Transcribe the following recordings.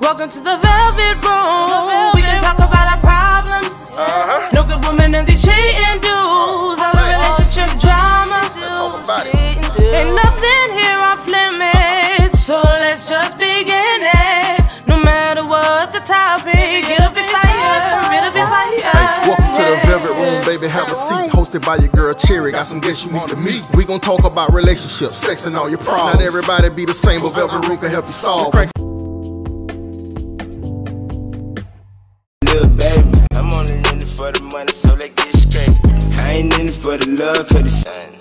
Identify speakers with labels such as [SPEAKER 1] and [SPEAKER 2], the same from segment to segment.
[SPEAKER 1] Welcome to the velvet room. we can talk about our problems.
[SPEAKER 2] Uh-huh.
[SPEAKER 1] No good woman and these cheating dudes. All the
[SPEAKER 2] right.
[SPEAKER 1] relationship drama.
[SPEAKER 2] all about it.
[SPEAKER 1] Ain't nothing here off limits. So let's just begin it. No matter what the topic, it'll be fire. It'll be fire.
[SPEAKER 2] Hey, welcome to the Velvet Room, baby. Have a seat. Hosted by your girl Cherry. Got some guests you need to meet. We gon' talk about relationships, sex, and all your problems. Not everybody be the same, but Velvet Room can help you solve. 'em.
[SPEAKER 3] little baby. I'm only in it for the money, so let's get straight. I ain't in it for the love, cause it's son.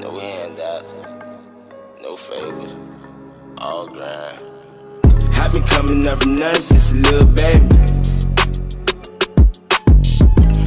[SPEAKER 3] No handouts, no favors, all grind. I've been coming up from nothing since a little baby.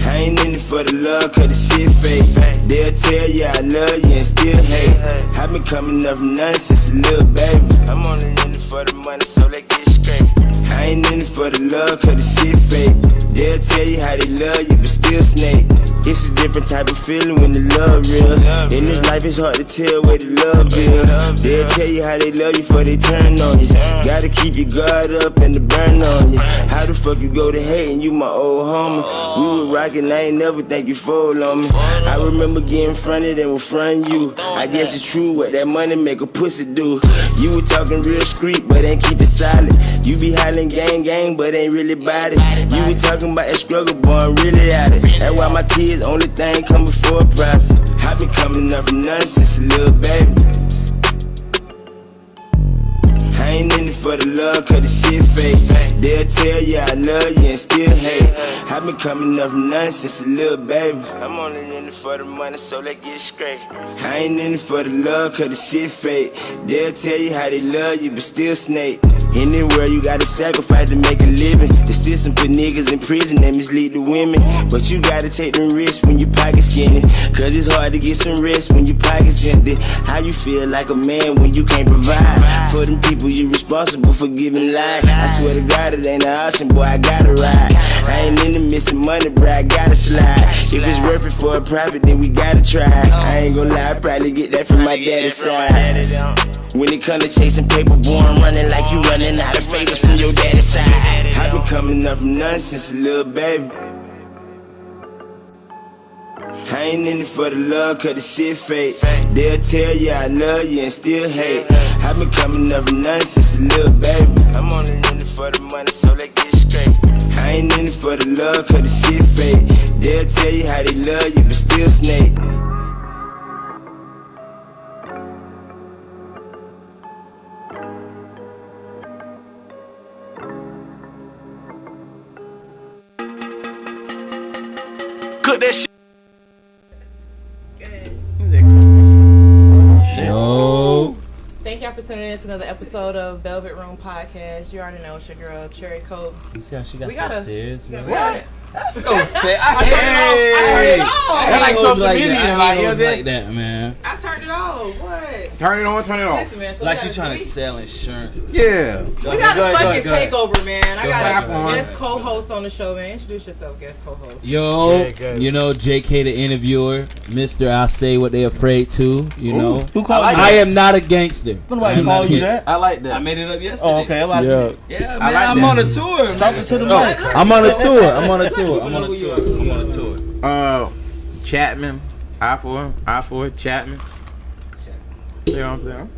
[SPEAKER 3] I ain't in it for the love, cause the shit fake. They'll tell you I love you and still hate. I've been coming up from nothing since a little baby. I'm only in it for the money, so let's get straight. I ain't in it for the love, cause the shit fake. They'll tell you how they love you, but still snake. It's a different type of feeling when the love real. In this life, it's hard to tell where the love is. They'll tell you how they love you before they turn on you. Gotta keep your guard up and the burn on you. How the fuck you go to hate and you my old homie? We were rocking, I ain't never think you fold on me. I remember getting fronted and was front you. I guess it's true what that money make a pussy do. You were talking real street, but ain't keep it solid. You be hollering gang gang, but ain't really bout it. You were talking about that struggle, boy, I'm really at it. That's why my kids only thing come before profit. I've been coming up from nothing since a little baby. I ain't in it for the love, cause the shit fake. They'll tell you I love you and still hate. I've been coming up from nothing since a little baby. I'm only in it for the money, so let's get straight. I ain't in it for the love, cause the shit fake. They'll tell you how they love you, but still snake. In the world, you gotta sacrifice to make a living. The system put niggas in prison and mislead the women. But you gotta take them risks when you pocket skinny. Cause it's hard to get some rest when you pockets empty. How you feel like a man when you can't provide? For them people, you responsible for giving life. I swear to God, it ain't an option, boy, I gotta ride. I ain't in the missing money, bruh, I gotta slide. If it's worth it for a profit, then we gotta try. I ain't gonna lie, I probably get that from my daddy's side. When it come to chasing paper, boy, I'm running like you running out of favors from your daddy's side. I've been coming up from nothing since a little baby. I ain't in it for the love, cause the shit fake. They'll tell you I love you and still hate. I've been coming up from nothing since a little baby. I'm only in it for the money, so let's get straight. I ain't in it for the love, cause the shit fake. They'll tell you how they love you, but still snake.
[SPEAKER 4] Cook that shit.
[SPEAKER 5] Yo.
[SPEAKER 6] Thank y'all for tuning in to another episode of Velvet Room Podcast. You already know it's your girl, Cherry Coke.
[SPEAKER 5] You see how she got
[SPEAKER 6] We
[SPEAKER 5] so
[SPEAKER 6] gotta-
[SPEAKER 5] serious, man?
[SPEAKER 6] What?
[SPEAKER 5] That's so fair. I,
[SPEAKER 7] it off. I heard it
[SPEAKER 5] I
[SPEAKER 7] off. That's like
[SPEAKER 5] ain't always
[SPEAKER 7] social
[SPEAKER 5] like
[SPEAKER 7] media,
[SPEAKER 5] that. I ain't
[SPEAKER 7] like, you know
[SPEAKER 5] always
[SPEAKER 7] what I'm
[SPEAKER 5] like that, man.
[SPEAKER 6] I turned it off. What?
[SPEAKER 7] Turn it on, turn it off.
[SPEAKER 6] Listen, man. So
[SPEAKER 5] Like
[SPEAKER 6] we
[SPEAKER 5] she
[SPEAKER 6] gotta-
[SPEAKER 5] trying
[SPEAKER 6] we-
[SPEAKER 5] to sell insurance.
[SPEAKER 7] Yeah.
[SPEAKER 5] Go
[SPEAKER 6] We
[SPEAKER 5] ahead,
[SPEAKER 6] got
[SPEAKER 5] go
[SPEAKER 6] a
[SPEAKER 5] ahead, go
[SPEAKER 6] fucking
[SPEAKER 5] ahead, go ahead.
[SPEAKER 6] takeover, man. I
[SPEAKER 5] Go
[SPEAKER 6] got
[SPEAKER 5] ahead,
[SPEAKER 6] a
[SPEAKER 5] go ahead.
[SPEAKER 6] guest co-host on the show, man. Introduce yourself, guest co-host.
[SPEAKER 5] Yo,
[SPEAKER 2] Yeah, go.
[SPEAKER 5] you know JK the interviewer, Mister. I say what they afraid to. You know,
[SPEAKER 8] Who called
[SPEAKER 5] I,
[SPEAKER 8] you that?
[SPEAKER 5] am not a gangster. I
[SPEAKER 8] Nobody
[SPEAKER 5] am not
[SPEAKER 8] called you
[SPEAKER 5] a-
[SPEAKER 8] that?
[SPEAKER 7] I like
[SPEAKER 4] I
[SPEAKER 7] that.
[SPEAKER 4] made it up yesterday.
[SPEAKER 8] Oh, okay. I'm like,
[SPEAKER 5] Yeah,
[SPEAKER 4] Yeah, man,
[SPEAKER 7] like
[SPEAKER 4] I'm
[SPEAKER 7] that.
[SPEAKER 4] on a tour. Man.
[SPEAKER 8] Talking to the mic.
[SPEAKER 5] Oh, I'm on a tour. I'm on a tour. I'm on a
[SPEAKER 4] Who
[SPEAKER 5] tour.
[SPEAKER 4] you are? I'm on a tour.
[SPEAKER 7] Uh, Chapman. I four. I four. Chapman. You know what I'm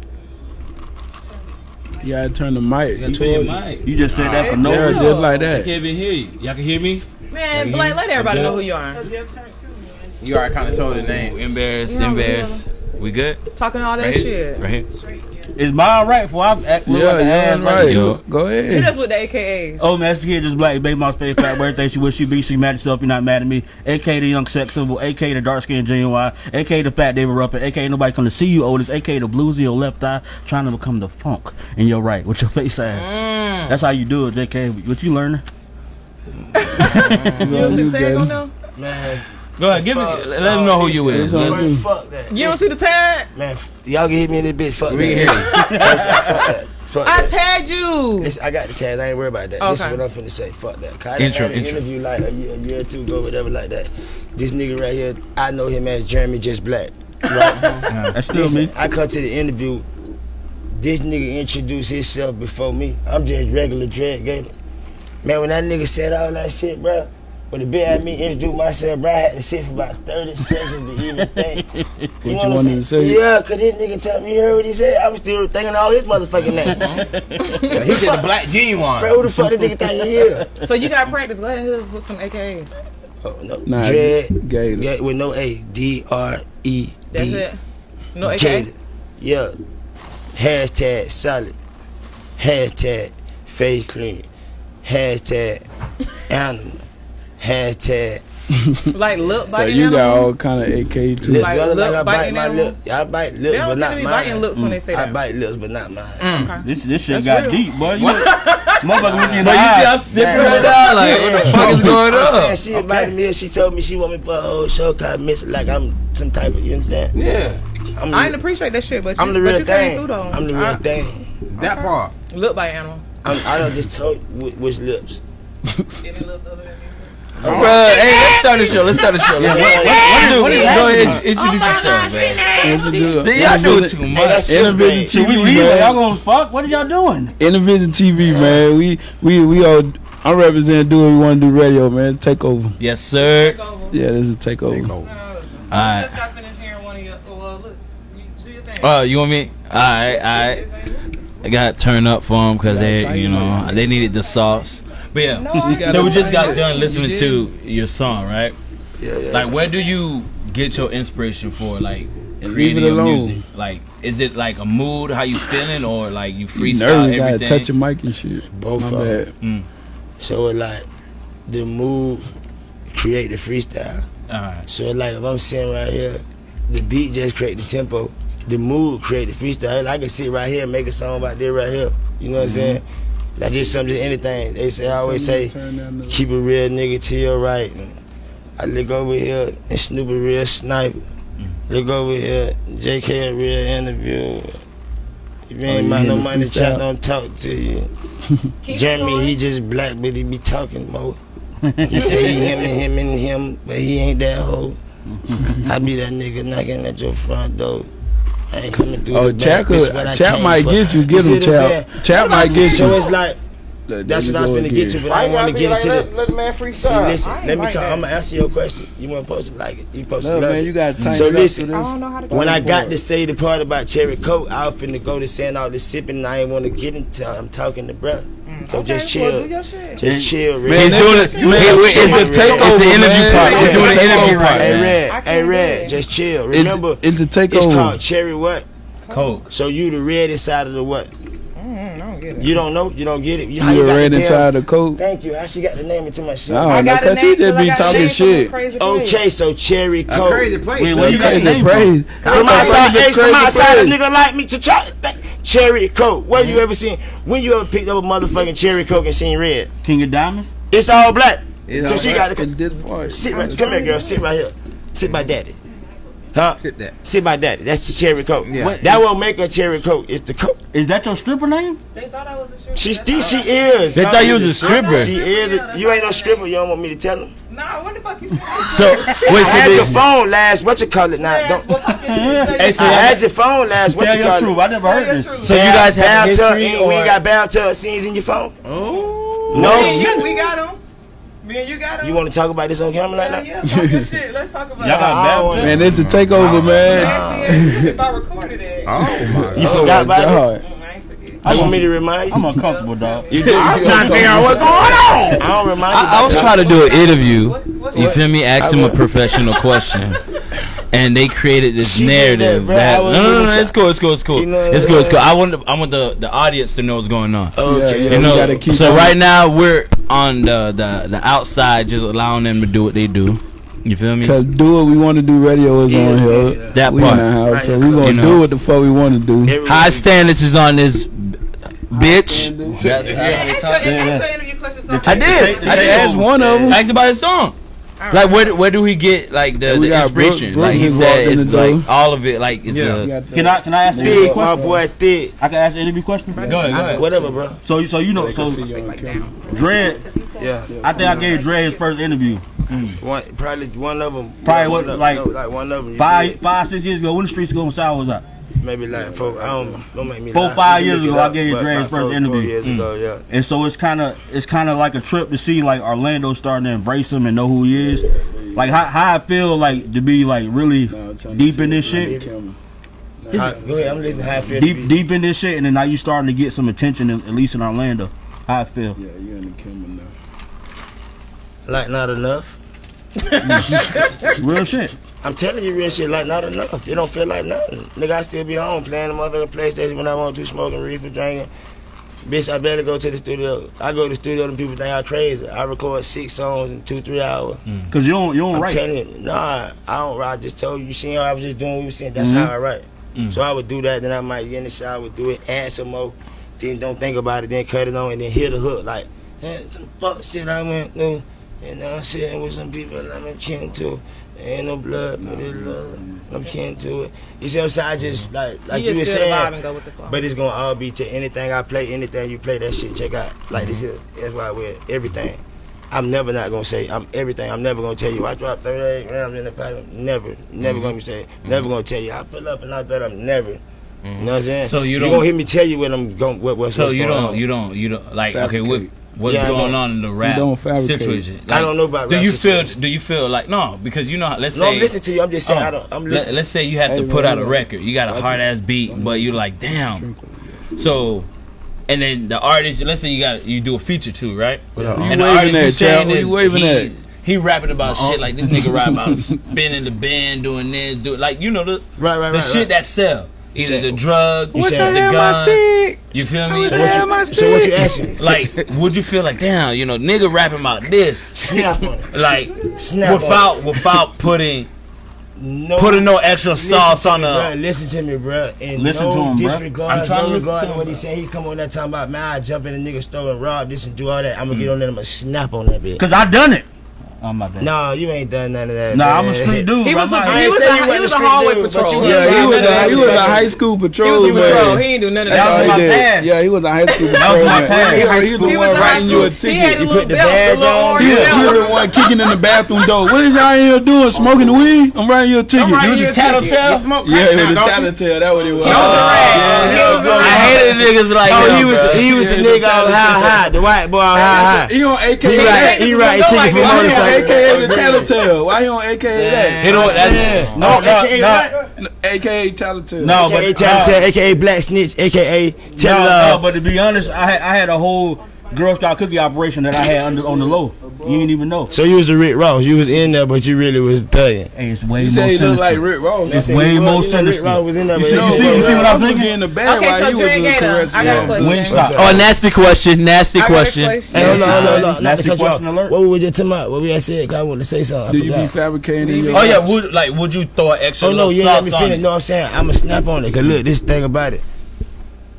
[SPEAKER 7] saying?
[SPEAKER 9] You gotta turn the
[SPEAKER 5] You
[SPEAKER 9] mic.
[SPEAKER 5] gotta turn your mic.
[SPEAKER 8] You just said that for no
[SPEAKER 9] Yeah,
[SPEAKER 8] reason.
[SPEAKER 9] just like
[SPEAKER 5] I
[SPEAKER 9] that.
[SPEAKER 5] can't even hear you. Y'all can hear me?
[SPEAKER 6] Man,
[SPEAKER 5] Mhm.
[SPEAKER 6] Blake, let everybody
[SPEAKER 5] I'm
[SPEAKER 6] know
[SPEAKER 5] good.
[SPEAKER 6] who you are.
[SPEAKER 7] You already kind of told the
[SPEAKER 4] Ooh,
[SPEAKER 7] name.
[SPEAKER 4] Embarrassed, embarrassed. We good?
[SPEAKER 6] Talking all that
[SPEAKER 4] Right here?
[SPEAKER 6] shit.
[SPEAKER 4] Right here?
[SPEAKER 8] Is mine right for I act
[SPEAKER 9] Yeah,
[SPEAKER 8] look like an
[SPEAKER 9] yeah,
[SPEAKER 8] ass
[SPEAKER 9] right.
[SPEAKER 8] right now?
[SPEAKER 9] Go, go
[SPEAKER 6] Hit
[SPEAKER 9] ahead.
[SPEAKER 6] us with the AKAs.
[SPEAKER 8] Oh man, this kid just black baby mom's face fat birthday. She wish she be. She mad at herself. You not mad at me. AK the young sex symbol. AK the dark skinned genuine. AK the fat David Ruffin. AK nobody come to see you oldest. AK the blues in your left eye trying to become the funk in your right with your face ass.
[SPEAKER 5] Mm.
[SPEAKER 8] That's how you do it, JK. What you learning?
[SPEAKER 6] You don't see the tag on them?
[SPEAKER 10] Man,
[SPEAKER 4] Go ahead, give it. Let
[SPEAKER 5] Oh,
[SPEAKER 4] them know who you
[SPEAKER 9] It's
[SPEAKER 4] is.
[SPEAKER 9] on
[SPEAKER 10] man,
[SPEAKER 9] you.
[SPEAKER 10] fuck that.
[SPEAKER 6] You don't see the tag?
[SPEAKER 10] Man, f- y'all can hit me in this bitch. Fuck
[SPEAKER 7] We can
[SPEAKER 10] that. First, fuck that. Fuck
[SPEAKER 6] I
[SPEAKER 10] that.
[SPEAKER 6] tagged you.
[SPEAKER 10] This- I got the tags. I ain't worried about that. This is
[SPEAKER 6] Okay.
[SPEAKER 10] what I'm finna say. Fuck that. 'Cause I
[SPEAKER 4] Intro,
[SPEAKER 10] done had an
[SPEAKER 4] intro.
[SPEAKER 10] interview like a year, a year or two ago, whatever, like that. This nigga right here, I know him as Jeremy Just Black. Right?
[SPEAKER 8] That's still me.
[SPEAKER 10] I come to the interview
[SPEAKER 3] This nigga introduced himself before me. I'm just regular Dread Gator. Man, when that nigga said all that shit, bro, when the bitch had me introduce myself, bro, I had to sit for about 30 seconds to even think. You
[SPEAKER 9] you
[SPEAKER 3] I'm
[SPEAKER 9] wanted to
[SPEAKER 3] saying?
[SPEAKER 9] say?
[SPEAKER 3] Yeah, cause this nigga told me, you heard what he said? I was still thinking all his motherfucking names.
[SPEAKER 2] he said the black genuine.
[SPEAKER 3] Bro, who the fuck this nigga think he is?
[SPEAKER 6] So you got practice. Go ahead and hit us with some AKs.
[SPEAKER 3] Oh, no.
[SPEAKER 9] Nah,
[SPEAKER 3] Dread
[SPEAKER 9] Gator.
[SPEAKER 3] Yeah, with no A. D R E
[SPEAKER 6] That's
[SPEAKER 3] D.
[SPEAKER 6] it. No AKs.
[SPEAKER 3] Jaded. Yeah. Hashtag solid. Hashtag face clean. Hashtag animal. Hashtag
[SPEAKER 6] Like lip
[SPEAKER 9] So
[SPEAKER 6] biting.
[SPEAKER 9] you got
[SPEAKER 6] animal.
[SPEAKER 9] all kind of AK too.
[SPEAKER 3] lip.
[SPEAKER 6] Like
[SPEAKER 3] brother,
[SPEAKER 6] lip
[SPEAKER 3] like I bite
[SPEAKER 6] biting
[SPEAKER 3] my
[SPEAKER 6] animal?
[SPEAKER 3] lip. I bite lips,
[SPEAKER 6] They don't
[SPEAKER 3] but
[SPEAKER 6] think
[SPEAKER 3] not
[SPEAKER 6] they
[SPEAKER 3] mine.
[SPEAKER 6] be biting lips when they say
[SPEAKER 3] I
[SPEAKER 6] that. Mm.
[SPEAKER 3] bite lips, but not mine.
[SPEAKER 8] This this shit
[SPEAKER 6] That's
[SPEAKER 8] got
[SPEAKER 6] real.
[SPEAKER 8] deep, boy. You motherfucker with your
[SPEAKER 5] But you see, I'm
[SPEAKER 8] eyes.
[SPEAKER 5] sipping
[SPEAKER 3] Nah.
[SPEAKER 5] right now. Like, what the fuck is going
[SPEAKER 3] I'm
[SPEAKER 5] on?
[SPEAKER 3] saying she invited me and she told me she want me for a whole show cause I miss it like I'm some type of you understand?
[SPEAKER 5] Yeah.
[SPEAKER 3] I'm
[SPEAKER 6] I didn't
[SPEAKER 3] the,
[SPEAKER 6] appreciate that shit, but you,
[SPEAKER 3] I'm the
[SPEAKER 6] but
[SPEAKER 3] real
[SPEAKER 6] you came
[SPEAKER 3] thing.
[SPEAKER 6] through though.
[SPEAKER 3] I'm the real thing.
[SPEAKER 2] That part.
[SPEAKER 6] I, lip bite animal.
[SPEAKER 3] I'm, I don't just told you wh- which lips.
[SPEAKER 6] Any lips other than these?
[SPEAKER 5] Bruh, hey, let's start the show. Let's start the show. Let's
[SPEAKER 3] Yeah,
[SPEAKER 5] Go ahead, int-
[SPEAKER 8] Oh
[SPEAKER 5] introduce yourself, man.
[SPEAKER 9] That's a good-
[SPEAKER 5] Then Y'all doing too
[SPEAKER 3] Hey,
[SPEAKER 5] much.
[SPEAKER 3] that's your
[SPEAKER 9] Individual
[SPEAKER 3] thing.
[SPEAKER 8] Should we
[SPEAKER 9] TV,
[SPEAKER 8] leave? or Y'all
[SPEAKER 9] man.
[SPEAKER 8] gonna fuck? What are y'all doing?
[SPEAKER 9] Individual TV, man. We we we all. I represent do what we want to do radio, man. Take over.
[SPEAKER 5] Yes, sir.
[SPEAKER 6] Go over.
[SPEAKER 9] Yeah, this is takeover.
[SPEAKER 6] Uh, so
[SPEAKER 5] All right.
[SPEAKER 6] I just got finished hearing one of your. Well, look, you do your thing.
[SPEAKER 5] Oh, you want me? All right, all right. I got turned up for them because they, you know, they needed the sauce. But yeah, so we just got done listening to your song, right? Yeah, yeah. Like, where do you get your inspiration for, like, in
[SPEAKER 9] Leave it
[SPEAKER 5] creating your
[SPEAKER 9] alone.
[SPEAKER 5] music? Like, is it like a mood, how you feeling, or like you
[SPEAKER 9] You
[SPEAKER 5] freestyle
[SPEAKER 9] nervous, gotta
[SPEAKER 5] everything?
[SPEAKER 9] touch your mic and shit.
[SPEAKER 3] Both
[SPEAKER 9] My
[SPEAKER 3] of 'em.
[SPEAKER 9] bad.
[SPEAKER 3] So it like the mood create the freestyle.
[SPEAKER 5] All right.
[SPEAKER 3] So it like if I'm sitting right here, the beat just create the tempo. The mood create the freestyle. Like, I can sit right here and make a song about this right here. You know
[SPEAKER 9] Mm-hmm.
[SPEAKER 3] what I'm saying? Like just something, anything. They say I always say, keep a real nigga to your right. And I look over here and Snoop a real sniper. Look over here, JK a real interview. If you
[SPEAKER 9] Oh,
[SPEAKER 3] ain't
[SPEAKER 9] you
[SPEAKER 3] mind no
[SPEAKER 9] in the
[SPEAKER 3] money,
[SPEAKER 9] freestyle?
[SPEAKER 3] Chop don't talk to you.
[SPEAKER 6] Keep
[SPEAKER 3] Jeremy,
[SPEAKER 6] going.
[SPEAKER 3] he just black, but he be talking more. He say he him and him and him, but he ain't that hoe. I be that nigga knocking at your front door. I ain't coming through.
[SPEAKER 9] Oh,
[SPEAKER 3] the back.
[SPEAKER 9] Chap,
[SPEAKER 3] This is what I
[SPEAKER 9] could, Chap
[SPEAKER 3] came
[SPEAKER 9] might
[SPEAKER 3] for.
[SPEAKER 9] get you. Get
[SPEAKER 3] see
[SPEAKER 9] him,
[SPEAKER 3] what I'm
[SPEAKER 9] Chap.
[SPEAKER 3] saying?
[SPEAKER 9] Chap might get
[SPEAKER 3] So
[SPEAKER 9] you.
[SPEAKER 3] it's like that's what I was finna get to, but I ain't wanna get into the.
[SPEAKER 4] Let the man
[SPEAKER 3] See,
[SPEAKER 4] freestyle.
[SPEAKER 3] listen,
[SPEAKER 6] I ain't
[SPEAKER 3] let me
[SPEAKER 6] like
[SPEAKER 3] talk.
[SPEAKER 6] that.
[SPEAKER 3] I'm gonna answer your question. You want to post it like it? You post it.
[SPEAKER 9] Look,
[SPEAKER 3] love
[SPEAKER 9] man,
[SPEAKER 3] it.
[SPEAKER 9] you gotta tighten
[SPEAKER 3] So
[SPEAKER 9] it up
[SPEAKER 3] listen,
[SPEAKER 9] to
[SPEAKER 6] I
[SPEAKER 9] this.
[SPEAKER 6] don't know how to.
[SPEAKER 3] When I got
[SPEAKER 9] Boy.
[SPEAKER 3] to say the part about Cherry Coke, I was finna go to saying all this sipping, and I ain't wanna get into. I'm talking to bruh. So just
[SPEAKER 6] Mm. Okay, well,
[SPEAKER 3] chill,
[SPEAKER 6] do your shit.
[SPEAKER 3] just chill,
[SPEAKER 5] Man,
[SPEAKER 3] Red.
[SPEAKER 5] it's doing it.
[SPEAKER 9] Man,
[SPEAKER 5] It's
[SPEAKER 9] it's
[SPEAKER 5] the
[SPEAKER 9] a takeover,
[SPEAKER 5] It's the interview
[SPEAKER 9] man.
[SPEAKER 5] part. We're
[SPEAKER 3] Yeah.
[SPEAKER 5] doing the interview
[SPEAKER 9] Takeover.
[SPEAKER 5] part.
[SPEAKER 3] Hey
[SPEAKER 5] man.
[SPEAKER 3] Red,
[SPEAKER 6] I
[SPEAKER 3] hey
[SPEAKER 6] can't do
[SPEAKER 3] Red,
[SPEAKER 6] that.
[SPEAKER 3] just chill.
[SPEAKER 9] It's-
[SPEAKER 3] Remember,
[SPEAKER 9] it's the
[SPEAKER 3] it's called
[SPEAKER 9] takeover.
[SPEAKER 3] Cherry what?
[SPEAKER 5] Coke.
[SPEAKER 3] So you the red inside of the what?
[SPEAKER 6] I don't get it.
[SPEAKER 3] You don't know, you don't get it. You, how
[SPEAKER 9] You
[SPEAKER 3] you got
[SPEAKER 9] were right
[SPEAKER 3] the damn-
[SPEAKER 9] inside the coat.
[SPEAKER 3] Thank you. I actually got the name into my shit.
[SPEAKER 9] I don't know,
[SPEAKER 6] got a
[SPEAKER 9] cause he
[SPEAKER 6] name
[SPEAKER 9] just
[SPEAKER 6] 'cause I
[SPEAKER 9] be
[SPEAKER 6] got
[SPEAKER 9] talking
[SPEAKER 6] shade from
[SPEAKER 9] shit.
[SPEAKER 6] a crazy place.
[SPEAKER 3] Okay, so Cherry
[SPEAKER 2] A
[SPEAKER 3] Coke.
[SPEAKER 2] crazy place.
[SPEAKER 8] Wait,
[SPEAKER 2] bro.
[SPEAKER 8] where you got the
[SPEAKER 9] Crazy
[SPEAKER 8] name from?
[SPEAKER 9] praise.
[SPEAKER 3] From
[SPEAKER 9] Crazy
[SPEAKER 3] outside, hey,
[SPEAKER 9] praise,
[SPEAKER 3] from
[SPEAKER 9] crazy
[SPEAKER 3] outside, a
[SPEAKER 9] praise.
[SPEAKER 3] nigga like me to try. th- Cherry Coke. Where
[SPEAKER 8] Mm-hmm.
[SPEAKER 3] you ever seen? When you ever picked up a motherfucking Cherry Coke and seen red?
[SPEAKER 8] King of Diamonds?
[SPEAKER 3] It's all black.
[SPEAKER 2] It's
[SPEAKER 3] so
[SPEAKER 2] all
[SPEAKER 3] she
[SPEAKER 2] black.
[SPEAKER 3] got to
[SPEAKER 9] It's this part.
[SPEAKER 3] sit right. Come here, girl. Sit right here. Sit by daddy. Huh?
[SPEAKER 2] Sip that.
[SPEAKER 3] Sit by daddy. That's the Cherry Coke.
[SPEAKER 2] Yeah.
[SPEAKER 8] What-
[SPEAKER 3] That won't make her Cherry Coke. It's the Coke.
[SPEAKER 8] Is that your stripper name?
[SPEAKER 6] They thought I was a stripper.
[SPEAKER 3] She
[SPEAKER 6] That's
[SPEAKER 3] still,
[SPEAKER 6] all
[SPEAKER 3] she
[SPEAKER 6] I-
[SPEAKER 3] is.
[SPEAKER 5] They thought you was a
[SPEAKER 3] She
[SPEAKER 5] stripper.
[SPEAKER 3] is. A, you ain't no stripper. You don't want me to tell them.
[SPEAKER 6] Nah, what the fuck you said?
[SPEAKER 5] So, wait,
[SPEAKER 3] I had your
[SPEAKER 5] so they-
[SPEAKER 3] phone last. What you call it now? Don't.
[SPEAKER 6] Well, talk your shit. Say
[SPEAKER 5] Hey,
[SPEAKER 6] your
[SPEAKER 5] so
[SPEAKER 3] I
[SPEAKER 5] y'all-
[SPEAKER 3] had your phone last. What
[SPEAKER 8] Tell
[SPEAKER 3] you
[SPEAKER 8] your
[SPEAKER 3] call it?
[SPEAKER 8] truth. I never heard this.
[SPEAKER 6] truth.
[SPEAKER 5] so you guys have a
[SPEAKER 3] bathtub.
[SPEAKER 5] history
[SPEAKER 3] ain't- We
[SPEAKER 5] or
[SPEAKER 3] ain't got bathtub scenes in your phone.
[SPEAKER 6] Me and
[SPEAKER 3] No.
[SPEAKER 6] you, we got him. Me and you got him.
[SPEAKER 3] You want to talk about this on camera like
[SPEAKER 6] Yeah,
[SPEAKER 3] that?
[SPEAKER 6] yeah, talk your shit. Let's talk about
[SPEAKER 8] Y'all
[SPEAKER 6] it.
[SPEAKER 8] got bad
[SPEAKER 3] I don't
[SPEAKER 9] Man, it's the takeover, man.
[SPEAKER 6] Nasty ass shit if I recorded it. Mm,
[SPEAKER 2] Oh my
[SPEAKER 3] You
[SPEAKER 2] god.
[SPEAKER 3] forgot about it.
[SPEAKER 9] Oh, God.
[SPEAKER 6] I ain't forget.
[SPEAKER 3] You want me to remind you?
[SPEAKER 8] I'm uncomfortable, dog.
[SPEAKER 3] you do. I
[SPEAKER 2] I'm trying to figure out what's going on.
[SPEAKER 3] don't remind you.
[SPEAKER 5] I, I was trying to do an interview.
[SPEAKER 6] What, what's
[SPEAKER 5] You feel me? Ask him a professional question. And they created this
[SPEAKER 3] She did that,
[SPEAKER 5] narrative
[SPEAKER 3] bro. I
[SPEAKER 5] that,
[SPEAKER 3] was
[SPEAKER 5] no, no, no,
[SPEAKER 3] gonna
[SPEAKER 5] no,
[SPEAKER 3] try-
[SPEAKER 5] it's cool, it's cool, it's cool,
[SPEAKER 3] You know,
[SPEAKER 5] it's cool, it's
[SPEAKER 3] uh,
[SPEAKER 5] cool. I want, I want the, the audience to know what's going on.
[SPEAKER 3] Okay.
[SPEAKER 9] Yeah,
[SPEAKER 5] you
[SPEAKER 9] we
[SPEAKER 5] know,
[SPEAKER 9] gotta keep
[SPEAKER 5] so
[SPEAKER 9] on-
[SPEAKER 5] right now we're on the, the the outside, just allowing them to do what they do. You feel me?
[SPEAKER 9] Cause do what we want to do. Radio is on
[SPEAKER 3] Yes,
[SPEAKER 9] here.
[SPEAKER 3] yeah.
[SPEAKER 5] That
[SPEAKER 9] we in
[SPEAKER 5] part.
[SPEAKER 9] the house, so we
[SPEAKER 3] You
[SPEAKER 9] gonna
[SPEAKER 5] know.
[SPEAKER 9] do what the fuck we want to do.
[SPEAKER 3] Everyone-
[SPEAKER 5] High standards is on this b- bitch.
[SPEAKER 6] Ask your, ask your interview question. So
[SPEAKER 5] I did. I
[SPEAKER 9] I
[SPEAKER 5] did
[SPEAKER 9] asked
[SPEAKER 5] ask one.
[SPEAKER 9] one of them.
[SPEAKER 5] Asked about his song. Like where do- where do he get like the,
[SPEAKER 9] And we
[SPEAKER 5] the
[SPEAKER 9] got Brooke-
[SPEAKER 5] inspiration?
[SPEAKER 9] Brooke
[SPEAKER 5] like he
[SPEAKER 9] just
[SPEAKER 5] said,
[SPEAKER 9] walked in
[SPEAKER 5] it's
[SPEAKER 9] the door.
[SPEAKER 5] like all of it. Like it's
[SPEAKER 2] Yeah.
[SPEAKER 5] a-
[SPEAKER 8] Can I can I ask an interview
[SPEAKER 3] Thick, my
[SPEAKER 8] question?
[SPEAKER 3] boy, thick.
[SPEAKER 8] I can ask an interview question.
[SPEAKER 5] Go ahead, go ahead.
[SPEAKER 3] Whatever, bro.
[SPEAKER 8] So you so you know so Dread.
[SPEAKER 3] Yeah.
[SPEAKER 8] I think I gave Dread his first interview
[SPEAKER 3] One, probably one of them.
[SPEAKER 8] Probably what,
[SPEAKER 3] one of,
[SPEAKER 8] like,
[SPEAKER 3] no, like one of them.
[SPEAKER 8] five five six years ago. When the streets going sour was out.
[SPEAKER 3] maybe like four. I don't don't make me.
[SPEAKER 8] Four
[SPEAKER 3] lie.
[SPEAKER 8] five years
[SPEAKER 3] Look it
[SPEAKER 8] ago, I
[SPEAKER 3] up,
[SPEAKER 8] gave
[SPEAKER 3] but
[SPEAKER 8] Dre's
[SPEAKER 3] about
[SPEAKER 8] first
[SPEAKER 3] four-
[SPEAKER 8] interview.
[SPEAKER 3] Four years
[SPEAKER 8] Mm.
[SPEAKER 3] ago, yeah.
[SPEAKER 8] And so it's kind of it's kind of like a trip to see like Orlando starting to embrace him and know who he is. Like how, how I feel like to be like really deep in this shit.
[SPEAKER 3] How- Go ahead, I'm listening. to How I feel. to
[SPEAKER 8] Deep deep in this shit, and then now you starting to get some attention at at least in Orlando. How I feel.
[SPEAKER 9] Yeah, you in the camera now.
[SPEAKER 3] Like not enough.
[SPEAKER 8] real shit.
[SPEAKER 3] I'm telling you real shit, like not enough. It don't feel like nothing. Nigga, I still be home playing the motherfucking PlayStation when I want to, smoking reefer, drinking. Bitch, I better go to the studio. I go to the studio and people think I'm crazy. I record six songs in two, three hours.
[SPEAKER 8] Cause you don't you don't
[SPEAKER 3] I'm
[SPEAKER 8] write.
[SPEAKER 3] telling you, nah, I don't write. I just told you, you seen how I was just doing what we was saying. That's
[SPEAKER 8] Mhm.
[SPEAKER 3] how I write. So I would do that, then I might get in the shower, would do it, add some more, then don't think about it, then cut it on, and then hit the hook. Like, eh, some fuck shit I went through, and I'm sitting with some people that I'm kin to. Ain't no blood, but
[SPEAKER 11] Mm-hmm.
[SPEAKER 3] it's love. I'm kin to it. You see what I'm saying? I just, like, like you,
[SPEAKER 6] just
[SPEAKER 3] were
[SPEAKER 6] feel the
[SPEAKER 3] saying,
[SPEAKER 6] vibe and go with the flow.
[SPEAKER 3] but it's gonna all be to anything I play, anything you play, that shit check out. Like this here. That's why we're everything. I'm never not gonna say I'm everything. I'm never gonna tell you I dropped 38 rounds in the fight. Never,
[SPEAKER 11] Mm-hmm.
[SPEAKER 3] never
[SPEAKER 4] Mhm.
[SPEAKER 3] gonna be saying. Never gonna tell you I pull up and I bet I'm never. You know what I'm saying?
[SPEAKER 11] Mm-hmm. So you
[SPEAKER 3] You
[SPEAKER 11] don't-
[SPEAKER 3] gonna hear me tell you what I'm going. What, what's
[SPEAKER 11] So
[SPEAKER 3] what's
[SPEAKER 11] you
[SPEAKER 3] going
[SPEAKER 11] don't,
[SPEAKER 3] on.
[SPEAKER 11] you don't, you don't like okay. What, what's
[SPEAKER 3] Yeah, I
[SPEAKER 11] going
[SPEAKER 3] don't-
[SPEAKER 11] on in the
[SPEAKER 3] you
[SPEAKER 11] rap
[SPEAKER 3] don't fabricate.
[SPEAKER 11] situation?
[SPEAKER 3] I don't know about
[SPEAKER 11] Do
[SPEAKER 3] rap
[SPEAKER 11] you feel? Do you feel like no? Because you know, let's
[SPEAKER 3] No,
[SPEAKER 11] say Oh.
[SPEAKER 3] I'm listening to you. I'm just saying I don't- I'm listening.
[SPEAKER 11] Let, us say you have
[SPEAKER 3] Hey,
[SPEAKER 11] to put
[SPEAKER 3] man,
[SPEAKER 11] out a
[SPEAKER 3] man.
[SPEAKER 11] record. You got a
[SPEAKER 3] Watch
[SPEAKER 11] hard
[SPEAKER 3] it.
[SPEAKER 11] ass beat, but you're like, damn. So, and then the artist. Let's say you got you do a feature too, right?
[SPEAKER 9] Yeah. Who you
[SPEAKER 11] And the
[SPEAKER 9] waving
[SPEAKER 11] artist
[SPEAKER 9] at,
[SPEAKER 11] you saying
[SPEAKER 9] child? Who you
[SPEAKER 11] is
[SPEAKER 9] waving
[SPEAKER 11] he,
[SPEAKER 9] at?
[SPEAKER 11] He rapping about
[SPEAKER 3] Uh-huh.
[SPEAKER 9] Uh-uh.
[SPEAKER 11] shit like this nigga rapping about spinning the band, doing this, doing like you know the
[SPEAKER 3] right, right,
[SPEAKER 11] the
[SPEAKER 3] right,
[SPEAKER 11] shit
[SPEAKER 3] right.
[SPEAKER 11] that sell. Either the drugs,
[SPEAKER 3] Wish I
[SPEAKER 11] the
[SPEAKER 3] had
[SPEAKER 11] gun,
[SPEAKER 3] my stick.
[SPEAKER 11] you feel me?
[SPEAKER 3] wish I So what had you- my so what you stick. asking?
[SPEAKER 11] Like, would you feel like, damn, you know, nigga rapping about this?
[SPEAKER 3] Snap on it.
[SPEAKER 11] Like,
[SPEAKER 3] Snap on it.
[SPEAKER 11] without without putting
[SPEAKER 3] No,
[SPEAKER 11] putting no extra
[SPEAKER 3] Listen
[SPEAKER 11] sauce
[SPEAKER 3] to
[SPEAKER 11] on
[SPEAKER 3] me,
[SPEAKER 11] the.
[SPEAKER 3] bruh. Listen to me, bro. And
[SPEAKER 11] Listen
[SPEAKER 3] no
[SPEAKER 11] to him, bruh.
[SPEAKER 3] disregard,
[SPEAKER 11] I'm trying
[SPEAKER 3] no
[SPEAKER 11] to listen
[SPEAKER 3] regard
[SPEAKER 11] to
[SPEAKER 3] to
[SPEAKER 11] him,
[SPEAKER 3] what he said. He come on that time about man, I jump in a nigga store and rob this and do all that. I'm gonna get on there. I'm gonna snap on that bitch.
[SPEAKER 8] Cause I done it. I'm not done.
[SPEAKER 3] Nah, you ain't done none of that.
[SPEAKER 8] Nah, I'm
[SPEAKER 3] man.
[SPEAKER 8] a street dude. He bro. was a-
[SPEAKER 3] I
[SPEAKER 8] he
[SPEAKER 3] ain't
[SPEAKER 8] was
[SPEAKER 3] saying
[SPEAKER 8] a-
[SPEAKER 3] you
[SPEAKER 8] he
[SPEAKER 3] wasn't
[SPEAKER 8] was a
[SPEAKER 3] street
[SPEAKER 8] hallway
[SPEAKER 3] dude, but
[SPEAKER 8] patrol.
[SPEAKER 3] you was
[SPEAKER 9] Yeah, he
[SPEAKER 3] robbing
[SPEAKER 9] was
[SPEAKER 3] that
[SPEAKER 9] a, he was
[SPEAKER 3] shit.
[SPEAKER 9] a high school patrol.
[SPEAKER 3] was a
[SPEAKER 9] man.
[SPEAKER 3] patrol. He ain't do none of that.
[SPEAKER 9] That's
[SPEAKER 3] That was
[SPEAKER 9] all
[SPEAKER 3] my
[SPEAKER 9] he did.
[SPEAKER 3] pad.
[SPEAKER 9] Yeah, he was a high school patrol.
[SPEAKER 3] That was my
[SPEAKER 9] man.
[SPEAKER 3] pad.
[SPEAKER 9] He, he was the
[SPEAKER 3] He was
[SPEAKER 9] one
[SPEAKER 3] the high
[SPEAKER 9] writing you a
[SPEAKER 3] school-
[SPEAKER 9] ticket.
[SPEAKER 3] he had a You put little the belt, the badge little on.
[SPEAKER 9] He was,
[SPEAKER 3] orange
[SPEAKER 9] he was
[SPEAKER 3] belt.
[SPEAKER 9] the one kicking in the bathroom door. What is y'all in here doing? Smoking the weed? I'm writing you a ticket.
[SPEAKER 11] writing you a ticket. You
[SPEAKER 9] Yeah,
[SPEAKER 11] smoke crack
[SPEAKER 9] he was a
[SPEAKER 11] now, don't you?
[SPEAKER 9] tattletale. That what it was.
[SPEAKER 3] Ah,
[SPEAKER 11] Yeah, I hated niggas like
[SPEAKER 3] Oh,
[SPEAKER 11] him,
[SPEAKER 3] he was
[SPEAKER 11] bruh.
[SPEAKER 3] the, he was the
[SPEAKER 9] Yeah,
[SPEAKER 3] nigga
[SPEAKER 9] the
[SPEAKER 3] out high
[SPEAKER 9] tattletale.
[SPEAKER 3] high, the white boy out high high.
[SPEAKER 9] He on AKA.
[SPEAKER 3] He right, he right, he ticket for
[SPEAKER 9] Why he on
[SPEAKER 3] motorcycle.
[SPEAKER 9] AKA the tattletale? Why he on AKA that?
[SPEAKER 11] You know what, that's-
[SPEAKER 9] Yeah.
[SPEAKER 8] No, no,
[SPEAKER 3] AKA
[SPEAKER 8] no,
[SPEAKER 9] AKA tattletale.
[SPEAKER 8] No, but-
[SPEAKER 3] AKA Tattletale, AKA Black Snitch, AKA
[SPEAKER 8] no,
[SPEAKER 3] Tell uh,
[SPEAKER 8] no, but to be honest, I had I had a whole Girl Scout cookie operation that I had under, on the low. You didn't even know.
[SPEAKER 3] So you was a Rick Ross. You was in there, but you really was thugging.
[SPEAKER 8] Hey, it's way
[SPEAKER 9] You
[SPEAKER 8] more
[SPEAKER 9] say he
[SPEAKER 8] sinister.
[SPEAKER 9] look like Rick Ross.
[SPEAKER 8] it's
[SPEAKER 3] said
[SPEAKER 8] way
[SPEAKER 3] he was,
[SPEAKER 8] more
[SPEAKER 3] you know, Rick
[SPEAKER 8] sinister.
[SPEAKER 3] Ross was in there,
[SPEAKER 8] You see,
[SPEAKER 3] but
[SPEAKER 8] you
[SPEAKER 3] he
[SPEAKER 8] see, you
[SPEAKER 3] was
[SPEAKER 8] see what I'm
[SPEAKER 9] was
[SPEAKER 8] thinking?
[SPEAKER 9] getting the bag
[SPEAKER 6] Okay,
[SPEAKER 9] while
[SPEAKER 6] so
[SPEAKER 9] he was
[SPEAKER 6] Jay
[SPEAKER 9] a
[SPEAKER 6] Gator, I got a
[SPEAKER 9] caressing.
[SPEAKER 6] question.
[SPEAKER 8] Wing stop.
[SPEAKER 11] Oh, nasty question, nasty
[SPEAKER 6] I got a
[SPEAKER 11] question.
[SPEAKER 6] question.
[SPEAKER 3] Hey, hold on, hold on, hold on. Not
[SPEAKER 8] That's
[SPEAKER 3] to
[SPEAKER 8] the
[SPEAKER 3] cut you off.
[SPEAKER 8] question alert.
[SPEAKER 3] What we were just talking about? What we had said? 'cause I wanted to say something. I
[SPEAKER 9] Do you be
[SPEAKER 3] forgot.
[SPEAKER 9] fabricating your
[SPEAKER 11] Oh yeah, would like would you throw an extra
[SPEAKER 3] Oh no,
[SPEAKER 11] little
[SPEAKER 3] yeah, let
[SPEAKER 11] sauce
[SPEAKER 3] me
[SPEAKER 11] on
[SPEAKER 3] finish.
[SPEAKER 11] it?
[SPEAKER 3] No, I'm saying I'ma snap on it. Cause look, this thing about it.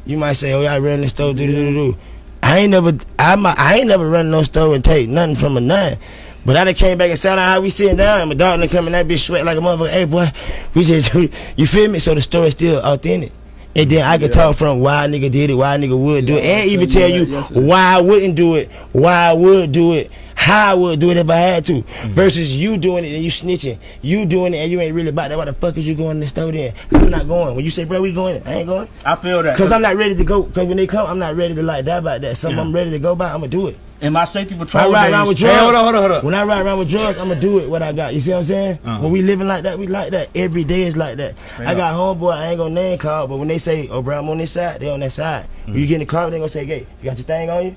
[SPEAKER 3] You might say, oh yeah, I ran the store, do do do do. I ain't never, I might, I ain't never run no store and take nothing from a nine. But I done came back and sat down how we sitting down. My dog done come and that bitch sweat like a motherfucker. Hey boy, we just, you feel me? So the story's still authentic. And then I can talk from why a nigga did it, why a nigga would do it,
[SPEAKER 9] Yeah,
[SPEAKER 3] and even
[SPEAKER 9] so
[SPEAKER 3] tell
[SPEAKER 9] you
[SPEAKER 3] you
[SPEAKER 9] got- yes, sir.
[SPEAKER 3] why I wouldn't do it, why I would do it, how I would do it if I had to,
[SPEAKER 9] Mm-hmm.
[SPEAKER 3] versus you doing it and you snitching, you doing it and you ain't really about that. Why the fuck is you going to the store then? I'm not going. When you say, bro, we going, I ain't going.
[SPEAKER 8] I feel that.
[SPEAKER 3] Cause I'm not ready to go. Cause when they come, I'm not ready to like that about that. Something I'm ready to go by, I'ma do it.
[SPEAKER 8] in my safety
[SPEAKER 3] When I
[SPEAKER 8] patrol
[SPEAKER 3] ride around with
[SPEAKER 8] days,
[SPEAKER 3] drugs.
[SPEAKER 11] hold on, hold on, hold on.
[SPEAKER 3] When I ride around with drugs, I'ma do it. What I got. You see what I'm saying?
[SPEAKER 9] Uh-huh.
[SPEAKER 3] When we living like that, we like that. Every day is like that. I got homeboy. I ain't gonna name call, but when they say, "Oh, bro, I'm on this side," they on that side. When
[SPEAKER 9] Mm-hmm.
[SPEAKER 3] you get in the car, they gonna say, "Hey, you got your thing on you?"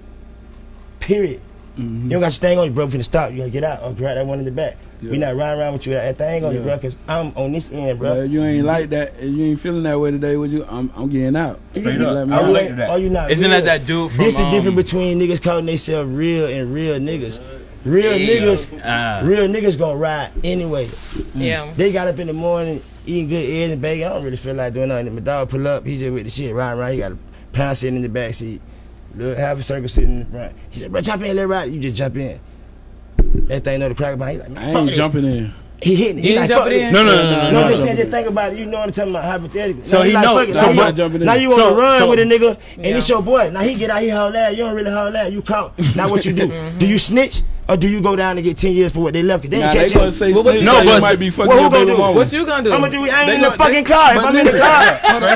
[SPEAKER 3] Period.
[SPEAKER 9] Mm-hmm.
[SPEAKER 3] You don't got your thing on you, bro. We finna stop. You gotta get out or grab that one in the back. We
[SPEAKER 9] Yeah.
[SPEAKER 3] not riding around with you with that thing on you,
[SPEAKER 9] Yeah.
[SPEAKER 3] bro. Cause I'm on this end, bro.
[SPEAKER 9] Bruh, you ain't like that. If you ain't feeling that way today, would you? I'm, I'm getting out.
[SPEAKER 8] Straight
[SPEAKER 9] You
[SPEAKER 8] up.
[SPEAKER 9] let me
[SPEAKER 8] I
[SPEAKER 9] out.
[SPEAKER 8] relate to that.
[SPEAKER 3] Are you not
[SPEAKER 11] Isn't
[SPEAKER 3] real?
[SPEAKER 11] that that dude from?
[SPEAKER 3] This the
[SPEAKER 11] um,
[SPEAKER 3] difference between niggas calling themselves real and real niggas. Real
[SPEAKER 11] Yeah. Mm.
[SPEAKER 3] niggas,
[SPEAKER 11] Ah.
[SPEAKER 3] real niggas gonna ride anyway.
[SPEAKER 6] Yeah.
[SPEAKER 3] They got up in the morning eating good eggs and bacon. I don't really feel like doing nothing. My dog pull up, he just with the shit riding around. He got a pound sitting in the back seat, little half a circle sitting in the front. He said, "Bro, jump in, let ride." You just jump in. That thing know the crack about. it. He like,
[SPEAKER 9] I
[SPEAKER 3] man, fuck
[SPEAKER 9] ain't
[SPEAKER 3] this."
[SPEAKER 9] jumping in.
[SPEAKER 3] He hitting. it. He,
[SPEAKER 11] You didn't
[SPEAKER 3] like,
[SPEAKER 11] jump
[SPEAKER 3] fuck
[SPEAKER 11] it
[SPEAKER 3] this.
[SPEAKER 11] in? No, no, no, no,
[SPEAKER 3] No,
[SPEAKER 11] no,
[SPEAKER 3] I'm just
[SPEAKER 11] no.
[SPEAKER 3] saying, just think about it. You know what I'm talking about, hypothetically.
[SPEAKER 11] So
[SPEAKER 3] Now
[SPEAKER 11] he
[SPEAKER 3] like,
[SPEAKER 11] know-
[SPEAKER 3] fuck it.
[SPEAKER 11] so
[SPEAKER 3] Now you-
[SPEAKER 11] what-
[SPEAKER 9] jumping in.
[SPEAKER 3] Now you want
[SPEAKER 11] So-
[SPEAKER 3] to run
[SPEAKER 11] so-
[SPEAKER 3] with a nigga, and
[SPEAKER 6] Yeah.
[SPEAKER 3] it's your boy. Now he get out, he holler at you. You don't really holler at you. You caught. Now what you do? do you snitch? Or do you go down and get ten years for what they left? 'Cause they
[SPEAKER 9] Nah,
[SPEAKER 3] ain't
[SPEAKER 9] they
[SPEAKER 3] catch you.
[SPEAKER 9] gonna say Well, what Snoop you- Dogg
[SPEAKER 3] but-
[SPEAKER 9] might be fucking
[SPEAKER 3] well, who
[SPEAKER 9] your
[SPEAKER 3] gonna
[SPEAKER 9] baby
[SPEAKER 3] do?
[SPEAKER 9] mama. What you gonna do?
[SPEAKER 3] I'ma do? I ain't
[SPEAKER 9] They
[SPEAKER 3] in the
[SPEAKER 9] gonna-
[SPEAKER 3] fucking
[SPEAKER 9] they-
[SPEAKER 3] car. If
[SPEAKER 9] but
[SPEAKER 3] I'm in the
[SPEAKER 9] listen,
[SPEAKER 3] car,
[SPEAKER 9] hold on,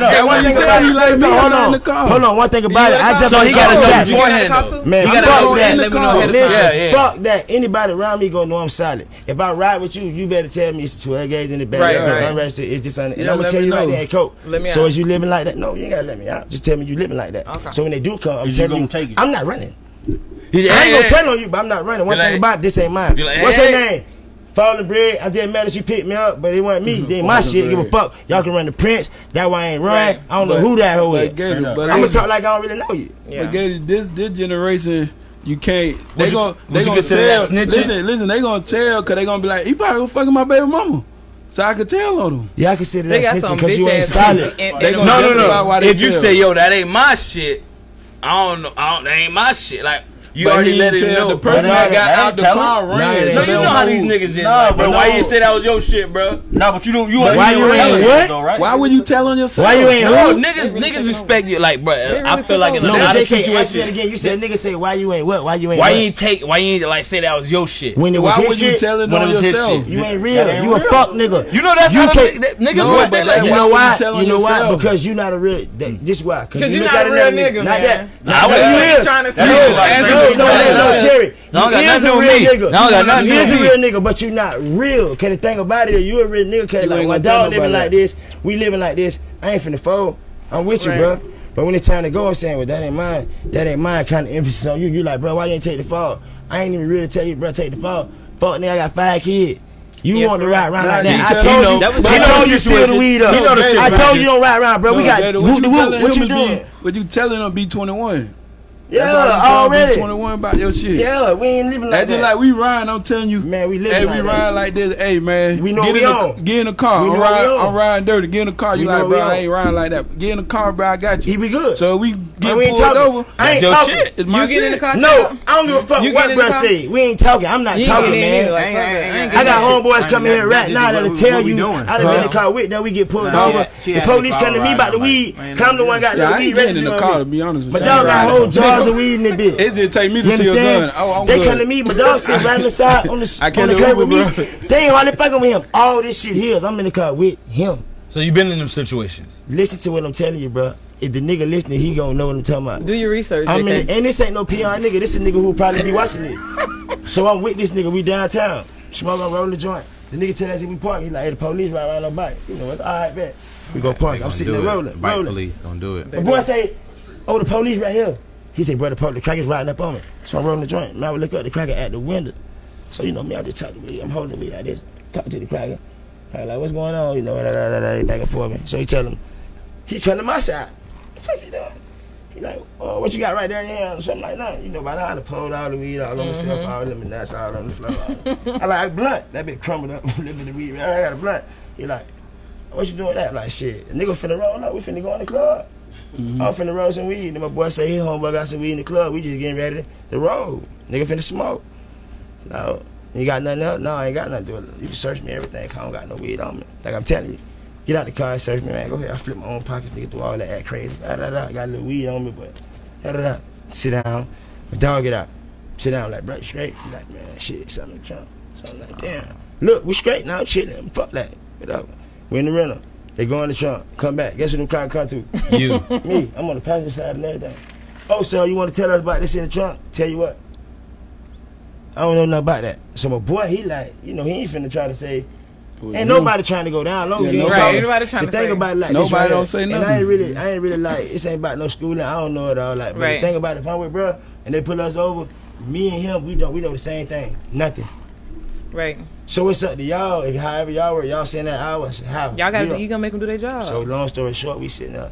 [SPEAKER 3] That
[SPEAKER 9] hold
[SPEAKER 3] one
[SPEAKER 9] on.
[SPEAKER 3] thing
[SPEAKER 9] You
[SPEAKER 3] about
[SPEAKER 9] said
[SPEAKER 3] it-
[SPEAKER 9] you like me, I'm
[SPEAKER 3] Hold
[SPEAKER 9] not in
[SPEAKER 3] on,
[SPEAKER 9] the car.
[SPEAKER 3] hold on. One thing about
[SPEAKER 9] You
[SPEAKER 3] it,
[SPEAKER 9] in the
[SPEAKER 3] I
[SPEAKER 9] car?
[SPEAKER 3] just
[SPEAKER 9] So he gotta
[SPEAKER 3] fuck
[SPEAKER 9] check
[SPEAKER 3] that.
[SPEAKER 9] beforehand, though.
[SPEAKER 3] Man,
[SPEAKER 9] You
[SPEAKER 3] fuck
[SPEAKER 9] gotta go
[SPEAKER 3] that.
[SPEAKER 9] in the car.
[SPEAKER 3] Listen,
[SPEAKER 9] Yeah, yeah.
[SPEAKER 3] fuck that. Anybody around me gonna know I'm solid. If I ride with you, you better tell me it's a 12 gauge in the back.
[SPEAKER 5] Right,
[SPEAKER 3] If
[SPEAKER 5] right.
[SPEAKER 3] I'm rested, it's just under. And
[SPEAKER 5] Yeah,
[SPEAKER 3] I'm gonna
[SPEAKER 5] let
[SPEAKER 3] tell
[SPEAKER 5] me
[SPEAKER 3] you right
[SPEAKER 5] know.
[SPEAKER 3] there, Coke.
[SPEAKER 5] Let me
[SPEAKER 3] So
[SPEAKER 5] out.
[SPEAKER 3] is you living like that? No, you ain't gotta let me out. Just tell me you living like that.
[SPEAKER 5] Okay.
[SPEAKER 3] So when they do come, I'm
[SPEAKER 5] You
[SPEAKER 3] telling
[SPEAKER 5] gonna
[SPEAKER 3] you,
[SPEAKER 5] take it.
[SPEAKER 3] I'm not running.
[SPEAKER 5] Yeah,
[SPEAKER 3] I ain't
[SPEAKER 5] yeah.
[SPEAKER 3] gonna tell on you, but I'm not running. One
[SPEAKER 5] You
[SPEAKER 3] thing
[SPEAKER 5] like-
[SPEAKER 3] about it, this ain't mine.
[SPEAKER 5] You like,
[SPEAKER 3] What's
[SPEAKER 5] hey.
[SPEAKER 3] her name? Falling bread. I just mad that she picked me up, but it wasn't me. Then my
[SPEAKER 5] Fallen
[SPEAKER 3] shit. Give a
[SPEAKER 5] Mm-hmm. Bread.
[SPEAKER 3] fuck. Y'all can run the Prince. That why I ain't run.
[SPEAKER 9] Right.
[SPEAKER 3] I don't
[SPEAKER 9] But-
[SPEAKER 3] know who that hoe
[SPEAKER 9] but
[SPEAKER 3] is.
[SPEAKER 9] Gator,
[SPEAKER 3] I'm
[SPEAKER 9] but
[SPEAKER 3] gonna
[SPEAKER 9] listen.
[SPEAKER 3] talk like I don't really know you.
[SPEAKER 9] But Gator, this this generation, you can't. They
[SPEAKER 3] Would you-
[SPEAKER 9] gonna
[SPEAKER 3] would
[SPEAKER 9] they
[SPEAKER 3] you
[SPEAKER 9] gonna
[SPEAKER 3] consider that
[SPEAKER 9] tell.
[SPEAKER 3] snitching?
[SPEAKER 9] Listen, listen, they gonna tell because they gonna be like, he probably was fucking my baby mama, so I could tell on him.
[SPEAKER 3] Yeah, I consider
[SPEAKER 5] They got some bitch ass people in- in the-
[SPEAKER 11] no, no, no. If you say, yo, that ain't my shit, I don't know. I don't, that ain't my shit. Like, you
[SPEAKER 9] But
[SPEAKER 11] already
[SPEAKER 9] he
[SPEAKER 11] let
[SPEAKER 9] tell
[SPEAKER 11] it know.
[SPEAKER 9] the person But that that- got that out ain't the telling. car
[SPEAKER 11] No,
[SPEAKER 9] ran. Nah, it
[SPEAKER 11] no,
[SPEAKER 9] ain't
[SPEAKER 11] you know how these
[SPEAKER 9] telling.
[SPEAKER 11] niggas is.
[SPEAKER 9] Nah,
[SPEAKER 11] like,
[SPEAKER 9] but
[SPEAKER 11] bro, why
[SPEAKER 9] no.
[SPEAKER 11] you say that was your shit, bro?
[SPEAKER 8] No, but you don't.
[SPEAKER 9] But
[SPEAKER 11] ain't
[SPEAKER 9] why you
[SPEAKER 11] really
[SPEAKER 9] ain't
[SPEAKER 11] know,
[SPEAKER 9] what?
[SPEAKER 11] though,
[SPEAKER 9] Why would you tell on yourself?
[SPEAKER 11] No, niggas, niggas respect you. Like, bro, I feel like in a
[SPEAKER 3] no,
[SPEAKER 11] lot of
[SPEAKER 3] JK, ask me that
[SPEAKER 11] situations.
[SPEAKER 3] again. You said niggas say why you ain't what? Why you ain't?
[SPEAKER 11] Why
[SPEAKER 3] what?
[SPEAKER 11] you ain't take? Why you ain't like say that was your shit?
[SPEAKER 3] When it was his shit,
[SPEAKER 11] When it was his shit.
[SPEAKER 3] You ain't real. you a fuck nigga.
[SPEAKER 11] You know that's
[SPEAKER 3] you
[SPEAKER 11] how the
[SPEAKER 3] can't-
[SPEAKER 11] nigg- that- niggas
[SPEAKER 3] No,
[SPEAKER 11] want that,
[SPEAKER 3] but
[SPEAKER 11] like,
[SPEAKER 3] you
[SPEAKER 11] why
[SPEAKER 3] know
[SPEAKER 11] would
[SPEAKER 3] why?
[SPEAKER 11] you tell
[SPEAKER 3] You,
[SPEAKER 11] on
[SPEAKER 3] know why?
[SPEAKER 11] yourself?
[SPEAKER 3] Because you not a real. That, this why.
[SPEAKER 5] 'Cause you
[SPEAKER 3] look
[SPEAKER 5] not
[SPEAKER 3] at
[SPEAKER 5] a real
[SPEAKER 3] another
[SPEAKER 5] nigga,
[SPEAKER 3] Not
[SPEAKER 5] man.
[SPEAKER 3] that.
[SPEAKER 5] Nah,
[SPEAKER 3] Not
[SPEAKER 5] I
[SPEAKER 3] that.
[SPEAKER 5] wouldn't-
[SPEAKER 3] You is.
[SPEAKER 5] trying to
[SPEAKER 3] No,
[SPEAKER 5] say you like
[SPEAKER 3] ask
[SPEAKER 5] real
[SPEAKER 3] me, no,
[SPEAKER 5] nigga.
[SPEAKER 3] no, no,
[SPEAKER 5] Nah.
[SPEAKER 3] Jerry.
[SPEAKER 5] Nah, I
[SPEAKER 3] You
[SPEAKER 5] got
[SPEAKER 3] is
[SPEAKER 5] nothing
[SPEAKER 3] a
[SPEAKER 5] on
[SPEAKER 3] real
[SPEAKER 5] me.
[SPEAKER 3] nigga.
[SPEAKER 5] Nah, I got nothing
[SPEAKER 3] You is
[SPEAKER 5] on
[SPEAKER 3] a
[SPEAKER 5] me.
[SPEAKER 3] real nigga, but you not real. Cause the thing about it, you a real nigga. Cause
[SPEAKER 5] You
[SPEAKER 3] like
[SPEAKER 5] ain't
[SPEAKER 3] my
[SPEAKER 5] gonna tell
[SPEAKER 3] dog living
[SPEAKER 5] nobody.
[SPEAKER 3] like this, we living like this. I ain't finna fold. I'm with you,
[SPEAKER 5] Right.
[SPEAKER 3] bro. But when it's time to go, I'm saying, well, that ain't mine. That ain't mine. Kind of emphasis on you. You like, bro, why you ain't take the fall? I ain't even really tell you, bro, take the fall. Fuck, nigga, I got five kids. You want to ride around
[SPEAKER 5] Nah,
[SPEAKER 3] like
[SPEAKER 5] see,
[SPEAKER 3] that? I
[SPEAKER 5] he
[SPEAKER 3] told
[SPEAKER 5] know-
[SPEAKER 3] you.
[SPEAKER 5] that was-
[SPEAKER 3] I
[SPEAKER 5] he know
[SPEAKER 3] told
[SPEAKER 5] the
[SPEAKER 3] you seal the
[SPEAKER 5] situation.
[SPEAKER 3] weed
[SPEAKER 5] He know
[SPEAKER 3] up.
[SPEAKER 5] the
[SPEAKER 3] I
[SPEAKER 5] situation.
[SPEAKER 3] told you don't ride around, bro. we
[SPEAKER 9] No,
[SPEAKER 3] got
[SPEAKER 9] Gator,
[SPEAKER 3] whoop de
[SPEAKER 9] telling
[SPEAKER 3] whoop. What
[SPEAKER 9] him
[SPEAKER 3] you
[SPEAKER 9] to
[SPEAKER 3] doing?
[SPEAKER 9] Be, what you telling him? Be twenty one.
[SPEAKER 3] Yeah, already.
[SPEAKER 9] Twenty one about your shit.
[SPEAKER 3] Yeah, we ain't living like
[SPEAKER 9] That's just
[SPEAKER 3] that.
[SPEAKER 9] like we riding. I'm telling you, man,
[SPEAKER 3] we
[SPEAKER 9] hey,
[SPEAKER 3] living
[SPEAKER 9] we
[SPEAKER 3] like that.
[SPEAKER 9] riding like this. Hey, man, we
[SPEAKER 3] know
[SPEAKER 9] get
[SPEAKER 3] we
[SPEAKER 9] in
[SPEAKER 3] on.
[SPEAKER 9] The, get in the car.
[SPEAKER 3] We
[SPEAKER 9] I'm,
[SPEAKER 3] know
[SPEAKER 9] riding,
[SPEAKER 3] we on.
[SPEAKER 9] I'm riding dirty. Get in the car. You
[SPEAKER 3] We know
[SPEAKER 9] like,
[SPEAKER 3] we
[SPEAKER 9] bro,
[SPEAKER 3] on.
[SPEAKER 9] I ain't riding like that. Get in the car, bro. I got you. He
[SPEAKER 3] be good.
[SPEAKER 9] So we get
[SPEAKER 3] we ain't
[SPEAKER 9] pulled
[SPEAKER 3] talking.
[SPEAKER 9] over.
[SPEAKER 3] I ain't
[SPEAKER 9] That's your
[SPEAKER 3] talking.
[SPEAKER 9] shit. It's my shit.
[SPEAKER 3] No, I don't give a fuck
[SPEAKER 9] You get
[SPEAKER 3] what
[SPEAKER 9] in the
[SPEAKER 3] bruh
[SPEAKER 9] car?
[SPEAKER 3] say. We ain't talking. I'm not
[SPEAKER 9] You ain't
[SPEAKER 3] talking,
[SPEAKER 9] getting in
[SPEAKER 3] man.
[SPEAKER 9] either, like, fuck that. I ain't
[SPEAKER 3] I got
[SPEAKER 9] getting in.
[SPEAKER 3] homeboys coming here right
[SPEAKER 9] This is
[SPEAKER 3] now
[SPEAKER 9] what
[SPEAKER 3] that'll
[SPEAKER 9] we-
[SPEAKER 3] tell
[SPEAKER 9] what we
[SPEAKER 3] you.
[SPEAKER 9] doing.
[SPEAKER 3] I done been in
[SPEAKER 9] Huh?
[SPEAKER 3] the car with them. We get pulled
[SPEAKER 9] Nah,
[SPEAKER 3] over.
[SPEAKER 9] she
[SPEAKER 3] The
[SPEAKER 9] had
[SPEAKER 3] police
[SPEAKER 9] to
[SPEAKER 3] come to me
[SPEAKER 9] follow
[SPEAKER 3] about the
[SPEAKER 9] riding
[SPEAKER 3] weed. Come the one got
[SPEAKER 9] Yeah,
[SPEAKER 3] the
[SPEAKER 9] I
[SPEAKER 3] weed
[SPEAKER 9] ain't getting in
[SPEAKER 3] registered
[SPEAKER 9] the
[SPEAKER 3] on
[SPEAKER 9] car
[SPEAKER 3] me.
[SPEAKER 9] to be honest with
[SPEAKER 3] My
[SPEAKER 9] you.
[SPEAKER 3] dog
[SPEAKER 9] I
[SPEAKER 3] got
[SPEAKER 9] ain't
[SPEAKER 3] whole
[SPEAKER 9] riding.
[SPEAKER 3] jars of weed in the bitch.
[SPEAKER 9] It just take me to
[SPEAKER 3] You
[SPEAKER 9] see a gun.
[SPEAKER 3] understand?
[SPEAKER 9] Oh, I'm
[SPEAKER 3] they
[SPEAKER 9] good.
[SPEAKER 3] come to me. My dog sit right beside on the
[SPEAKER 9] I
[SPEAKER 3] on
[SPEAKER 9] can't
[SPEAKER 3] the
[SPEAKER 9] do
[SPEAKER 3] curb
[SPEAKER 9] Uber,
[SPEAKER 3] with
[SPEAKER 9] bro.
[SPEAKER 3] me. They ain't hardly fucking with him. All this shit here is I'm in the car with him.
[SPEAKER 11] So you been in them situations.
[SPEAKER 3] Listen to what I'm telling you, bro. If the nigga listening, he gonna know what I'm talking about.
[SPEAKER 6] Do your research.
[SPEAKER 3] I'm in
[SPEAKER 6] JK.
[SPEAKER 3] the, and this ain't no PR nigga. This a nigga who probably be watching it. so I'm with this nigga. We downtown. Smoke, I'm rolling the joint. The nigga tell us he we park. He like, hey, the police right around the bike. You know what? All right, bet. We go park. I'm sitting there rolling,
[SPEAKER 4] Bike
[SPEAKER 3] rolling.
[SPEAKER 4] police, don't do it.
[SPEAKER 3] The boy say, oh, the police right here. He say, bro, the, po- the cracker's riding up on me. So I'm rolling the joint. Now I look up, the cracker at the window. So, you know me, I just talk to me. I'm holding me. I just talk to the cracker. Cracker like, what's going on? You know, da, da, da, da, da, back and forth. man. So he tell him, he come to my side. The fuck you doing? He like, oh, what you got right there in your hand? Something like that. You know, by now I done pulled all the weed all on myself, all the nuts all on the floor. all- I like blunt. That bitch crumbled up, a little bit of weed. man. I got a blunt. He like, what you doing with that? I'm like, shit, nigga finna roll up. We finna go in the club. I'm finna roll some weed. Then my boy say his homeboy got some weed in the club. We just getting ready to roll. Nigga finna smoke. No, you got nothing else? No, I ain't got nothing to do. You can search me everything. 'cause I don't got no weed on me. Like I'm telling you, get out the car, and search me, man. Go ahead. I flip my own pockets, nigga, through all that act crazy. Da, da, da. I got a little weed on me, but da, da, da. sit down. My dog get out. Sit down, like bro, straight. He Like man, shit, something trunk. Something like damn. Look, we straight now. I'm chilling. Fuck that. Get up. We in the rental. They go in the trunk. Come back. Guess who the crowd come to?
[SPEAKER 11] You.
[SPEAKER 3] me. I'm on the passenger side and everything. Oh, so you want to tell us about this in the trunk? Tell you what. I don't know nothing about that. So my boy, he like, you know, he ain't finna try to say. Ain't
[SPEAKER 9] you-
[SPEAKER 3] nobody trying to go down. Long
[SPEAKER 9] Yeah,
[SPEAKER 3] as you ain't
[SPEAKER 9] nobody-
[SPEAKER 3] talking.
[SPEAKER 9] Right, nobody trying
[SPEAKER 3] the
[SPEAKER 9] to
[SPEAKER 3] thing
[SPEAKER 9] say-
[SPEAKER 3] about it like this
[SPEAKER 9] Nobody
[SPEAKER 3] right
[SPEAKER 9] don't
[SPEAKER 3] here,
[SPEAKER 9] say
[SPEAKER 3] And I
[SPEAKER 9] nothing.
[SPEAKER 3] ain't really, I ain't really like. This ain't about no schooling. I don't know it all. Like, but
[SPEAKER 5] Right.
[SPEAKER 3] the thing about it, if I'm with bro and they pull us over, me and him, we don't, we know the same thing. Nothing.
[SPEAKER 6] Right.
[SPEAKER 3] So it's up to y'all. If however y'all were, y'all saying that hours, how
[SPEAKER 6] Y'all
[SPEAKER 3] We
[SPEAKER 6] gotta.
[SPEAKER 3] don't-
[SPEAKER 6] You gonna make them do their job.
[SPEAKER 3] So long story short, we sitting up.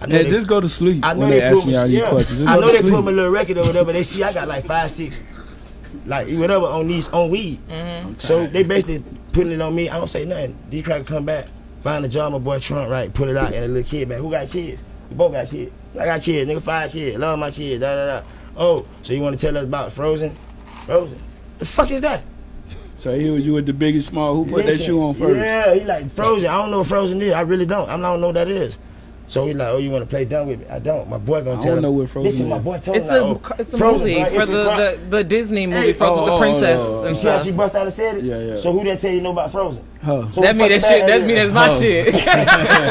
[SPEAKER 3] I
[SPEAKER 9] Yeah, just go to sleep
[SPEAKER 3] I know
[SPEAKER 9] when
[SPEAKER 3] they,
[SPEAKER 9] they asking
[SPEAKER 3] put me,
[SPEAKER 9] y'all these
[SPEAKER 3] yeah.
[SPEAKER 9] questions. Just
[SPEAKER 3] I
[SPEAKER 9] go
[SPEAKER 3] know
[SPEAKER 9] to
[SPEAKER 3] they
[SPEAKER 9] sleep.
[SPEAKER 3] put my little record or whatever. They see I got like five, six, like whatever on these on weed.
[SPEAKER 6] Mm-hmm.
[SPEAKER 3] So they basically putting it on me. I don't say nothing. D cracker come back, find a job. My boy Trump right, put it out, and a little kid back. Who got kids? We both got kids. I got kids. Nigga, five kids. Love my kids. Da da da. Oh, so you want to tell us about Frozen? Frozen. The fuck is that?
[SPEAKER 9] So he was you with the biggest small. Who put that
[SPEAKER 3] Listen,
[SPEAKER 9] shoe on first?
[SPEAKER 3] Yeah, he like Frozen. I don't know what Frozen is. I really don't. I don't know what that is. So he like, oh, you want to play dumb with me? I don't. My boy gonna
[SPEAKER 9] I
[SPEAKER 3] tell
[SPEAKER 9] don't
[SPEAKER 3] him.
[SPEAKER 9] know what Frozen
[SPEAKER 3] This is my
[SPEAKER 9] is.
[SPEAKER 3] boy told
[SPEAKER 6] It's
[SPEAKER 3] him. like,
[SPEAKER 6] a
[SPEAKER 3] oh,
[SPEAKER 6] it's a
[SPEAKER 3] Frozen,
[SPEAKER 6] movie
[SPEAKER 3] bruh,
[SPEAKER 6] for
[SPEAKER 3] it's a crime.
[SPEAKER 6] the, the the Disney movie
[SPEAKER 3] Hey, oh,
[SPEAKER 6] Frozen
[SPEAKER 10] oh,
[SPEAKER 6] with the princess and
[SPEAKER 3] You see how
[SPEAKER 6] stuff.
[SPEAKER 3] she bust out and said it? Yeah, yeah. So who didn't tell you no about Frozen?
[SPEAKER 9] Huh.
[SPEAKER 3] So
[SPEAKER 6] That
[SPEAKER 3] who
[SPEAKER 6] mean
[SPEAKER 3] fucking
[SPEAKER 6] that shit.
[SPEAKER 3] bad
[SPEAKER 6] That
[SPEAKER 3] is?
[SPEAKER 6] mean that's my shit.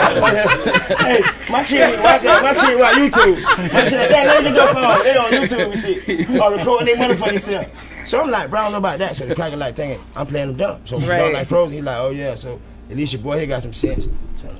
[SPEAKER 3] hey, my kid, my kid, my kid, watch YouTube. My kid, that lady go phone. They on YouTube and shit. Or recording their motherfucking self. So I'm like, bro, I don't know about that. So the cracker like thinking, I'm playing him dumb. So right.
[SPEAKER 6] Right.
[SPEAKER 3] dog like Frozen, he like, oh yeah. So at least your boy here got some sense. So,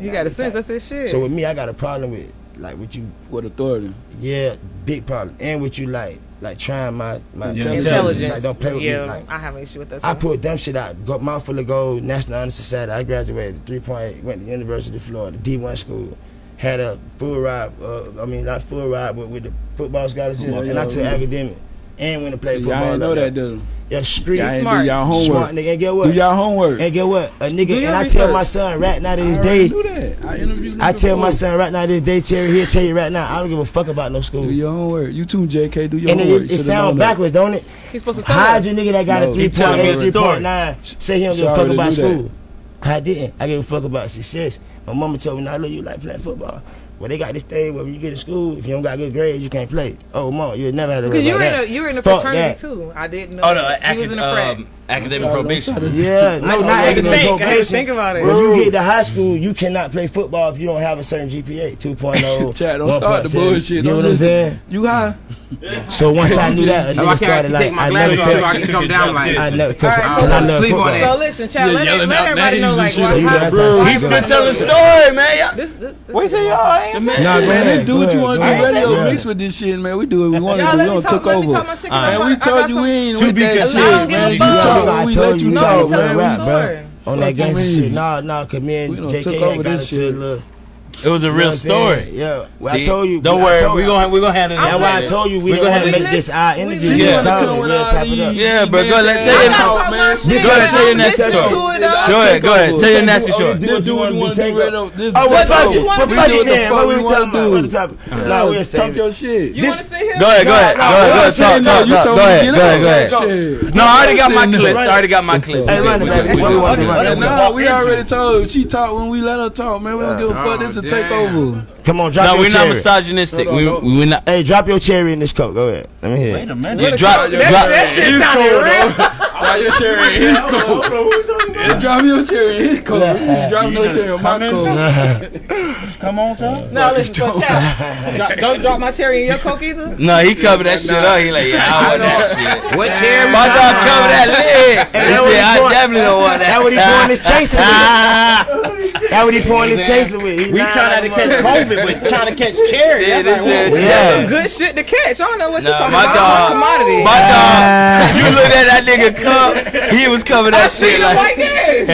[SPEAKER 6] You got a sense. That's his shit.
[SPEAKER 3] so with me, I got a problem with like with you.
[SPEAKER 9] With authority.
[SPEAKER 3] Yeah, big problem. And with you like like trying my my
[SPEAKER 6] intelligence.
[SPEAKER 3] Like don't play with
[SPEAKER 6] yeah,
[SPEAKER 3] me. Like
[SPEAKER 6] I have an issue with that.
[SPEAKER 3] I
[SPEAKER 6] too.
[SPEAKER 3] put dumb shit out. Got mouthful of gold, National Honor Society. I graduated 3.8, went to University of Florida, D1 school. Had a full ride, uh, I mean, not full ride, but with the football scholarship.
[SPEAKER 9] Football,
[SPEAKER 3] and I
[SPEAKER 9] yeah,
[SPEAKER 3] took
[SPEAKER 9] yeah.
[SPEAKER 3] academic. And went to play
[SPEAKER 9] See, y'all
[SPEAKER 3] football.
[SPEAKER 9] ain't know
[SPEAKER 3] like
[SPEAKER 9] that, did
[SPEAKER 3] Yeah, street
[SPEAKER 9] Y'all ain't do
[SPEAKER 3] smart.
[SPEAKER 9] y'all homework.
[SPEAKER 3] Smart nigga. And get what?
[SPEAKER 9] Do y'all homework.
[SPEAKER 3] And get what? A nigga,
[SPEAKER 9] Do
[SPEAKER 3] and
[SPEAKER 9] your
[SPEAKER 3] I tell
[SPEAKER 9] research.
[SPEAKER 3] my son right now to this
[SPEAKER 9] I
[SPEAKER 3] day,
[SPEAKER 9] already do that. I interviewed
[SPEAKER 3] I
[SPEAKER 9] them
[SPEAKER 3] tell my
[SPEAKER 9] before.
[SPEAKER 3] son right now this day, Cherry, he'll tell you right now, I don't give a fuck about no school.
[SPEAKER 9] Do your homework. You too, JK. Do your
[SPEAKER 3] and
[SPEAKER 9] homework.
[SPEAKER 3] it, it, sounds backwards, don't it?
[SPEAKER 6] He's supposed to tell
[SPEAKER 3] How'd
[SPEAKER 6] us.
[SPEAKER 3] you nigga that got
[SPEAKER 9] No,
[SPEAKER 3] a
[SPEAKER 9] he telling me
[SPEAKER 3] 3.8,
[SPEAKER 9] the story.
[SPEAKER 3] 3.9 say he don't
[SPEAKER 9] She
[SPEAKER 3] give a fuck
[SPEAKER 9] already
[SPEAKER 3] about
[SPEAKER 9] knew that.
[SPEAKER 3] school? I didn't. I gave a fuck about success. My mama told me, nah, look, you like playing football. Well, they got this thing where when you get to school, if you don't got good grades, you can't play. Oh, mom, you never had to worry
[SPEAKER 6] Because
[SPEAKER 3] about
[SPEAKER 6] you were in a
[SPEAKER 3] that.
[SPEAKER 6] you were in a
[SPEAKER 3] Fuck
[SPEAKER 6] fraternity
[SPEAKER 3] that.
[SPEAKER 6] too. I didn't know.
[SPEAKER 5] Oh, no,
[SPEAKER 6] that.
[SPEAKER 5] acad-
[SPEAKER 6] he was in a frat.
[SPEAKER 5] um, academic probation.
[SPEAKER 3] Yeah, no, not
[SPEAKER 6] I had to
[SPEAKER 3] academic
[SPEAKER 6] think, I had to
[SPEAKER 3] probation.
[SPEAKER 6] think about it.
[SPEAKER 3] When you get to high school, you cannot play football if you don't have a oh, certain GPA, 2.0.
[SPEAKER 9] Chad, don't start the
[SPEAKER 3] 1.7.
[SPEAKER 9] bullshit.
[SPEAKER 3] You
[SPEAKER 9] Don't
[SPEAKER 3] know what I'm
[SPEAKER 9] just-
[SPEAKER 3] saying?
[SPEAKER 9] You high?
[SPEAKER 3] So once I knew that, a nigga
[SPEAKER 9] Oh, I can't
[SPEAKER 3] started
[SPEAKER 9] take
[SPEAKER 3] like,
[SPEAKER 9] my
[SPEAKER 3] I never
[SPEAKER 9] glasses off so
[SPEAKER 3] felt
[SPEAKER 9] I can
[SPEAKER 5] come down like-
[SPEAKER 3] I never, cause
[SPEAKER 5] All right,
[SPEAKER 3] cause
[SPEAKER 5] so
[SPEAKER 3] I love
[SPEAKER 5] sleep on
[SPEAKER 3] football.
[SPEAKER 5] that.
[SPEAKER 6] So listen, child,
[SPEAKER 5] Yeah,
[SPEAKER 6] let, it,
[SPEAKER 5] yelling
[SPEAKER 6] let
[SPEAKER 5] out
[SPEAKER 6] everybody know
[SPEAKER 5] names
[SPEAKER 6] like
[SPEAKER 5] and
[SPEAKER 6] why-
[SPEAKER 3] shit.
[SPEAKER 6] how-
[SPEAKER 3] That's how
[SPEAKER 5] He's
[SPEAKER 3] she
[SPEAKER 5] still
[SPEAKER 3] go.
[SPEAKER 5] telling story, man. Y'all-
[SPEAKER 6] This, this, this
[SPEAKER 5] Wait
[SPEAKER 6] is
[SPEAKER 5] till
[SPEAKER 6] a-
[SPEAKER 5] y'all answer.
[SPEAKER 3] Nah, go
[SPEAKER 9] man,
[SPEAKER 3] ahead,
[SPEAKER 9] we do
[SPEAKER 3] go
[SPEAKER 9] what you
[SPEAKER 3] ahead,
[SPEAKER 9] want.
[SPEAKER 3] go
[SPEAKER 9] We
[SPEAKER 3] ahead.
[SPEAKER 9] radio
[SPEAKER 3] Yeah.
[SPEAKER 9] mix with this shit, man. We do what we want to
[SPEAKER 6] Y'all
[SPEAKER 9] do. We
[SPEAKER 6] let me
[SPEAKER 9] don't
[SPEAKER 6] talk-
[SPEAKER 9] took
[SPEAKER 6] let me
[SPEAKER 9] over.
[SPEAKER 6] talk my shit 'cause I
[SPEAKER 9] man,
[SPEAKER 6] got-
[SPEAKER 9] we
[SPEAKER 6] I got
[SPEAKER 9] told you
[SPEAKER 6] some-
[SPEAKER 9] we ain't
[SPEAKER 5] To
[SPEAKER 9] with
[SPEAKER 5] be
[SPEAKER 9] that
[SPEAKER 5] consistent.
[SPEAKER 6] I don't
[SPEAKER 9] shit,
[SPEAKER 6] give a
[SPEAKER 9] man. We
[SPEAKER 6] fuck.
[SPEAKER 9] talk,
[SPEAKER 3] I
[SPEAKER 9] we
[SPEAKER 3] told
[SPEAKER 9] let
[SPEAKER 3] you,
[SPEAKER 9] you
[SPEAKER 3] you
[SPEAKER 9] talk,
[SPEAKER 3] told me
[SPEAKER 9] man.
[SPEAKER 3] to rap,
[SPEAKER 6] Sorry.
[SPEAKER 3] bro. On that
[SPEAKER 9] Fuck you
[SPEAKER 3] gangster
[SPEAKER 9] mean?
[SPEAKER 3] shit. Nah, nah, come in.
[SPEAKER 9] We done
[SPEAKER 3] JK
[SPEAKER 9] took
[SPEAKER 3] ain't
[SPEAKER 9] over
[SPEAKER 3] got
[SPEAKER 9] this
[SPEAKER 3] it to
[SPEAKER 9] shit.
[SPEAKER 3] look.
[SPEAKER 5] It was a real story.
[SPEAKER 3] Yeah. Well, I
[SPEAKER 5] See,
[SPEAKER 3] told you.
[SPEAKER 5] Don't
[SPEAKER 3] I
[SPEAKER 5] worry,
[SPEAKER 3] told
[SPEAKER 5] we
[SPEAKER 3] you.
[SPEAKER 5] gonna we gonna handle
[SPEAKER 3] That's
[SPEAKER 5] that.
[SPEAKER 3] why I
[SPEAKER 5] later.
[SPEAKER 3] told you we
[SPEAKER 5] We
[SPEAKER 3] didn't
[SPEAKER 5] gonna
[SPEAKER 3] want to
[SPEAKER 5] have
[SPEAKER 3] make
[SPEAKER 6] it.
[SPEAKER 3] this our interview.
[SPEAKER 6] We
[SPEAKER 3] We just
[SPEAKER 5] just-
[SPEAKER 3] call
[SPEAKER 9] come
[SPEAKER 3] it.
[SPEAKER 9] with
[SPEAKER 3] We'll
[SPEAKER 9] all
[SPEAKER 3] pop it
[SPEAKER 9] these-
[SPEAKER 3] up.
[SPEAKER 5] Yeah, bro. Go ahead. Tell
[SPEAKER 6] I'm
[SPEAKER 5] your
[SPEAKER 6] not talking
[SPEAKER 5] story.
[SPEAKER 6] about shit.
[SPEAKER 5] Go ahead. Tell your
[SPEAKER 6] I'm
[SPEAKER 5] nasty
[SPEAKER 6] listening
[SPEAKER 5] story.
[SPEAKER 6] to it, dog.
[SPEAKER 5] Go ahead. Go ahead. Tell your nasty
[SPEAKER 3] You only
[SPEAKER 5] story.
[SPEAKER 3] Do what you want to
[SPEAKER 9] do.
[SPEAKER 3] take
[SPEAKER 9] We
[SPEAKER 3] up.
[SPEAKER 9] don't- this-
[SPEAKER 3] Oh,
[SPEAKER 9] this-
[SPEAKER 3] what
[SPEAKER 6] what
[SPEAKER 3] fuck
[SPEAKER 6] you
[SPEAKER 3] you?
[SPEAKER 6] wanna
[SPEAKER 3] What
[SPEAKER 6] say?
[SPEAKER 3] fuck you
[SPEAKER 9] We do what the
[SPEAKER 3] then? What
[SPEAKER 9] fuck
[SPEAKER 3] we were talking
[SPEAKER 9] we wanna
[SPEAKER 3] about? What the Uh-huh.
[SPEAKER 9] do.
[SPEAKER 3] topic?
[SPEAKER 9] Nah,
[SPEAKER 3] Nah, we'll
[SPEAKER 9] talk
[SPEAKER 3] save
[SPEAKER 9] your
[SPEAKER 3] it.
[SPEAKER 9] shit.
[SPEAKER 6] You want to sit here?
[SPEAKER 5] Go ahead. Go ahead. Go ahead. Go ahead.
[SPEAKER 9] No,
[SPEAKER 5] Talk.
[SPEAKER 9] you
[SPEAKER 5] Talk.
[SPEAKER 9] told
[SPEAKER 5] Talk.
[SPEAKER 9] me
[SPEAKER 5] Go ahead. Go
[SPEAKER 9] to get out.
[SPEAKER 5] ahead. Go ahead.
[SPEAKER 9] Shit.
[SPEAKER 5] No, I already got my
[SPEAKER 9] Shit, no.
[SPEAKER 5] clips. I already got my clips.
[SPEAKER 3] Hey, run it, baby. That's what we want to run. Let's
[SPEAKER 9] But
[SPEAKER 3] go.
[SPEAKER 9] nah, we already told. She talked when we let her talk, man. We don't give a fuck. This is a takeover.
[SPEAKER 3] Come on, drop
[SPEAKER 5] No,
[SPEAKER 3] your
[SPEAKER 5] we're not
[SPEAKER 3] cherry.
[SPEAKER 5] misogynistic. We we not.
[SPEAKER 3] Hey, drop your cherry in this coat. Go ahead. Let me hear. it.
[SPEAKER 5] You drop, drop.
[SPEAKER 3] shit sounded real.
[SPEAKER 9] Drop your cherry in his coat. Drop your cherry in his coat. Drop no cherry in my coat.
[SPEAKER 8] Come on, Tom.
[SPEAKER 6] No, listen, so child, drop- don't drop my cherry in your coke either.
[SPEAKER 5] No, he covered that shit up. He like, yeah, I don't want that shit.
[SPEAKER 4] What
[SPEAKER 5] My
[SPEAKER 4] Jeremy?
[SPEAKER 5] dog covered that leg. He
[SPEAKER 3] that what
[SPEAKER 5] said,
[SPEAKER 3] he
[SPEAKER 5] I
[SPEAKER 3] doing.
[SPEAKER 5] definitely don't want
[SPEAKER 3] That
[SPEAKER 5] that.
[SPEAKER 3] what he pouring his chaser with. That what he pouring his chaser with. He
[SPEAKER 4] We
[SPEAKER 3] lying
[SPEAKER 4] trying to
[SPEAKER 3] like a
[SPEAKER 4] catch COVID, but trying to catch cherry.
[SPEAKER 5] Yeah,
[SPEAKER 4] That's like,
[SPEAKER 5] this
[SPEAKER 4] whoa.
[SPEAKER 5] is-
[SPEAKER 3] Yeah. Uh,
[SPEAKER 6] Good shit to catch. I don't know what you're
[SPEAKER 5] Nah,
[SPEAKER 6] talking
[SPEAKER 5] my
[SPEAKER 6] about.
[SPEAKER 5] dog.
[SPEAKER 6] I'm a commodity.
[SPEAKER 5] My dog. You looked at that nigga cup. He was covering that shit
[SPEAKER 6] Shit,
[SPEAKER 5] like.
[SPEAKER 6] like this.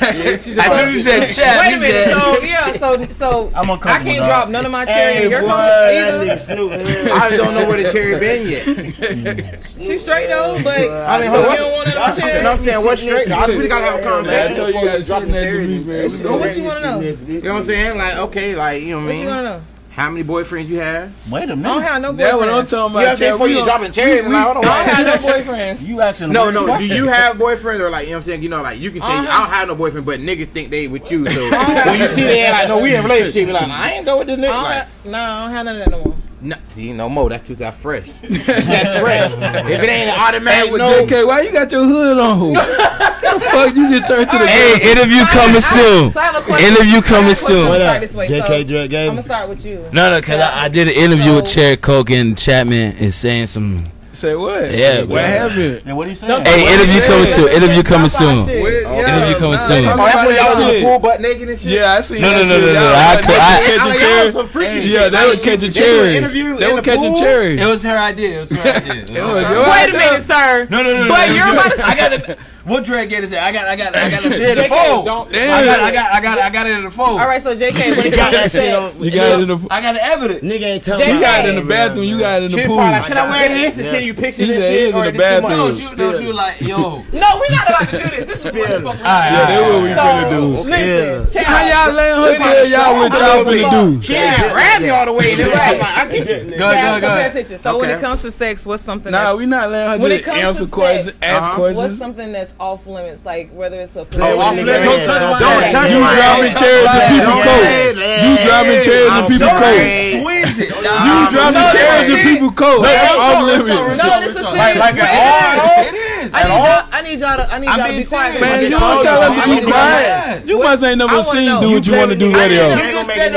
[SPEAKER 5] As soon as you said chat,
[SPEAKER 6] Wait
[SPEAKER 5] he
[SPEAKER 6] a minute.
[SPEAKER 5] said-
[SPEAKER 6] So yeah, so so
[SPEAKER 8] I'm
[SPEAKER 6] I
[SPEAKER 8] uncomfortable.
[SPEAKER 6] can't
[SPEAKER 8] dog.
[SPEAKER 6] drop none of my cherry
[SPEAKER 3] Hey,
[SPEAKER 6] in your
[SPEAKER 3] boy,
[SPEAKER 6] coke
[SPEAKER 3] that
[SPEAKER 6] either.
[SPEAKER 3] nigga Snoop.
[SPEAKER 4] I don't know where the cherry been yet.
[SPEAKER 6] She straight though, but I mean,
[SPEAKER 4] so
[SPEAKER 6] you
[SPEAKER 4] what-
[SPEAKER 6] don't want none
[SPEAKER 4] You know
[SPEAKER 6] of my
[SPEAKER 4] what
[SPEAKER 6] cherry.
[SPEAKER 4] I'm saying? What's straight? I really gotta have a
[SPEAKER 9] Man, I
[SPEAKER 4] conversation.
[SPEAKER 9] told you guys sitting next to me, man. We
[SPEAKER 6] What
[SPEAKER 9] don't-
[SPEAKER 6] you wanna know?
[SPEAKER 4] You know what I'm saying? Like, okay, like, you know what
[SPEAKER 6] What
[SPEAKER 4] I
[SPEAKER 6] you
[SPEAKER 4] mean?
[SPEAKER 6] wanna know?
[SPEAKER 4] How many boyfriends you have?
[SPEAKER 8] Wait a
[SPEAKER 6] I don't
[SPEAKER 8] minute.
[SPEAKER 6] have no
[SPEAKER 9] That's what I'm
[SPEAKER 6] boyfriends.
[SPEAKER 9] talking
[SPEAKER 4] You know what I'm
[SPEAKER 9] about.
[SPEAKER 4] saying?
[SPEAKER 9] Chad.
[SPEAKER 4] Before
[SPEAKER 9] We
[SPEAKER 4] you
[SPEAKER 9] don't-
[SPEAKER 4] dropping cherry, I'm like, hold on.
[SPEAKER 6] I
[SPEAKER 4] wait.
[SPEAKER 6] don't have no boyfriends.
[SPEAKER 8] You asking
[SPEAKER 4] No,
[SPEAKER 8] a weird
[SPEAKER 4] no. Do
[SPEAKER 8] question.
[SPEAKER 4] you have boyfriends or like you know what I'm saying? You know, like you can say
[SPEAKER 6] Uh-huh.
[SPEAKER 4] I don't have no boyfriend, but niggas think they with you. So when you see they like, no, we in a relationship. You're like, I ain't go with this
[SPEAKER 6] I
[SPEAKER 4] nigga.
[SPEAKER 6] don't
[SPEAKER 4] Like,
[SPEAKER 6] have, no, I don't have none of that no more.
[SPEAKER 4] no, see, no more. That's too that fresh. That's fresh. if it ain't an automatic,
[SPEAKER 9] Well,
[SPEAKER 4] no.
[SPEAKER 9] JK, why you got your hood on? the fuck you just turned to the
[SPEAKER 5] Hey, interview coming soon.
[SPEAKER 6] So I have a question.
[SPEAKER 5] Interview coming
[SPEAKER 3] What
[SPEAKER 5] soon.
[SPEAKER 3] up?
[SPEAKER 6] Start this way,
[SPEAKER 3] JK
[SPEAKER 6] so-
[SPEAKER 3] Dread
[SPEAKER 6] I'm gonna
[SPEAKER 3] Game.
[SPEAKER 6] start with you.
[SPEAKER 5] No, no, cause I, I did an interview with Cherry Coke and Chapman and saying some.
[SPEAKER 9] Say what?
[SPEAKER 5] Yeah,
[SPEAKER 9] what
[SPEAKER 5] bro.
[SPEAKER 9] happened?
[SPEAKER 8] And what are you saying?
[SPEAKER 5] Hey, interview coming soon. Interview coming
[SPEAKER 6] Stop our
[SPEAKER 5] soon.
[SPEAKER 6] shit.
[SPEAKER 5] Interview coming soon.
[SPEAKER 9] Talk
[SPEAKER 5] No,
[SPEAKER 4] Oh, that's
[SPEAKER 9] about
[SPEAKER 4] when
[SPEAKER 9] that
[SPEAKER 4] y'all was in
[SPEAKER 9] shit.
[SPEAKER 4] the pool butt naked and shit.
[SPEAKER 9] Yeah, I seen
[SPEAKER 5] no,
[SPEAKER 9] that
[SPEAKER 5] no,
[SPEAKER 9] shit.
[SPEAKER 5] no, no.
[SPEAKER 9] Y'all-
[SPEAKER 5] I,
[SPEAKER 9] y'all
[SPEAKER 5] I,
[SPEAKER 4] I'm
[SPEAKER 9] catching
[SPEAKER 4] like, y'all was
[SPEAKER 9] cherries.
[SPEAKER 4] some freaky shit.
[SPEAKER 9] Yeah, they
[SPEAKER 4] Like,
[SPEAKER 9] was catching
[SPEAKER 4] they do an
[SPEAKER 9] cherries.
[SPEAKER 4] interview
[SPEAKER 9] They
[SPEAKER 4] in
[SPEAKER 9] were
[SPEAKER 4] the
[SPEAKER 9] catching
[SPEAKER 4] pool?
[SPEAKER 9] cherries.
[SPEAKER 5] It was her idea. It was her idea. It was her idea.
[SPEAKER 6] Wait a minute, sir.
[SPEAKER 5] No, no, no, no.
[SPEAKER 6] But
[SPEAKER 5] no,
[SPEAKER 6] you're
[SPEAKER 5] no.
[SPEAKER 6] about to-
[SPEAKER 5] I got it. What Drake get is it? I got, I got, I got the shit in the
[SPEAKER 6] JK,
[SPEAKER 5] phone.
[SPEAKER 6] don't-
[SPEAKER 5] I got, I got, I got, I got it in the phone.
[SPEAKER 6] All right, so JK, when
[SPEAKER 3] He
[SPEAKER 6] it
[SPEAKER 3] got
[SPEAKER 6] comes to
[SPEAKER 3] that shit
[SPEAKER 6] sex,
[SPEAKER 3] on.
[SPEAKER 9] You got it in the
[SPEAKER 5] I got the evidence.
[SPEAKER 3] Nigga ain't
[SPEAKER 6] Jay
[SPEAKER 3] telling
[SPEAKER 9] you got it in the
[SPEAKER 3] Hey,
[SPEAKER 9] bathroom. You got it in the
[SPEAKER 4] Shit,
[SPEAKER 9] pool.
[SPEAKER 4] probably like, should I wear this
[SPEAKER 3] Yeah.
[SPEAKER 4] instead send you pictures
[SPEAKER 9] He
[SPEAKER 4] and
[SPEAKER 9] said he
[SPEAKER 4] shit,
[SPEAKER 9] was
[SPEAKER 4] or
[SPEAKER 9] in the
[SPEAKER 4] did you-
[SPEAKER 9] bathroom.
[SPEAKER 4] No, she- no, she was
[SPEAKER 11] like, yo.
[SPEAKER 6] No, we not about to do this. This is what the fuck
[SPEAKER 9] yeah, that's what we finna do.
[SPEAKER 6] Listen,
[SPEAKER 9] How y'all letting her tell y'all what y'all finna do?
[SPEAKER 4] She had grabbed me all the way. Then I'm like, I get
[SPEAKER 6] Go,
[SPEAKER 9] go,
[SPEAKER 6] so
[SPEAKER 9] go.
[SPEAKER 6] pay attention. So when
[SPEAKER 9] Okay.
[SPEAKER 6] it comes to sex, what's something?
[SPEAKER 9] Nah,
[SPEAKER 6] that's-
[SPEAKER 9] we not letting her
[SPEAKER 6] when
[SPEAKER 9] just
[SPEAKER 6] it comes
[SPEAKER 9] answer
[SPEAKER 6] to
[SPEAKER 9] questions,
[SPEAKER 6] sex,
[SPEAKER 9] ask
[SPEAKER 6] What's
[SPEAKER 9] questions.
[SPEAKER 6] something that's off limits? Like whether it's a
[SPEAKER 9] Oh, off limits. Don't touch my Don't ass. touch
[SPEAKER 6] You
[SPEAKER 9] You my driving ass. chairs in Don't people's touch my coats. ass. You driving chairs in
[SPEAKER 6] I'm
[SPEAKER 9] people's
[SPEAKER 6] sorry.
[SPEAKER 9] coats.
[SPEAKER 6] Squeeze it.
[SPEAKER 9] You
[SPEAKER 6] Nah,
[SPEAKER 9] driving
[SPEAKER 6] Ah, no,
[SPEAKER 9] chairs
[SPEAKER 6] this
[SPEAKER 9] in
[SPEAKER 6] is
[SPEAKER 9] people's
[SPEAKER 6] it.
[SPEAKER 9] coats.
[SPEAKER 6] No,
[SPEAKER 9] That's
[SPEAKER 6] it's
[SPEAKER 9] off
[SPEAKER 6] not.
[SPEAKER 9] limits.
[SPEAKER 6] No, this is serious.
[SPEAKER 9] Like- like an
[SPEAKER 6] Wait,
[SPEAKER 9] ad.
[SPEAKER 6] wait, wait.
[SPEAKER 9] It is.
[SPEAKER 6] I
[SPEAKER 9] At
[SPEAKER 6] need
[SPEAKER 9] all?
[SPEAKER 6] y'all. I need y'all to. I need
[SPEAKER 9] I'm
[SPEAKER 6] y'all to
[SPEAKER 9] being
[SPEAKER 6] be quiet.
[SPEAKER 9] Man, you don't
[SPEAKER 6] Because y'all-
[SPEAKER 9] tell us
[SPEAKER 6] I'm
[SPEAKER 9] to
[SPEAKER 6] being
[SPEAKER 9] be quiet. You must ain't never seen do what you want to do radio.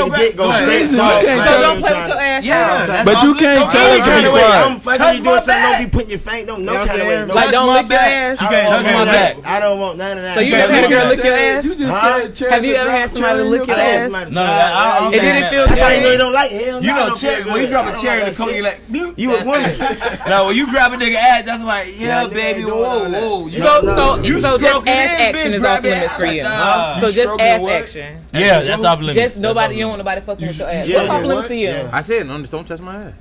[SPEAKER 9] Jesus, you can't
[SPEAKER 6] So
[SPEAKER 9] tell
[SPEAKER 6] don't play
[SPEAKER 9] us.
[SPEAKER 6] with your ass.
[SPEAKER 3] Yeah,
[SPEAKER 6] out.
[SPEAKER 9] But you can't tell us to be
[SPEAKER 3] I'm
[SPEAKER 9] quiet.
[SPEAKER 3] fucking you doing something. Don't be putting your finger. Don't no kind of way.
[SPEAKER 6] Like, don't lick your ass. You can't touch my back.
[SPEAKER 3] I don't want none of that.
[SPEAKER 6] So you ever had a girl lick your ass?
[SPEAKER 3] Huh?
[SPEAKER 6] Uh, Have you ever had somebody lick your ass?
[SPEAKER 3] No, I don't
[SPEAKER 6] It didn't feel
[SPEAKER 3] That's how you know you
[SPEAKER 6] good.
[SPEAKER 3] don't like it. Hell
[SPEAKER 11] You
[SPEAKER 3] no, I
[SPEAKER 11] know,
[SPEAKER 3] don't
[SPEAKER 11] cherry,
[SPEAKER 3] feel
[SPEAKER 11] when you
[SPEAKER 3] good. I
[SPEAKER 11] drop a
[SPEAKER 3] don't
[SPEAKER 11] cherry in the
[SPEAKER 3] like that
[SPEAKER 11] coke, you
[SPEAKER 3] shit.
[SPEAKER 11] like, bloop.
[SPEAKER 3] You a woman.
[SPEAKER 11] now, when you grab a nigga ass, that's like, yeah,
[SPEAKER 3] Yeah, nigga
[SPEAKER 11] baby,
[SPEAKER 3] ain't doing
[SPEAKER 11] whoa,
[SPEAKER 3] all that.
[SPEAKER 11] whoa. You
[SPEAKER 6] So,
[SPEAKER 11] know,
[SPEAKER 6] so,
[SPEAKER 11] you
[SPEAKER 6] so just
[SPEAKER 11] stroking
[SPEAKER 6] ass
[SPEAKER 11] it,
[SPEAKER 6] action
[SPEAKER 11] bitch,
[SPEAKER 6] is
[SPEAKER 11] grab
[SPEAKER 6] off
[SPEAKER 11] it
[SPEAKER 6] limits
[SPEAKER 11] out.
[SPEAKER 6] for you.
[SPEAKER 11] Nah.
[SPEAKER 6] So
[SPEAKER 11] You
[SPEAKER 6] just
[SPEAKER 11] stroking
[SPEAKER 6] ass
[SPEAKER 11] what?
[SPEAKER 6] action.
[SPEAKER 11] Yeah, that's off limits.
[SPEAKER 6] Just
[SPEAKER 11] That's
[SPEAKER 6] nobody. You don't want nobody fucking with your ass. What's off limits to you?
[SPEAKER 4] I said, no, just don't touch my ass.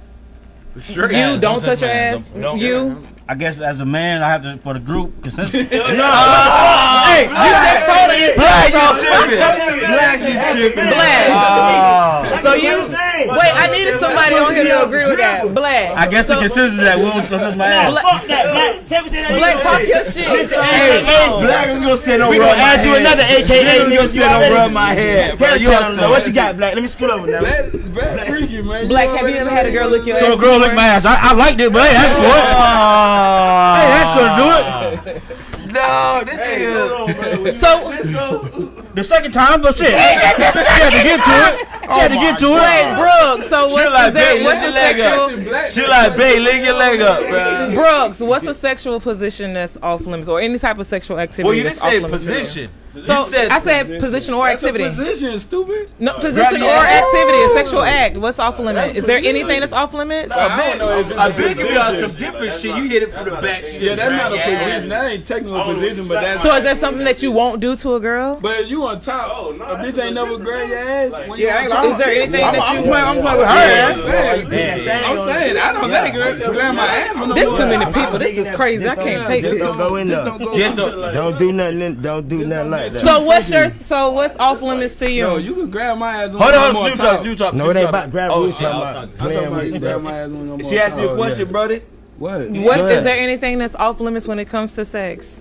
[SPEAKER 6] You don't touch your ass. You.
[SPEAKER 8] I guess as a man, I have to for the group consensus. no,
[SPEAKER 6] Hey, you just told her.
[SPEAKER 8] Black, you
[SPEAKER 6] So-
[SPEAKER 8] tripping. Black, you tripping.
[SPEAKER 6] Black. So you. Wait, I needed somebody on here to agree with that. Black.
[SPEAKER 8] I guess the
[SPEAKER 6] So-
[SPEAKER 8] consensus is that we don't touch my
[SPEAKER 6] No,
[SPEAKER 8] ass.
[SPEAKER 6] Black-
[SPEAKER 3] Fuck that, Black. Say what you know.
[SPEAKER 6] Black, talk your shit.
[SPEAKER 3] Listen,
[SPEAKER 6] Son.
[SPEAKER 3] hey, hey, Black.
[SPEAKER 8] was gonna sit
[SPEAKER 3] We gonna add you another AKA.
[SPEAKER 8] We
[SPEAKER 3] nigga.
[SPEAKER 8] gonna
[SPEAKER 3] You
[SPEAKER 8] sit on
[SPEAKER 3] already-
[SPEAKER 8] rub my head.
[SPEAKER 3] Tell
[SPEAKER 8] bro.
[SPEAKER 3] him,
[SPEAKER 8] You
[SPEAKER 3] tell
[SPEAKER 8] are
[SPEAKER 3] him,
[SPEAKER 8] so-
[SPEAKER 3] though. What you got, Black? Let me scoot over now.
[SPEAKER 6] Black, have you ever had a girl lick your ass?
[SPEAKER 8] So a girl licked my ass. I, I liked it, but hey, that's what. Hey, that's gonna do it.
[SPEAKER 11] No, this nigga.
[SPEAKER 8] So the second time, but Oh, shit, she
[SPEAKER 6] Hey, that's the Oh,
[SPEAKER 8] had to get to it. She had to get to
[SPEAKER 6] Black
[SPEAKER 8] it.
[SPEAKER 6] Brooks. So what's
[SPEAKER 8] Oh, She like,
[SPEAKER 6] is that-
[SPEAKER 8] "Babe,
[SPEAKER 6] what's
[SPEAKER 8] lick
[SPEAKER 6] the
[SPEAKER 8] your leg up."
[SPEAKER 6] sexual?
[SPEAKER 8] She like, "Babe, lick your leg up, bruh."
[SPEAKER 6] Brooks, what's a sexual position that's off limits, or any type of sexual activity?
[SPEAKER 11] Well, you didn't
[SPEAKER 6] that's off
[SPEAKER 11] say
[SPEAKER 6] limits to you?
[SPEAKER 11] position.
[SPEAKER 6] So
[SPEAKER 11] You said
[SPEAKER 6] I said position, or
[SPEAKER 9] That's a
[SPEAKER 6] activity.
[SPEAKER 9] position, stupid.
[SPEAKER 6] No,
[SPEAKER 9] Grab
[SPEAKER 6] position
[SPEAKER 9] your
[SPEAKER 6] or
[SPEAKER 9] ass.
[SPEAKER 6] activity, a sexual act. What's off limits?
[SPEAKER 9] That's
[SPEAKER 6] Is there
[SPEAKER 9] position.
[SPEAKER 6] anything that's off limits?
[SPEAKER 9] I don't know if it's
[SPEAKER 11] I
[SPEAKER 9] a
[SPEAKER 11] bet you
[SPEAKER 9] position.
[SPEAKER 11] got some different shit. You hit it from the back. she
[SPEAKER 9] Yeah,
[SPEAKER 11] just
[SPEAKER 9] that's not a
[SPEAKER 11] grabbed your ass.
[SPEAKER 9] position. That ain't technical position, but that's.
[SPEAKER 6] So is there something that you won't do to a girl?
[SPEAKER 9] But you on top.
[SPEAKER 6] Oh,
[SPEAKER 9] a bitch ain't never grab your ass. when you
[SPEAKER 6] Yeah,
[SPEAKER 9] on
[SPEAKER 6] I ain't-
[SPEAKER 9] top.
[SPEAKER 6] is there anything
[SPEAKER 9] I'm,
[SPEAKER 6] that
[SPEAKER 9] I'm
[SPEAKER 6] you-
[SPEAKER 9] playing, I'm playing with her
[SPEAKER 6] Yeah,
[SPEAKER 9] ass.
[SPEAKER 6] yeah,
[SPEAKER 9] I'm saying, I'm saying, I don't let her grab my ass. when I'm
[SPEAKER 6] There's
[SPEAKER 9] on
[SPEAKER 6] too many
[SPEAKER 9] top.
[SPEAKER 6] people. This is crazy. I can't take
[SPEAKER 3] Just
[SPEAKER 6] this.
[SPEAKER 3] don't go in there.
[SPEAKER 11] Just
[SPEAKER 3] Don't do nothing. in- Don't do nothing like that.
[SPEAKER 6] So what's your? So what's off limits to you?
[SPEAKER 9] No, you can grab my ass. when
[SPEAKER 11] Hold
[SPEAKER 9] I'm
[SPEAKER 11] on,
[SPEAKER 9] on
[SPEAKER 11] Snoop
[SPEAKER 9] top.
[SPEAKER 11] Dogg, Snoop Dogg.
[SPEAKER 3] No,
[SPEAKER 11] Snoop
[SPEAKER 3] it ain't
[SPEAKER 11] Dogg.
[SPEAKER 3] about grab
[SPEAKER 11] Oh,
[SPEAKER 3] boots,
[SPEAKER 11] shit, I
[SPEAKER 3] I'm
[SPEAKER 11] was
[SPEAKER 3] about-
[SPEAKER 11] talking.
[SPEAKER 3] Man,
[SPEAKER 9] I thought
[SPEAKER 3] we-
[SPEAKER 9] you grab my ass when I'm on
[SPEAKER 11] She asked you a
[SPEAKER 9] top.
[SPEAKER 11] question, brother.
[SPEAKER 9] What?
[SPEAKER 6] What's,
[SPEAKER 9] Go
[SPEAKER 6] is
[SPEAKER 9] ahead.
[SPEAKER 6] there anything that's off limits when it comes to sex?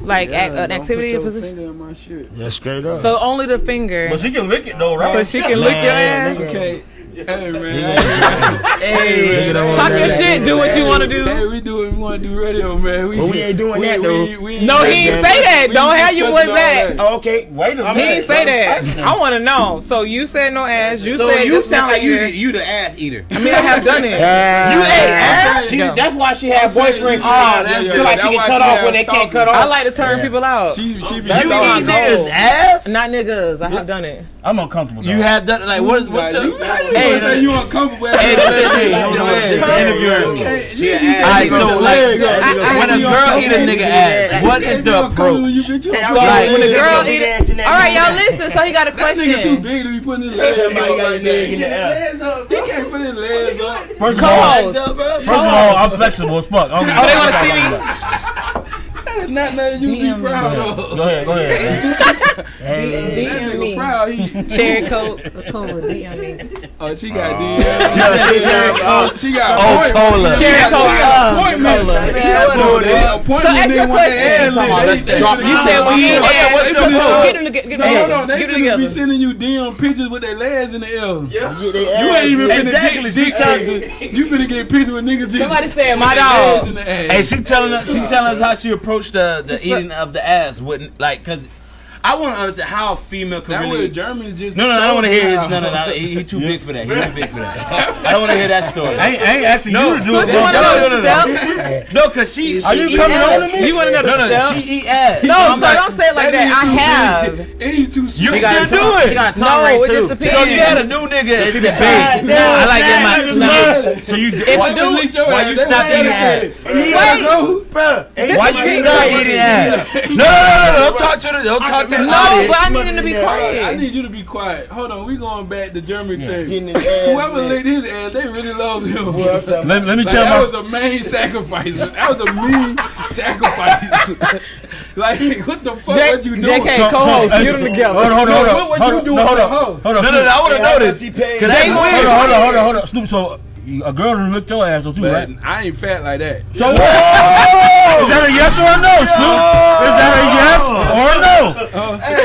[SPEAKER 6] Like
[SPEAKER 9] Yeah,
[SPEAKER 6] ac-
[SPEAKER 9] don't
[SPEAKER 6] an
[SPEAKER 9] put
[SPEAKER 6] activity or
[SPEAKER 9] your
[SPEAKER 6] position?
[SPEAKER 9] finger in my shit.
[SPEAKER 3] Yeah, straight up.
[SPEAKER 6] So only the finger.
[SPEAKER 8] But she can lick it though, right?
[SPEAKER 6] So she can lick your ass?
[SPEAKER 9] Okay. Hey man.
[SPEAKER 3] Nigga don't
[SPEAKER 6] Talk
[SPEAKER 3] wanna
[SPEAKER 6] your
[SPEAKER 3] do that.
[SPEAKER 6] shit. Do what you want to do.
[SPEAKER 9] Hey, we do what we want to do radio, man. We,
[SPEAKER 3] But we ain't doing
[SPEAKER 9] we-
[SPEAKER 3] that,
[SPEAKER 9] we-
[SPEAKER 3] though.
[SPEAKER 9] we ain't-
[SPEAKER 6] No, he ain't say that.
[SPEAKER 9] we
[SPEAKER 6] Don't
[SPEAKER 9] ain't
[SPEAKER 6] have your boy
[SPEAKER 9] discussing all
[SPEAKER 6] back.
[SPEAKER 9] that.
[SPEAKER 3] Oh, okay, wait a minute.
[SPEAKER 6] He didn't say that. I want to know. So you said no ass. You
[SPEAKER 4] So
[SPEAKER 6] said
[SPEAKER 4] you
[SPEAKER 6] this
[SPEAKER 4] sound like you,
[SPEAKER 6] finger.
[SPEAKER 4] the- you the ass eater.
[SPEAKER 6] I mean, I have done it.
[SPEAKER 4] You ate
[SPEAKER 6] ass?
[SPEAKER 4] ass. She, that's why she had
[SPEAKER 9] I'm saying you
[SPEAKER 4] boyfriends.
[SPEAKER 9] ate
[SPEAKER 4] Oh,
[SPEAKER 9] ass.
[SPEAKER 4] that's
[SPEAKER 9] Yeah,
[SPEAKER 4] feel
[SPEAKER 9] yeah,
[SPEAKER 4] like she
[SPEAKER 9] Ah, that's
[SPEAKER 4] can
[SPEAKER 9] why
[SPEAKER 4] cut
[SPEAKER 9] she
[SPEAKER 4] off
[SPEAKER 9] had
[SPEAKER 4] when they can't
[SPEAKER 9] stalking.
[SPEAKER 4] cut
[SPEAKER 6] I
[SPEAKER 4] off.
[SPEAKER 6] like to turn
[SPEAKER 3] Yeah.
[SPEAKER 6] people out.
[SPEAKER 9] She, she be
[SPEAKER 6] That's
[SPEAKER 9] stalking.
[SPEAKER 6] all I know.
[SPEAKER 11] Niggas ass.
[SPEAKER 6] Not niggas. I have done it.
[SPEAKER 8] I'm uncomfortable.
[SPEAKER 11] You have that? Like, what, what's
[SPEAKER 9] Like,
[SPEAKER 11] the?
[SPEAKER 9] you- how you
[SPEAKER 6] Hey,
[SPEAKER 9] gonna say you uncomfortable?
[SPEAKER 11] Hey, that's it, hey, hold on, this is
[SPEAKER 8] interviewing me.
[SPEAKER 11] Alright, so like, when a girl eat a nigga ass, what is the approach?
[SPEAKER 3] Hey,
[SPEAKER 9] approach?
[SPEAKER 3] I'm
[SPEAKER 6] So
[SPEAKER 3] like,
[SPEAKER 6] when the
[SPEAKER 3] yeah,
[SPEAKER 6] girl
[SPEAKER 3] yeah,
[SPEAKER 6] eat
[SPEAKER 3] yeah, yeah,
[SPEAKER 6] it. All right, y'all listen. So he got a
[SPEAKER 9] That nigga too
[SPEAKER 6] question.
[SPEAKER 9] big to be putting his legs up.
[SPEAKER 3] Somebody got a
[SPEAKER 9] like
[SPEAKER 3] nigga
[SPEAKER 9] that.
[SPEAKER 3] in the ass.
[SPEAKER 9] Legs up. He can't put his legs up.
[SPEAKER 8] First of all,
[SPEAKER 6] Co-host.
[SPEAKER 9] bro.
[SPEAKER 8] first of all, I'm flexible as fuck. Oh,
[SPEAKER 6] Oh, they want to see me.
[SPEAKER 9] That is not nothing you can be proud of.
[SPEAKER 8] Go ahead, go ahead.
[SPEAKER 9] That
[SPEAKER 6] DM
[SPEAKER 9] nigga
[SPEAKER 6] me.
[SPEAKER 9] proud. He,
[SPEAKER 6] Cherry Coke. Cola. DM me.
[SPEAKER 9] oh, she got dead.
[SPEAKER 3] Just shut up.
[SPEAKER 9] She got
[SPEAKER 11] Oh, cola.
[SPEAKER 6] Cherry Coke.
[SPEAKER 9] appointment. She got
[SPEAKER 11] Cola.
[SPEAKER 9] appointment.
[SPEAKER 6] So, ask
[SPEAKER 9] Appointment.
[SPEAKER 6] your
[SPEAKER 9] They want the
[SPEAKER 6] question.
[SPEAKER 9] ad lib.
[SPEAKER 11] Come on,
[SPEAKER 9] They-
[SPEAKER 11] let's
[SPEAKER 9] they
[SPEAKER 11] drop-
[SPEAKER 9] finna-
[SPEAKER 6] You said we
[SPEAKER 9] Oh,
[SPEAKER 6] eat
[SPEAKER 9] yeah,
[SPEAKER 6] ass.
[SPEAKER 9] what's
[SPEAKER 6] Get
[SPEAKER 9] the hook?
[SPEAKER 6] them toge- get them
[SPEAKER 9] No, no,
[SPEAKER 6] together.
[SPEAKER 9] they
[SPEAKER 6] Get them
[SPEAKER 9] finna be
[SPEAKER 6] together.
[SPEAKER 9] sending you damn pictures with their legs in the air.
[SPEAKER 3] Yeah, they
[SPEAKER 9] You
[SPEAKER 3] ass,
[SPEAKER 9] ain't even
[SPEAKER 3] yeah.
[SPEAKER 9] finna
[SPEAKER 8] Exactly,
[SPEAKER 9] get dick pictures. You finna get pictures with niggas just
[SPEAKER 6] Somebody said my
[SPEAKER 9] their
[SPEAKER 6] dog.
[SPEAKER 9] legs in the ass.
[SPEAKER 11] Hey, she telling us, she telling us how she approached the the eating of the ass. Wouldn't like, cause I want to understand how a female can
[SPEAKER 9] That
[SPEAKER 11] really.
[SPEAKER 9] what Germans just.
[SPEAKER 11] No, no, I don't want to hear his.
[SPEAKER 9] chose
[SPEAKER 11] No, no,
[SPEAKER 9] now.
[SPEAKER 11] no. He, he too big for that. He too big for that. I don't want to hear that story.
[SPEAKER 8] I ain't, I ain't asking you to do
[SPEAKER 6] What
[SPEAKER 8] it. bro.
[SPEAKER 6] you want to know? Step?
[SPEAKER 3] man.
[SPEAKER 5] No, cause she.
[SPEAKER 3] Are
[SPEAKER 5] she
[SPEAKER 3] you
[SPEAKER 5] eat
[SPEAKER 3] coming on to
[SPEAKER 5] ass.
[SPEAKER 3] me?
[SPEAKER 5] E You want another
[SPEAKER 3] No, no,
[SPEAKER 5] step?
[SPEAKER 3] she
[SPEAKER 9] E
[SPEAKER 3] eat ass.
[SPEAKER 5] No,
[SPEAKER 3] I'm
[SPEAKER 5] so
[SPEAKER 3] like-
[SPEAKER 5] don't say it like
[SPEAKER 3] That
[SPEAKER 5] that.
[SPEAKER 3] is
[SPEAKER 5] I
[SPEAKER 3] too-
[SPEAKER 5] have.
[SPEAKER 9] And you too
[SPEAKER 5] You
[SPEAKER 3] He got a
[SPEAKER 5] still do
[SPEAKER 3] tongue-
[SPEAKER 5] it.
[SPEAKER 3] he got a tongue
[SPEAKER 5] no,
[SPEAKER 3] ring,
[SPEAKER 5] it just
[SPEAKER 3] too.
[SPEAKER 5] depends.
[SPEAKER 3] So you got a new nigga
[SPEAKER 5] It
[SPEAKER 3] as the
[SPEAKER 5] depends.
[SPEAKER 3] bait.
[SPEAKER 5] Nah, I like that.
[SPEAKER 3] Nah,
[SPEAKER 5] My,
[SPEAKER 3] nah.
[SPEAKER 5] nah. So you.
[SPEAKER 3] If
[SPEAKER 5] Why
[SPEAKER 3] a dude-
[SPEAKER 5] you do? Why you
[SPEAKER 3] That's
[SPEAKER 5] stop
[SPEAKER 3] why
[SPEAKER 5] eating
[SPEAKER 3] they
[SPEAKER 5] ass?
[SPEAKER 3] lick it. You gotta know,
[SPEAKER 5] bro.
[SPEAKER 3] Why
[SPEAKER 5] Why
[SPEAKER 3] you
[SPEAKER 5] you
[SPEAKER 3] stop
[SPEAKER 5] stop
[SPEAKER 3] eating
[SPEAKER 5] eating ass?
[SPEAKER 3] ass?
[SPEAKER 5] No, no, no, no. Don't talk to the. Don't talk to the.
[SPEAKER 9] No,
[SPEAKER 5] audience.
[SPEAKER 9] but I need him to be quiet. I need you to be quiet. Hold on, we going back to German thing.
[SPEAKER 3] his ass
[SPEAKER 9] Whoever
[SPEAKER 3] licked.
[SPEAKER 9] licked his ass, they really loved him.
[SPEAKER 3] Boy, I'm talking-
[SPEAKER 8] Let- let me
[SPEAKER 9] Like,
[SPEAKER 8] tell
[SPEAKER 9] that
[SPEAKER 8] my-
[SPEAKER 9] was a main sacrifice. That was a mean sacrifice. like, what the fuck?
[SPEAKER 5] J-
[SPEAKER 9] what you doing?
[SPEAKER 5] JK,
[SPEAKER 6] Oh,
[SPEAKER 5] co-host, get 'em together.
[SPEAKER 8] Hold on, hold on,
[SPEAKER 9] No,
[SPEAKER 8] hold on.
[SPEAKER 9] What, what you
[SPEAKER 8] Hold
[SPEAKER 9] doing?
[SPEAKER 8] on,
[SPEAKER 9] with her?
[SPEAKER 8] hold on, hold on.
[SPEAKER 5] No, no, no, I wanna
[SPEAKER 8] Snoop.
[SPEAKER 5] know this.
[SPEAKER 8] Cause
[SPEAKER 5] They
[SPEAKER 8] that's- Hold
[SPEAKER 5] win.
[SPEAKER 8] on, hold on, hold on, hold on. Snoop, so you- a girl done licked your ass, though, too,
[SPEAKER 9] But
[SPEAKER 8] right?
[SPEAKER 9] I ain't fat like that.
[SPEAKER 8] So what? Is that a yes or a no, Snoop? Is that a yes or a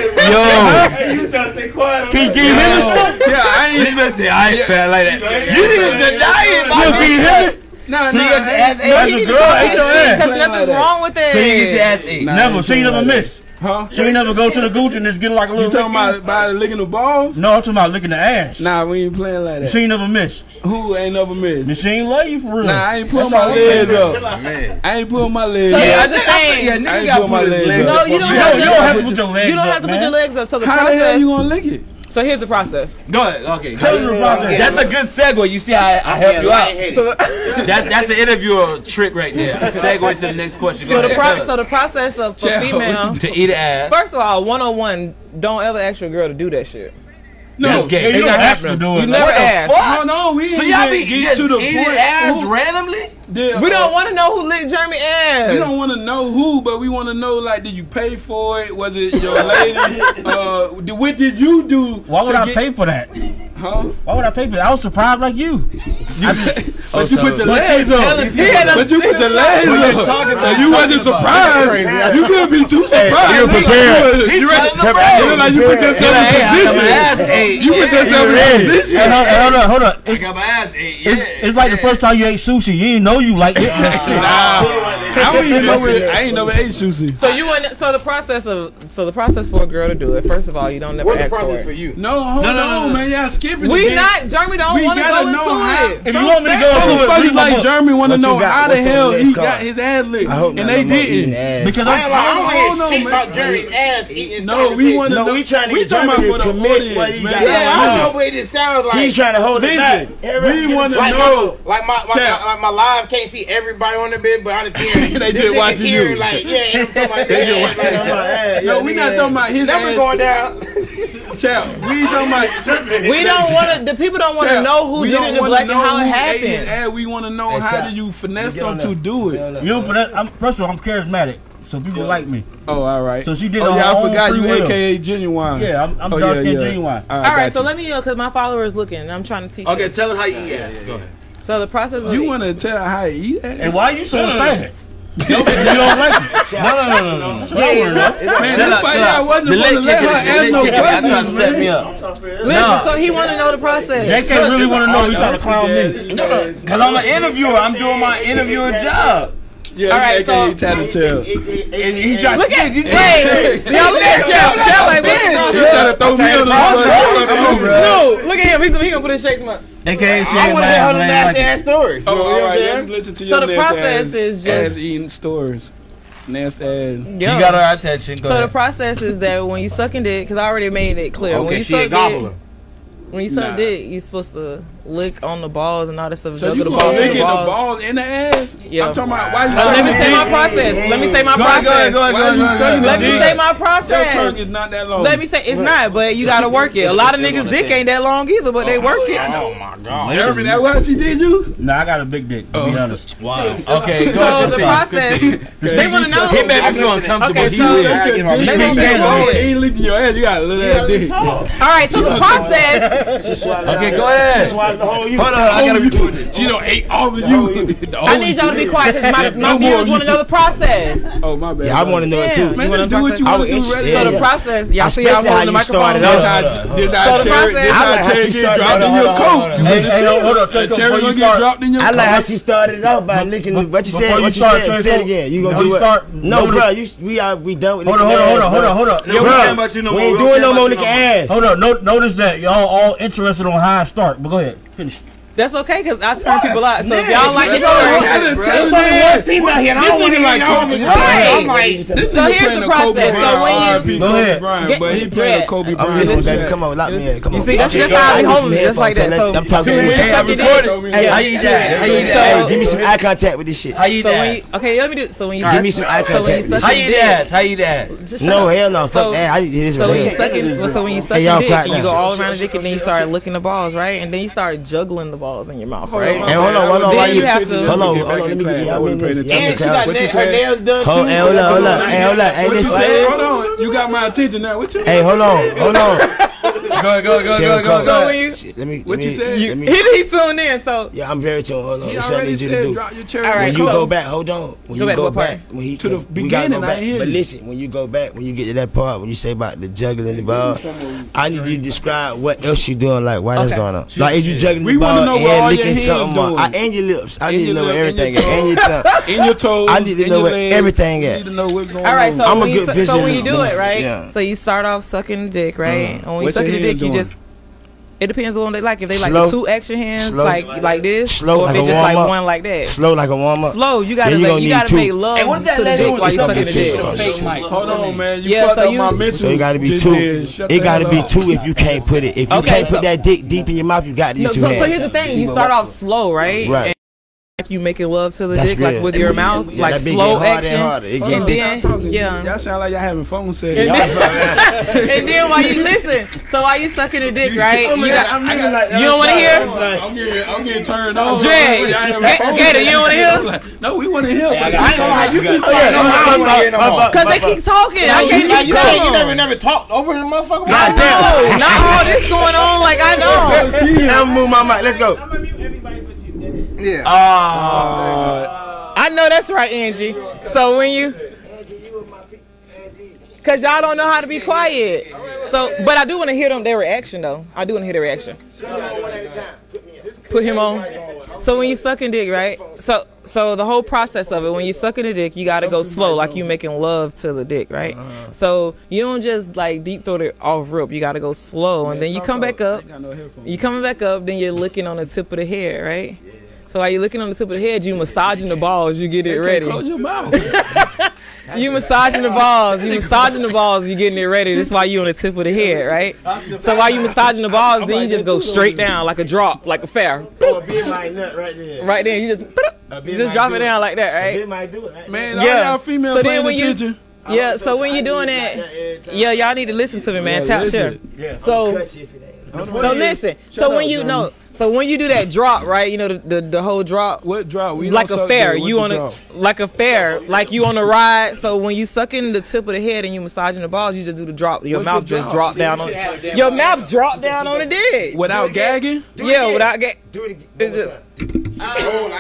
[SPEAKER 8] no? Yo.
[SPEAKER 5] Hey, you trying to stay quiet?
[SPEAKER 8] Can you give him a Snoop?
[SPEAKER 9] Yeah, I ain't.
[SPEAKER 5] This man said I ain't fat like that. You didn't deny it.
[SPEAKER 8] Snoop,
[SPEAKER 5] my
[SPEAKER 8] can you
[SPEAKER 5] man.
[SPEAKER 8] hear me?
[SPEAKER 9] Nah,
[SPEAKER 5] So you got your ass
[SPEAKER 8] That's a
[SPEAKER 5] ate.
[SPEAKER 8] girl, ate your ass.
[SPEAKER 5] Because nothing's wrong with it. So you get your ass ate.
[SPEAKER 8] Never. She never miss.
[SPEAKER 9] Huh?
[SPEAKER 8] She never go to the Gucci and just get like a little.
[SPEAKER 9] You talking about, about licking the balls?
[SPEAKER 8] No, I'm talking about licking the ass.
[SPEAKER 9] Nah, we ain't playing like that.
[SPEAKER 8] She never miss.
[SPEAKER 9] Who ain't never missed?
[SPEAKER 8] Machine love you for real.
[SPEAKER 9] Nah, I ain't
[SPEAKER 8] That's
[SPEAKER 9] putting my
[SPEAKER 8] all it
[SPEAKER 9] legs
[SPEAKER 8] is.
[SPEAKER 9] up. I ain't putting my legs
[SPEAKER 6] So
[SPEAKER 9] up.
[SPEAKER 6] Yeah, that's the thing.
[SPEAKER 9] Yeah, nigga got put his legs
[SPEAKER 6] No,
[SPEAKER 9] up.
[SPEAKER 6] you don't
[SPEAKER 8] You don't,
[SPEAKER 6] have to.
[SPEAKER 8] you don't have to put your legs
[SPEAKER 6] you don't
[SPEAKER 8] up,
[SPEAKER 6] have to
[SPEAKER 8] man.
[SPEAKER 6] put your legs up. So the
[SPEAKER 9] How the hell
[SPEAKER 6] process.
[SPEAKER 9] you gonna lick it?
[SPEAKER 6] so here's the process.
[SPEAKER 5] Go ahead. Okay.
[SPEAKER 8] Tell me the process.
[SPEAKER 5] That's a good segue. You see how I, I help you out.
[SPEAKER 6] So,
[SPEAKER 5] That's that's an interviewer trick right there. Segue to the next question. Go
[SPEAKER 6] so the
[SPEAKER 5] ahead,
[SPEAKER 6] pro-
[SPEAKER 5] tell
[SPEAKER 6] so the process of for
[SPEAKER 5] Child,
[SPEAKER 6] female.
[SPEAKER 5] us. to eat ass.
[SPEAKER 6] First of all, one on one, don't ever ask your girl to do that shit.
[SPEAKER 5] that's
[SPEAKER 8] Yeah,
[SPEAKER 5] gay.
[SPEAKER 8] you don't have to do
[SPEAKER 6] You
[SPEAKER 8] it.
[SPEAKER 6] never
[SPEAKER 8] Like,
[SPEAKER 6] ask.
[SPEAKER 5] Fuck.
[SPEAKER 9] No, no, we
[SPEAKER 5] So
[SPEAKER 9] ain't
[SPEAKER 5] y'all
[SPEAKER 9] even
[SPEAKER 5] be
[SPEAKER 9] get
[SPEAKER 5] just
[SPEAKER 9] to the
[SPEAKER 5] eating
[SPEAKER 9] point.
[SPEAKER 5] ass
[SPEAKER 9] Who-
[SPEAKER 5] randomly?
[SPEAKER 9] Yeah, uh,
[SPEAKER 6] We don't want to know who licked Jeremy ass.
[SPEAKER 9] We don't want to know who, but we want to know like, did you pay for it? Was it your lady? uh, did- what did you do?
[SPEAKER 8] Why would
[SPEAKER 9] to
[SPEAKER 8] I
[SPEAKER 9] get-
[SPEAKER 8] pay for that? Oh,
[SPEAKER 9] Huh?
[SPEAKER 8] Why would I pay for that? I was surprised like you.
[SPEAKER 9] But you put your
[SPEAKER 5] but
[SPEAKER 9] legs
[SPEAKER 5] you
[SPEAKER 9] on.
[SPEAKER 5] telling people that-
[SPEAKER 9] But you put your legs
[SPEAKER 5] What you
[SPEAKER 9] on.
[SPEAKER 5] talking
[SPEAKER 9] So
[SPEAKER 5] about?
[SPEAKER 9] you wasn't
[SPEAKER 5] Talking about.
[SPEAKER 9] surprised. You couldn't be too surprised.
[SPEAKER 5] you're prepared.
[SPEAKER 9] You-
[SPEAKER 5] He
[SPEAKER 9] You
[SPEAKER 5] telling the
[SPEAKER 9] you
[SPEAKER 5] bro.
[SPEAKER 9] look like you put
[SPEAKER 5] Hey,
[SPEAKER 9] yourself
[SPEAKER 5] I got
[SPEAKER 9] in
[SPEAKER 5] my ass
[SPEAKER 9] position.
[SPEAKER 5] ate.
[SPEAKER 9] You put
[SPEAKER 5] Yeah,
[SPEAKER 9] yourself in position.
[SPEAKER 8] Hey, hold, hold on, hold on.
[SPEAKER 5] I
[SPEAKER 8] It's,
[SPEAKER 5] got my ass ate. Yeah.
[SPEAKER 8] it's, it's like the first time you ate sushi. You didn't know you liked it.
[SPEAKER 9] I don't even know where I ain't never ate sushi.
[SPEAKER 6] So you want so the process of so the process for a girl to do it. First of all, you don't never
[SPEAKER 4] What the
[SPEAKER 6] ask for
[SPEAKER 4] process
[SPEAKER 6] it.
[SPEAKER 4] for you?
[SPEAKER 9] No, hold
[SPEAKER 5] No, no, no,
[SPEAKER 9] on,
[SPEAKER 5] no.
[SPEAKER 9] man. Y'all skipping.
[SPEAKER 6] We
[SPEAKER 9] again.
[SPEAKER 6] not Jeremy don't
[SPEAKER 9] We
[SPEAKER 6] want to
[SPEAKER 9] gotta
[SPEAKER 6] go
[SPEAKER 9] know
[SPEAKER 6] into
[SPEAKER 9] how-
[SPEAKER 6] it.
[SPEAKER 8] If you want me to go into it, read
[SPEAKER 9] Motherfuckers
[SPEAKER 8] my
[SPEAKER 9] like
[SPEAKER 8] book.
[SPEAKER 9] Jeremy want to
[SPEAKER 3] What you
[SPEAKER 9] know
[SPEAKER 3] got?
[SPEAKER 9] how the
[SPEAKER 3] What's on
[SPEAKER 9] hell
[SPEAKER 3] the
[SPEAKER 9] he
[SPEAKER 3] next
[SPEAKER 9] got
[SPEAKER 3] card?
[SPEAKER 9] his ass licked,
[SPEAKER 3] I hope
[SPEAKER 9] and
[SPEAKER 3] not
[SPEAKER 9] they
[SPEAKER 3] no more eating
[SPEAKER 9] didn't.
[SPEAKER 3] ass.
[SPEAKER 8] because
[SPEAKER 4] I ain't like,
[SPEAKER 8] I,
[SPEAKER 4] I
[SPEAKER 9] Hold on,
[SPEAKER 4] don't hear shit
[SPEAKER 9] man.
[SPEAKER 4] about Jerry's ass eating.
[SPEAKER 9] No, we want to
[SPEAKER 3] No,
[SPEAKER 9] know.
[SPEAKER 3] we trying to
[SPEAKER 9] we
[SPEAKER 3] get
[SPEAKER 9] talking
[SPEAKER 3] Jeremy
[SPEAKER 9] about
[SPEAKER 3] to
[SPEAKER 9] for the
[SPEAKER 3] commit
[SPEAKER 9] audience,
[SPEAKER 3] what he
[SPEAKER 9] man.
[SPEAKER 3] got
[SPEAKER 4] Yeah, I
[SPEAKER 3] No.
[SPEAKER 4] don't know what it sounds like.
[SPEAKER 3] He's trying to hold it back.
[SPEAKER 9] Listen,
[SPEAKER 3] Everybody
[SPEAKER 9] we
[SPEAKER 3] get the
[SPEAKER 9] want to
[SPEAKER 3] fuck
[SPEAKER 4] Like,
[SPEAKER 9] know.
[SPEAKER 4] my, like my my,
[SPEAKER 9] Chap.
[SPEAKER 4] my, like my live can't see everybody on the bed, but I'm just hearing.
[SPEAKER 9] They
[SPEAKER 4] this
[SPEAKER 9] just
[SPEAKER 4] nigga
[SPEAKER 9] watching
[SPEAKER 4] hearing,
[SPEAKER 9] you.
[SPEAKER 4] Like, yeah, I'm talking about
[SPEAKER 9] They just
[SPEAKER 3] out.
[SPEAKER 4] that. Like,
[SPEAKER 3] My ass,
[SPEAKER 9] No,
[SPEAKER 3] yeah,
[SPEAKER 9] we
[SPEAKER 3] nigga
[SPEAKER 9] not
[SPEAKER 3] ass.
[SPEAKER 9] talking about his
[SPEAKER 4] Never
[SPEAKER 9] ass.
[SPEAKER 4] going down.
[SPEAKER 9] Child, we ain't talking about.
[SPEAKER 6] We don't want to. The people don't want to
[SPEAKER 9] Child,
[SPEAKER 6] know who
[SPEAKER 9] we
[SPEAKER 6] did
[SPEAKER 9] don't
[SPEAKER 6] it and
[SPEAKER 9] wanna
[SPEAKER 6] black and
[SPEAKER 9] know
[SPEAKER 6] how
[SPEAKER 9] who
[SPEAKER 6] it
[SPEAKER 9] ate his
[SPEAKER 6] happened.
[SPEAKER 9] ass. We want to know
[SPEAKER 3] Hey,
[SPEAKER 9] how
[SPEAKER 3] Chap,
[SPEAKER 9] do you finesse
[SPEAKER 3] Get on
[SPEAKER 9] them to
[SPEAKER 3] up.
[SPEAKER 9] do
[SPEAKER 3] Get on
[SPEAKER 9] it?
[SPEAKER 3] up.
[SPEAKER 8] you know, for that, I'm, first of all, I'm charismatic, so people like me.
[SPEAKER 9] Oh, all right.
[SPEAKER 8] So she did
[SPEAKER 9] Oh
[SPEAKER 8] on
[SPEAKER 9] yeah,
[SPEAKER 8] her
[SPEAKER 9] I
[SPEAKER 8] own
[SPEAKER 9] forgot
[SPEAKER 8] free
[SPEAKER 9] you,
[SPEAKER 8] will.
[SPEAKER 9] aka genuine.
[SPEAKER 8] Yeah, I'm- I'm
[SPEAKER 9] Oh,
[SPEAKER 8] dark skinned genuine.
[SPEAKER 9] All
[SPEAKER 6] All right,
[SPEAKER 9] right,
[SPEAKER 6] so
[SPEAKER 9] got
[SPEAKER 6] let me know because my follower is looking and I'm trying to teach.
[SPEAKER 5] Okay,
[SPEAKER 6] you.
[SPEAKER 5] tell us how you eat ass. Go ahead.
[SPEAKER 6] So the process. Of
[SPEAKER 9] you. You want to tell how he eat
[SPEAKER 8] And
[SPEAKER 9] ass?
[SPEAKER 8] why are you so excited? No, you don't like it. No, no, no, no. no. Don't worry about it.
[SPEAKER 9] Man,
[SPEAKER 5] Chill out,
[SPEAKER 9] nobody
[SPEAKER 5] chill
[SPEAKER 9] I
[SPEAKER 5] out.
[SPEAKER 9] wasn't
[SPEAKER 5] The
[SPEAKER 9] supposed to
[SPEAKER 5] late
[SPEAKER 9] let her
[SPEAKER 5] kicker, the
[SPEAKER 9] ask
[SPEAKER 5] late
[SPEAKER 9] no
[SPEAKER 5] kicker, y'all trying to
[SPEAKER 9] questions.
[SPEAKER 5] set me
[SPEAKER 9] man.
[SPEAKER 5] up.
[SPEAKER 6] Listen, so he want to know the process.
[SPEAKER 8] JK really want to know. He trying to clown me.
[SPEAKER 5] No, no, because I'm an interviewer. I'm doing my interviewer job.
[SPEAKER 9] Yeah,
[SPEAKER 6] All right,
[SPEAKER 9] AKA
[SPEAKER 6] so-
[SPEAKER 9] trying to tell. She
[SPEAKER 5] And he trying
[SPEAKER 6] Look
[SPEAKER 5] to
[SPEAKER 6] at wait, y'all look at y'all, y'all like this.
[SPEAKER 9] trying to throw me under the bus.
[SPEAKER 6] No, look at him. He's, he gonna put his shakes in my.
[SPEAKER 8] AKA she
[SPEAKER 4] I
[SPEAKER 8] ain't
[SPEAKER 4] want to hear her
[SPEAKER 8] lying.
[SPEAKER 4] nasty
[SPEAKER 8] like it.
[SPEAKER 4] ass stories.
[SPEAKER 9] Oh,
[SPEAKER 4] you know
[SPEAKER 9] all
[SPEAKER 4] what I'm
[SPEAKER 9] right.
[SPEAKER 4] saying?
[SPEAKER 9] Let's listen to
[SPEAKER 6] So
[SPEAKER 9] your
[SPEAKER 6] the
[SPEAKER 9] nasty
[SPEAKER 6] process
[SPEAKER 9] ass-
[SPEAKER 6] is just-
[SPEAKER 9] ass eating stories. Nasty ass.
[SPEAKER 5] You got our attention. Go
[SPEAKER 6] So the
[SPEAKER 5] ahead.
[SPEAKER 6] process is that when you sucking dick, because I already made it clear. when
[SPEAKER 4] Okay,
[SPEAKER 6] you
[SPEAKER 4] she a
[SPEAKER 6] suck dick,
[SPEAKER 4] gobbler.
[SPEAKER 6] when you suck
[SPEAKER 9] Nah.
[SPEAKER 6] dick, you're supposed to lick on the balls and all that stuff.
[SPEAKER 9] So
[SPEAKER 6] juggle
[SPEAKER 9] you
[SPEAKER 6] the
[SPEAKER 9] gonna
[SPEAKER 6] balls,
[SPEAKER 9] lick
[SPEAKER 6] the
[SPEAKER 9] it, the
[SPEAKER 6] balls.
[SPEAKER 9] balls in the ass?
[SPEAKER 6] Yeah.
[SPEAKER 9] I'm talking about why you
[SPEAKER 6] So let
[SPEAKER 9] sucking
[SPEAKER 6] me
[SPEAKER 9] dick?
[SPEAKER 6] say my process. Let me say my
[SPEAKER 9] Go ahead, go
[SPEAKER 6] process.
[SPEAKER 9] ahead, go ahead, go
[SPEAKER 5] Why
[SPEAKER 9] ahead.
[SPEAKER 5] you
[SPEAKER 9] go ahead.
[SPEAKER 5] sucking
[SPEAKER 6] Let me
[SPEAKER 5] dick?
[SPEAKER 6] say my
[SPEAKER 9] Your tongue
[SPEAKER 6] process.
[SPEAKER 9] is not that long.
[SPEAKER 6] Let me say it's not, but you gotta work it. A lot of niggas' dick ain't that long either, but
[SPEAKER 9] Oh,
[SPEAKER 6] they work it.
[SPEAKER 4] my god.
[SPEAKER 9] Jeremy, that Oh. why she did you?
[SPEAKER 8] Nah, I got a big dick. To be honest.
[SPEAKER 5] Wow. Uh, Okay. Go
[SPEAKER 6] So
[SPEAKER 5] ahead.
[SPEAKER 6] the
[SPEAKER 5] continue,
[SPEAKER 6] process,
[SPEAKER 5] continue.
[SPEAKER 6] they want to know.
[SPEAKER 5] He made me feel uncomfortable.
[SPEAKER 6] Okay,
[SPEAKER 5] He
[SPEAKER 6] so-
[SPEAKER 5] weird.
[SPEAKER 9] Suck your dick.
[SPEAKER 6] They gonna
[SPEAKER 9] You
[SPEAKER 6] be
[SPEAKER 9] ain't
[SPEAKER 6] bored.
[SPEAKER 9] licking- ain't licking your ass. You got a little ass dick.
[SPEAKER 6] All right, so the process.
[SPEAKER 5] Okay, go ahead. Hold
[SPEAKER 3] Swallow the whole you.
[SPEAKER 5] on, I gotta be.
[SPEAKER 9] She done ate all of you. The
[SPEAKER 6] I
[SPEAKER 9] whole
[SPEAKER 6] need y'all to be quiet because my, my
[SPEAKER 9] Oh. No more
[SPEAKER 6] viewers
[SPEAKER 9] you.
[SPEAKER 6] want to know the process.
[SPEAKER 9] Oh my bad.
[SPEAKER 3] Yeah, I want to know it
[SPEAKER 6] Damn.
[SPEAKER 3] too.
[SPEAKER 9] Man,
[SPEAKER 3] You wanna
[SPEAKER 9] do what
[SPEAKER 3] process?
[SPEAKER 9] you
[SPEAKER 3] I
[SPEAKER 9] wanna
[SPEAKER 3] was
[SPEAKER 9] do,
[SPEAKER 3] interested.
[SPEAKER 9] ready?
[SPEAKER 6] So the
[SPEAKER 3] Yeah.
[SPEAKER 6] process, y'all see y'all
[SPEAKER 3] Especially how
[SPEAKER 6] holding the
[SPEAKER 3] you started
[SPEAKER 6] microphone.
[SPEAKER 9] This
[SPEAKER 3] out.
[SPEAKER 9] how this how
[SPEAKER 6] So the
[SPEAKER 9] Cherry- this
[SPEAKER 6] process-
[SPEAKER 9] how
[SPEAKER 3] I like how
[SPEAKER 9] Cherry
[SPEAKER 3] she
[SPEAKER 9] get
[SPEAKER 3] started.
[SPEAKER 9] dropped in
[SPEAKER 3] Hold
[SPEAKER 9] your
[SPEAKER 3] on, hold on,
[SPEAKER 9] coat.
[SPEAKER 8] Hey, hey,
[SPEAKER 9] Cherry
[SPEAKER 8] no, hold on. Check before you
[SPEAKER 9] gonna get
[SPEAKER 8] start.
[SPEAKER 9] dropped in your
[SPEAKER 3] I
[SPEAKER 9] coat.
[SPEAKER 3] like how she started it off by licking.
[SPEAKER 8] but-
[SPEAKER 3] What you
[SPEAKER 8] before
[SPEAKER 3] said? What
[SPEAKER 8] you
[SPEAKER 3] you
[SPEAKER 8] start,
[SPEAKER 3] said?
[SPEAKER 8] Draco,
[SPEAKER 3] Say it again. You gonna
[SPEAKER 8] no,
[SPEAKER 3] do
[SPEAKER 8] you
[SPEAKER 3] what?
[SPEAKER 8] start-
[SPEAKER 3] no,
[SPEAKER 8] no,
[SPEAKER 3] bro. You we are we done with
[SPEAKER 8] Hold on,
[SPEAKER 3] licking
[SPEAKER 8] hold on,
[SPEAKER 3] ass,
[SPEAKER 8] hold on, hold
[SPEAKER 3] bro.
[SPEAKER 8] on, hold on.
[SPEAKER 5] Yeah, we
[SPEAKER 3] Bruh,
[SPEAKER 5] care about you no
[SPEAKER 3] we
[SPEAKER 5] more.
[SPEAKER 3] ain't
[SPEAKER 5] We don't
[SPEAKER 3] doing no more
[SPEAKER 5] care about
[SPEAKER 3] licking
[SPEAKER 5] you no
[SPEAKER 3] ass.
[SPEAKER 8] Hold on. No, notice that y'all all interested on how I start. But go ahead, finish.
[SPEAKER 6] That's okay because I turn people out. So if
[SPEAKER 5] Yes,
[SPEAKER 6] y'all like the
[SPEAKER 5] that's all
[SPEAKER 6] story,
[SPEAKER 5] right.
[SPEAKER 9] Tell her,
[SPEAKER 5] bro.
[SPEAKER 9] tell her,
[SPEAKER 5] Fucking
[SPEAKER 4] a female here, and I don't want to like Kobe Bryant. I'm like,
[SPEAKER 9] this is playing the Kobe Bryant. R.I.P. Kobe Bryant, but he played a Kobe
[SPEAKER 3] I'm
[SPEAKER 9] Bryant.
[SPEAKER 3] listening,
[SPEAKER 9] on
[SPEAKER 3] baby.
[SPEAKER 9] that.
[SPEAKER 3] Come on, lock me in. Come
[SPEAKER 9] You
[SPEAKER 3] on.
[SPEAKER 9] see, that's
[SPEAKER 3] Okay,
[SPEAKER 9] just
[SPEAKER 3] guys,
[SPEAKER 9] how
[SPEAKER 3] I
[SPEAKER 9] we
[SPEAKER 3] need some
[SPEAKER 9] homies, just like
[SPEAKER 3] headphones.
[SPEAKER 9] that.
[SPEAKER 3] I'm
[SPEAKER 9] So,
[SPEAKER 3] talking.
[SPEAKER 9] two
[SPEAKER 3] I'm
[SPEAKER 9] hands
[SPEAKER 3] talking.
[SPEAKER 9] up your dick.
[SPEAKER 3] Hey,
[SPEAKER 9] How you
[SPEAKER 6] that? How you
[SPEAKER 3] hey,
[SPEAKER 6] that?
[SPEAKER 3] hey, Give me some eye contact with this shit.
[SPEAKER 6] so when you, okay, let me do. So when you
[SPEAKER 3] Give me some eye
[SPEAKER 6] so when
[SPEAKER 3] contact.
[SPEAKER 6] suck
[SPEAKER 3] How
[SPEAKER 6] a
[SPEAKER 3] you
[SPEAKER 6] dick-
[SPEAKER 3] that?
[SPEAKER 5] How you that?
[SPEAKER 6] Just shut
[SPEAKER 3] No,
[SPEAKER 6] up.
[SPEAKER 3] hell no.
[SPEAKER 6] So-
[SPEAKER 3] Fuck that. I it is
[SPEAKER 6] So
[SPEAKER 3] real.
[SPEAKER 6] when you suck it, well, so when you suck
[SPEAKER 3] Hey,
[SPEAKER 6] your
[SPEAKER 3] y'all
[SPEAKER 6] dick,
[SPEAKER 3] clap
[SPEAKER 6] and
[SPEAKER 3] now.
[SPEAKER 6] you go all around the dick, and then you start licking the balls, right? And then you start juggling the balls in your mouth,
[SPEAKER 3] Hold
[SPEAKER 6] right?
[SPEAKER 3] on, Hey, hold on, hold on,
[SPEAKER 6] Then
[SPEAKER 3] why
[SPEAKER 6] you
[SPEAKER 3] you-
[SPEAKER 6] have to.
[SPEAKER 3] hold on, hold on, let me get y'all minutes.
[SPEAKER 9] And she got
[SPEAKER 3] What you
[SPEAKER 9] na- her
[SPEAKER 3] said?
[SPEAKER 9] nails done
[SPEAKER 3] Hold-
[SPEAKER 9] too.
[SPEAKER 3] hey, hold on, hold on, hey, hold on, hey,
[SPEAKER 9] What you
[SPEAKER 3] listen.
[SPEAKER 9] said? Hold on, you got my attention now. What you?
[SPEAKER 3] Hey, hold on, hold on.
[SPEAKER 5] Go, go, go,
[SPEAKER 3] Cheryl
[SPEAKER 5] go,
[SPEAKER 3] Cole.
[SPEAKER 5] go. go.
[SPEAKER 3] Shit, Let me.
[SPEAKER 5] What
[SPEAKER 3] let
[SPEAKER 5] you
[SPEAKER 3] me-
[SPEAKER 5] said?
[SPEAKER 3] let
[SPEAKER 5] You-
[SPEAKER 3] me-
[SPEAKER 6] He didn't tune in, so
[SPEAKER 3] Yeah, I'm very tuned. Hold on.
[SPEAKER 6] He
[SPEAKER 3] That's what I
[SPEAKER 6] already
[SPEAKER 3] need you
[SPEAKER 6] said
[SPEAKER 3] to do.
[SPEAKER 6] drop your cherry. All right,
[SPEAKER 3] when you
[SPEAKER 6] cool.
[SPEAKER 3] go back, hold on. When
[SPEAKER 6] Go
[SPEAKER 3] you
[SPEAKER 6] back,
[SPEAKER 3] go
[SPEAKER 6] what part?
[SPEAKER 3] back, when he,
[SPEAKER 9] To the
[SPEAKER 3] we gotta
[SPEAKER 9] beginning,
[SPEAKER 3] go
[SPEAKER 9] I
[SPEAKER 3] back.
[SPEAKER 9] hear
[SPEAKER 3] But
[SPEAKER 9] you.
[SPEAKER 3] listen, when you go back, when you get to that part, when you say about the juggling the ball, I need you to describe what else you doing. Like why that's
[SPEAKER 9] Okay.
[SPEAKER 3] going on. Like is you juggling
[SPEAKER 9] We
[SPEAKER 3] the
[SPEAKER 9] wanna
[SPEAKER 3] ball
[SPEAKER 9] know what
[SPEAKER 3] and
[SPEAKER 9] all your
[SPEAKER 3] licking
[SPEAKER 9] hands
[SPEAKER 3] something on-
[SPEAKER 9] doing.
[SPEAKER 3] I- and your lips. I
[SPEAKER 9] In
[SPEAKER 3] need to
[SPEAKER 9] your
[SPEAKER 3] know
[SPEAKER 9] lip,
[SPEAKER 3] where
[SPEAKER 9] in your
[SPEAKER 3] everything. at, And your tongue.
[SPEAKER 9] In your toes.
[SPEAKER 3] I need to
[SPEAKER 9] in
[SPEAKER 3] know
[SPEAKER 9] your
[SPEAKER 3] where
[SPEAKER 9] legs.
[SPEAKER 3] everything
[SPEAKER 9] You
[SPEAKER 3] at.
[SPEAKER 9] need to know what's going
[SPEAKER 6] All right, so
[SPEAKER 3] I'm a
[SPEAKER 6] when you,
[SPEAKER 3] good
[SPEAKER 6] su- so when you
[SPEAKER 3] visionist,
[SPEAKER 6] do it,
[SPEAKER 3] but-
[SPEAKER 6] right?
[SPEAKER 3] yeah.
[SPEAKER 6] So you start off sucking the dick, right?
[SPEAKER 3] Mm.
[SPEAKER 6] And when you
[SPEAKER 3] What's
[SPEAKER 6] suck the
[SPEAKER 3] your
[SPEAKER 6] dick,
[SPEAKER 3] hand
[SPEAKER 6] you
[SPEAKER 3] doing?
[SPEAKER 6] just it depends on what they like. If they like
[SPEAKER 3] Slow.
[SPEAKER 6] the two action hands,
[SPEAKER 3] Slow.
[SPEAKER 6] like like this,
[SPEAKER 3] Slow
[SPEAKER 6] or if
[SPEAKER 3] like
[SPEAKER 6] they
[SPEAKER 3] a
[SPEAKER 6] just like
[SPEAKER 3] warm-up.
[SPEAKER 6] one like that.
[SPEAKER 3] Slow like a warm up.
[SPEAKER 6] Slow, you gotta like- you gotta make love Hey, what does that to the lady dick do with while the you sucking the dick?
[SPEAKER 9] Hold on, man. You
[SPEAKER 6] Yeah,
[SPEAKER 9] fucked
[SPEAKER 6] so
[SPEAKER 9] up
[SPEAKER 6] you-
[SPEAKER 9] my mental.
[SPEAKER 3] So it gotta be
[SPEAKER 9] just
[SPEAKER 3] two.
[SPEAKER 9] then. Shut
[SPEAKER 3] It
[SPEAKER 9] the
[SPEAKER 3] gotta
[SPEAKER 9] hell
[SPEAKER 3] be
[SPEAKER 9] up.
[SPEAKER 3] two if you can't put it. If you
[SPEAKER 6] Okay,
[SPEAKER 3] can't
[SPEAKER 6] so-
[SPEAKER 3] put that dick deep in your mouth, you gotta
[SPEAKER 6] No,
[SPEAKER 3] use
[SPEAKER 6] so,
[SPEAKER 3] two
[SPEAKER 6] so
[SPEAKER 3] hands.
[SPEAKER 6] here's the thing: you start off slow, right?
[SPEAKER 3] Right.
[SPEAKER 6] And like you making love to the
[SPEAKER 3] That's
[SPEAKER 6] dick, like
[SPEAKER 3] good.
[SPEAKER 6] with your
[SPEAKER 3] Yeah,
[SPEAKER 6] mouth,
[SPEAKER 3] yeah,
[SPEAKER 6] like
[SPEAKER 3] that bit
[SPEAKER 6] slow
[SPEAKER 3] get harder
[SPEAKER 6] action,
[SPEAKER 3] and harder. It get-
[SPEAKER 6] and then yeah.
[SPEAKER 9] Y'all sound like y'all having phone sex.
[SPEAKER 6] And
[SPEAKER 9] Y'all-
[SPEAKER 6] and then while you listen, so while you sucking the dick, right?
[SPEAKER 9] Oh, man,
[SPEAKER 6] you, got-
[SPEAKER 9] I'm getting like-
[SPEAKER 6] you don't want to hear?
[SPEAKER 9] I'm getting, I'm getting turned on.
[SPEAKER 6] Dre,
[SPEAKER 9] Y'all having
[SPEAKER 6] Ga-
[SPEAKER 9] phone
[SPEAKER 6] Gator,
[SPEAKER 9] sex.
[SPEAKER 6] you wanna hear?
[SPEAKER 9] I'm like, No, we want to hear.
[SPEAKER 4] I
[SPEAKER 9] but
[SPEAKER 4] got-
[SPEAKER 9] I ain't gonna lie,
[SPEAKER 4] I
[SPEAKER 9] you
[SPEAKER 4] got- Oh,
[SPEAKER 9] keep
[SPEAKER 4] I
[SPEAKER 9] talking. I
[SPEAKER 4] got-
[SPEAKER 9] don't want to hear no
[SPEAKER 4] My
[SPEAKER 9] more.
[SPEAKER 4] fault.
[SPEAKER 6] Because they keep talking. I can't
[SPEAKER 4] Like
[SPEAKER 6] even
[SPEAKER 4] you said, you
[SPEAKER 6] tell.
[SPEAKER 4] never, never talked over the motherfucker.
[SPEAKER 6] I know. Not all this going on. Like I know.
[SPEAKER 3] I'm move my mic. Let's go.
[SPEAKER 4] Yeah.
[SPEAKER 6] Ah. I know that's right, Angie. So when you, cause y'all don't know how to be quiet. So, but I do want to hear them their reaction though. I do want to hear their reaction. Put him on. So when you sucking dick, right? So so the whole process of it, when you sucking the dick, you gotta go slow, like you making love to the dick, right? So you don't just like deep throat it off rope. You gotta go slow, and then you come back up. You coming back up, then you're licking on the tip of the head, right? So while you're licking on the tip of the head, you massaging the balls, you get it ready.
[SPEAKER 9] Close your mouth.
[SPEAKER 6] You massaging the balls, you massaging the balls, you getting it ready. That's why you on the tip of the head, right? So while you massaging the balls, then you just go straight down like a drop, like a fair.
[SPEAKER 3] Oh, a bit might nut right there.
[SPEAKER 6] Right then, you just
[SPEAKER 3] A bit
[SPEAKER 6] you just
[SPEAKER 3] might
[SPEAKER 6] drop
[SPEAKER 3] do
[SPEAKER 6] it down like that,
[SPEAKER 3] A
[SPEAKER 6] right?
[SPEAKER 3] bit might do it. Right
[SPEAKER 9] Man,
[SPEAKER 3] there.
[SPEAKER 9] all y'all females
[SPEAKER 6] So then
[SPEAKER 9] paying
[SPEAKER 6] when you-
[SPEAKER 9] attention.
[SPEAKER 6] Yeah. So when you're doing that, yeah, y'all need to listen to me, man. Tap share. So
[SPEAKER 3] Cut you if it ain't.
[SPEAKER 6] so listen. So when you know, so when you do that drop, right? You know the the, the whole drop.
[SPEAKER 9] What drop? We
[SPEAKER 6] like
[SPEAKER 9] don't
[SPEAKER 6] a
[SPEAKER 9] suck
[SPEAKER 6] fair.
[SPEAKER 9] dick. What
[SPEAKER 6] You
[SPEAKER 9] the
[SPEAKER 6] on a
[SPEAKER 9] drop?
[SPEAKER 6] like a fair, like you on a ride. So when you suck in the tip of the head and you massaging the balls, you just do the drop. Your
[SPEAKER 9] What's
[SPEAKER 6] mouth
[SPEAKER 9] the
[SPEAKER 6] just
[SPEAKER 9] drop?
[SPEAKER 6] drop down on your mouth drop down on the dick.
[SPEAKER 9] without gagging?
[SPEAKER 3] Do it
[SPEAKER 6] Yeah,
[SPEAKER 3] again.
[SPEAKER 6] without get.
[SPEAKER 3] Do it again. One more time.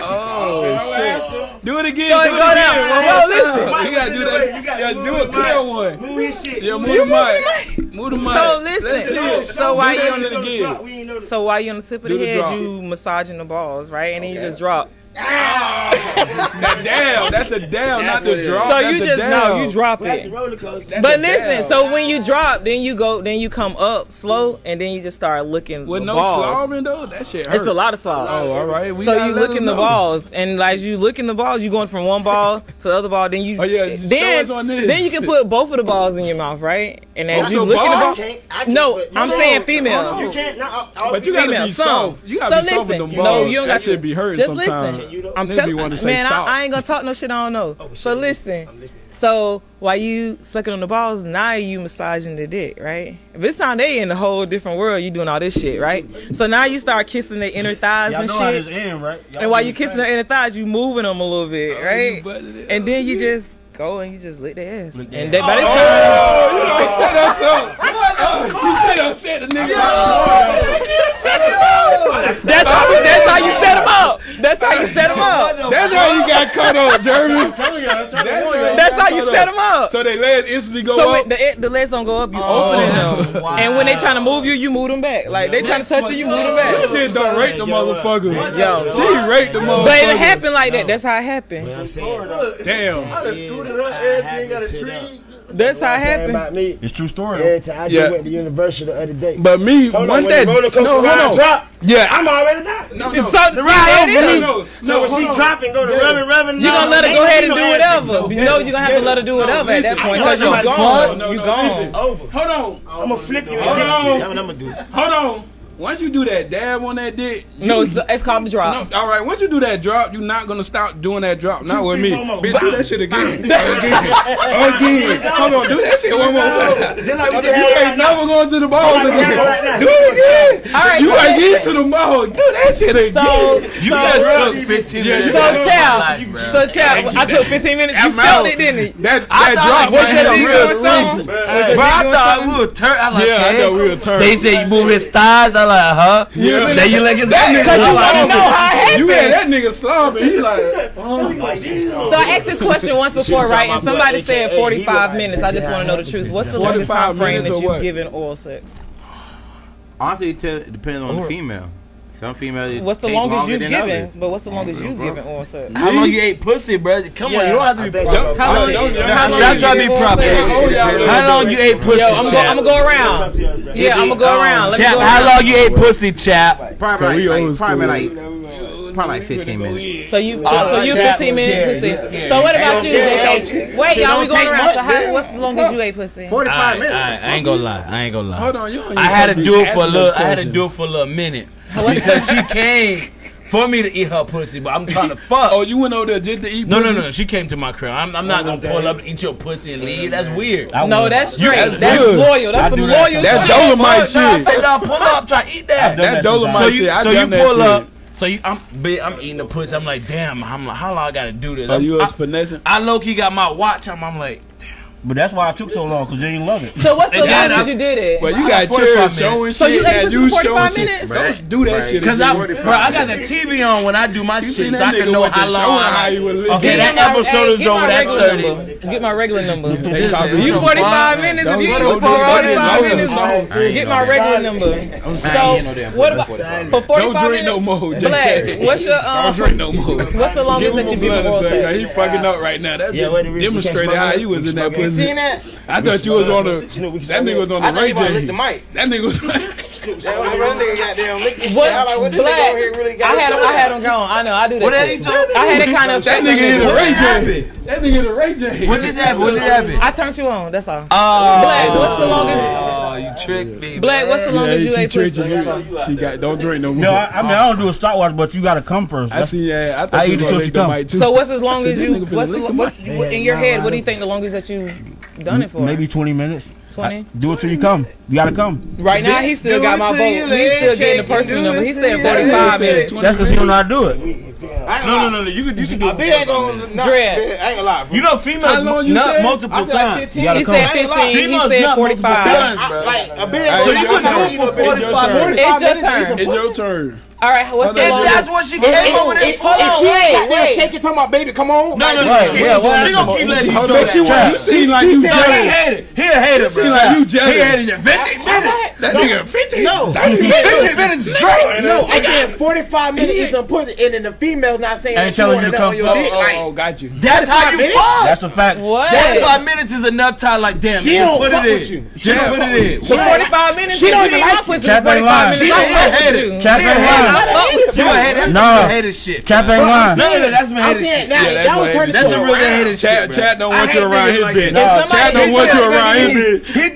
[SPEAKER 9] Do it again.
[SPEAKER 6] Go
[SPEAKER 9] do
[SPEAKER 6] ahead,
[SPEAKER 9] it
[SPEAKER 6] go
[SPEAKER 9] again.
[SPEAKER 6] down.
[SPEAKER 9] One
[SPEAKER 6] Yo,
[SPEAKER 9] more
[SPEAKER 6] listen.
[SPEAKER 9] time.
[SPEAKER 3] Mike,
[SPEAKER 9] You gotta
[SPEAKER 3] listen
[SPEAKER 9] do
[SPEAKER 3] to the way.
[SPEAKER 9] that.
[SPEAKER 3] You
[SPEAKER 9] You
[SPEAKER 3] gotta
[SPEAKER 9] gotta
[SPEAKER 3] move
[SPEAKER 9] do a
[SPEAKER 3] the
[SPEAKER 9] clear
[SPEAKER 3] mic.
[SPEAKER 9] one.
[SPEAKER 3] Move his shit.
[SPEAKER 9] Yeah,
[SPEAKER 3] Move
[SPEAKER 9] move
[SPEAKER 3] his-
[SPEAKER 9] the mic. Move the mic.
[SPEAKER 6] So
[SPEAKER 9] Let's see
[SPEAKER 6] listen.
[SPEAKER 9] it.
[SPEAKER 6] So
[SPEAKER 9] Do
[SPEAKER 6] why you
[SPEAKER 9] that
[SPEAKER 6] on
[SPEAKER 9] shit
[SPEAKER 6] the
[SPEAKER 9] again.
[SPEAKER 3] We ain't know the-
[SPEAKER 6] so while you on the tip of
[SPEAKER 9] Do
[SPEAKER 6] the
[SPEAKER 9] the
[SPEAKER 6] head,
[SPEAKER 9] drop.
[SPEAKER 6] you massaging the balls, right? And then you just drop.
[SPEAKER 9] That down. That's a down, not the drop.
[SPEAKER 6] So
[SPEAKER 9] That's
[SPEAKER 6] you
[SPEAKER 9] a
[SPEAKER 6] just no,
[SPEAKER 9] down.
[SPEAKER 6] you drop
[SPEAKER 3] That's a
[SPEAKER 6] it.
[SPEAKER 3] roller coaster.
[SPEAKER 6] But listen, so when you drop, then you go, then you come up slow, and then you just start looking
[SPEAKER 9] With
[SPEAKER 6] the
[SPEAKER 9] no
[SPEAKER 6] balls.
[SPEAKER 9] slobbing though, that shit hurt.
[SPEAKER 6] It's a lot of slob.
[SPEAKER 9] Oh, all right. We
[SPEAKER 6] so
[SPEAKER 9] gotta
[SPEAKER 6] you
[SPEAKER 9] let
[SPEAKER 6] look
[SPEAKER 9] us
[SPEAKER 6] in the
[SPEAKER 9] know.
[SPEAKER 6] balls, and like you look in the balls, you going from one ball to the other ball. Then you,
[SPEAKER 9] Oh, yeah, show
[SPEAKER 6] then
[SPEAKER 9] us on this.
[SPEAKER 6] then you can put both of the balls in your mouth, right? And as
[SPEAKER 9] Both
[SPEAKER 6] you
[SPEAKER 9] the
[SPEAKER 6] look in the
[SPEAKER 3] I
[SPEAKER 9] balls?
[SPEAKER 6] ball,
[SPEAKER 3] can't- I can't
[SPEAKER 6] no,
[SPEAKER 3] put-
[SPEAKER 6] I'm
[SPEAKER 3] no,
[SPEAKER 6] saying
[SPEAKER 3] no,
[SPEAKER 6] females.
[SPEAKER 3] You can't. Not all, all
[SPEAKER 9] But you gotta
[SPEAKER 6] Female,
[SPEAKER 9] be
[SPEAKER 6] some.
[SPEAKER 9] soft. You gotta
[SPEAKER 6] So
[SPEAKER 9] be soft with
[SPEAKER 6] listen,
[SPEAKER 9] them
[SPEAKER 6] no,
[SPEAKER 9] balls.
[SPEAKER 6] you don't
[SPEAKER 9] that
[SPEAKER 6] got
[SPEAKER 9] shit
[SPEAKER 6] to-
[SPEAKER 9] be hurting
[SPEAKER 6] just
[SPEAKER 9] sometimes.
[SPEAKER 6] listen.
[SPEAKER 3] You don't-
[SPEAKER 6] I'm
[SPEAKER 9] Niggas
[SPEAKER 6] telling
[SPEAKER 9] be
[SPEAKER 6] man,
[SPEAKER 9] wanting to say stop.
[SPEAKER 6] I, I ain't gonna talk no shit I don't know. so
[SPEAKER 3] shit.
[SPEAKER 6] listen,
[SPEAKER 3] listening.
[SPEAKER 6] so while you sucking on the balls, now you massaging the dick, right? If it's time they in a whole different world, you doing all this shit, right? So now you start kissing the inner thighs
[SPEAKER 8] Y'all
[SPEAKER 6] and
[SPEAKER 8] know how this
[SPEAKER 6] shit,
[SPEAKER 8] end, right? Y'all
[SPEAKER 6] and while
[SPEAKER 8] know
[SPEAKER 6] you
[SPEAKER 8] this
[SPEAKER 6] kissing
[SPEAKER 8] thing.
[SPEAKER 6] the inner thighs, you moving them a little bit,
[SPEAKER 9] You
[SPEAKER 6] right?
[SPEAKER 9] buzzing it.
[SPEAKER 6] And then you just
[SPEAKER 3] Oh,
[SPEAKER 6] go and you just lick the ass,
[SPEAKER 8] Lick the
[SPEAKER 6] and
[SPEAKER 8] ass.
[SPEAKER 6] that by this time.
[SPEAKER 9] Oh, you don't set us up. You should have set the nigga up. Set us up.
[SPEAKER 6] That's how, that's how you set them up. That's how you set them up.
[SPEAKER 9] That's how you got cut up, Jeremy. That's how you
[SPEAKER 6] That's how you set them up.
[SPEAKER 9] So they legs instantly go
[SPEAKER 6] So
[SPEAKER 9] up.
[SPEAKER 6] when the, the legs don't go up, you open them. And when they trying to move you, you move them back. Like they trying to touch you, you move them
[SPEAKER 9] That
[SPEAKER 6] back.
[SPEAKER 9] shit don't rape the motherfucker.
[SPEAKER 6] Yo.
[SPEAKER 9] She raped the motherfucker.
[SPEAKER 6] But it happened like that. That's how it happened.
[SPEAKER 3] I'm saying.
[SPEAKER 9] Damn.
[SPEAKER 3] Everything got a tree.
[SPEAKER 6] That's how it
[SPEAKER 3] Everything
[SPEAKER 6] happened.
[SPEAKER 3] About me.
[SPEAKER 8] It's true story.
[SPEAKER 3] Every time I
[SPEAKER 9] Yeah.
[SPEAKER 3] just went to Universal the other day.
[SPEAKER 9] But me,
[SPEAKER 3] Hold on,
[SPEAKER 9] once
[SPEAKER 3] when
[SPEAKER 9] that
[SPEAKER 3] the roller coaster
[SPEAKER 9] no,
[SPEAKER 3] ride
[SPEAKER 9] hold on.
[SPEAKER 3] drop,
[SPEAKER 9] yeah,
[SPEAKER 3] I'm already down.
[SPEAKER 9] No,
[SPEAKER 3] It's
[SPEAKER 9] no.
[SPEAKER 3] so- the ride
[SPEAKER 9] Yeah,
[SPEAKER 3] over me.
[SPEAKER 9] no, no,
[SPEAKER 3] So
[SPEAKER 9] no,
[SPEAKER 3] when
[SPEAKER 9] hold
[SPEAKER 3] she
[SPEAKER 9] on.
[SPEAKER 3] drop and go to
[SPEAKER 9] Yeah.
[SPEAKER 3] rubbing, rubbing,
[SPEAKER 9] You
[SPEAKER 3] no,
[SPEAKER 9] gonna let her
[SPEAKER 3] ain't
[SPEAKER 9] go ahead
[SPEAKER 3] no
[SPEAKER 9] and do
[SPEAKER 3] ass
[SPEAKER 9] whatever.
[SPEAKER 3] nigga.
[SPEAKER 9] You know you gonna have to let her do whatever at that point, 'cause you gone. You gone.
[SPEAKER 3] Over.
[SPEAKER 9] Hold on.
[SPEAKER 3] I'm gonna flip you
[SPEAKER 9] Hold
[SPEAKER 3] and
[SPEAKER 9] on.
[SPEAKER 3] I'm gonna do.
[SPEAKER 9] Hold on. Once you do that dab on that dick, you-
[SPEAKER 6] No, it's, it's called the drop.
[SPEAKER 9] all right. Once you do that drop, you're not gonna stop doing that drop. Not
[SPEAKER 3] Two,
[SPEAKER 9] with me.
[SPEAKER 3] three, one more.
[SPEAKER 9] Bitch,
[SPEAKER 3] Bang.
[SPEAKER 9] do that shit again. again. Again. Hold on. Do that shit one more time.
[SPEAKER 3] Just like we
[SPEAKER 9] You
[SPEAKER 3] just had
[SPEAKER 9] ain't
[SPEAKER 3] right now.
[SPEAKER 9] never going to the balls
[SPEAKER 3] Just like we had right now.
[SPEAKER 9] again. Do it again.
[SPEAKER 6] All right,
[SPEAKER 9] You
[SPEAKER 6] so
[SPEAKER 9] ain't
[SPEAKER 6] listen.
[SPEAKER 9] getting to the balls. Do that shit again.
[SPEAKER 6] So,
[SPEAKER 5] You
[SPEAKER 6] so,
[SPEAKER 5] just took 15
[SPEAKER 9] Yeah,
[SPEAKER 5] minutes.
[SPEAKER 9] you
[SPEAKER 6] so,
[SPEAKER 5] out of my life,
[SPEAKER 6] child,
[SPEAKER 5] bro.
[SPEAKER 6] so child, I took 15 minutes. You
[SPEAKER 9] I'm
[SPEAKER 6] felt
[SPEAKER 9] out.
[SPEAKER 6] it, didn't you?
[SPEAKER 9] That
[SPEAKER 5] I
[SPEAKER 9] that
[SPEAKER 5] thought
[SPEAKER 9] drop
[SPEAKER 5] was
[SPEAKER 9] right
[SPEAKER 5] that
[SPEAKER 9] there,
[SPEAKER 5] nigga
[SPEAKER 9] real
[SPEAKER 5] or
[SPEAKER 9] season.
[SPEAKER 5] something?
[SPEAKER 9] That
[SPEAKER 5] But I
[SPEAKER 9] nigga
[SPEAKER 5] thought we were turn. I like,
[SPEAKER 9] Yeah, I
[SPEAKER 5] hey.
[SPEAKER 9] thought we were turn.
[SPEAKER 5] They said you move his thighs. I like, huh?
[SPEAKER 9] Yeah.
[SPEAKER 5] Then you like his nigga.
[SPEAKER 6] Cause you
[SPEAKER 5] I'm like,
[SPEAKER 6] wanna know how it happened.
[SPEAKER 9] You had that nigga slobbing. He like, oh.
[SPEAKER 6] So I asked this question once before,
[SPEAKER 3] saw
[SPEAKER 6] right?
[SPEAKER 3] my
[SPEAKER 6] And somebody
[SPEAKER 3] butt,
[SPEAKER 6] said
[SPEAKER 3] AKA,
[SPEAKER 6] 45
[SPEAKER 3] he
[SPEAKER 6] minutes. I just want to know the truth. What's the
[SPEAKER 9] 45
[SPEAKER 6] longest time frame
[SPEAKER 9] minutes
[SPEAKER 6] that
[SPEAKER 9] or
[SPEAKER 6] you've
[SPEAKER 9] what?
[SPEAKER 6] given oral sex?
[SPEAKER 4] Honestly, it, tell, it depends on the female. Some females. it
[SPEAKER 6] What's the
[SPEAKER 4] take
[SPEAKER 6] longest
[SPEAKER 4] longer
[SPEAKER 6] you've
[SPEAKER 4] than
[SPEAKER 6] given?
[SPEAKER 4] others.
[SPEAKER 6] But what's the longest you've given oral sex?
[SPEAKER 5] How long you ate pussy, bro? Come on,
[SPEAKER 6] Yeah.
[SPEAKER 5] you don't have
[SPEAKER 3] I
[SPEAKER 5] to be
[SPEAKER 3] think
[SPEAKER 5] proper.
[SPEAKER 3] so.
[SPEAKER 6] How long?
[SPEAKER 9] don't-
[SPEAKER 6] how
[SPEAKER 9] I'm
[SPEAKER 6] long
[SPEAKER 5] not
[SPEAKER 6] you
[SPEAKER 5] trying to
[SPEAKER 6] give
[SPEAKER 5] be
[SPEAKER 6] oral
[SPEAKER 5] proper.
[SPEAKER 6] sex?
[SPEAKER 9] Oh, yeah.
[SPEAKER 5] How long you ate pussy,
[SPEAKER 6] Yo, I'm go,
[SPEAKER 5] chap?
[SPEAKER 6] I'm gonna go around. Yeah, I'm gonna go around. Let me
[SPEAKER 5] Chap,
[SPEAKER 6] go
[SPEAKER 5] how
[SPEAKER 6] around.
[SPEAKER 5] long you ate pussy, chap?
[SPEAKER 4] Probably
[SPEAKER 9] Cause we
[SPEAKER 4] like,
[SPEAKER 9] old
[SPEAKER 4] like, probably like
[SPEAKER 9] school.
[SPEAKER 4] probably like 15 minutes.
[SPEAKER 6] So you,
[SPEAKER 5] Oh,
[SPEAKER 6] so you
[SPEAKER 5] that
[SPEAKER 6] 15
[SPEAKER 5] was
[SPEAKER 6] minutes
[SPEAKER 5] scary. That's
[SPEAKER 6] pussy.
[SPEAKER 5] scary.
[SPEAKER 6] So what about you,
[SPEAKER 4] Yeah.
[SPEAKER 6] JK? Wait, y'all, we going around. So how, what's the longest you ate pussy?
[SPEAKER 4] 45
[SPEAKER 11] I,
[SPEAKER 4] minutes.
[SPEAKER 11] I, I ain't gonna lie. I ain't gonna lie.
[SPEAKER 9] Hold on, you don't even
[SPEAKER 5] I had to
[SPEAKER 9] be
[SPEAKER 5] do it for a
[SPEAKER 9] asking
[SPEAKER 5] little.
[SPEAKER 9] those
[SPEAKER 5] I had to
[SPEAKER 9] questions.
[SPEAKER 5] do it for a little minute because she came for me to eat her pussy, but I'm trying to fuck.
[SPEAKER 9] Oh, you went over there just to eat.
[SPEAKER 5] No, no,
[SPEAKER 9] pussy? Oh,
[SPEAKER 5] no. She came to my crib. I'm, I'm not gonna pull up and eat your pussy and leave. That's weird.
[SPEAKER 8] I
[SPEAKER 6] No,
[SPEAKER 8] would.
[SPEAKER 6] that's
[SPEAKER 5] You-
[SPEAKER 6] straight.
[SPEAKER 5] that's
[SPEAKER 6] That's
[SPEAKER 9] good.
[SPEAKER 6] loyal.
[SPEAKER 8] I
[SPEAKER 6] That's some
[SPEAKER 8] do that.
[SPEAKER 6] loyal
[SPEAKER 9] That's
[SPEAKER 6] shit.
[SPEAKER 9] Dolomite
[SPEAKER 5] Fuck, nah, I
[SPEAKER 9] shit.
[SPEAKER 5] said, nah, pull up. Try to eat that.
[SPEAKER 8] I've done
[SPEAKER 9] That's Dolomite
[SPEAKER 5] so you,
[SPEAKER 9] shit. I
[SPEAKER 5] so you
[SPEAKER 9] done that
[SPEAKER 5] pull
[SPEAKER 9] shit.
[SPEAKER 5] up. So you, I'm, bitch, I'm eating the pussy. I'm like, damn. I'm like, how long I gotta do this?
[SPEAKER 9] Oh, you
[SPEAKER 5] I,
[SPEAKER 9] was finessing.
[SPEAKER 5] I low key got my watch. I'm, I'm like,
[SPEAKER 8] But that's why I took so long because you didn't love it.
[SPEAKER 6] So what's the
[SPEAKER 5] And then
[SPEAKER 6] longest
[SPEAKER 5] I-
[SPEAKER 6] you did it?
[SPEAKER 9] But you
[SPEAKER 5] I got
[SPEAKER 9] got
[SPEAKER 5] 45
[SPEAKER 9] chairs
[SPEAKER 5] minutes.
[SPEAKER 9] showing shit.
[SPEAKER 6] So you ate
[SPEAKER 9] and
[SPEAKER 6] pussy for 45
[SPEAKER 9] showing
[SPEAKER 6] minutes?
[SPEAKER 9] shit. Don't do that shit.
[SPEAKER 5] Cause I,
[SPEAKER 9] again.
[SPEAKER 5] bro, I got the TV on when I do my
[SPEAKER 9] seen
[SPEAKER 5] shit, so
[SPEAKER 9] that
[SPEAKER 5] I can
[SPEAKER 9] nigga
[SPEAKER 5] know
[SPEAKER 9] with the
[SPEAKER 5] how
[SPEAKER 9] show
[SPEAKER 5] long.
[SPEAKER 9] and how
[SPEAKER 5] I,
[SPEAKER 9] he was lit.
[SPEAKER 5] okay,
[SPEAKER 9] Get
[SPEAKER 5] that
[SPEAKER 6] my- hey,
[SPEAKER 5] episode is
[SPEAKER 6] get my
[SPEAKER 5] over. That's
[SPEAKER 6] regular
[SPEAKER 5] thirty.
[SPEAKER 6] number. Get my regular number.
[SPEAKER 9] They probably
[SPEAKER 5] You
[SPEAKER 9] some
[SPEAKER 6] 45
[SPEAKER 9] bomb.
[SPEAKER 6] minutes if
[SPEAKER 9] Don't
[SPEAKER 6] you
[SPEAKER 9] go
[SPEAKER 6] eat
[SPEAKER 9] to
[SPEAKER 6] for
[SPEAKER 9] those
[SPEAKER 6] 45
[SPEAKER 9] fucking
[SPEAKER 6] minutes.
[SPEAKER 9] songs.
[SPEAKER 6] Get my regular number. So what about for 45
[SPEAKER 9] Don't drink
[SPEAKER 6] minutes?
[SPEAKER 9] no more,
[SPEAKER 6] Bless.
[SPEAKER 9] JK.
[SPEAKER 6] What's your um?
[SPEAKER 9] Don't drink no more.
[SPEAKER 6] What's the longest that you
[SPEAKER 9] Give
[SPEAKER 6] been
[SPEAKER 9] him a
[SPEAKER 6] oral
[SPEAKER 9] blunt, son, 'cause He
[SPEAKER 6] sex?
[SPEAKER 9] fucking up right now. That
[SPEAKER 3] Yeah, wait a minute, we
[SPEAKER 9] demonstrated
[SPEAKER 3] can't
[SPEAKER 9] how
[SPEAKER 3] smoke
[SPEAKER 9] he was
[SPEAKER 3] it.
[SPEAKER 9] in that
[SPEAKER 3] We
[SPEAKER 9] pussy.
[SPEAKER 3] smoke
[SPEAKER 4] that?
[SPEAKER 9] I thought you was on the.
[SPEAKER 3] You know, we
[SPEAKER 9] That
[SPEAKER 3] smoke
[SPEAKER 9] nigga
[SPEAKER 3] it.
[SPEAKER 9] was on
[SPEAKER 4] I
[SPEAKER 9] the
[SPEAKER 4] thought
[SPEAKER 9] Ray
[SPEAKER 4] he about to lick
[SPEAKER 9] J.
[SPEAKER 4] the mic.
[SPEAKER 9] That nigga was like.
[SPEAKER 4] That was one nigga goddamn lick this
[SPEAKER 6] What
[SPEAKER 4] shit. I like, what this nigga over here really
[SPEAKER 6] black?
[SPEAKER 4] got
[SPEAKER 6] I had
[SPEAKER 4] to
[SPEAKER 6] him.
[SPEAKER 4] do?
[SPEAKER 6] I had him gone. I know. I do
[SPEAKER 5] What
[SPEAKER 6] that.
[SPEAKER 5] that he
[SPEAKER 6] shit.
[SPEAKER 5] told me?
[SPEAKER 6] I had it kind of.
[SPEAKER 9] That nigga hit a
[SPEAKER 5] What
[SPEAKER 9] Ray J.
[SPEAKER 5] happened?
[SPEAKER 9] That nigga hit a Ray J.
[SPEAKER 5] What just happened? What just happened?
[SPEAKER 6] I turned you on. That's all. Black,
[SPEAKER 5] Oh,
[SPEAKER 6] what's the longest?
[SPEAKER 5] oh, you tricked me.
[SPEAKER 6] Black, what's the longest you
[SPEAKER 9] she
[SPEAKER 6] ate
[SPEAKER 9] tricked
[SPEAKER 6] pussy?
[SPEAKER 9] you.
[SPEAKER 6] That's all.
[SPEAKER 9] She got don't drink no more.
[SPEAKER 8] No, I, I mean I don't do a stopwatch, but you gotta come first.
[SPEAKER 9] I see. Yeah, I thought
[SPEAKER 8] I
[SPEAKER 9] you
[SPEAKER 8] eat
[SPEAKER 9] was
[SPEAKER 8] it till
[SPEAKER 9] gonna
[SPEAKER 8] she
[SPEAKER 9] lick the
[SPEAKER 8] come.
[SPEAKER 9] mic too.
[SPEAKER 6] So what's as long
[SPEAKER 9] said,
[SPEAKER 6] as
[SPEAKER 9] this
[SPEAKER 6] you?
[SPEAKER 9] nigga finna
[SPEAKER 6] What's the
[SPEAKER 9] lick the
[SPEAKER 6] what's you, in your head? What do you think the longest that you done it for?
[SPEAKER 8] Maybe 20 minutes.
[SPEAKER 6] 20?
[SPEAKER 8] I- do it till you come. You gotta come.
[SPEAKER 6] Right now, he still got my vote. He's still getting the personal number. He's saying
[SPEAKER 9] That nigga said
[SPEAKER 6] 45 minutes.
[SPEAKER 9] 20
[SPEAKER 8] That's because you don't know how to do it.
[SPEAKER 4] I ain't
[SPEAKER 5] No, no,
[SPEAKER 4] gonna
[SPEAKER 5] no, no. You could, you could do.
[SPEAKER 4] lie. B ain't gonna nah,
[SPEAKER 6] Dread.
[SPEAKER 4] B I ain't gonna lie. bro.
[SPEAKER 5] You know,
[SPEAKER 9] How
[SPEAKER 5] females
[SPEAKER 9] long you
[SPEAKER 5] nut
[SPEAKER 9] said?
[SPEAKER 5] multiple
[SPEAKER 4] I said like
[SPEAKER 5] times.
[SPEAKER 4] 15.
[SPEAKER 8] gotta
[SPEAKER 6] He
[SPEAKER 8] come.
[SPEAKER 6] said
[SPEAKER 4] I ain't
[SPEAKER 6] 15. He
[SPEAKER 5] Females
[SPEAKER 6] said
[SPEAKER 5] nut multiple
[SPEAKER 6] 45.
[SPEAKER 5] times,
[SPEAKER 4] I,
[SPEAKER 5] bro.
[SPEAKER 4] like a bit.
[SPEAKER 9] Alright,
[SPEAKER 5] So
[SPEAKER 9] Hey,
[SPEAKER 5] you
[SPEAKER 9] yo,
[SPEAKER 5] could
[SPEAKER 9] I'm
[SPEAKER 5] do
[SPEAKER 9] not
[SPEAKER 5] it for
[SPEAKER 9] even- it's your
[SPEAKER 5] 45
[SPEAKER 9] turn.
[SPEAKER 5] minutes.
[SPEAKER 6] It's your
[SPEAKER 4] It's
[SPEAKER 6] turn.
[SPEAKER 9] It's your turn.
[SPEAKER 6] All right, what's the
[SPEAKER 5] If that's
[SPEAKER 6] longest?
[SPEAKER 5] what she came over there
[SPEAKER 4] If,
[SPEAKER 5] for.
[SPEAKER 4] if she
[SPEAKER 6] wait,
[SPEAKER 4] got there
[SPEAKER 6] wait.
[SPEAKER 4] shaking, talking about baby, come on.
[SPEAKER 5] No, no, no.
[SPEAKER 8] Right,
[SPEAKER 5] she-
[SPEAKER 8] yeah, well,
[SPEAKER 5] She gonna keep letting you do
[SPEAKER 9] But you,
[SPEAKER 5] that.
[SPEAKER 9] you seem like you
[SPEAKER 5] No, he
[SPEAKER 9] jealous.
[SPEAKER 5] hated. He a hater, bro.
[SPEAKER 9] Seem like you
[SPEAKER 5] He hated
[SPEAKER 9] jealous.
[SPEAKER 5] you. 15 minutes.
[SPEAKER 9] That nigga 15.
[SPEAKER 4] No.
[SPEAKER 5] 15 minutes straight.
[SPEAKER 4] No, I said 45 minutes is a pussy, and then the female's not saying
[SPEAKER 8] Ain't
[SPEAKER 4] that you
[SPEAKER 8] telling
[SPEAKER 4] want
[SPEAKER 8] you
[SPEAKER 4] to
[SPEAKER 8] to
[SPEAKER 4] on
[SPEAKER 8] come.
[SPEAKER 4] your
[SPEAKER 9] Oh,
[SPEAKER 4] dick.
[SPEAKER 9] oh,
[SPEAKER 4] Like,
[SPEAKER 9] oh, got you.
[SPEAKER 5] That's how you
[SPEAKER 4] minutes?
[SPEAKER 5] fuck.
[SPEAKER 8] That's a fact.
[SPEAKER 6] What?
[SPEAKER 5] 45 minutes is enough time. Like, damn,
[SPEAKER 4] She
[SPEAKER 5] just
[SPEAKER 4] don't
[SPEAKER 5] put
[SPEAKER 4] fuck
[SPEAKER 5] it
[SPEAKER 4] with
[SPEAKER 5] in.
[SPEAKER 4] you.
[SPEAKER 5] Just put it in.
[SPEAKER 6] For 45 minutes,
[SPEAKER 4] She
[SPEAKER 6] if
[SPEAKER 4] don't
[SPEAKER 6] you
[SPEAKER 4] even
[SPEAKER 6] eat my
[SPEAKER 4] like you.
[SPEAKER 6] pussy
[SPEAKER 8] Chap
[SPEAKER 6] for
[SPEAKER 8] ain't
[SPEAKER 6] 45
[SPEAKER 8] lying.
[SPEAKER 6] minutes.
[SPEAKER 8] She
[SPEAKER 6] I
[SPEAKER 5] don't
[SPEAKER 6] fuck with
[SPEAKER 5] hate it.
[SPEAKER 6] you.
[SPEAKER 8] Chap ain't
[SPEAKER 6] I
[SPEAKER 8] lying.
[SPEAKER 6] fuck with
[SPEAKER 5] You a hater. That's
[SPEAKER 8] No.
[SPEAKER 5] some hater shit.
[SPEAKER 8] Chap ain't lying.
[SPEAKER 5] None of that. That's some
[SPEAKER 4] I'm
[SPEAKER 5] hater
[SPEAKER 4] saying
[SPEAKER 5] shit.
[SPEAKER 4] now,
[SPEAKER 9] Yeah, that's
[SPEAKER 4] that
[SPEAKER 9] what
[SPEAKER 4] would turn
[SPEAKER 9] hated
[SPEAKER 4] the
[SPEAKER 5] That's
[SPEAKER 4] shit
[SPEAKER 5] a real
[SPEAKER 4] around.
[SPEAKER 5] hater shit.
[SPEAKER 9] Chad,
[SPEAKER 5] bro.
[SPEAKER 9] Chad don't
[SPEAKER 5] I
[SPEAKER 9] want you
[SPEAKER 5] hate
[SPEAKER 9] around
[SPEAKER 5] niggas
[SPEAKER 9] his
[SPEAKER 5] like
[SPEAKER 9] bitch.
[SPEAKER 8] that.
[SPEAKER 6] If
[SPEAKER 9] Chad
[SPEAKER 6] somebody
[SPEAKER 9] don't want you
[SPEAKER 6] hits you,
[SPEAKER 9] around his
[SPEAKER 5] He
[SPEAKER 9] bitch.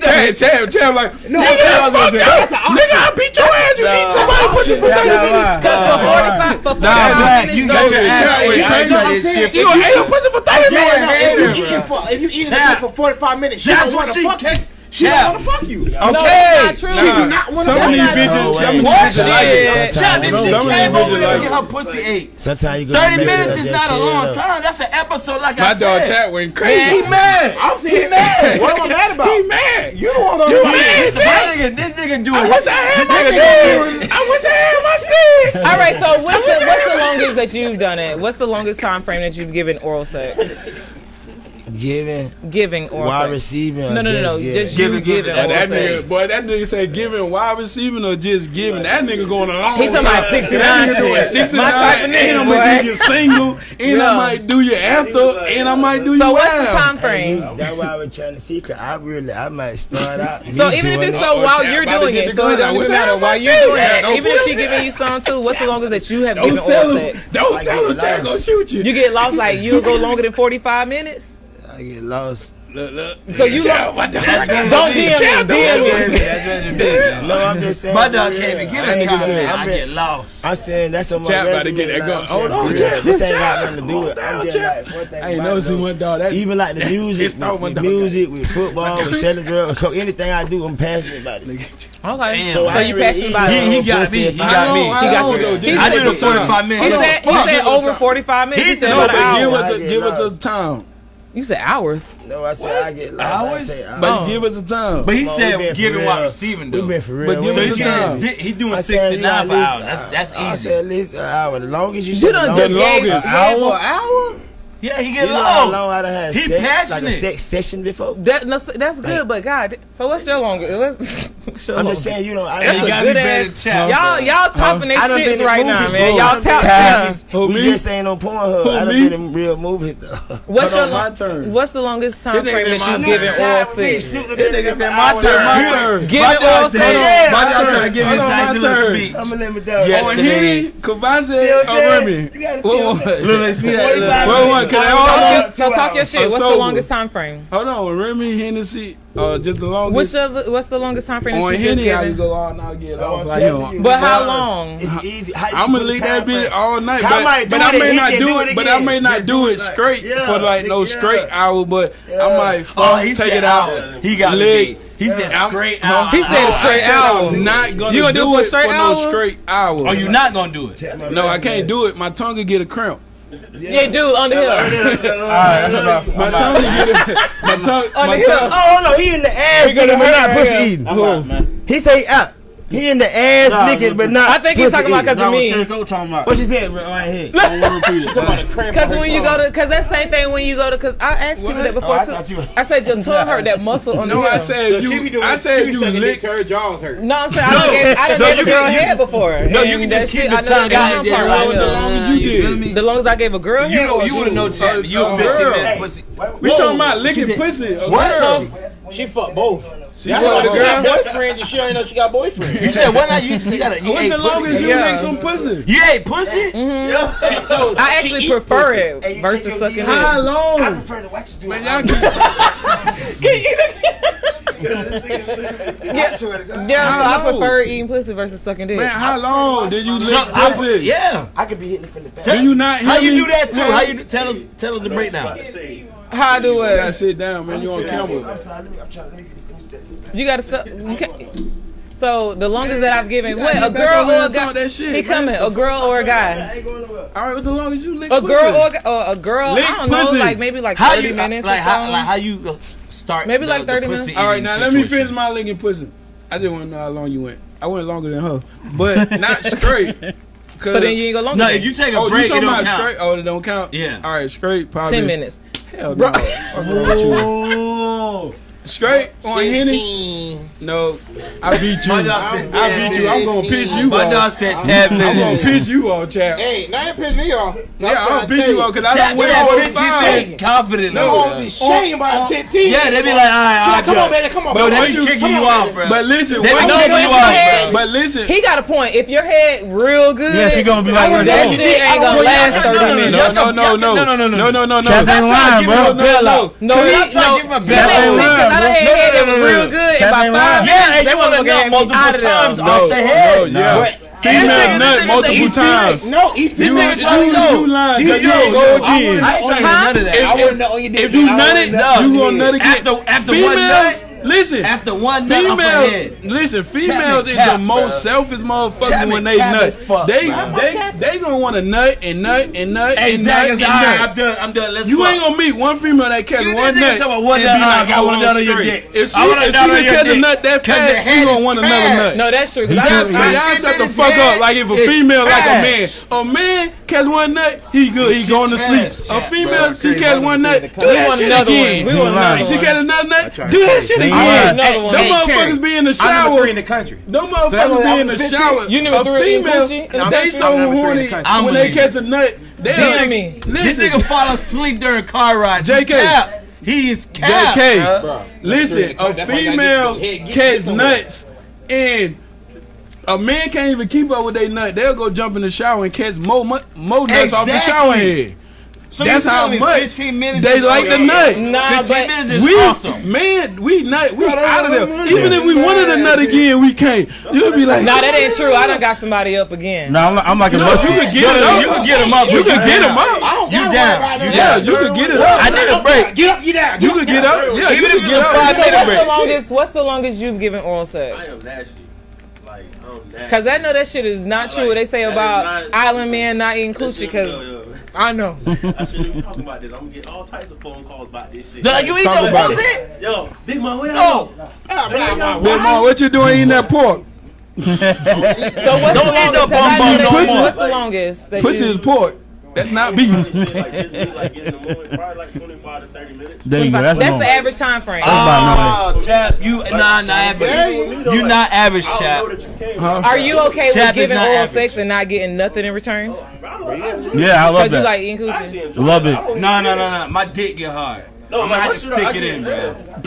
[SPEAKER 5] done-
[SPEAKER 9] Chad, Chad, Chad, like, no,
[SPEAKER 4] that's
[SPEAKER 9] nigga,
[SPEAKER 4] what I was
[SPEAKER 9] fuck
[SPEAKER 4] gonna
[SPEAKER 9] that.
[SPEAKER 4] say. That's an
[SPEAKER 9] Nigga, I beat your ass. You eat somebody pussy for
[SPEAKER 8] Chap
[SPEAKER 9] 30
[SPEAKER 8] ain't lying.
[SPEAKER 9] minutes.
[SPEAKER 8] Nah,
[SPEAKER 6] Because for 45, for 45
[SPEAKER 5] Black,
[SPEAKER 6] minutes,
[SPEAKER 5] you
[SPEAKER 6] though,
[SPEAKER 5] got your
[SPEAKER 9] Chad,
[SPEAKER 5] ass.
[SPEAKER 9] wait,
[SPEAKER 5] You
[SPEAKER 9] Chad,
[SPEAKER 5] ain't trying to shit.
[SPEAKER 9] You gonna eat a pussy for 30
[SPEAKER 4] Yeah,
[SPEAKER 9] minutes,
[SPEAKER 4] no,
[SPEAKER 9] man.
[SPEAKER 4] if you eating for, if you eating
[SPEAKER 5] Chap.
[SPEAKER 4] for 45 minutes, she
[SPEAKER 5] That's
[SPEAKER 4] don't
[SPEAKER 5] what
[SPEAKER 4] want to
[SPEAKER 5] she
[SPEAKER 4] fuck you.
[SPEAKER 5] ca-
[SPEAKER 4] She don't
[SPEAKER 5] Chap.
[SPEAKER 4] want to fuck you.
[SPEAKER 5] Okay.
[SPEAKER 6] That's not
[SPEAKER 9] Nah,
[SPEAKER 6] true.
[SPEAKER 4] not one of
[SPEAKER 9] Some of
[SPEAKER 4] them.
[SPEAKER 9] these
[SPEAKER 4] That's
[SPEAKER 3] not
[SPEAKER 9] bitches, some
[SPEAKER 3] true.
[SPEAKER 9] of these
[SPEAKER 5] What
[SPEAKER 9] bitches like it.
[SPEAKER 5] shit? Chad, if she
[SPEAKER 8] Some of
[SPEAKER 5] came
[SPEAKER 9] them
[SPEAKER 5] over there
[SPEAKER 9] bitches
[SPEAKER 5] to
[SPEAKER 9] like
[SPEAKER 5] get her pussy ate.
[SPEAKER 3] Sometimes you
[SPEAKER 5] 30 minutes is not a long time. That's an episode, like
[SPEAKER 9] My
[SPEAKER 5] I
[SPEAKER 9] dog
[SPEAKER 5] said.
[SPEAKER 9] Chad went
[SPEAKER 5] He
[SPEAKER 9] crazy.
[SPEAKER 5] mad.
[SPEAKER 4] I'm saying, what am I mad
[SPEAKER 9] He
[SPEAKER 4] about?
[SPEAKER 9] mad. You don't
[SPEAKER 4] want
[SPEAKER 9] want
[SPEAKER 4] to-
[SPEAKER 9] to.
[SPEAKER 4] You
[SPEAKER 9] You
[SPEAKER 4] mad,
[SPEAKER 9] mad,
[SPEAKER 5] That nigga, this nigga do
[SPEAKER 9] I
[SPEAKER 5] it.
[SPEAKER 9] wish I had my
[SPEAKER 4] That nigga
[SPEAKER 9] stick. I wish I had my stick.
[SPEAKER 6] All right, so what's the, what's the longest that you've done it? What's the longest time frame that you've given oral sex?
[SPEAKER 3] Giving.
[SPEAKER 6] Giving or
[SPEAKER 3] While
[SPEAKER 6] sex.
[SPEAKER 3] receiving or
[SPEAKER 6] No, no, no,
[SPEAKER 3] just
[SPEAKER 6] no.
[SPEAKER 3] giving?
[SPEAKER 6] Just you giving.
[SPEAKER 9] Oh,
[SPEAKER 6] or
[SPEAKER 9] that
[SPEAKER 6] sex.
[SPEAKER 9] nigga, boy, that nigga say giving wide receiving or just giving. That nigga going a long
[SPEAKER 6] He talking
[SPEAKER 9] time.
[SPEAKER 6] about 69
[SPEAKER 9] That nigga doing
[SPEAKER 6] shit.
[SPEAKER 9] 69.
[SPEAKER 6] My type of nigga,
[SPEAKER 9] And I'm gonna
[SPEAKER 6] boy.
[SPEAKER 9] do you single, and I
[SPEAKER 3] Yeah.
[SPEAKER 9] might do you after, and I might do you wild.
[SPEAKER 3] Hey, That's why I was trying to see, cause I really, I might start out.
[SPEAKER 6] So even if it's so while you're doing it, so it don't even matter while you're doing it. Even if she giving you some too, what's the longest that you have
[SPEAKER 3] Don't
[SPEAKER 6] given
[SPEAKER 3] tell
[SPEAKER 6] oral
[SPEAKER 3] him-
[SPEAKER 6] sex?
[SPEAKER 3] don't I tell get him, Jack lost. gonna shoot you.
[SPEAKER 6] You get lost like you go longer than forty five minutes.
[SPEAKER 3] I get lost.
[SPEAKER 9] Look, look.
[SPEAKER 6] So you
[SPEAKER 3] Child,
[SPEAKER 6] lo-
[SPEAKER 3] my dog
[SPEAKER 6] Don't
[SPEAKER 3] can't
[SPEAKER 6] DM
[SPEAKER 3] be-
[SPEAKER 6] me.
[SPEAKER 3] Child, don't
[SPEAKER 6] DM me.
[SPEAKER 3] be- No, I'm just saying.
[SPEAKER 5] My dog
[SPEAKER 3] for
[SPEAKER 5] can't
[SPEAKER 3] real.
[SPEAKER 5] be giving
[SPEAKER 3] I'm
[SPEAKER 5] me
[SPEAKER 3] just
[SPEAKER 5] time.
[SPEAKER 3] saying,
[SPEAKER 5] I
[SPEAKER 3] I'm re-
[SPEAKER 5] get lost.
[SPEAKER 3] I'm saying that's on my
[SPEAKER 9] Jack
[SPEAKER 3] resume.
[SPEAKER 9] about to get that
[SPEAKER 3] like,
[SPEAKER 9] gun.
[SPEAKER 3] I'm
[SPEAKER 9] Hold
[SPEAKER 3] saying,
[SPEAKER 9] on,
[SPEAKER 3] for real.
[SPEAKER 9] Jack,
[SPEAKER 3] This ain't
[SPEAKER 9] Jack,
[SPEAKER 3] got nothing to do with. I'm just like, one thing
[SPEAKER 9] I ain't
[SPEAKER 3] about
[SPEAKER 9] never
[SPEAKER 3] it,
[SPEAKER 9] seen
[SPEAKER 3] though,
[SPEAKER 9] one dog that
[SPEAKER 3] Even like the music,
[SPEAKER 9] Pissed off
[SPEAKER 3] with,
[SPEAKER 9] one
[SPEAKER 3] with
[SPEAKER 9] dog.
[SPEAKER 3] music, with football, with selling drugs, coke, anything I do, I'm passionate about it.
[SPEAKER 6] Okay.
[SPEAKER 3] So I ain't really easy.
[SPEAKER 5] He, he got
[SPEAKER 3] Pussy
[SPEAKER 5] me. He
[SPEAKER 3] if I
[SPEAKER 5] got
[SPEAKER 3] don't-
[SPEAKER 5] me.
[SPEAKER 3] I
[SPEAKER 5] He got
[SPEAKER 3] don't know,
[SPEAKER 5] me.
[SPEAKER 3] dude.
[SPEAKER 5] I did a
[SPEAKER 3] He said-
[SPEAKER 5] 45 minutes.
[SPEAKER 6] He
[SPEAKER 5] Hold
[SPEAKER 6] said,
[SPEAKER 5] on.
[SPEAKER 6] he said over forty five minutes. He, said
[SPEAKER 9] no,
[SPEAKER 6] about an
[SPEAKER 9] but give
[SPEAKER 6] hour.
[SPEAKER 9] us a, give us a time.
[SPEAKER 6] You said hours. Oh.
[SPEAKER 3] No, I said I get lost. I say, I-
[SPEAKER 9] But give us a time.
[SPEAKER 5] But he
[SPEAKER 3] Come on, we
[SPEAKER 5] said
[SPEAKER 3] been for
[SPEAKER 5] giving while
[SPEAKER 3] real.
[SPEAKER 5] receiving though.
[SPEAKER 3] We been for real.
[SPEAKER 5] But give
[SPEAKER 3] We
[SPEAKER 5] us
[SPEAKER 3] been
[SPEAKER 5] a time.
[SPEAKER 3] for real.
[SPEAKER 5] He doing
[SPEAKER 3] I said,
[SPEAKER 5] sixty nine for
[SPEAKER 3] at
[SPEAKER 5] hours.
[SPEAKER 3] least-
[SPEAKER 5] That's
[SPEAKER 3] I
[SPEAKER 5] that's
[SPEAKER 3] said
[SPEAKER 5] easy.
[SPEAKER 3] at least an hour. The longest you
[SPEAKER 6] You done just gave
[SPEAKER 9] longest
[SPEAKER 6] Chad for
[SPEAKER 9] hour?
[SPEAKER 6] an hour.
[SPEAKER 5] Yeah, he
[SPEAKER 3] You
[SPEAKER 5] get
[SPEAKER 3] know how
[SPEAKER 5] low.
[SPEAKER 3] long I done had
[SPEAKER 5] He
[SPEAKER 3] sex, like a
[SPEAKER 5] passionate.
[SPEAKER 3] sex session before?
[SPEAKER 6] That, no, that's good, but God, so what's your longer? What's, what's your
[SPEAKER 3] I'm just
[SPEAKER 6] longest?
[SPEAKER 3] saying, you know, I
[SPEAKER 5] That's
[SPEAKER 3] done-
[SPEAKER 5] a
[SPEAKER 6] a
[SPEAKER 5] good
[SPEAKER 6] good
[SPEAKER 5] ass-
[SPEAKER 6] ass- Y'all, y'all topping their
[SPEAKER 3] I done been
[SPEAKER 6] shits
[SPEAKER 3] in
[SPEAKER 6] right
[SPEAKER 3] movies,
[SPEAKER 6] now, man.
[SPEAKER 3] bro.
[SPEAKER 6] Y'all
[SPEAKER 3] I done
[SPEAKER 6] tap shit.
[SPEAKER 3] been in movies.
[SPEAKER 9] Who,
[SPEAKER 3] We
[SPEAKER 9] me?
[SPEAKER 3] just ain't on Pornhub.
[SPEAKER 9] Who,
[SPEAKER 3] I done
[SPEAKER 9] me?
[SPEAKER 3] been in real movies though.
[SPEAKER 6] What's your
[SPEAKER 9] Hold on, my turn.
[SPEAKER 6] What's the longest time
[SPEAKER 9] This
[SPEAKER 6] frame
[SPEAKER 9] nigga
[SPEAKER 6] that
[SPEAKER 9] my
[SPEAKER 6] you give
[SPEAKER 9] turn.
[SPEAKER 6] in oral sex?
[SPEAKER 9] My turn, my turn.
[SPEAKER 6] Give it
[SPEAKER 5] dog
[SPEAKER 6] oral
[SPEAKER 5] said-
[SPEAKER 6] sex.
[SPEAKER 5] My
[SPEAKER 9] My
[SPEAKER 5] dog
[SPEAKER 9] turn.
[SPEAKER 5] trying to give
[SPEAKER 9] Hold
[SPEAKER 5] his
[SPEAKER 9] on, my
[SPEAKER 5] nice little
[SPEAKER 9] turn.
[SPEAKER 5] speech.
[SPEAKER 3] I'm gonna let me down.
[SPEAKER 9] Or Henny,
[SPEAKER 3] See
[SPEAKER 9] Kavase,
[SPEAKER 3] what I'm
[SPEAKER 9] or
[SPEAKER 3] saying?
[SPEAKER 9] Remy.
[SPEAKER 3] You gotta see
[SPEAKER 9] What
[SPEAKER 3] what I'm saying.
[SPEAKER 9] one?
[SPEAKER 5] Look, let's see that. look.
[SPEAKER 3] 45
[SPEAKER 9] Wait, wait,
[SPEAKER 3] minutes.
[SPEAKER 9] can I-
[SPEAKER 3] One
[SPEAKER 9] hold
[SPEAKER 3] hour,
[SPEAKER 9] on.
[SPEAKER 3] two
[SPEAKER 6] So talk your
[SPEAKER 3] hours.
[SPEAKER 6] shit.
[SPEAKER 9] I'm
[SPEAKER 6] What's the
[SPEAKER 9] sober.
[SPEAKER 6] longest time frame?
[SPEAKER 9] Hold on, Remy, Hennessy, uh, just the longest.
[SPEAKER 6] What's your What's the longest time frame
[SPEAKER 9] on
[SPEAKER 6] that you just
[SPEAKER 9] Henny, how you
[SPEAKER 6] given?
[SPEAKER 9] go out and I'll get
[SPEAKER 3] I'm
[SPEAKER 9] off like
[SPEAKER 3] telling
[SPEAKER 9] him.
[SPEAKER 3] you,
[SPEAKER 6] But how
[SPEAKER 3] bro,
[SPEAKER 6] long?
[SPEAKER 3] It's easy. How you
[SPEAKER 9] I'm
[SPEAKER 3] put
[SPEAKER 9] gonna
[SPEAKER 3] a
[SPEAKER 9] leak that
[SPEAKER 3] time frame?
[SPEAKER 9] bitch all night,
[SPEAKER 3] I
[SPEAKER 9] but,
[SPEAKER 3] might do
[SPEAKER 9] but
[SPEAKER 3] it
[SPEAKER 9] I
[SPEAKER 3] and
[SPEAKER 9] may
[SPEAKER 3] hit
[SPEAKER 9] not
[SPEAKER 3] you and
[SPEAKER 9] do
[SPEAKER 3] do
[SPEAKER 9] it.
[SPEAKER 3] it
[SPEAKER 9] But I
[SPEAKER 3] again.
[SPEAKER 9] may not
[SPEAKER 3] Just
[SPEAKER 9] do
[SPEAKER 3] do
[SPEAKER 9] it
[SPEAKER 3] it like-
[SPEAKER 9] straight
[SPEAKER 3] Yeah,
[SPEAKER 9] for like no
[SPEAKER 3] nigga,
[SPEAKER 9] straight
[SPEAKER 3] yeah.
[SPEAKER 9] hour. But I
[SPEAKER 3] Yeah.
[SPEAKER 9] might fuck,
[SPEAKER 5] Oh, he
[SPEAKER 9] take
[SPEAKER 5] said
[SPEAKER 9] it out.
[SPEAKER 5] hour. He got
[SPEAKER 9] leg.
[SPEAKER 5] leg. He said
[SPEAKER 9] I'm-
[SPEAKER 5] straight hour.
[SPEAKER 6] He said
[SPEAKER 9] Oh,
[SPEAKER 5] Oh,
[SPEAKER 9] I
[SPEAKER 6] straight
[SPEAKER 9] said
[SPEAKER 6] hour.
[SPEAKER 9] I'm not gonna
[SPEAKER 6] You gonna do it for straight
[SPEAKER 9] no
[SPEAKER 6] hour?
[SPEAKER 9] straight hour.
[SPEAKER 5] Oh, you not gonna do it?
[SPEAKER 9] No, I can't do it. My tongue could get a cramp.
[SPEAKER 6] Yeah, dude, on the hill.
[SPEAKER 9] My tongue could get a my tongue. My tongue.
[SPEAKER 3] Oh no, he in the ass nigga, but not pussy eating.
[SPEAKER 8] I'm out, man.
[SPEAKER 3] He say out. He in the ass
[SPEAKER 8] Nah,
[SPEAKER 3] nigga,
[SPEAKER 8] look,
[SPEAKER 3] but not.
[SPEAKER 6] I think he's
[SPEAKER 3] pussy
[SPEAKER 6] talking about
[SPEAKER 3] eating.
[SPEAKER 6] cause of
[SPEAKER 8] Nah, what
[SPEAKER 6] me.
[SPEAKER 8] Terry Cole talking about?
[SPEAKER 3] What she said right here.
[SPEAKER 8] I don't want to repeat it.
[SPEAKER 6] Cause when you go to, cause that same thing when you go to, cause I asked people that before
[SPEAKER 3] I
[SPEAKER 6] too.
[SPEAKER 3] thought you-
[SPEAKER 6] I said your tongue hurt that muscle on the
[SPEAKER 9] No,
[SPEAKER 6] hill.
[SPEAKER 9] I said you. I said you licked.
[SPEAKER 4] her jaws hurt.
[SPEAKER 6] No, I'm saying I done gave, I done
[SPEAKER 5] No,
[SPEAKER 6] gave
[SPEAKER 5] you
[SPEAKER 6] a girl
[SPEAKER 5] can- you-
[SPEAKER 6] head before.
[SPEAKER 5] No, you
[SPEAKER 6] and
[SPEAKER 5] can
[SPEAKER 6] that
[SPEAKER 5] just keep
[SPEAKER 6] shit,
[SPEAKER 5] the
[SPEAKER 6] I
[SPEAKER 5] tongue
[SPEAKER 6] done got
[SPEAKER 5] down
[SPEAKER 6] my
[SPEAKER 5] there
[SPEAKER 6] part
[SPEAKER 5] like
[SPEAKER 6] right
[SPEAKER 5] that.
[SPEAKER 9] The
[SPEAKER 6] there.
[SPEAKER 9] long as you
[SPEAKER 5] You
[SPEAKER 9] did.
[SPEAKER 5] feel me?
[SPEAKER 6] The longest I gave a girl
[SPEAKER 5] You
[SPEAKER 6] head.
[SPEAKER 5] know,
[SPEAKER 6] or
[SPEAKER 5] you
[SPEAKER 6] a
[SPEAKER 5] would have
[SPEAKER 6] dude?
[SPEAKER 5] known Chad. You a
[SPEAKER 9] Oh,
[SPEAKER 5] fifteen
[SPEAKER 9] girl.
[SPEAKER 5] minute
[SPEAKER 9] Hey,
[SPEAKER 5] pussy.
[SPEAKER 9] We talking about licking
[SPEAKER 5] did-
[SPEAKER 9] pussy. A
[SPEAKER 5] What?
[SPEAKER 9] girl.
[SPEAKER 4] She fucked both.
[SPEAKER 9] She
[SPEAKER 4] That's
[SPEAKER 9] fucked
[SPEAKER 4] why
[SPEAKER 9] a
[SPEAKER 4] she got
[SPEAKER 9] girl.
[SPEAKER 4] boyfriends and she don't even know she got boyfriends.
[SPEAKER 5] You said what? Not you. You got You
[SPEAKER 9] What's
[SPEAKER 5] ate
[SPEAKER 9] the longest
[SPEAKER 5] pussy.
[SPEAKER 9] you
[SPEAKER 6] Yeah.
[SPEAKER 9] lick some pussy?
[SPEAKER 5] You ate pussy.
[SPEAKER 6] I actually prefer it versus sucking
[SPEAKER 9] How
[SPEAKER 6] it.
[SPEAKER 3] I
[SPEAKER 9] long?
[SPEAKER 3] prefer to watch you do
[SPEAKER 9] Man,
[SPEAKER 3] it. I
[SPEAKER 9] y'all keep-
[SPEAKER 3] swear to God.
[SPEAKER 6] Yeah, so
[SPEAKER 9] How
[SPEAKER 6] I
[SPEAKER 9] long?
[SPEAKER 6] prefer eating pussy versus sucking dick.
[SPEAKER 9] Man, how long did you
[SPEAKER 5] So,
[SPEAKER 9] lick
[SPEAKER 5] I-
[SPEAKER 9] pussy?
[SPEAKER 5] yeah.
[SPEAKER 3] I could be hitting it from the back.
[SPEAKER 9] Do you not hear
[SPEAKER 5] How you
[SPEAKER 9] me?
[SPEAKER 5] do that too? How you do- tell us? Tell us the breakdown.
[SPEAKER 6] How I do
[SPEAKER 9] You gotta
[SPEAKER 6] it?
[SPEAKER 9] sit down, man. You on
[SPEAKER 3] I'm
[SPEAKER 9] camera.
[SPEAKER 3] sorry, let me- I'm trying to let me get some steps.
[SPEAKER 6] You gotta suck. you can't- So the longest that I've given,
[SPEAKER 9] You gotta
[SPEAKER 6] what a
[SPEAKER 9] get back
[SPEAKER 6] girl
[SPEAKER 9] over here
[SPEAKER 6] or a
[SPEAKER 9] and talk
[SPEAKER 6] guy?
[SPEAKER 9] that shit,
[SPEAKER 6] He
[SPEAKER 9] man.
[SPEAKER 6] coming, a girl or a guy?
[SPEAKER 3] I ain't going nowhere.
[SPEAKER 9] All right, what's the longest you lick
[SPEAKER 6] A girl
[SPEAKER 9] pussy?
[SPEAKER 6] or a, gu- or a girl?
[SPEAKER 9] Lick
[SPEAKER 6] I don't know,
[SPEAKER 9] pussy.
[SPEAKER 6] like maybe like
[SPEAKER 5] How
[SPEAKER 6] thirty
[SPEAKER 5] you like
[SPEAKER 6] minutes or
[SPEAKER 5] how, like
[SPEAKER 6] something.
[SPEAKER 5] how you uh, start?
[SPEAKER 6] Maybe
[SPEAKER 5] the-
[SPEAKER 6] like
[SPEAKER 5] the
[SPEAKER 6] 30
[SPEAKER 5] pussy
[SPEAKER 6] minutes.
[SPEAKER 5] eating
[SPEAKER 9] All right, now let me
[SPEAKER 5] situation?
[SPEAKER 9] finish my licking pussy. I just want to know how long you went. I went longer than her, but not straight.
[SPEAKER 6] So then you ain't go longer.
[SPEAKER 5] No,
[SPEAKER 6] than
[SPEAKER 5] if you take a
[SPEAKER 9] oh, you
[SPEAKER 5] break, it
[SPEAKER 9] talking
[SPEAKER 5] don't
[SPEAKER 9] about
[SPEAKER 5] count.
[SPEAKER 9] straight? Oh, it don't count.
[SPEAKER 5] Yeah.
[SPEAKER 9] All right, straight. Probably
[SPEAKER 6] ten minutes.
[SPEAKER 9] Hell no.
[SPEAKER 5] Ooh.
[SPEAKER 9] Straight on Henny. No, I beat you.
[SPEAKER 5] My dog said
[SPEAKER 9] I beat you. I'm gonna piss you
[SPEAKER 5] My dog
[SPEAKER 9] off.
[SPEAKER 5] said ten
[SPEAKER 9] I'm gonna
[SPEAKER 5] minutes.
[SPEAKER 9] piss you off, chap.
[SPEAKER 4] Hey, now you piss me off.
[SPEAKER 9] Yeah, I'm gonna piss you off because I
[SPEAKER 5] Chad
[SPEAKER 9] don't
[SPEAKER 5] said
[SPEAKER 9] win
[SPEAKER 5] 15
[SPEAKER 9] 45.
[SPEAKER 5] minutes confidently.
[SPEAKER 4] Don't be shame about 15.
[SPEAKER 5] Yeah, they be like, all right, I'll
[SPEAKER 4] Come
[SPEAKER 5] go.
[SPEAKER 4] on, baby, come on.
[SPEAKER 5] Bro,
[SPEAKER 4] baby.
[SPEAKER 5] they
[SPEAKER 9] what
[SPEAKER 5] be
[SPEAKER 9] you-
[SPEAKER 5] kicking
[SPEAKER 4] come
[SPEAKER 5] you
[SPEAKER 4] on,
[SPEAKER 5] out,
[SPEAKER 4] baby.
[SPEAKER 5] bro.
[SPEAKER 9] But listen,
[SPEAKER 5] They
[SPEAKER 9] what
[SPEAKER 5] be
[SPEAKER 6] No,
[SPEAKER 5] kicking
[SPEAKER 6] but
[SPEAKER 5] you
[SPEAKER 6] if you
[SPEAKER 5] out, bro.
[SPEAKER 9] But listen,
[SPEAKER 6] He got a point. If your head real good,
[SPEAKER 8] Yeah, she gonna be like,
[SPEAKER 6] that
[SPEAKER 8] where's the
[SPEAKER 6] shit ain't gonna last
[SPEAKER 5] No, no,
[SPEAKER 6] thirty
[SPEAKER 5] no,
[SPEAKER 6] minutes.
[SPEAKER 9] no, no, no, no, no, no, no, no, no, no.
[SPEAKER 8] Chaz ain't lying,
[SPEAKER 9] No,
[SPEAKER 8] bro.
[SPEAKER 9] no, no.
[SPEAKER 6] No,
[SPEAKER 5] Cause
[SPEAKER 6] he,
[SPEAKER 5] I'm trying
[SPEAKER 6] no,
[SPEAKER 5] to get my
[SPEAKER 6] that
[SPEAKER 5] belt.
[SPEAKER 8] That ain't lying,
[SPEAKER 6] ain't sick, 'cause I done had
[SPEAKER 8] bro.
[SPEAKER 6] head
[SPEAKER 8] No,
[SPEAKER 6] that
[SPEAKER 8] no, no,
[SPEAKER 6] was
[SPEAKER 8] no.
[SPEAKER 6] real
[SPEAKER 8] That
[SPEAKER 6] good. And by
[SPEAKER 8] ain't
[SPEAKER 6] five,
[SPEAKER 8] lying.
[SPEAKER 5] Yeah, and
[SPEAKER 6] they
[SPEAKER 5] you
[SPEAKER 6] wanna
[SPEAKER 5] want to
[SPEAKER 6] get
[SPEAKER 5] nut
[SPEAKER 6] me
[SPEAKER 5] multiple
[SPEAKER 6] out of there.
[SPEAKER 5] times
[SPEAKER 9] No,
[SPEAKER 5] off the head.
[SPEAKER 9] No, yeah. Female
[SPEAKER 5] Niggas,
[SPEAKER 9] nut
[SPEAKER 5] niggas,
[SPEAKER 9] multiple
[SPEAKER 5] niggas,
[SPEAKER 9] times.
[SPEAKER 4] No, he
[SPEAKER 9] You,
[SPEAKER 4] fit
[SPEAKER 9] you,
[SPEAKER 4] me.
[SPEAKER 5] nigga trying to
[SPEAKER 9] you,
[SPEAKER 5] go.
[SPEAKER 9] you lying. Cause
[SPEAKER 5] She
[SPEAKER 9] you
[SPEAKER 5] said,
[SPEAKER 9] ain't go
[SPEAKER 5] I
[SPEAKER 9] again.
[SPEAKER 5] ain't trying to hear none of
[SPEAKER 4] I
[SPEAKER 5] that.
[SPEAKER 4] wouldn't know you did.
[SPEAKER 9] If you
[SPEAKER 4] I
[SPEAKER 9] nut
[SPEAKER 4] wouldn't
[SPEAKER 9] it,
[SPEAKER 4] know.
[SPEAKER 9] you gonna nut it again.
[SPEAKER 5] After after one
[SPEAKER 9] Females,
[SPEAKER 5] nut,
[SPEAKER 9] Listen,
[SPEAKER 5] after one nut off her
[SPEAKER 9] females,
[SPEAKER 5] head.
[SPEAKER 9] listen,
[SPEAKER 5] Chapman
[SPEAKER 9] females is
[SPEAKER 5] cap,
[SPEAKER 9] the most
[SPEAKER 5] bruh.
[SPEAKER 9] selfish motherfucker
[SPEAKER 5] Chapman
[SPEAKER 9] when they
[SPEAKER 5] cap
[SPEAKER 9] nut.
[SPEAKER 5] as fuck,
[SPEAKER 9] they
[SPEAKER 5] bruh.
[SPEAKER 9] they they gonna want to nut and nut and nut and nut
[SPEAKER 5] Exactly.
[SPEAKER 9] and
[SPEAKER 5] All right,
[SPEAKER 9] nut.
[SPEAKER 5] I'm done. I'm done. Let's
[SPEAKER 9] you
[SPEAKER 5] fuck.
[SPEAKER 9] ain't gonna meet one female that catch
[SPEAKER 5] You
[SPEAKER 9] one
[SPEAKER 5] niggas
[SPEAKER 9] nut
[SPEAKER 5] talking about one
[SPEAKER 9] and
[SPEAKER 5] nut.
[SPEAKER 9] be
[SPEAKER 5] All right,
[SPEAKER 9] like, "Oh,
[SPEAKER 5] I
[SPEAKER 9] I
[SPEAKER 5] want
[SPEAKER 9] want
[SPEAKER 5] a nut on your
[SPEAKER 9] straight.
[SPEAKER 5] dick.
[SPEAKER 9] If she
[SPEAKER 5] I want a
[SPEAKER 9] if
[SPEAKER 5] nut
[SPEAKER 9] she
[SPEAKER 5] on
[SPEAKER 9] done
[SPEAKER 5] your
[SPEAKER 9] catch a
[SPEAKER 5] dick.
[SPEAKER 9] nut that
[SPEAKER 5] 'Cause the
[SPEAKER 9] fast,
[SPEAKER 5] head
[SPEAKER 9] she gonna
[SPEAKER 5] is
[SPEAKER 9] want another
[SPEAKER 5] trash.
[SPEAKER 9] nut.
[SPEAKER 5] No, that's true, 'cause I-
[SPEAKER 9] Y'all,
[SPEAKER 5] I-
[SPEAKER 9] y'all shut the
[SPEAKER 5] Chapman's
[SPEAKER 9] fuck
[SPEAKER 5] head
[SPEAKER 9] up. Like if a
[SPEAKER 5] is
[SPEAKER 9] female, like a
[SPEAKER 5] trash.
[SPEAKER 9] man, a man catch one nut, he good, he going to sleep. A female, she catch one nut, do
[SPEAKER 4] We
[SPEAKER 9] that
[SPEAKER 4] want
[SPEAKER 9] shit
[SPEAKER 4] another
[SPEAKER 9] again.
[SPEAKER 4] one. We want another
[SPEAKER 9] She
[SPEAKER 4] one.
[SPEAKER 9] catch another nut, do that shit
[SPEAKER 4] Hey,
[SPEAKER 9] again.
[SPEAKER 4] hey,
[SPEAKER 9] Them
[SPEAKER 4] hey, Carrie,
[SPEAKER 9] motherfuckers be in the
[SPEAKER 4] I'm number
[SPEAKER 9] shower.
[SPEAKER 4] three in the country.
[SPEAKER 9] Them
[SPEAKER 4] So that
[SPEAKER 9] motherfuckers
[SPEAKER 4] was-
[SPEAKER 9] be
[SPEAKER 4] I'm
[SPEAKER 9] in the
[SPEAKER 4] number
[SPEAKER 9] shower.
[SPEAKER 4] three. You never
[SPEAKER 9] a
[SPEAKER 4] threw it in
[SPEAKER 9] female,
[SPEAKER 4] Gucci? In the
[SPEAKER 9] they
[SPEAKER 4] country?
[SPEAKER 9] so
[SPEAKER 4] I'm number three in the
[SPEAKER 9] horny
[SPEAKER 4] country. I'm
[SPEAKER 9] when they
[SPEAKER 4] believing.
[SPEAKER 9] catch a nut. They
[SPEAKER 5] Damn me. This nigga fall
[SPEAKER 9] asleep during car rides. JK,
[SPEAKER 5] Cap.
[SPEAKER 9] he is
[SPEAKER 5] cap,
[SPEAKER 9] JK,
[SPEAKER 5] bruh.
[SPEAKER 9] listen,
[SPEAKER 5] That's where
[SPEAKER 9] a
[SPEAKER 5] the- that's why y'all
[SPEAKER 9] female
[SPEAKER 5] get to go ahead, get- get
[SPEAKER 9] catch
[SPEAKER 5] somewhere.
[SPEAKER 9] nuts and. A man can't even keep up with they nut. They'll go jump in the shower and catch more mu- more nuts off the
[SPEAKER 5] Exactly.
[SPEAKER 9] shower head.
[SPEAKER 5] So
[SPEAKER 9] That's
[SPEAKER 5] you
[SPEAKER 9] how
[SPEAKER 5] telling me
[SPEAKER 9] much
[SPEAKER 5] 15 minutes
[SPEAKER 9] they
[SPEAKER 5] is
[SPEAKER 9] like the
[SPEAKER 5] okay.
[SPEAKER 9] nut.
[SPEAKER 5] Nah, 15 but- minutes is
[SPEAKER 9] we,
[SPEAKER 5] awesome.
[SPEAKER 9] Man, we nut. We out of there.
[SPEAKER 6] really
[SPEAKER 9] Even if we wanted a nut again, we can't. You'll be like,
[SPEAKER 6] nah, that ain't true. I done got somebody up again.
[SPEAKER 8] No, I'm like, I'm like a
[SPEAKER 9] No,
[SPEAKER 8] monkey.
[SPEAKER 9] you could get it up. You could get him up.
[SPEAKER 8] You down. You
[SPEAKER 9] Yeah,
[SPEAKER 8] down.
[SPEAKER 9] you could get it up.
[SPEAKER 8] I need a break.
[SPEAKER 9] Get up, get out. You could get up. Yeah, you could get up.
[SPEAKER 6] So what's the longest? What's the longest you've given oral sex? I am nasty. Cause I know that shit is not true. what they say about island men not eating coochie. Cause I know.
[SPEAKER 12] I shouldn't even talk about this. I'm gonna get all types of phone calls about this shit.
[SPEAKER 6] They're like, you eat Talk that about pussy?
[SPEAKER 12] Yo, Big Mom, where no.
[SPEAKER 9] Big Mom, what you doing eating that pork?
[SPEAKER 6] So
[SPEAKER 9] So
[SPEAKER 6] what's the longest? 'Cause I know that- What's the longest? that
[SPEAKER 9] Pussy
[SPEAKER 6] you-
[SPEAKER 9] is pork. That's not beef.
[SPEAKER 8] There you go. That's,
[SPEAKER 6] That's
[SPEAKER 8] normal.
[SPEAKER 6] the average time frame.
[SPEAKER 5] Ah, Chap, you nah, not average. You not average, Chap.
[SPEAKER 6] Are you okay
[SPEAKER 5] Chap
[SPEAKER 6] with
[SPEAKER 5] is
[SPEAKER 6] giving
[SPEAKER 5] not
[SPEAKER 6] oral
[SPEAKER 5] average.
[SPEAKER 6] sex and not getting nothing in return?
[SPEAKER 8] Yeah, I love
[SPEAKER 6] Cause you
[SPEAKER 8] that.
[SPEAKER 6] like eating coochie.
[SPEAKER 8] Love it.
[SPEAKER 5] No, no, no, no. My dick get hard.
[SPEAKER 6] No,
[SPEAKER 5] I'm
[SPEAKER 6] my
[SPEAKER 5] gonna have to
[SPEAKER 6] pussy, I
[SPEAKER 5] stick it
[SPEAKER 6] get
[SPEAKER 5] in,
[SPEAKER 6] it.
[SPEAKER 5] bro.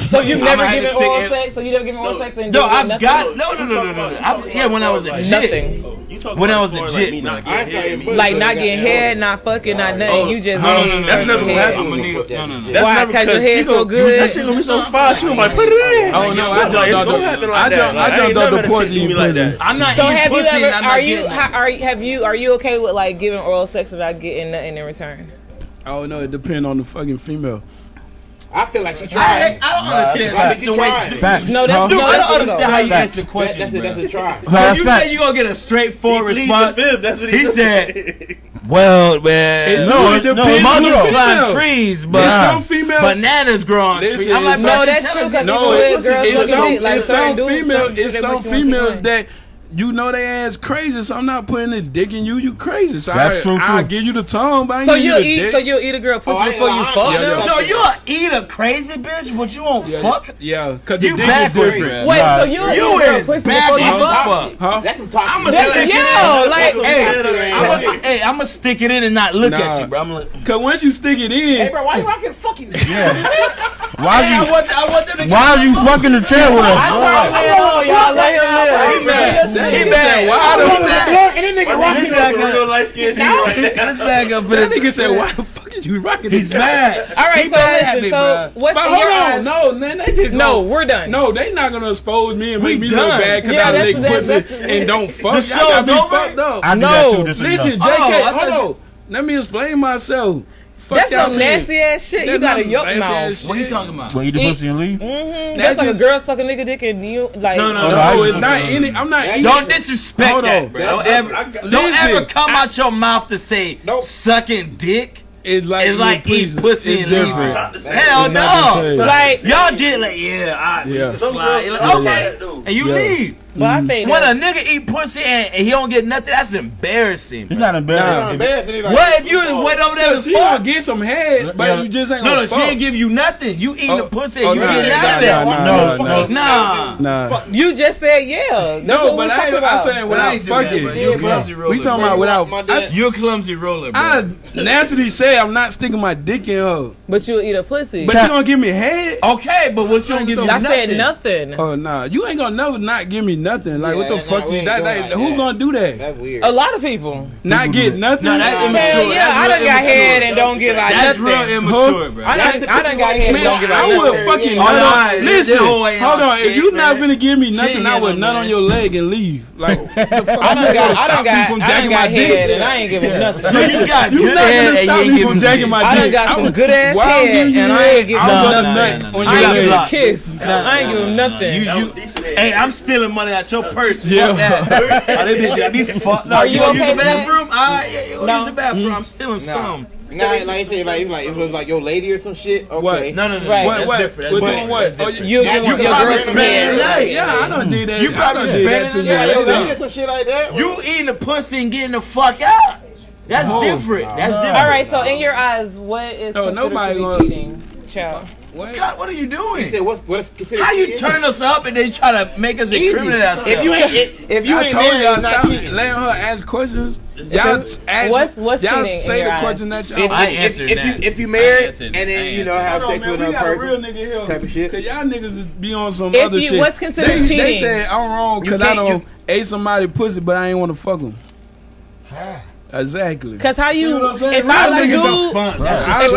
[SPEAKER 6] So you've
[SPEAKER 5] I'm
[SPEAKER 6] never
[SPEAKER 5] gonna have to
[SPEAKER 6] given
[SPEAKER 5] stick
[SPEAKER 6] oral
[SPEAKER 5] it-
[SPEAKER 6] sex. So you never given oral sex and
[SPEAKER 5] No,
[SPEAKER 6] didn't get
[SPEAKER 5] I've
[SPEAKER 6] nothing?
[SPEAKER 5] got no, no, no, no, no. no. I, yeah, when I was a jit. When I was a jit, bro.
[SPEAKER 6] Like not getting head, not fucking, not nothing. you just
[SPEAKER 5] No,
[SPEAKER 6] need
[SPEAKER 5] no, no,
[SPEAKER 6] some head.
[SPEAKER 5] I'm gonna need a- No, no, no.
[SPEAKER 6] Why? 'Cause your head's so good?
[SPEAKER 12] That shit gonna be so fire. She gonna like put it in.
[SPEAKER 9] Oh no, I jumped
[SPEAKER 12] Like, it's
[SPEAKER 9] out
[SPEAKER 12] gonna happen
[SPEAKER 9] the
[SPEAKER 12] like
[SPEAKER 9] I
[SPEAKER 12] that.
[SPEAKER 9] jumped
[SPEAKER 12] Like,
[SPEAKER 9] I
[SPEAKER 12] ain't
[SPEAKER 9] jumped out
[SPEAKER 12] never
[SPEAKER 9] the
[SPEAKER 12] had a
[SPEAKER 9] pork
[SPEAKER 12] chick do me
[SPEAKER 9] eating
[SPEAKER 12] like
[SPEAKER 9] pussy.
[SPEAKER 12] that. I'm
[SPEAKER 5] not
[SPEAKER 6] So have you
[SPEAKER 5] pussy
[SPEAKER 6] ever?
[SPEAKER 5] and I'm not
[SPEAKER 6] Are you?
[SPEAKER 5] getting
[SPEAKER 6] how- Are you? Have you? Are you okay with like giving oral sex and not getting nothing in return?
[SPEAKER 9] Oh no, it depends on the fucking female.
[SPEAKER 4] I feel like she
[SPEAKER 6] I-
[SPEAKER 4] tried.
[SPEAKER 6] I don't
[SPEAKER 4] Nah,
[SPEAKER 6] understand
[SPEAKER 4] I feel like she
[SPEAKER 9] the way she-
[SPEAKER 4] tried.
[SPEAKER 9] No, that's-
[SPEAKER 5] Dude,
[SPEAKER 9] no,
[SPEAKER 5] I
[SPEAKER 9] that's-
[SPEAKER 5] don't understand how you
[SPEAKER 9] that's-
[SPEAKER 5] ask the question,
[SPEAKER 4] that's a-
[SPEAKER 5] bro.
[SPEAKER 4] that's a try.
[SPEAKER 5] When you
[SPEAKER 8] That's
[SPEAKER 5] say you gonna get a straightforward
[SPEAKER 12] He pleads the
[SPEAKER 5] response.
[SPEAKER 12] fifth, that's what he
[SPEAKER 5] He
[SPEAKER 12] does.
[SPEAKER 5] said, "Well, man,
[SPEAKER 9] It really depends on the
[SPEAKER 5] mothers climb
[SPEAKER 9] female.
[SPEAKER 5] trees,
[SPEAKER 9] There's
[SPEAKER 5] but
[SPEAKER 9] some female-
[SPEAKER 5] bananas grow on trees."
[SPEAKER 9] Listen,
[SPEAKER 5] I'm like,
[SPEAKER 9] it's
[SPEAKER 5] bro,
[SPEAKER 9] some-
[SPEAKER 5] that's true.
[SPEAKER 9] No, it's, it's some, it's some female,
[SPEAKER 6] something
[SPEAKER 9] it's
[SPEAKER 6] that
[SPEAKER 9] some
[SPEAKER 6] we doing
[SPEAKER 9] females that you know they ass crazy, so I'm not putting this dick in you. You crazy, so
[SPEAKER 5] That's
[SPEAKER 9] I,
[SPEAKER 5] true,
[SPEAKER 9] I
[SPEAKER 5] too.
[SPEAKER 9] give you the tongue, but I ain't
[SPEAKER 6] So
[SPEAKER 9] give
[SPEAKER 6] you'll
[SPEAKER 9] you the
[SPEAKER 6] eat.
[SPEAKER 9] dick. Oh,
[SPEAKER 6] So you'll eat a girl pussy
[SPEAKER 9] I ain't
[SPEAKER 6] before you
[SPEAKER 9] lying.
[SPEAKER 6] fuck
[SPEAKER 9] Yeah,
[SPEAKER 6] them.
[SPEAKER 9] yeah.
[SPEAKER 5] So you a eater, crazy bitch? What you won't
[SPEAKER 9] Yeah,
[SPEAKER 5] fuck?
[SPEAKER 9] Yeah, cause
[SPEAKER 5] You
[SPEAKER 9] the dick
[SPEAKER 5] back
[SPEAKER 9] is different.
[SPEAKER 5] different. Wait, so you a You eater is pussy back before you as fuck? fuck.
[SPEAKER 9] Huh?
[SPEAKER 4] That's from talking.
[SPEAKER 5] I'm a
[SPEAKER 4] That's-
[SPEAKER 5] stick
[SPEAKER 4] yeah,
[SPEAKER 5] it in.
[SPEAKER 4] like-
[SPEAKER 5] hey, I'm a, hey, I'm gonna stick it in and not look at
[SPEAKER 9] Nah.
[SPEAKER 5] you, bro. I'm like,
[SPEAKER 9] Cause once you stick it
[SPEAKER 4] Hey,
[SPEAKER 9] in,
[SPEAKER 4] bro, why you rocking fucking?
[SPEAKER 8] Why
[SPEAKER 5] hey,
[SPEAKER 8] you?
[SPEAKER 5] I want, I want them to
[SPEAKER 8] Why are you fucking the chair with us?
[SPEAKER 4] I'm
[SPEAKER 8] bro?
[SPEAKER 4] sorry, man.
[SPEAKER 6] Oh, y'all let him live.
[SPEAKER 5] He mad. He mad.
[SPEAKER 4] I
[SPEAKER 5] Why
[SPEAKER 4] was
[SPEAKER 5] the
[SPEAKER 4] on the floor and that nigga rocking
[SPEAKER 5] back
[SPEAKER 4] that.
[SPEAKER 5] up.
[SPEAKER 12] real life skin.
[SPEAKER 5] This bag up for
[SPEAKER 9] that
[SPEAKER 5] the
[SPEAKER 9] nigga said, "Why the fuck is you rocking?"
[SPEAKER 5] He's
[SPEAKER 9] this
[SPEAKER 5] mad.
[SPEAKER 6] All right,
[SPEAKER 5] He
[SPEAKER 6] so
[SPEAKER 5] mad at
[SPEAKER 6] listen,
[SPEAKER 5] me,
[SPEAKER 6] so
[SPEAKER 5] bruh.
[SPEAKER 6] what's
[SPEAKER 9] But
[SPEAKER 6] in
[SPEAKER 9] hold
[SPEAKER 6] your
[SPEAKER 9] on,
[SPEAKER 6] eyes?
[SPEAKER 9] no, man, they just
[SPEAKER 6] No,
[SPEAKER 9] gonna-
[SPEAKER 6] we're done.
[SPEAKER 9] No, they not gonna expose me and
[SPEAKER 5] We
[SPEAKER 9] make me look
[SPEAKER 5] done.
[SPEAKER 9] bad because
[SPEAKER 6] Yeah,
[SPEAKER 9] I
[SPEAKER 6] that's-
[SPEAKER 9] lick
[SPEAKER 6] that's-
[SPEAKER 9] pussy
[SPEAKER 6] that's-
[SPEAKER 9] and don't fuck.
[SPEAKER 5] The
[SPEAKER 9] Y'all gotta
[SPEAKER 5] show's
[SPEAKER 9] be
[SPEAKER 5] over?
[SPEAKER 9] fucked up.
[SPEAKER 8] I do that too.
[SPEAKER 6] No.
[SPEAKER 8] This is
[SPEAKER 9] Listen, JK,
[SPEAKER 8] dumb.
[SPEAKER 5] Oh, I
[SPEAKER 9] hold
[SPEAKER 5] thought-
[SPEAKER 9] on. Let me explain myself. Fuck
[SPEAKER 6] That's
[SPEAKER 9] y'all
[SPEAKER 6] some
[SPEAKER 9] mean.
[SPEAKER 6] nasty ass shit. You
[SPEAKER 9] That's
[SPEAKER 6] got a
[SPEAKER 9] not
[SPEAKER 6] yuck
[SPEAKER 9] nasty ass
[SPEAKER 6] mouth.
[SPEAKER 9] shit.
[SPEAKER 5] What you talking about?
[SPEAKER 8] Well, eat the pussy and leave.
[SPEAKER 6] Mhm, That's like a girl sucking nigga dick and you like.
[SPEAKER 5] No, no,
[SPEAKER 8] Oh,
[SPEAKER 5] no.
[SPEAKER 8] I-
[SPEAKER 9] No, it's not any. I'm not eating.
[SPEAKER 5] Don't disrespect
[SPEAKER 9] Hold
[SPEAKER 5] that,
[SPEAKER 9] on.
[SPEAKER 5] bro. Don't
[SPEAKER 9] That-
[SPEAKER 5] ever,
[SPEAKER 9] that-
[SPEAKER 5] don't
[SPEAKER 9] listen,
[SPEAKER 5] ever come out your mouth to say sucking dick
[SPEAKER 9] It's like,
[SPEAKER 5] is like eat
[SPEAKER 9] please,
[SPEAKER 5] pussy
[SPEAKER 9] it's
[SPEAKER 5] and leave.
[SPEAKER 9] different.
[SPEAKER 5] Hell
[SPEAKER 9] It's not the
[SPEAKER 5] no.
[SPEAKER 9] same.
[SPEAKER 6] Like-
[SPEAKER 5] y'all did like yeah, I
[SPEAKER 9] Yeah.
[SPEAKER 5] yeah. slide. You're like, okay, and you
[SPEAKER 9] Yeah.
[SPEAKER 5] leave.
[SPEAKER 6] But I think
[SPEAKER 5] When
[SPEAKER 6] that's-
[SPEAKER 5] a nigga eat pussy and, and he don't get nothing, that's embarrassing.
[SPEAKER 8] It's
[SPEAKER 5] bro.
[SPEAKER 8] not
[SPEAKER 9] Nah.
[SPEAKER 8] embarrassing.
[SPEAKER 5] What if you went over there
[SPEAKER 9] Yeah,
[SPEAKER 5] to
[SPEAKER 9] she gonna
[SPEAKER 5] fuck?
[SPEAKER 9] get some head, but
[SPEAKER 8] Yeah.
[SPEAKER 9] you just ain't
[SPEAKER 5] No,
[SPEAKER 9] gonna
[SPEAKER 5] no, she
[SPEAKER 9] fuck.
[SPEAKER 5] ain't give you nothing. You eating the pussy and
[SPEAKER 9] oh,
[SPEAKER 5] you
[SPEAKER 9] nah,
[SPEAKER 5] getting
[SPEAKER 9] nah,
[SPEAKER 5] out of that.
[SPEAKER 9] nah,
[SPEAKER 8] No,
[SPEAKER 9] nah,
[SPEAKER 8] no.
[SPEAKER 5] Nah.
[SPEAKER 9] Nah.
[SPEAKER 6] You just said yeah. That's
[SPEAKER 9] No,
[SPEAKER 6] what we're
[SPEAKER 9] but I
[SPEAKER 6] talking
[SPEAKER 9] ain't, I'm
[SPEAKER 6] about.
[SPEAKER 9] saying without fucking.
[SPEAKER 5] You're a clumsy roller.
[SPEAKER 9] We talking about without. I,
[SPEAKER 5] You're a clumsy roller, bro.
[SPEAKER 9] I naturally say I'm not sticking my dick in her,
[SPEAKER 6] But you eat a pussy.
[SPEAKER 9] but you gonna give me head?
[SPEAKER 5] Okay, but what you don't give you
[SPEAKER 6] I
[SPEAKER 5] nothing.
[SPEAKER 6] said nothing.
[SPEAKER 9] Oh nah, you ain't gonna never not give me nothing. Like what
[SPEAKER 6] Yeah,
[SPEAKER 9] the
[SPEAKER 6] nah,
[SPEAKER 9] fuck?
[SPEAKER 6] we
[SPEAKER 9] You,
[SPEAKER 6] ain't
[SPEAKER 9] that,
[SPEAKER 6] doing
[SPEAKER 9] that,
[SPEAKER 6] like
[SPEAKER 9] who
[SPEAKER 6] that.
[SPEAKER 9] gonna do that?
[SPEAKER 6] That's weird. A lot of people.
[SPEAKER 9] Not get nothing.
[SPEAKER 6] Nah, that's Hell immature. yeah, That's I real done got immature. head and don't give out
[SPEAKER 9] That's
[SPEAKER 6] nothing.
[SPEAKER 9] real immature,
[SPEAKER 6] Huh?
[SPEAKER 9] bro.
[SPEAKER 6] I done-
[SPEAKER 9] That's the
[SPEAKER 6] I done
[SPEAKER 9] people
[SPEAKER 6] got
[SPEAKER 9] like-
[SPEAKER 6] head and
[SPEAKER 9] Man,
[SPEAKER 6] don't give out
[SPEAKER 9] I would
[SPEAKER 6] nothing.
[SPEAKER 9] fucking
[SPEAKER 6] Yeah.
[SPEAKER 9] nut
[SPEAKER 6] Hold
[SPEAKER 9] on-
[SPEAKER 6] on.
[SPEAKER 9] Listen,
[SPEAKER 6] This whole ain't
[SPEAKER 9] hold
[SPEAKER 6] all
[SPEAKER 9] on. If
[SPEAKER 6] shit,
[SPEAKER 9] you
[SPEAKER 6] man.
[SPEAKER 9] not finna give me
[SPEAKER 6] Shit
[SPEAKER 9] nothing, I
[SPEAKER 6] handle,
[SPEAKER 9] would nut on
[SPEAKER 6] man.
[SPEAKER 9] your leg and leave. Like, I done
[SPEAKER 6] got- I done got- I done got head and I ain't giving nothing.
[SPEAKER 9] So you got good head and you ain't giving jacking my dick.
[SPEAKER 6] I done got some good ass head and I ain't giving
[SPEAKER 9] I'm
[SPEAKER 6] nothing.
[SPEAKER 9] gonna nut on your
[SPEAKER 6] I ain't
[SPEAKER 9] leg.
[SPEAKER 6] giving a kiss. I ain't giving nothing.
[SPEAKER 5] Hey, I'm stealing money out your purse.
[SPEAKER 9] Yeah.
[SPEAKER 5] Fuck that. oh, that bitch got me fucked up.
[SPEAKER 6] Are you okay
[SPEAKER 5] use the
[SPEAKER 6] with that?
[SPEAKER 5] bathroom? I yeah, you
[SPEAKER 6] No.
[SPEAKER 5] use the bathroom. I'm stealing some.
[SPEAKER 4] Mm-hmm. Nah, like I said, like, if, like if it was like your lady or some shit, okay. What?
[SPEAKER 5] No, no, no, Right. that's different, that's
[SPEAKER 9] But
[SPEAKER 5] different.
[SPEAKER 9] doing what? Oh,
[SPEAKER 5] You- you-
[SPEAKER 9] you-
[SPEAKER 5] your girl some head.
[SPEAKER 9] Yeah, yeah, I done did that.
[SPEAKER 5] You probably
[SPEAKER 9] I done did
[SPEAKER 5] spending
[SPEAKER 9] that too.
[SPEAKER 5] it.
[SPEAKER 9] Yeah,
[SPEAKER 5] Yeah,
[SPEAKER 9] that's
[SPEAKER 5] yeah,
[SPEAKER 9] it.
[SPEAKER 5] yeah.
[SPEAKER 4] Some shit like that.
[SPEAKER 5] You eating the pussy and getting the fuck out. That's
[SPEAKER 9] No.
[SPEAKER 5] different. That's
[SPEAKER 9] No.
[SPEAKER 5] different.
[SPEAKER 6] All right, so in your eyes, what is
[SPEAKER 5] No,
[SPEAKER 6] considered
[SPEAKER 5] nobody
[SPEAKER 6] to be
[SPEAKER 5] gonna-
[SPEAKER 6] cheating, child?
[SPEAKER 5] God, what are you doing?
[SPEAKER 4] what's, what's
[SPEAKER 5] How you turn us up and then try to make us incriminate ourselves?
[SPEAKER 4] If you ain't, if, if you
[SPEAKER 9] I
[SPEAKER 4] ain't
[SPEAKER 9] told
[SPEAKER 4] married,
[SPEAKER 9] y'all
[SPEAKER 4] it's not
[SPEAKER 9] stop
[SPEAKER 4] cheating.
[SPEAKER 9] letting her ask questions. Y'all
[SPEAKER 4] Because
[SPEAKER 9] ask,
[SPEAKER 4] what's- what's
[SPEAKER 9] y'all
[SPEAKER 4] cheating in
[SPEAKER 9] say
[SPEAKER 4] your
[SPEAKER 9] the
[SPEAKER 4] eyes?
[SPEAKER 9] question that
[SPEAKER 4] If-
[SPEAKER 9] y'all.
[SPEAKER 4] I if- answered if that. you- if you married I answered and then, that. I you know, answered have that. sex
[SPEAKER 9] Hold on,
[SPEAKER 4] with
[SPEAKER 9] man, we
[SPEAKER 4] another
[SPEAKER 9] got a real nigga here type of shit. Cause y'all niggas is be on some
[SPEAKER 6] If
[SPEAKER 9] other
[SPEAKER 6] you-
[SPEAKER 9] shit.
[SPEAKER 6] what's considered
[SPEAKER 9] they, They
[SPEAKER 6] cheating?
[SPEAKER 9] said I'm wrong
[SPEAKER 6] You
[SPEAKER 9] because I
[SPEAKER 6] can't-
[SPEAKER 9] don't ate somebody pussy, but I ain't want to fuck them. Exactly.
[SPEAKER 6] Cause how you?
[SPEAKER 9] what I'm saying?
[SPEAKER 6] if I was a
[SPEAKER 9] Like,
[SPEAKER 6] dude,
[SPEAKER 9] it's a spunk. That's a
[SPEAKER 6] if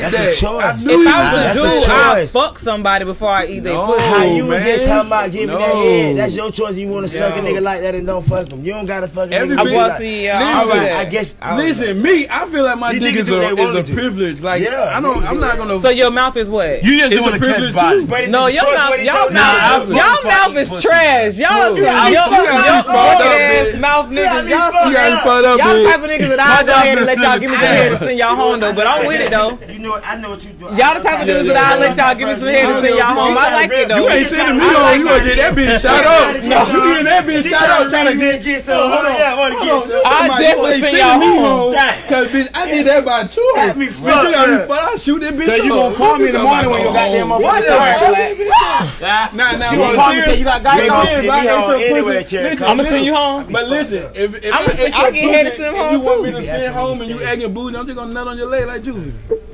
[SPEAKER 6] I was a
[SPEAKER 9] choice. That's a choice. Dude, I like That's
[SPEAKER 6] dude,
[SPEAKER 9] a that. choice. I knew
[SPEAKER 6] if
[SPEAKER 9] you
[SPEAKER 6] I
[SPEAKER 9] was-
[SPEAKER 6] was a
[SPEAKER 9] That's a
[SPEAKER 6] dude, I
[SPEAKER 9] choice.
[SPEAKER 6] fuck somebody before I eat their
[SPEAKER 9] No,
[SPEAKER 6] pussy.
[SPEAKER 3] How you was just
[SPEAKER 9] Oh, man.
[SPEAKER 3] talking about giving that
[SPEAKER 9] No.
[SPEAKER 3] head? That's your choice. You want to suck a
[SPEAKER 9] No.
[SPEAKER 3] nigga like that and don't fuck him. You don't gotta fuck a
[SPEAKER 9] Every
[SPEAKER 3] nigga.
[SPEAKER 9] bitch-
[SPEAKER 3] like that.
[SPEAKER 9] listen,
[SPEAKER 3] Alright, I guess. I don't know.
[SPEAKER 9] listen, me, I feel like my
[SPEAKER 3] These
[SPEAKER 9] dick
[SPEAKER 3] niggas
[SPEAKER 9] is
[SPEAKER 3] do
[SPEAKER 9] a,
[SPEAKER 3] what they
[SPEAKER 9] is a
[SPEAKER 3] wanna do.
[SPEAKER 9] privilege. Like
[SPEAKER 3] Yeah.
[SPEAKER 9] I don't, I'm not gonna.
[SPEAKER 6] So your mouth is what?
[SPEAKER 9] You just
[SPEAKER 6] It's
[SPEAKER 9] wanna
[SPEAKER 6] a
[SPEAKER 9] catch
[SPEAKER 6] privilege
[SPEAKER 9] body.
[SPEAKER 6] too.
[SPEAKER 9] But it's
[SPEAKER 6] No,
[SPEAKER 9] a
[SPEAKER 6] your
[SPEAKER 9] choice
[SPEAKER 6] mouth,
[SPEAKER 9] what it
[SPEAKER 6] y'all
[SPEAKER 9] is. Nah, I
[SPEAKER 6] mouth,
[SPEAKER 9] fucking
[SPEAKER 6] y'all mouth is trash. Y'all,
[SPEAKER 9] You
[SPEAKER 6] y'all,
[SPEAKER 9] got
[SPEAKER 6] y'all,
[SPEAKER 9] me fucked up.
[SPEAKER 6] y'all
[SPEAKER 9] You got me
[SPEAKER 6] fucked ass
[SPEAKER 9] fucked up.
[SPEAKER 6] mouth niggas.
[SPEAKER 9] You got
[SPEAKER 6] Y'all,
[SPEAKER 9] me fucked up,
[SPEAKER 6] y'all
[SPEAKER 9] bitch.
[SPEAKER 6] type of niggas that I'll go ahead and let y'all give me some head and send y'all home though. But I'm with it though.
[SPEAKER 3] You know, I know what you do.
[SPEAKER 6] Y'all the type of dudes that I'll let y'all give me some head and send y'all home. I like it though.
[SPEAKER 9] You ain't sending me home. You gonna get that bitch shot up.
[SPEAKER 3] No.
[SPEAKER 9] You getting that bitch
[SPEAKER 3] She
[SPEAKER 9] shot up
[SPEAKER 3] tryna
[SPEAKER 9] trying to
[SPEAKER 3] make me
[SPEAKER 9] get.
[SPEAKER 3] get some.
[SPEAKER 9] Hold on,
[SPEAKER 3] Yeah, I wanna
[SPEAKER 9] hold
[SPEAKER 3] get
[SPEAKER 9] on.
[SPEAKER 3] some.
[SPEAKER 9] That's
[SPEAKER 3] I
[SPEAKER 9] my
[SPEAKER 3] definitely
[SPEAKER 9] choice.
[SPEAKER 3] send
[SPEAKER 9] Sending
[SPEAKER 3] y'all
[SPEAKER 9] me
[SPEAKER 3] home.
[SPEAKER 9] home.
[SPEAKER 3] Damn.
[SPEAKER 9] Cause bitch, I did that by two.
[SPEAKER 3] Got me
[SPEAKER 9] Bitch, you
[SPEAKER 3] fucked
[SPEAKER 9] got me
[SPEAKER 3] up.
[SPEAKER 9] fucked. I'll shoot that bitch
[SPEAKER 4] So you gonna
[SPEAKER 9] up.
[SPEAKER 4] call me in the
[SPEAKER 9] talking
[SPEAKER 4] morning
[SPEAKER 9] about
[SPEAKER 4] when you
[SPEAKER 9] go
[SPEAKER 4] goddamn
[SPEAKER 9] home.
[SPEAKER 4] motherfucker
[SPEAKER 9] What the
[SPEAKER 4] tired,
[SPEAKER 9] fuck?
[SPEAKER 4] like-
[SPEAKER 9] Nah, nah,
[SPEAKER 4] You
[SPEAKER 9] but
[SPEAKER 4] gonna call me
[SPEAKER 9] serious-
[SPEAKER 4] say you got guys
[SPEAKER 9] but
[SPEAKER 4] on?
[SPEAKER 9] serious,
[SPEAKER 3] You
[SPEAKER 9] if I
[SPEAKER 3] be
[SPEAKER 9] ate
[SPEAKER 3] on
[SPEAKER 9] your
[SPEAKER 3] anyway,
[SPEAKER 9] pussy-
[SPEAKER 3] Cherry.
[SPEAKER 9] listen,
[SPEAKER 3] I'ma
[SPEAKER 9] listen,
[SPEAKER 6] send you home.
[SPEAKER 9] But listen, if, if
[SPEAKER 6] I'ma
[SPEAKER 9] I
[SPEAKER 6] send-
[SPEAKER 9] ate your
[SPEAKER 6] I'll get headed
[SPEAKER 9] pussy
[SPEAKER 6] to him
[SPEAKER 9] and
[SPEAKER 6] home,
[SPEAKER 9] you want
[SPEAKER 6] too.
[SPEAKER 9] me to
[SPEAKER 6] That's
[SPEAKER 9] send
[SPEAKER 6] what
[SPEAKER 9] home and you acting bougie, I'm just gonna nut on your leg like Juvie.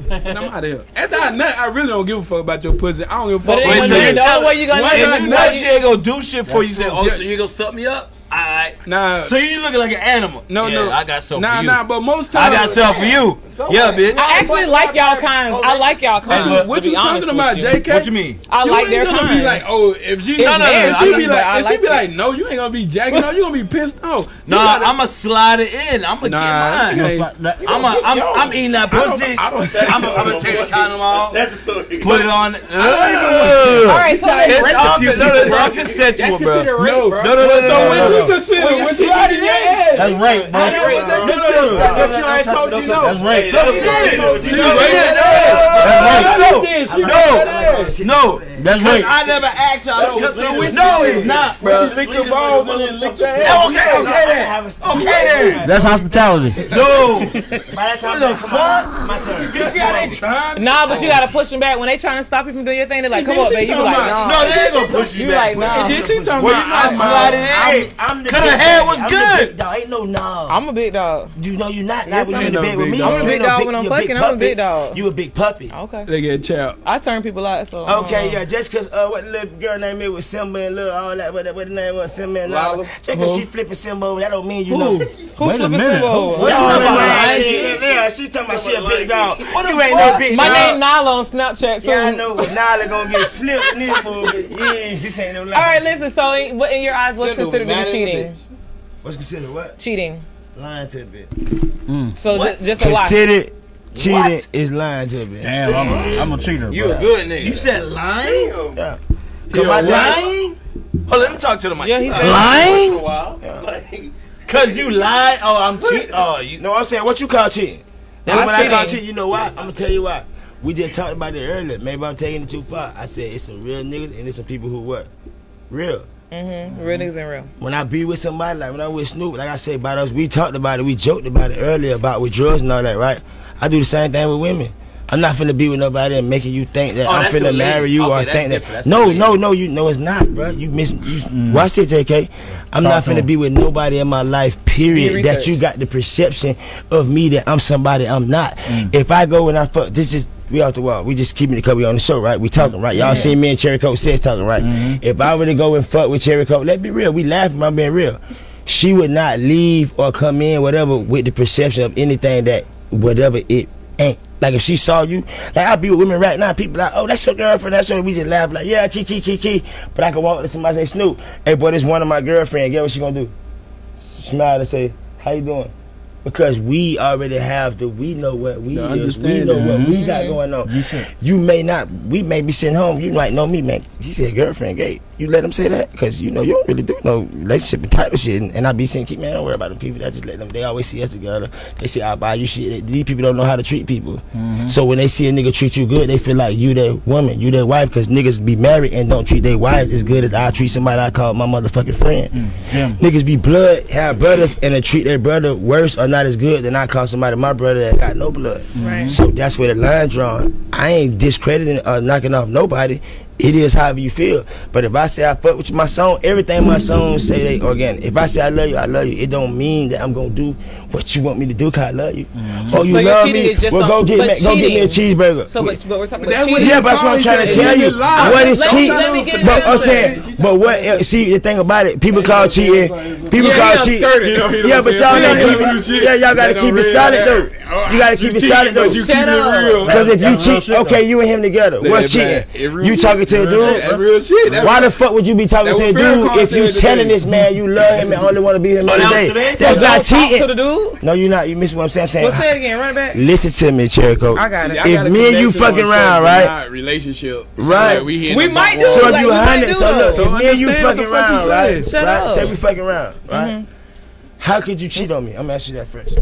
[SPEAKER 9] and I'm out of here. After I nut, I really don't give a fuck about your pussy. I don't give a
[SPEAKER 6] But
[SPEAKER 9] fuck.
[SPEAKER 6] it ain't
[SPEAKER 9] about
[SPEAKER 6] gonna
[SPEAKER 9] your-
[SPEAKER 6] do that. What you gonna
[SPEAKER 9] Once
[SPEAKER 6] do?
[SPEAKER 9] I
[SPEAKER 6] If you
[SPEAKER 9] nut,
[SPEAKER 6] nut,
[SPEAKER 5] she ain't gonna do shit for you. Say, oh,
[SPEAKER 9] Yeah.
[SPEAKER 5] so you gonna suck me up? All right.
[SPEAKER 9] Nah.
[SPEAKER 5] So you looking like an animal?
[SPEAKER 9] No,
[SPEAKER 5] Yeah,
[SPEAKER 9] no.
[SPEAKER 5] I got something
[SPEAKER 9] nah,
[SPEAKER 5] for you.
[SPEAKER 9] Nah, but most
[SPEAKER 5] I
[SPEAKER 9] times
[SPEAKER 5] got something for you. yeah, bitch.
[SPEAKER 6] I actually like y'all kinds. I like y'all
[SPEAKER 9] What
[SPEAKER 6] kinds.
[SPEAKER 9] you, what
[SPEAKER 6] to
[SPEAKER 9] you
[SPEAKER 6] be honest
[SPEAKER 9] talking about,
[SPEAKER 6] with you.
[SPEAKER 9] JK?
[SPEAKER 5] What you mean?
[SPEAKER 6] I
[SPEAKER 9] You
[SPEAKER 6] like
[SPEAKER 9] ain't
[SPEAKER 6] their
[SPEAKER 9] gonna
[SPEAKER 6] kinds.
[SPEAKER 9] be like, oh, if she,
[SPEAKER 6] It's
[SPEAKER 9] no, no, no,
[SPEAKER 6] theirs.
[SPEAKER 9] if
[SPEAKER 6] I
[SPEAKER 9] she
[SPEAKER 6] know,
[SPEAKER 9] be
[SPEAKER 6] but I
[SPEAKER 9] like, if she
[SPEAKER 6] like
[SPEAKER 9] be
[SPEAKER 6] it.
[SPEAKER 9] like, no, you ain't gonna be jacking. No, you gonna be pissed off.
[SPEAKER 5] Nah,
[SPEAKER 9] you gotta-
[SPEAKER 5] I'ma slide it in. I'ma
[SPEAKER 9] Nah,
[SPEAKER 5] get mine.
[SPEAKER 9] you
[SPEAKER 5] I'ma, I'm, I'm eating that pussy.
[SPEAKER 9] I don't-
[SPEAKER 5] I'm gonna take a condom off,
[SPEAKER 12] Statutory.
[SPEAKER 5] put it on.
[SPEAKER 6] All right, so let's-
[SPEAKER 5] it's all, no, no, it's all consensual, bro. No,
[SPEAKER 9] no,
[SPEAKER 5] no, no, no,
[SPEAKER 9] So
[SPEAKER 5] no, no,
[SPEAKER 9] when she
[SPEAKER 5] no.
[SPEAKER 9] consider,
[SPEAKER 5] When
[SPEAKER 9] when
[SPEAKER 5] you
[SPEAKER 9] she
[SPEAKER 5] slide it
[SPEAKER 9] getting your ass,
[SPEAKER 8] That's right, bro.
[SPEAKER 9] That's right, bro.
[SPEAKER 8] No, no, no, no.
[SPEAKER 9] That's
[SPEAKER 8] no,
[SPEAKER 9] right,
[SPEAKER 8] no,
[SPEAKER 9] told
[SPEAKER 8] no,
[SPEAKER 9] you
[SPEAKER 8] no.
[SPEAKER 9] no.
[SPEAKER 8] That's right.
[SPEAKER 5] No, she did. No,
[SPEAKER 9] She
[SPEAKER 5] she
[SPEAKER 9] right.
[SPEAKER 5] did.
[SPEAKER 9] That's
[SPEAKER 5] No,
[SPEAKER 9] right.
[SPEAKER 5] no,
[SPEAKER 9] Then she
[SPEAKER 5] no,
[SPEAKER 9] got
[SPEAKER 5] no,
[SPEAKER 9] that ass.
[SPEAKER 5] no.
[SPEAKER 8] That's
[SPEAKER 5] Because
[SPEAKER 8] right.
[SPEAKER 5] I never asked her. I don't-
[SPEAKER 9] So when she-
[SPEAKER 5] No, it's not,
[SPEAKER 9] when
[SPEAKER 5] bro.
[SPEAKER 9] she licked your balls and then licked your ass.
[SPEAKER 5] Okay, okay then. Okay then.
[SPEAKER 8] That's hospitality.
[SPEAKER 5] No.
[SPEAKER 3] By that
[SPEAKER 5] What
[SPEAKER 3] time,
[SPEAKER 5] the
[SPEAKER 3] come
[SPEAKER 5] fuck?
[SPEAKER 3] on, my turn.
[SPEAKER 5] You see how they trying? Oh.
[SPEAKER 6] Nah, but you gotta push them back when they trying to stop you from doing your thing. They're like, come
[SPEAKER 9] Then
[SPEAKER 6] on,
[SPEAKER 9] she
[SPEAKER 6] baby. You be
[SPEAKER 9] talking
[SPEAKER 6] like,
[SPEAKER 9] about-
[SPEAKER 6] nah.
[SPEAKER 5] No, they ain't gonna push you
[SPEAKER 6] You
[SPEAKER 5] back.
[SPEAKER 6] like, nah.
[SPEAKER 9] And then she talking
[SPEAKER 5] Well, you not
[SPEAKER 9] about,
[SPEAKER 5] sliding
[SPEAKER 9] I'm
[SPEAKER 5] in. Hey,
[SPEAKER 3] I'm the
[SPEAKER 5] cut her
[SPEAKER 3] big
[SPEAKER 5] hair
[SPEAKER 3] dog.
[SPEAKER 5] was
[SPEAKER 3] I'm
[SPEAKER 5] good.
[SPEAKER 3] The big dog. Ain't no no.
[SPEAKER 6] I'm a big dog.
[SPEAKER 3] You know you not. Not
[SPEAKER 6] Yes,
[SPEAKER 3] when
[SPEAKER 6] I'm
[SPEAKER 3] you in
[SPEAKER 9] a
[SPEAKER 3] the bed
[SPEAKER 9] big
[SPEAKER 3] with me.
[SPEAKER 9] dog.
[SPEAKER 6] I'm a big
[SPEAKER 3] You
[SPEAKER 6] dog when I'm
[SPEAKER 3] you big
[SPEAKER 6] fucking. I'm a big
[SPEAKER 3] puppy.
[SPEAKER 6] dog.
[SPEAKER 3] You a big puppy.
[SPEAKER 6] Okay.
[SPEAKER 9] they get chopped.
[SPEAKER 6] I turn people out. So
[SPEAKER 3] Okay, yeah, just cause uh, what little girl name it was Simba and little all that, what, that- what the name was Simba and all
[SPEAKER 4] Lala.
[SPEAKER 3] that. Just cause
[SPEAKER 9] Who?
[SPEAKER 3] she flipping Simba over, that don't mean you know.
[SPEAKER 8] Wait a minute.
[SPEAKER 3] What
[SPEAKER 8] Who-
[SPEAKER 3] all that
[SPEAKER 5] Lion
[SPEAKER 3] lion
[SPEAKER 5] King?
[SPEAKER 3] king in there? She talking about she a big dog.
[SPEAKER 5] What
[SPEAKER 3] You
[SPEAKER 5] the
[SPEAKER 3] ain't no
[SPEAKER 5] fuck?
[SPEAKER 3] big
[SPEAKER 6] My
[SPEAKER 3] dog.
[SPEAKER 6] name Nala on Snapchat too.
[SPEAKER 3] Yeah, I know. But Nala gonna get flipped in this movie. Yeah, this ain't no lie.
[SPEAKER 6] All right, listen. So, in, what in your eyes, what's
[SPEAKER 4] Should've
[SPEAKER 6] considered to
[SPEAKER 4] been
[SPEAKER 6] be
[SPEAKER 4] mad at
[SPEAKER 6] cheating?
[SPEAKER 4] the bitch.
[SPEAKER 3] What's considered what?
[SPEAKER 6] Cheating.
[SPEAKER 3] Lying to a bit.
[SPEAKER 8] Mm.
[SPEAKER 6] So just, just a lie.
[SPEAKER 3] Considered cheating is lying to a bit.
[SPEAKER 8] Damn, I'm a, I'm a cheater,
[SPEAKER 4] You a
[SPEAKER 8] bro.
[SPEAKER 4] good nigga.
[SPEAKER 5] You said lying?
[SPEAKER 3] Yeah.
[SPEAKER 5] You
[SPEAKER 3] my dad-
[SPEAKER 5] lying? Oh, let me talk to the mic.
[SPEAKER 6] Yeah, he said-
[SPEAKER 5] lying.
[SPEAKER 12] Wow. Like,
[SPEAKER 5] Cause you lied. Oh, I'm cheating. Oh, you.
[SPEAKER 3] No, I'm saying what you call cheating. That's
[SPEAKER 6] That's
[SPEAKER 3] what I call
[SPEAKER 6] cheating.
[SPEAKER 3] cheating. You know why? I'm gonna tell you why. We just talked about it earlier. Maybe I'm taking it too far. I said it's some real niggas and it's some people who what real.
[SPEAKER 6] Mm-hmm. Real niggas and real.
[SPEAKER 3] When I be with somebody, like when I with Snoop, like I said about us, we talked about it, we joked about it earlier about with drugs and all that, right? I do the same thing with women. I'm not finna be with nobody and making you think that
[SPEAKER 5] Oh,
[SPEAKER 3] I'm
[SPEAKER 5] that's your
[SPEAKER 3] finna
[SPEAKER 5] lady.
[SPEAKER 3] marry you
[SPEAKER 5] Okay,
[SPEAKER 3] or
[SPEAKER 5] that's
[SPEAKER 3] think that.
[SPEAKER 5] different. That's
[SPEAKER 3] No,
[SPEAKER 5] your
[SPEAKER 3] no,
[SPEAKER 5] lady.
[SPEAKER 3] no, you no, it's not, bro. You miss. You watch it, JK. I'm not
[SPEAKER 8] Mm. to
[SPEAKER 3] finna
[SPEAKER 8] him.
[SPEAKER 3] be with nobody in my life.
[SPEAKER 6] Do
[SPEAKER 3] Period. That
[SPEAKER 6] research.
[SPEAKER 3] you got the perception of me that I'm somebody I'm not. If I go and I fuck, this is We off the wall. We just keeping it because we on the show, right? We talking, right? Y'all seen me and Cherry Coke says talking, right? If I were to go and fuck with Cherry Coke, let's be real. We laughing. I'm being real. She would not leave or come in, whatever, with the perception of anything that whatever it ain't. Like if she saw you, like I be with women right now, people like, oh, that's your girlfriend, that's your. We just laugh like, yeah, key, key, key, key. But I can walk up to somebody and say, Snoop, hey boy, this one of my girlfriend. Get what she gonna do? Smile and say, how you doing? Because we already have the, we know what we
[SPEAKER 9] I
[SPEAKER 3] is, we
[SPEAKER 9] understand
[SPEAKER 3] know
[SPEAKER 9] that.
[SPEAKER 3] what we got
[SPEAKER 8] Mm-hmm.
[SPEAKER 6] Mm-hmm.
[SPEAKER 9] Mhm.
[SPEAKER 3] going on. You, may not, we may be sitting home. You might know me, man. She said girlfriend, gay. You let them say that because you know you don't really do no relationship and title shit. And, and I be saying, keep man, don't worry about the people. that just let them. They always see us together. They say I buy you shit. These people don't know how to treat people.
[SPEAKER 5] Mm-hmm.
[SPEAKER 3] So when they see a nigga treat you good, they feel like you their woman, you their wife. Because niggas be married and don't treat their wives as good as I treat somebody I call my motherfucking friend. Niggas be blood, have brothers, and they treat their brother worse or not as good than I call somebody my brother that got no blood.
[SPEAKER 6] Right.
[SPEAKER 3] So that's where the line drawn. I ain't discrediting or knocking off nobody. It is however you feel. But if I say I fuck with you, my song, everything my song say they organic. If I say I love you, I love you. It don't mean that I'm gonna do what you want me to do 'cause I love you.
[SPEAKER 9] Mm-hmm.
[SPEAKER 3] Oh, you
[SPEAKER 6] So your
[SPEAKER 3] love
[SPEAKER 6] cheating
[SPEAKER 3] me?
[SPEAKER 6] is just
[SPEAKER 3] Well,
[SPEAKER 6] on-
[SPEAKER 3] go get
[SPEAKER 6] but
[SPEAKER 3] ma- go get me a
[SPEAKER 6] cheating-
[SPEAKER 3] cheeseburger.
[SPEAKER 6] So, but, but we're talking
[SPEAKER 3] But
[SPEAKER 6] about
[SPEAKER 3] that what-
[SPEAKER 6] cheating.
[SPEAKER 3] yeah, but that's what I'm trying to tell you. What is
[SPEAKER 6] Let me- let me get
[SPEAKER 3] cheating? But
[SPEAKER 6] this
[SPEAKER 3] I'm
[SPEAKER 6] straight.
[SPEAKER 3] saying, but what? el- See, the thing about it, people call cheating. People
[SPEAKER 9] Yeah,
[SPEAKER 3] call
[SPEAKER 9] yeah,
[SPEAKER 3] cheating.
[SPEAKER 9] skirt it. You know, he don't
[SPEAKER 3] Yeah, but
[SPEAKER 9] say
[SPEAKER 3] y'all gotta
[SPEAKER 9] it. Yeah,
[SPEAKER 3] keep
[SPEAKER 9] he don't
[SPEAKER 3] it.
[SPEAKER 9] do shit.
[SPEAKER 3] Yeah, y'all gotta
[SPEAKER 9] They don't
[SPEAKER 3] keep it
[SPEAKER 9] read
[SPEAKER 3] solid
[SPEAKER 9] that.
[SPEAKER 3] though. You gotta keep
[SPEAKER 9] You
[SPEAKER 3] it solid
[SPEAKER 9] cheating, but
[SPEAKER 3] though.
[SPEAKER 9] you keep it real.
[SPEAKER 3] Cause if you
[SPEAKER 9] That's real
[SPEAKER 3] cheat,
[SPEAKER 9] shit,
[SPEAKER 3] okay, you and him together.
[SPEAKER 9] That-
[SPEAKER 3] What's
[SPEAKER 9] that-
[SPEAKER 3] cheating?
[SPEAKER 9] it real
[SPEAKER 3] You
[SPEAKER 9] shit.
[SPEAKER 3] talking to a
[SPEAKER 9] Real shit. That
[SPEAKER 3] dude?
[SPEAKER 9] real shit. That
[SPEAKER 3] Why
[SPEAKER 9] real-
[SPEAKER 3] the fuck would you be talking
[SPEAKER 9] That
[SPEAKER 3] to a
[SPEAKER 9] what Farrakhan
[SPEAKER 3] dude if
[SPEAKER 9] said
[SPEAKER 3] you
[SPEAKER 9] today.
[SPEAKER 3] telling this man you love him and only want to be with him
[SPEAKER 6] Oh, that
[SPEAKER 3] every
[SPEAKER 6] was
[SPEAKER 3] day?
[SPEAKER 6] today?
[SPEAKER 3] That's
[SPEAKER 6] So
[SPEAKER 3] not
[SPEAKER 6] don't talk
[SPEAKER 3] cheating.
[SPEAKER 6] to the dude?
[SPEAKER 3] No, you're not. You miss what I'm saying. I'm saying.
[SPEAKER 6] Well, say it again. Run it back.
[SPEAKER 3] Listen to me, Cherico.
[SPEAKER 6] I got it.
[SPEAKER 3] If me and you fucking around, right?
[SPEAKER 9] Relationship.
[SPEAKER 3] Right.
[SPEAKER 6] We might do.
[SPEAKER 3] So if
[SPEAKER 6] like,
[SPEAKER 3] you
[SPEAKER 6] we might
[SPEAKER 3] hundred,
[SPEAKER 6] do
[SPEAKER 3] so look,
[SPEAKER 6] though.
[SPEAKER 3] if me and you
[SPEAKER 6] Understand what
[SPEAKER 3] fucking
[SPEAKER 6] the fuck
[SPEAKER 3] around,
[SPEAKER 6] you
[SPEAKER 3] right? Mm-hmm.
[SPEAKER 6] said. Shut
[SPEAKER 3] right?
[SPEAKER 6] up.
[SPEAKER 3] Say we fucking around, right? How could you cheat on me? I'm gonna ask you that first.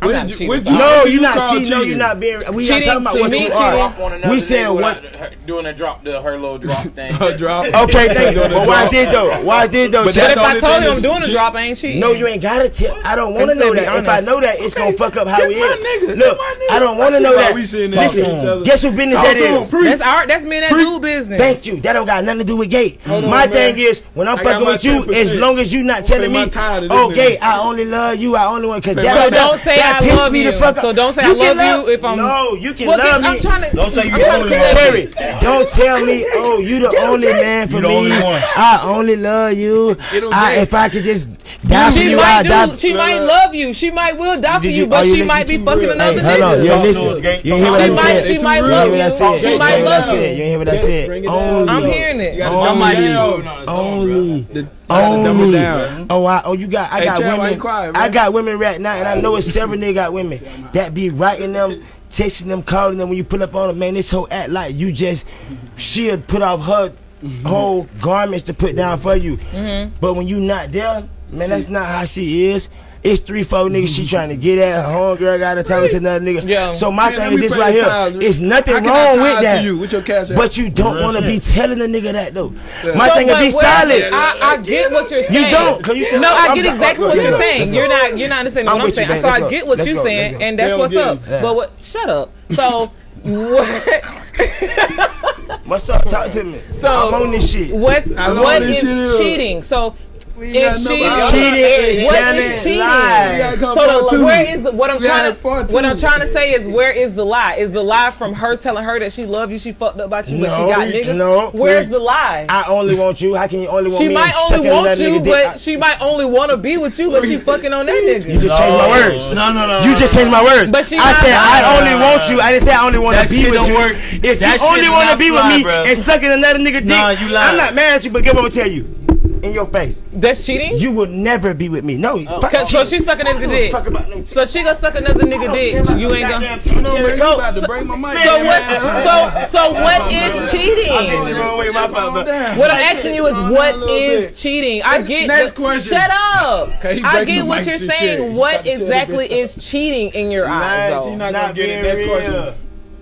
[SPEAKER 6] I'm not cheating.
[SPEAKER 3] no, you're not. See, no, you're not being. We not
[SPEAKER 6] Oh, Cheating
[SPEAKER 3] talking about
[SPEAKER 6] to
[SPEAKER 3] what
[SPEAKER 6] me,
[SPEAKER 3] you
[SPEAKER 6] cheating. Drop
[SPEAKER 4] on
[SPEAKER 3] are.
[SPEAKER 4] another
[SPEAKER 3] We
[SPEAKER 4] nigga
[SPEAKER 3] saying what?
[SPEAKER 4] without her- doing a drop, the her little drop thing.
[SPEAKER 3] Okay, thank you. But why did though? Why did though?
[SPEAKER 4] But
[SPEAKER 3] Jack?
[SPEAKER 4] that's the only thing is cheat-
[SPEAKER 3] No, you ain't gotta tell. I don't want to
[SPEAKER 4] Let's
[SPEAKER 3] know
[SPEAKER 4] say be
[SPEAKER 3] that. If I
[SPEAKER 4] honest.
[SPEAKER 3] know that, it's gonna fuck up how
[SPEAKER 4] that's
[SPEAKER 3] we
[SPEAKER 4] my
[SPEAKER 3] is.
[SPEAKER 4] nigga.
[SPEAKER 3] Look,
[SPEAKER 4] That's my
[SPEAKER 3] I don't
[SPEAKER 4] nigga.
[SPEAKER 3] want
[SPEAKER 4] I
[SPEAKER 3] to
[SPEAKER 4] see
[SPEAKER 3] know
[SPEAKER 4] why
[SPEAKER 3] that.
[SPEAKER 4] we sitting there talking to each
[SPEAKER 3] Listen,
[SPEAKER 4] other.
[SPEAKER 3] guess who business
[SPEAKER 4] Talk
[SPEAKER 3] that
[SPEAKER 4] to him,
[SPEAKER 3] is?
[SPEAKER 4] preach. That's our-
[SPEAKER 6] that's me and that dude business.
[SPEAKER 3] Thank you. That don't got nothing to do with gay.
[SPEAKER 6] Hold on,
[SPEAKER 3] my
[SPEAKER 6] man.
[SPEAKER 3] thing is when I'm
[SPEAKER 6] I got
[SPEAKER 3] fucking
[SPEAKER 6] my
[SPEAKER 3] with you, as
[SPEAKER 6] 10%.
[SPEAKER 3] long as you not telling me,
[SPEAKER 6] tired of this
[SPEAKER 3] oh
[SPEAKER 6] nigga.
[SPEAKER 3] gay, I only love you. I only want because
[SPEAKER 6] So
[SPEAKER 3] that
[SPEAKER 6] don't say
[SPEAKER 3] that
[SPEAKER 6] I
[SPEAKER 3] pissed
[SPEAKER 6] love
[SPEAKER 3] me
[SPEAKER 6] you.
[SPEAKER 3] The fuck up.
[SPEAKER 6] So don't say I
[SPEAKER 3] You can
[SPEAKER 6] love you if I'm-
[SPEAKER 3] no. You can
[SPEAKER 6] Well,
[SPEAKER 3] love
[SPEAKER 6] this-
[SPEAKER 3] me.
[SPEAKER 6] I'm tryna- Don't say you I'm
[SPEAKER 3] love
[SPEAKER 6] tryna-
[SPEAKER 3] me. Cherry, don't tell me, oh, you the only man for
[SPEAKER 6] You the
[SPEAKER 3] me.
[SPEAKER 6] only one.
[SPEAKER 3] I only love you.
[SPEAKER 6] It'll
[SPEAKER 3] I,
[SPEAKER 6] get-
[SPEAKER 3] if I could just die for
[SPEAKER 6] she
[SPEAKER 3] you,
[SPEAKER 6] might
[SPEAKER 3] I'd die.
[SPEAKER 6] do. She might love you. She might will die for
[SPEAKER 3] Did
[SPEAKER 6] you,
[SPEAKER 3] you-
[SPEAKER 6] but
[SPEAKER 3] oh, you
[SPEAKER 6] she might be
[SPEAKER 3] listen
[SPEAKER 6] fucking another
[SPEAKER 3] Hey, hold on. You
[SPEAKER 6] nigga.
[SPEAKER 3] ain't listening. You ain't hear what
[SPEAKER 6] She
[SPEAKER 3] I
[SPEAKER 6] might-
[SPEAKER 3] said.
[SPEAKER 6] she might
[SPEAKER 3] You ain't hear what I
[SPEAKER 6] love
[SPEAKER 3] said.
[SPEAKER 6] you. She
[SPEAKER 3] You ain't
[SPEAKER 6] might
[SPEAKER 3] hear what I
[SPEAKER 6] love
[SPEAKER 3] said.
[SPEAKER 6] you.
[SPEAKER 3] You ain't hear what I said. Only.
[SPEAKER 6] I'm hearing it.
[SPEAKER 3] Only. Only. Only. Oh, I, oh, you got. I
[SPEAKER 9] Hey,
[SPEAKER 3] got
[SPEAKER 9] Chad, why you
[SPEAKER 3] women. Oh,
[SPEAKER 9] quiet,
[SPEAKER 3] I
[SPEAKER 9] man?
[SPEAKER 3] got women right now, and I know it's several nigga got women that be writing them, texting them, calling them. When you pull up on them, man, this whole act like you just she'll put off her whole garments to put down for you.
[SPEAKER 9] Mm-hmm.
[SPEAKER 3] But when you not there, man, that's not how she is. It's three, four niggas she trying to get at. Her homegirl got to talk to another nigga. So my
[SPEAKER 9] Man, let
[SPEAKER 3] thing
[SPEAKER 9] me
[SPEAKER 3] is this
[SPEAKER 9] pay
[SPEAKER 3] right
[SPEAKER 9] the
[SPEAKER 3] here.
[SPEAKER 9] tithes.
[SPEAKER 3] It's
[SPEAKER 9] I
[SPEAKER 3] nothing
[SPEAKER 9] can
[SPEAKER 3] wrong
[SPEAKER 9] tithe
[SPEAKER 3] with
[SPEAKER 9] to
[SPEAKER 3] that.
[SPEAKER 9] you with your cash app.
[SPEAKER 3] But you don't
[SPEAKER 9] Real
[SPEAKER 3] want to
[SPEAKER 9] shit.
[SPEAKER 3] be telling a nigga that though.
[SPEAKER 9] Yeah.
[SPEAKER 3] My
[SPEAKER 9] So,
[SPEAKER 3] thing is
[SPEAKER 9] but
[SPEAKER 3] be
[SPEAKER 9] what-
[SPEAKER 3] solid.
[SPEAKER 6] I, I get what you're
[SPEAKER 3] You
[SPEAKER 6] saying.
[SPEAKER 3] don't, 'cause you said-
[SPEAKER 6] no, I
[SPEAKER 3] I'm
[SPEAKER 6] get
[SPEAKER 3] sorry.
[SPEAKER 6] exactly
[SPEAKER 3] Let's
[SPEAKER 6] what
[SPEAKER 3] go.
[SPEAKER 6] you're
[SPEAKER 3] Let's
[SPEAKER 6] saying.
[SPEAKER 3] go.
[SPEAKER 6] You're not you're not understanding
[SPEAKER 3] I'm
[SPEAKER 6] what I'm
[SPEAKER 3] with you,
[SPEAKER 6] saying.
[SPEAKER 3] babe.
[SPEAKER 6] so
[SPEAKER 3] Let's
[SPEAKER 6] I
[SPEAKER 3] go.
[SPEAKER 6] get what
[SPEAKER 3] Let's
[SPEAKER 6] you're
[SPEAKER 3] go.
[SPEAKER 6] saying,
[SPEAKER 3] Let's go.
[SPEAKER 6] and that's
[SPEAKER 3] They
[SPEAKER 6] what's
[SPEAKER 3] don't
[SPEAKER 6] up.
[SPEAKER 3] get it.
[SPEAKER 6] But what? Shut up. So what?
[SPEAKER 3] What's up? Talk to me.
[SPEAKER 6] So
[SPEAKER 3] I'm on this shit.
[SPEAKER 6] What's
[SPEAKER 3] I'm on
[SPEAKER 6] what
[SPEAKER 3] this
[SPEAKER 6] is
[SPEAKER 3] shit here.
[SPEAKER 6] cheating? So. If she,
[SPEAKER 3] about Cheating is
[SPEAKER 6] what
[SPEAKER 3] telling
[SPEAKER 6] is cheating?
[SPEAKER 3] lies. You gotta come
[SPEAKER 6] So
[SPEAKER 3] part
[SPEAKER 6] the,
[SPEAKER 3] two.
[SPEAKER 6] where is the what I'm
[SPEAKER 3] You gotta
[SPEAKER 6] trying to
[SPEAKER 3] part
[SPEAKER 6] what
[SPEAKER 3] two.
[SPEAKER 6] I'm trying to say is where is the lie? Is the lie from her telling her that she loved you, she fucked up about you, but she got niggas?
[SPEAKER 3] No,
[SPEAKER 6] Where's the lie?
[SPEAKER 3] I only want you. How can you only want
[SPEAKER 6] She
[SPEAKER 3] me?
[SPEAKER 6] might
[SPEAKER 3] and suck
[SPEAKER 6] only want
[SPEAKER 3] another
[SPEAKER 6] you,
[SPEAKER 3] nigga dick?
[SPEAKER 6] but she might only want to be with you, but she fucking on that nigga.
[SPEAKER 3] You just changed my words.
[SPEAKER 5] No, no, no.
[SPEAKER 3] You just changed my words.
[SPEAKER 6] But she
[SPEAKER 3] I
[SPEAKER 6] not
[SPEAKER 3] said I
[SPEAKER 5] lying.
[SPEAKER 3] only want you. I didn't say I only want to
[SPEAKER 5] That
[SPEAKER 3] be
[SPEAKER 5] shit
[SPEAKER 3] with
[SPEAKER 5] don't
[SPEAKER 3] you.
[SPEAKER 5] work.
[SPEAKER 3] If
[SPEAKER 5] That
[SPEAKER 3] you
[SPEAKER 5] shit
[SPEAKER 3] only
[SPEAKER 5] do
[SPEAKER 3] want to
[SPEAKER 5] not
[SPEAKER 3] be
[SPEAKER 5] fly,
[SPEAKER 3] with me
[SPEAKER 5] bruh.
[SPEAKER 3] and sucking another nigga dick,
[SPEAKER 5] Nah, you lying.
[SPEAKER 3] I'm not mad at you. But get what I'm gonna tell you. In your face.
[SPEAKER 6] That's cheating.
[SPEAKER 3] You will never be with me. No. fuck
[SPEAKER 6] Cause, so
[SPEAKER 3] cheating.
[SPEAKER 6] she's sucking another
[SPEAKER 3] Fuck about no
[SPEAKER 6] dick. So she gonna suck another nigga dick. You ain't gonna.
[SPEAKER 3] Goddamn cheating.
[SPEAKER 6] Here we
[SPEAKER 3] Go.
[SPEAKER 6] go.
[SPEAKER 3] About to
[SPEAKER 6] So,
[SPEAKER 3] break my mic.
[SPEAKER 6] so what? So so what is
[SPEAKER 3] I'm getting the
[SPEAKER 6] cheating?
[SPEAKER 3] wrong way, my fault, bro.
[SPEAKER 6] What I'm asking you is what is cheating? I get
[SPEAKER 9] Next
[SPEAKER 6] the-
[SPEAKER 9] question.
[SPEAKER 6] Shut up.
[SPEAKER 9] Okay, he
[SPEAKER 6] I
[SPEAKER 9] breaking
[SPEAKER 6] get
[SPEAKER 9] the
[SPEAKER 6] what
[SPEAKER 9] mics
[SPEAKER 6] you're
[SPEAKER 9] and shit.
[SPEAKER 6] saying.
[SPEAKER 9] He about
[SPEAKER 6] What
[SPEAKER 9] to tell the
[SPEAKER 6] exactly
[SPEAKER 9] bitch.
[SPEAKER 6] is cheating in your eyes?
[SPEAKER 3] Nah,
[SPEAKER 6] though?
[SPEAKER 3] she's not gonna get it. Next question.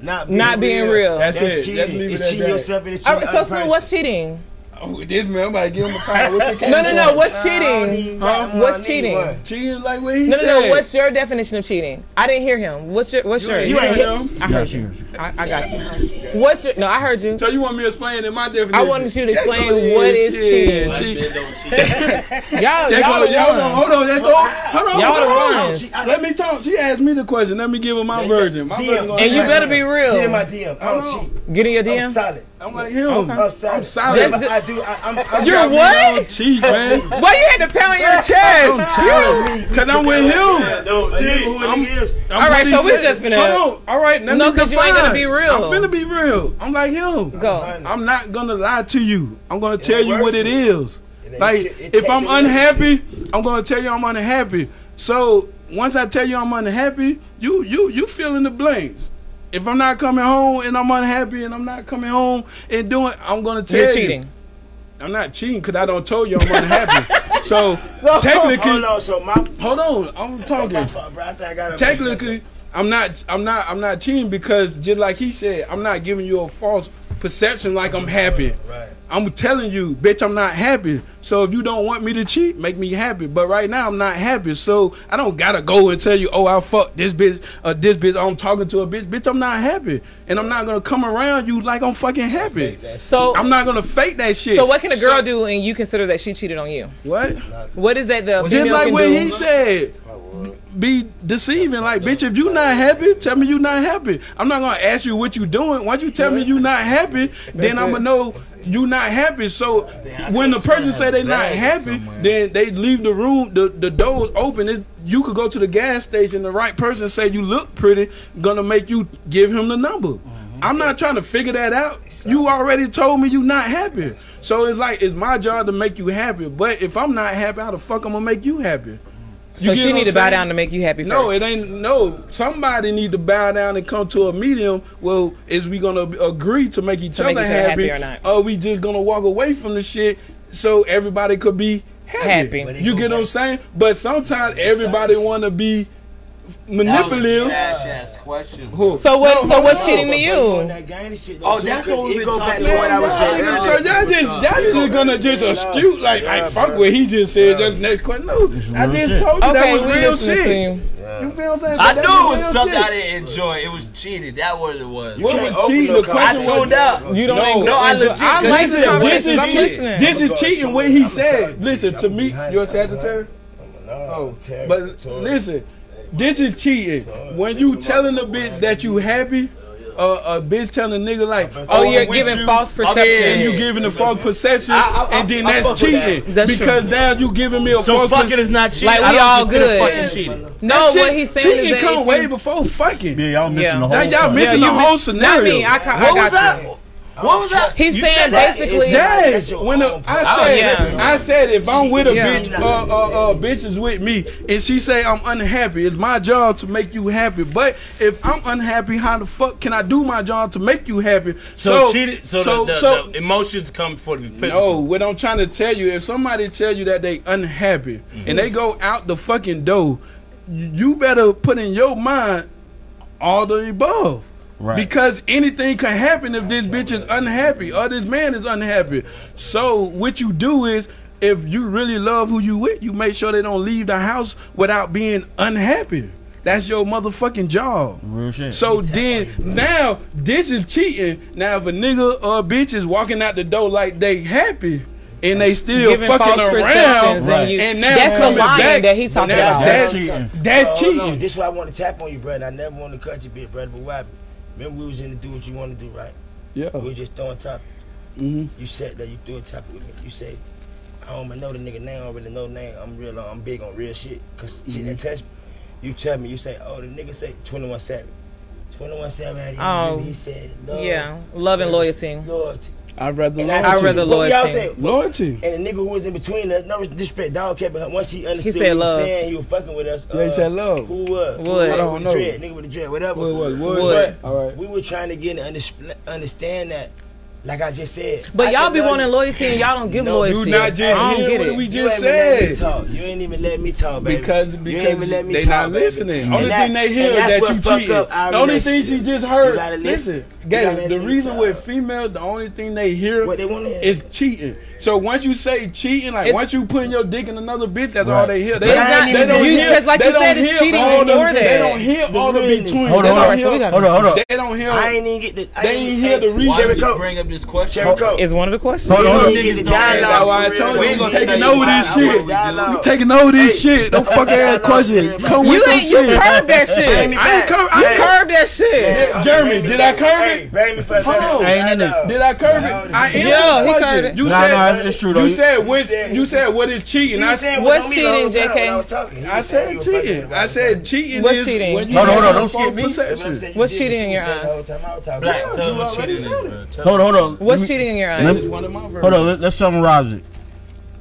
[SPEAKER 3] Not being
[SPEAKER 6] Not being real.
[SPEAKER 3] That's,
[SPEAKER 6] That's
[SPEAKER 3] cheating.
[SPEAKER 9] leave it
[SPEAKER 3] It's
[SPEAKER 9] at
[SPEAKER 3] cheating
[SPEAKER 9] that.
[SPEAKER 3] yourself and it's
[SPEAKER 6] All
[SPEAKER 3] cheating
[SPEAKER 6] right, so
[SPEAKER 3] other
[SPEAKER 6] Snoop,
[SPEAKER 3] person.
[SPEAKER 6] what's cheating?
[SPEAKER 9] Oh, with this man, I'm about to give him a call. What you came
[SPEAKER 6] No, no, no.
[SPEAKER 9] for?
[SPEAKER 6] What's cheating?
[SPEAKER 9] Huh?
[SPEAKER 6] What's cheating?
[SPEAKER 9] Cheating like what he
[SPEAKER 6] no,
[SPEAKER 9] said.
[SPEAKER 6] no, no. What's your definition of cheating? I didn't hear him. What's your? What's
[SPEAKER 9] You
[SPEAKER 6] yours?
[SPEAKER 9] ain't You ain't hear hear him. him.
[SPEAKER 6] I heard
[SPEAKER 9] Yeah.
[SPEAKER 6] you. I, I got you. What's your? No, I heard you.
[SPEAKER 9] So you want me to explain in my definition?
[SPEAKER 6] I wanted you
[SPEAKER 9] That
[SPEAKER 6] to explain
[SPEAKER 9] go-
[SPEAKER 6] what
[SPEAKER 9] yeah,
[SPEAKER 6] is cheating.
[SPEAKER 9] shit, cheat.
[SPEAKER 6] Y'all,
[SPEAKER 9] That
[SPEAKER 6] y'all,
[SPEAKER 9] go- y'all
[SPEAKER 6] the
[SPEAKER 9] don't-
[SPEAKER 6] ones.
[SPEAKER 9] hold on, that go, hold on,
[SPEAKER 6] Y'all
[SPEAKER 9] hold
[SPEAKER 6] the
[SPEAKER 9] on.
[SPEAKER 6] ones.
[SPEAKER 9] Let me talk. She asked me the question. Let me give her my version. My version gonna
[SPEAKER 6] And you
[SPEAKER 9] be-
[SPEAKER 6] better be real.
[SPEAKER 9] Get in my
[SPEAKER 3] DM.
[SPEAKER 9] I
[SPEAKER 3] don't cheat.
[SPEAKER 6] Get in your DM.
[SPEAKER 3] I'm solid.
[SPEAKER 9] I'm like him.
[SPEAKER 3] I'm solid.
[SPEAKER 9] I'm solid.
[SPEAKER 3] But I do. I, I'm, I'm
[SPEAKER 6] You're
[SPEAKER 3] I'm-
[SPEAKER 6] what?
[SPEAKER 9] Don't cheat, man.
[SPEAKER 6] Why you had to pound your chest? You.
[SPEAKER 9] Cause I'm with him.
[SPEAKER 12] I'm-
[SPEAKER 9] I'm
[SPEAKER 6] All right,
[SPEAKER 9] pretty
[SPEAKER 6] so we
[SPEAKER 9] sure-
[SPEAKER 6] just finna-
[SPEAKER 9] Hold on. All right, let
[SPEAKER 6] No,
[SPEAKER 9] me
[SPEAKER 6] 'cause you ain't gonna
[SPEAKER 9] define.
[SPEAKER 6] be real.
[SPEAKER 9] I'm finna be real. I'm like him.
[SPEAKER 6] Go.
[SPEAKER 9] I'm not gonna lie to you. I'm gonna tell you what it is.
[SPEAKER 3] ain't
[SPEAKER 9] Like
[SPEAKER 3] shit. It
[SPEAKER 9] if
[SPEAKER 3] can't
[SPEAKER 9] I'm
[SPEAKER 3] be nothing.
[SPEAKER 9] unhappy, I'm gonna tell you I'm unhappy. So once I tell you I'm unhappy, you you you feeling the blames. If I'm not coming home and I'm unhappy and I'm not coming home and doing, I'm gonna tell
[SPEAKER 6] You're
[SPEAKER 9] you.
[SPEAKER 6] cheating.
[SPEAKER 9] I'm not cheating because I don't told you I'm unhappy. so technically,
[SPEAKER 3] Hold on. So my
[SPEAKER 9] Hold on, I'm talking.
[SPEAKER 3] fault, bro. I think I got it.
[SPEAKER 9] Technically, I'm not, I'm not, I'm not cheating because just like he said, I'm not giving you a false perception like I'm happy.
[SPEAKER 3] Right.
[SPEAKER 9] I'm telling you, bitch, I'm not happy. So if you don't want me to cheat, make me happy. But right now, I'm not happy. So I don't gotta go and tell you, oh, I fucked this bitch, uh, this bitch. I'm talking to a bitch, bitch. I'm not happy, and I'm not gonna come around you like I'm fucking happy.
[SPEAKER 6] So-
[SPEAKER 9] I'm not gonna fake that shit.
[SPEAKER 6] So what can a girl
[SPEAKER 9] So-
[SPEAKER 6] do and you consider that she cheated on you?
[SPEAKER 9] What?
[SPEAKER 6] What is that the
[SPEAKER 9] Just
[SPEAKER 6] female
[SPEAKER 9] like
[SPEAKER 6] can
[SPEAKER 9] what
[SPEAKER 6] do?
[SPEAKER 9] he said. Be deceiving, like bitch. If you not happy, tell me you not happy. I'm not gonna ask you what you doing. Once you tell me you not happy, then I'm gonna know you not happy. So when the person say they not happy, then they leave the room. The the doors open. It, you could go to the gas station. The right person say you look pretty, gonna make you give him the number. I'm not trying to figure that out. You already told me you not happy. So it's like it's my job to make you happy. But if I'm not happy, how the fuck I'm gonna make you happy?
[SPEAKER 6] So
[SPEAKER 9] get
[SPEAKER 6] she
[SPEAKER 9] what
[SPEAKER 6] need
[SPEAKER 9] I'm
[SPEAKER 6] to bow
[SPEAKER 9] saying?
[SPEAKER 6] down to make you happy
[SPEAKER 9] No,
[SPEAKER 6] first.
[SPEAKER 9] it ain't. No, somebody need to bow down and come to a medium. Well, is we gonna agree to make each
[SPEAKER 6] To
[SPEAKER 9] other
[SPEAKER 6] make each other
[SPEAKER 9] happy,
[SPEAKER 6] happy or not.
[SPEAKER 9] or we just gonna walk away from the shit so everybody could be happy?
[SPEAKER 6] Happy.
[SPEAKER 9] You get what I'm saying? But sometimes everybody wanna be manipulative.
[SPEAKER 5] Trash-ass question.
[SPEAKER 9] Who?
[SPEAKER 6] So what?
[SPEAKER 9] No,
[SPEAKER 6] so
[SPEAKER 9] hold
[SPEAKER 6] what's
[SPEAKER 9] on.
[SPEAKER 6] cheating to you?
[SPEAKER 3] Oh, that's what
[SPEAKER 5] we've
[SPEAKER 3] it
[SPEAKER 5] been
[SPEAKER 3] goes back
[SPEAKER 5] talking
[SPEAKER 3] to what I was
[SPEAKER 9] So
[SPEAKER 3] saying.
[SPEAKER 9] y'all
[SPEAKER 3] earlier.
[SPEAKER 9] just y'all just gonna just excuse like like fuck what he just said. That's next question. No, I just told you
[SPEAKER 6] Okay,
[SPEAKER 9] that was
[SPEAKER 6] we
[SPEAKER 9] real
[SPEAKER 6] listening to
[SPEAKER 9] shit.
[SPEAKER 6] you.
[SPEAKER 9] You feel what I'm saying?
[SPEAKER 5] I
[SPEAKER 9] So that
[SPEAKER 5] knew it
[SPEAKER 9] was
[SPEAKER 5] was
[SPEAKER 9] real
[SPEAKER 5] something
[SPEAKER 9] shit.
[SPEAKER 5] I didn't enjoy. It was cheating. That what it was.
[SPEAKER 9] What
[SPEAKER 3] can't
[SPEAKER 9] was
[SPEAKER 3] open
[SPEAKER 9] cheating?
[SPEAKER 3] no
[SPEAKER 9] The
[SPEAKER 3] conversation.
[SPEAKER 5] I
[SPEAKER 9] question was
[SPEAKER 5] tuned out.
[SPEAKER 6] You don't.
[SPEAKER 9] No.
[SPEAKER 6] even-
[SPEAKER 5] No, I legit-
[SPEAKER 6] I like this
[SPEAKER 9] Listen, this
[SPEAKER 6] conversation.
[SPEAKER 9] is
[SPEAKER 6] I'm
[SPEAKER 9] cheating.
[SPEAKER 6] listening.
[SPEAKER 9] This is
[SPEAKER 3] I'm
[SPEAKER 9] cheating.
[SPEAKER 3] going
[SPEAKER 9] What he
[SPEAKER 3] somewhere.
[SPEAKER 9] said.
[SPEAKER 3] I'm
[SPEAKER 9] Listen to
[SPEAKER 3] telling
[SPEAKER 9] me.
[SPEAKER 3] you, I'm
[SPEAKER 9] You're a
[SPEAKER 3] telling you.
[SPEAKER 9] Sagittarius.
[SPEAKER 3] No,
[SPEAKER 9] Oh,
[SPEAKER 3] Terry,
[SPEAKER 9] but
[SPEAKER 3] Terry.
[SPEAKER 9] listen, this is cheating. When you telling a bitch that you happy, uh, a bitch telling a nigga like,
[SPEAKER 6] Oh,
[SPEAKER 9] I'm
[SPEAKER 6] you're
[SPEAKER 9] with
[SPEAKER 6] giving
[SPEAKER 9] you,"
[SPEAKER 6] false
[SPEAKER 9] and you
[SPEAKER 6] perceptions.
[SPEAKER 9] giving the false perception,
[SPEAKER 5] I- I-
[SPEAKER 9] and then
[SPEAKER 5] I
[SPEAKER 9] that's
[SPEAKER 5] fuck with that.
[SPEAKER 9] cheating
[SPEAKER 6] That's true.
[SPEAKER 9] because now you giving me a
[SPEAKER 5] So fucking
[SPEAKER 9] false. perception.
[SPEAKER 5] is not cheating.
[SPEAKER 6] Like,
[SPEAKER 5] I
[SPEAKER 6] we
[SPEAKER 5] don't
[SPEAKER 6] all
[SPEAKER 5] consider
[SPEAKER 6] good.
[SPEAKER 5] Fucking cheating.
[SPEAKER 6] No, what he's saying
[SPEAKER 9] cheating
[SPEAKER 6] is that
[SPEAKER 9] come
[SPEAKER 6] if
[SPEAKER 9] way
[SPEAKER 6] you-
[SPEAKER 9] before fucking.
[SPEAKER 8] Yeah, y'all missing
[SPEAKER 6] Yeah.
[SPEAKER 8] the whole.
[SPEAKER 9] Now y'all
[SPEAKER 8] point.
[SPEAKER 9] missing
[SPEAKER 6] Yeah,
[SPEAKER 9] the
[SPEAKER 6] you
[SPEAKER 9] whole
[SPEAKER 6] miss-
[SPEAKER 9] scenario.
[SPEAKER 6] Not me. I, ca- I
[SPEAKER 5] What was
[SPEAKER 6] got
[SPEAKER 5] that?
[SPEAKER 6] you.
[SPEAKER 5] What was that?
[SPEAKER 6] He's
[SPEAKER 5] You
[SPEAKER 6] saying
[SPEAKER 5] said that
[SPEAKER 6] basically.
[SPEAKER 9] Yes.
[SPEAKER 3] That's your
[SPEAKER 9] When the,
[SPEAKER 3] own
[SPEAKER 9] I
[SPEAKER 5] problem.
[SPEAKER 9] said,
[SPEAKER 6] Oh, yeah.
[SPEAKER 9] I said, if I'm with a
[SPEAKER 6] Yeah.
[SPEAKER 9] bitch, uh, uh, uh, bitch is with me, and she say I'm unhappy, it's my job to make you happy. But if I'm unhappy, how the fuck can I do my job to make you happy?
[SPEAKER 5] So, cheating. So, the, the, the emotions come for the physical.
[SPEAKER 9] no, what I'm trying to tell you, if somebody tell you that they unhappy and they go out the fucking door, you better put in your mind all the above.
[SPEAKER 8] Right.
[SPEAKER 9] Because anything can happen if this bitch is unhappy or this man is unhappy. So what you do is if you really love who you with, you make sure they don't leave the house without being unhappy. That's your motherfucking job.
[SPEAKER 8] Real shit.
[SPEAKER 9] So then now this is cheating. Now if a nigga or a bitch is walking out the door like they happy and they still
[SPEAKER 6] Giving false
[SPEAKER 9] fucking around
[SPEAKER 6] perceptions
[SPEAKER 9] and,
[SPEAKER 8] Right.
[SPEAKER 6] and you.
[SPEAKER 9] now
[SPEAKER 6] That's the
[SPEAKER 9] coming
[SPEAKER 6] lying
[SPEAKER 9] back,
[SPEAKER 6] that he talking
[SPEAKER 9] that's,
[SPEAKER 6] about.
[SPEAKER 9] That's,
[SPEAKER 3] Hold
[SPEAKER 9] cheating.
[SPEAKER 3] on.
[SPEAKER 9] That's
[SPEAKER 3] Hold on.
[SPEAKER 9] cheating.
[SPEAKER 3] This is why I want to tap on you, brother. I never want to cut you, big brother. But why? Remember, we was in to do what you want to do, right?
[SPEAKER 9] Yeah.
[SPEAKER 3] We were just throwing topic.
[SPEAKER 9] Mhm.
[SPEAKER 3] You said that you threw a topic with me. You say, I don't even know the nigga name. I don't really know the name. I'm real. uh, I'm big on real shit. because shit that
[SPEAKER 9] Mm-hmm.
[SPEAKER 3] touch me. You tell me. You say, oh, the nigga say 21 Savage. 21 Savage. had it,
[SPEAKER 6] Oh,
[SPEAKER 3] He said, love,
[SPEAKER 6] yeah, love and loyalty.
[SPEAKER 3] Loyalty.
[SPEAKER 9] I'd rather
[SPEAKER 3] And
[SPEAKER 9] loyalty.
[SPEAKER 3] I
[SPEAKER 6] I'd rather
[SPEAKER 3] But we all
[SPEAKER 6] loyalty.
[SPEAKER 3] said-
[SPEAKER 9] loyalty.
[SPEAKER 3] and the nigga who was in between us, no disrespect, dog kept it. Once he understood
[SPEAKER 6] said
[SPEAKER 3] what he was
[SPEAKER 6] love.
[SPEAKER 3] saying, he was fucking with us. uh,
[SPEAKER 9] Yeah, he said love.
[SPEAKER 3] Who was?
[SPEAKER 6] Wood.
[SPEAKER 3] Who was?
[SPEAKER 6] I
[SPEAKER 9] don't
[SPEAKER 3] With
[SPEAKER 9] know.
[SPEAKER 3] The dread, nigga with the dread, whatever.
[SPEAKER 9] Wood was, wood.
[SPEAKER 6] Wood.
[SPEAKER 9] All right.
[SPEAKER 3] We were trying to get an unders- understand that, like I just said. I
[SPEAKER 6] But y'all
[SPEAKER 3] can
[SPEAKER 6] be
[SPEAKER 3] love
[SPEAKER 6] wanting
[SPEAKER 3] you.
[SPEAKER 6] loyalty and y'all don't give
[SPEAKER 3] No, you
[SPEAKER 6] loyalty.
[SPEAKER 9] You not just
[SPEAKER 6] I don't
[SPEAKER 9] hearing
[SPEAKER 6] get
[SPEAKER 9] what
[SPEAKER 6] it.
[SPEAKER 9] we
[SPEAKER 3] You ain't
[SPEAKER 9] just
[SPEAKER 3] even let me
[SPEAKER 9] said.
[SPEAKER 3] talk. You ain't even let me talk, baby.
[SPEAKER 9] Because
[SPEAKER 3] You ain't
[SPEAKER 9] because
[SPEAKER 3] even let me
[SPEAKER 9] they
[SPEAKER 3] talk,
[SPEAKER 9] not
[SPEAKER 3] baby.
[SPEAKER 9] listening.
[SPEAKER 3] And
[SPEAKER 9] Only
[SPEAKER 3] that-
[SPEAKER 9] thing they hear
[SPEAKER 3] and
[SPEAKER 9] is
[SPEAKER 3] that's
[SPEAKER 9] that
[SPEAKER 3] what
[SPEAKER 9] you
[SPEAKER 3] fuck
[SPEAKER 9] cheating.
[SPEAKER 3] up our
[SPEAKER 9] The only thing she
[SPEAKER 3] relationships.
[SPEAKER 9] just
[SPEAKER 3] You
[SPEAKER 9] heard.
[SPEAKER 3] gotta
[SPEAKER 9] Listen,
[SPEAKER 3] listen.
[SPEAKER 9] Gabe, the reason with females, the only thing they hear is cheating. So once you say cheating, like
[SPEAKER 6] It's-
[SPEAKER 9] once you putting your dick in another bitch, that's
[SPEAKER 6] Right.
[SPEAKER 9] all they hear. They,
[SPEAKER 6] But
[SPEAKER 9] don't-
[SPEAKER 6] it's not
[SPEAKER 9] they don't
[SPEAKER 6] even-
[SPEAKER 9] hear.
[SPEAKER 6] because like
[SPEAKER 9] they
[SPEAKER 6] you
[SPEAKER 9] don't
[SPEAKER 6] said, it's
[SPEAKER 9] hear
[SPEAKER 6] cheating
[SPEAKER 9] all the,
[SPEAKER 6] before
[SPEAKER 9] They
[SPEAKER 6] that.
[SPEAKER 9] don't hear
[SPEAKER 6] The
[SPEAKER 9] all the
[SPEAKER 6] realness.
[SPEAKER 9] between.
[SPEAKER 6] Hold
[SPEAKER 9] They
[SPEAKER 6] on,
[SPEAKER 9] don't
[SPEAKER 6] all right, so
[SPEAKER 9] hear-
[SPEAKER 6] we gotta do some shit.
[SPEAKER 9] They don't hear.
[SPEAKER 3] I ain't even get the. I
[SPEAKER 9] They
[SPEAKER 3] ain't
[SPEAKER 9] ain't hear the
[SPEAKER 5] Why would
[SPEAKER 9] reason.
[SPEAKER 5] you
[SPEAKER 9] Jericho.
[SPEAKER 5] bring up this question?
[SPEAKER 3] Jericho.
[SPEAKER 6] It's one of the questions.
[SPEAKER 9] Hold on, hold on.
[SPEAKER 5] Niggas
[SPEAKER 9] That's
[SPEAKER 5] don't have
[SPEAKER 9] why I
[SPEAKER 5] that
[SPEAKER 9] told
[SPEAKER 5] real
[SPEAKER 9] you we
[SPEAKER 5] one.
[SPEAKER 9] taking over this
[SPEAKER 5] Tell you
[SPEAKER 9] shit.
[SPEAKER 5] why we do
[SPEAKER 9] We taking over this shit. Don't fuck ass question. Come
[SPEAKER 6] You
[SPEAKER 9] with
[SPEAKER 6] ain't-
[SPEAKER 9] this shit.
[SPEAKER 6] you curved that shit.
[SPEAKER 9] I ain't curved.
[SPEAKER 6] You curved that shit.
[SPEAKER 9] Yeah, Jeremy, did I curve it?
[SPEAKER 3] Blame me for
[SPEAKER 9] Hold on.
[SPEAKER 8] Ain't in it.
[SPEAKER 9] Did I curve it? I answered
[SPEAKER 6] Yeah,
[SPEAKER 9] the
[SPEAKER 6] he
[SPEAKER 9] question.
[SPEAKER 6] curved it.
[SPEAKER 9] You
[SPEAKER 8] Nah,
[SPEAKER 9] said
[SPEAKER 8] nah, it's- it's true, though.
[SPEAKER 9] You
[SPEAKER 8] You-
[SPEAKER 9] said what? You said what is cheating? I said
[SPEAKER 6] What's cheating, JK?
[SPEAKER 9] I said cheating. I said cheating
[SPEAKER 6] What's
[SPEAKER 9] is
[SPEAKER 6] cheating?
[SPEAKER 9] when you
[SPEAKER 8] Hold on, hold on,
[SPEAKER 9] have
[SPEAKER 8] don't
[SPEAKER 9] false
[SPEAKER 8] skip me.
[SPEAKER 9] perception.
[SPEAKER 6] What's cheating in your eyes?
[SPEAKER 11] Black, tell
[SPEAKER 9] You
[SPEAKER 11] them what's
[SPEAKER 9] already
[SPEAKER 11] cheating
[SPEAKER 9] said
[SPEAKER 11] is,
[SPEAKER 9] it.
[SPEAKER 11] bro. Tell
[SPEAKER 8] Hold on, hold on.
[SPEAKER 6] What's
[SPEAKER 8] Let me-
[SPEAKER 6] cheating in your
[SPEAKER 8] Let
[SPEAKER 6] eyes?
[SPEAKER 8] me-
[SPEAKER 9] One of my verbs.
[SPEAKER 8] Hold on, let, let's summarize it.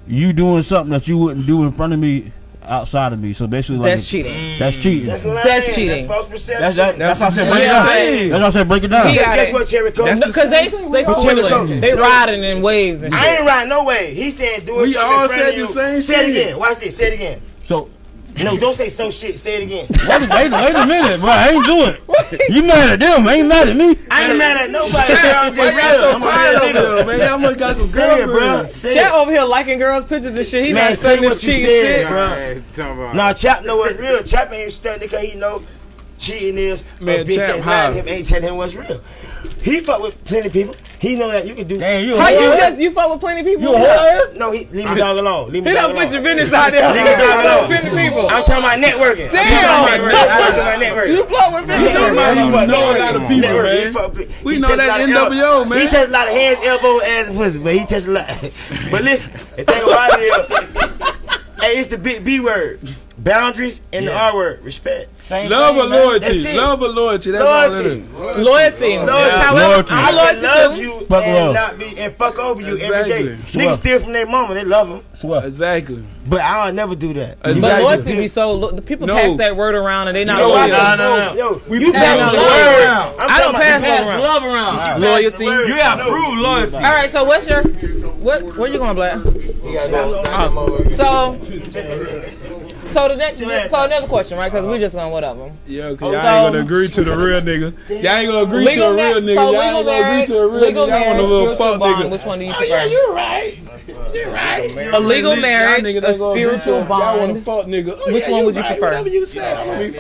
[SPEAKER 8] You doing something that you wouldn't do in front of me, outside of me. So basically, like
[SPEAKER 6] That's cheating.
[SPEAKER 8] That's cheating.
[SPEAKER 3] That's
[SPEAKER 8] That's
[SPEAKER 3] lying.
[SPEAKER 6] That's
[SPEAKER 3] That's
[SPEAKER 6] cheating.
[SPEAKER 3] false perception.
[SPEAKER 8] that's that, that's, how I said break it
[SPEAKER 6] Yeah,
[SPEAKER 8] down.
[SPEAKER 6] man.
[SPEAKER 8] That's how I said break it down.
[SPEAKER 6] He got
[SPEAKER 3] Guess
[SPEAKER 6] it.
[SPEAKER 3] what, Jericho?
[SPEAKER 6] Because they they
[SPEAKER 3] That's
[SPEAKER 6] swirling,
[SPEAKER 3] cheating.
[SPEAKER 6] they riding in waves and
[SPEAKER 3] I
[SPEAKER 6] shit.
[SPEAKER 3] ain't riding no way. He saying doing
[SPEAKER 9] We
[SPEAKER 3] something
[SPEAKER 9] all
[SPEAKER 3] in front
[SPEAKER 9] said
[SPEAKER 3] of you.
[SPEAKER 9] the same
[SPEAKER 3] say it
[SPEAKER 9] shit.
[SPEAKER 3] again. Watch this. Say it again.
[SPEAKER 8] So
[SPEAKER 3] No, don't say so shit. Say it again.
[SPEAKER 8] wait, wait, wait a minute, bro. I ain't doing. it. You mad at them? I ain't mad at me.
[SPEAKER 3] I ain't mad at nobody.
[SPEAKER 9] Damn,
[SPEAKER 3] I'm
[SPEAKER 9] why
[SPEAKER 3] just
[SPEAKER 9] y'all so
[SPEAKER 3] real.
[SPEAKER 9] quiet
[SPEAKER 3] I'm
[SPEAKER 9] over
[SPEAKER 3] a real
[SPEAKER 9] there,
[SPEAKER 3] nigga.
[SPEAKER 9] man? Y'all must got some
[SPEAKER 3] Say it, bro.
[SPEAKER 9] girlfriends.
[SPEAKER 3] Say
[SPEAKER 6] Chat
[SPEAKER 3] it.
[SPEAKER 6] over here liking girls' pictures and shit. He
[SPEAKER 3] Man,
[SPEAKER 6] like
[SPEAKER 3] say
[SPEAKER 6] saying
[SPEAKER 3] what
[SPEAKER 6] this
[SPEAKER 3] you
[SPEAKER 6] cheating
[SPEAKER 3] said,
[SPEAKER 6] shit.
[SPEAKER 3] bro.
[SPEAKER 4] Nah,
[SPEAKER 3] Nah, Chap know what's real. Chap ain't stuck because he know cheating is
[SPEAKER 9] Man,
[SPEAKER 3] a bitch
[SPEAKER 9] Chap
[SPEAKER 3] that's lying
[SPEAKER 9] high.
[SPEAKER 3] to him ain't telling him what's real. He fuck with plenty of people. He know that you can do.
[SPEAKER 8] Damn, you. a
[SPEAKER 6] How you
[SPEAKER 8] whore.
[SPEAKER 6] just you fuck with plenty of people?
[SPEAKER 8] You a whore?
[SPEAKER 3] No, he leave me dog alone. Leave me
[SPEAKER 6] He
[SPEAKER 3] dog
[SPEAKER 6] don't
[SPEAKER 3] alone.
[SPEAKER 6] put your business out there.
[SPEAKER 3] Leave me dog alone.
[SPEAKER 6] Plenty of people.
[SPEAKER 3] I'm talking about networking.
[SPEAKER 6] Damn.
[SPEAKER 3] I'm talking about networking.
[SPEAKER 6] You fuck with
[SPEAKER 3] I'm
[SPEAKER 6] plenty
[SPEAKER 9] You
[SPEAKER 6] of
[SPEAKER 9] talking
[SPEAKER 6] people.
[SPEAKER 9] about you
[SPEAKER 3] networking.
[SPEAKER 9] know a lot of people,
[SPEAKER 3] Networking.
[SPEAKER 9] man.
[SPEAKER 3] He fuck with-
[SPEAKER 9] We
[SPEAKER 3] he
[SPEAKER 9] know
[SPEAKER 3] touch a
[SPEAKER 9] that's
[SPEAKER 3] lot of
[SPEAKER 9] NWO,
[SPEAKER 3] elbow-
[SPEAKER 9] man.
[SPEAKER 3] He touch a lot of hands, elbow, ass, and pussy, but he touch a lot. But listen, the thing about it is, hey, it's the big B word. Boundaries and the R word. Respect.
[SPEAKER 8] Same
[SPEAKER 9] Love
[SPEAKER 8] thing, man.
[SPEAKER 9] or
[SPEAKER 3] That's
[SPEAKER 9] loyalty.
[SPEAKER 3] it.
[SPEAKER 9] Love or loyalty. That's all it
[SPEAKER 3] Loyalty.
[SPEAKER 9] is.
[SPEAKER 6] Loyalty.
[SPEAKER 3] Loyalty.
[SPEAKER 6] However,
[SPEAKER 8] Loyalty.
[SPEAKER 3] I
[SPEAKER 6] I
[SPEAKER 3] love,
[SPEAKER 6] love you.
[SPEAKER 3] you
[SPEAKER 8] Fuck
[SPEAKER 3] and
[SPEAKER 8] love.
[SPEAKER 3] not be and fuck over you every day.
[SPEAKER 9] Exactly.
[SPEAKER 3] Niggas
[SPEAKER 8] Sure.
[SPEAKER 3] steal from their mama, they love them,
[SPEAKER 8] Swear.
[SPEAKER 9] Exactly.
[SPEAKER 3] but I'll never do that.
[SPEAKER 9] Exactly.
[SPEAKER 6] But loyalty be so lo- the people
[SPEAKER 9] No.
[SPEAKER 6] pass that word around and they not
[SPEAKER 9] know
[SPEAKER 6] loyal.
[SPEAKER 9] what?
[SPEAKER 5] No, no, no.
[SPEAKER 3] Yo, you pass
[SPEAKER 6] pass
[SPEAKER 3] the
[SPEAKER 6] love
[SPEAKER 3] word.
[SPEAKER 6] around.
[SPEAKER 3] I'm
[SPEAKER 6] I don't
[SPEAKER 3] talking about
[SPEAKER 6] pass
[SPEAKER 3] you
[SPEAKER 6] love
[SPEAKER 5] Pass love around.
[SPEAKER 3] pass the
[SPEAKER 6] Loyalty.
[SPEAKER 3] word.
[SPEAKER 5] You gotta prove loyalty.
[SPEAKER 6] All right, so what's your what? Where you going, Black?
[SPEAKER 5] Uh,
[SPEAKER 6] Oh, So, so the next, so another question, right? Because we're just gonna whatever.
[SPEAKER 9] Yeah, okay. Y'all ain't gonna agree to the real nigga. Y'all ain't gonna agree to
[SPEAKER 6] Legal
[SPEAKER 9] a real
[SPEAKER 6] ma-
[SPEAKER 9] nigga. Y'all
[SPEAKER 6] so legal
[SPEAKER 9] ain't gonna agree
[SPEAKER 6] marriage,
[SPEAKER 9] to a real
[SPEAKER 6] legal
[SPEAKER 9] nigga. Y'all want a
[SPEAKER 6] marriage,
[SPEAKER 9] little
[SPEAKER 6] spiritual
[SPEAKER 9] fuck
[SPEAKER 6] bond.
[SPEAKER 9] nigga.
[SPEAKER 6] Which one do you
[SPEAKER 4] Oh,
[SPEAKER 6] prefer?
[SPEAKER 9] Oh, you're right. You're right.
[SPEAKER 6] A legal marriage, a spiritual
[SPEAKER 9] Y'all want a
[SPEAKER 6] bond.
[SPEAKER 9] fuck nigga. Oh,
[SPEAKER 6] Which
[SPEAKER 9] yeah,
[SPEAKER 6] one
[SPEAKER 9] you
[SPEAKER 6] would you
[SPEAKER 9] right.
[SPEAKER 6] prefer?
[SPEAKER 9] Whatever you say, I'm gonna be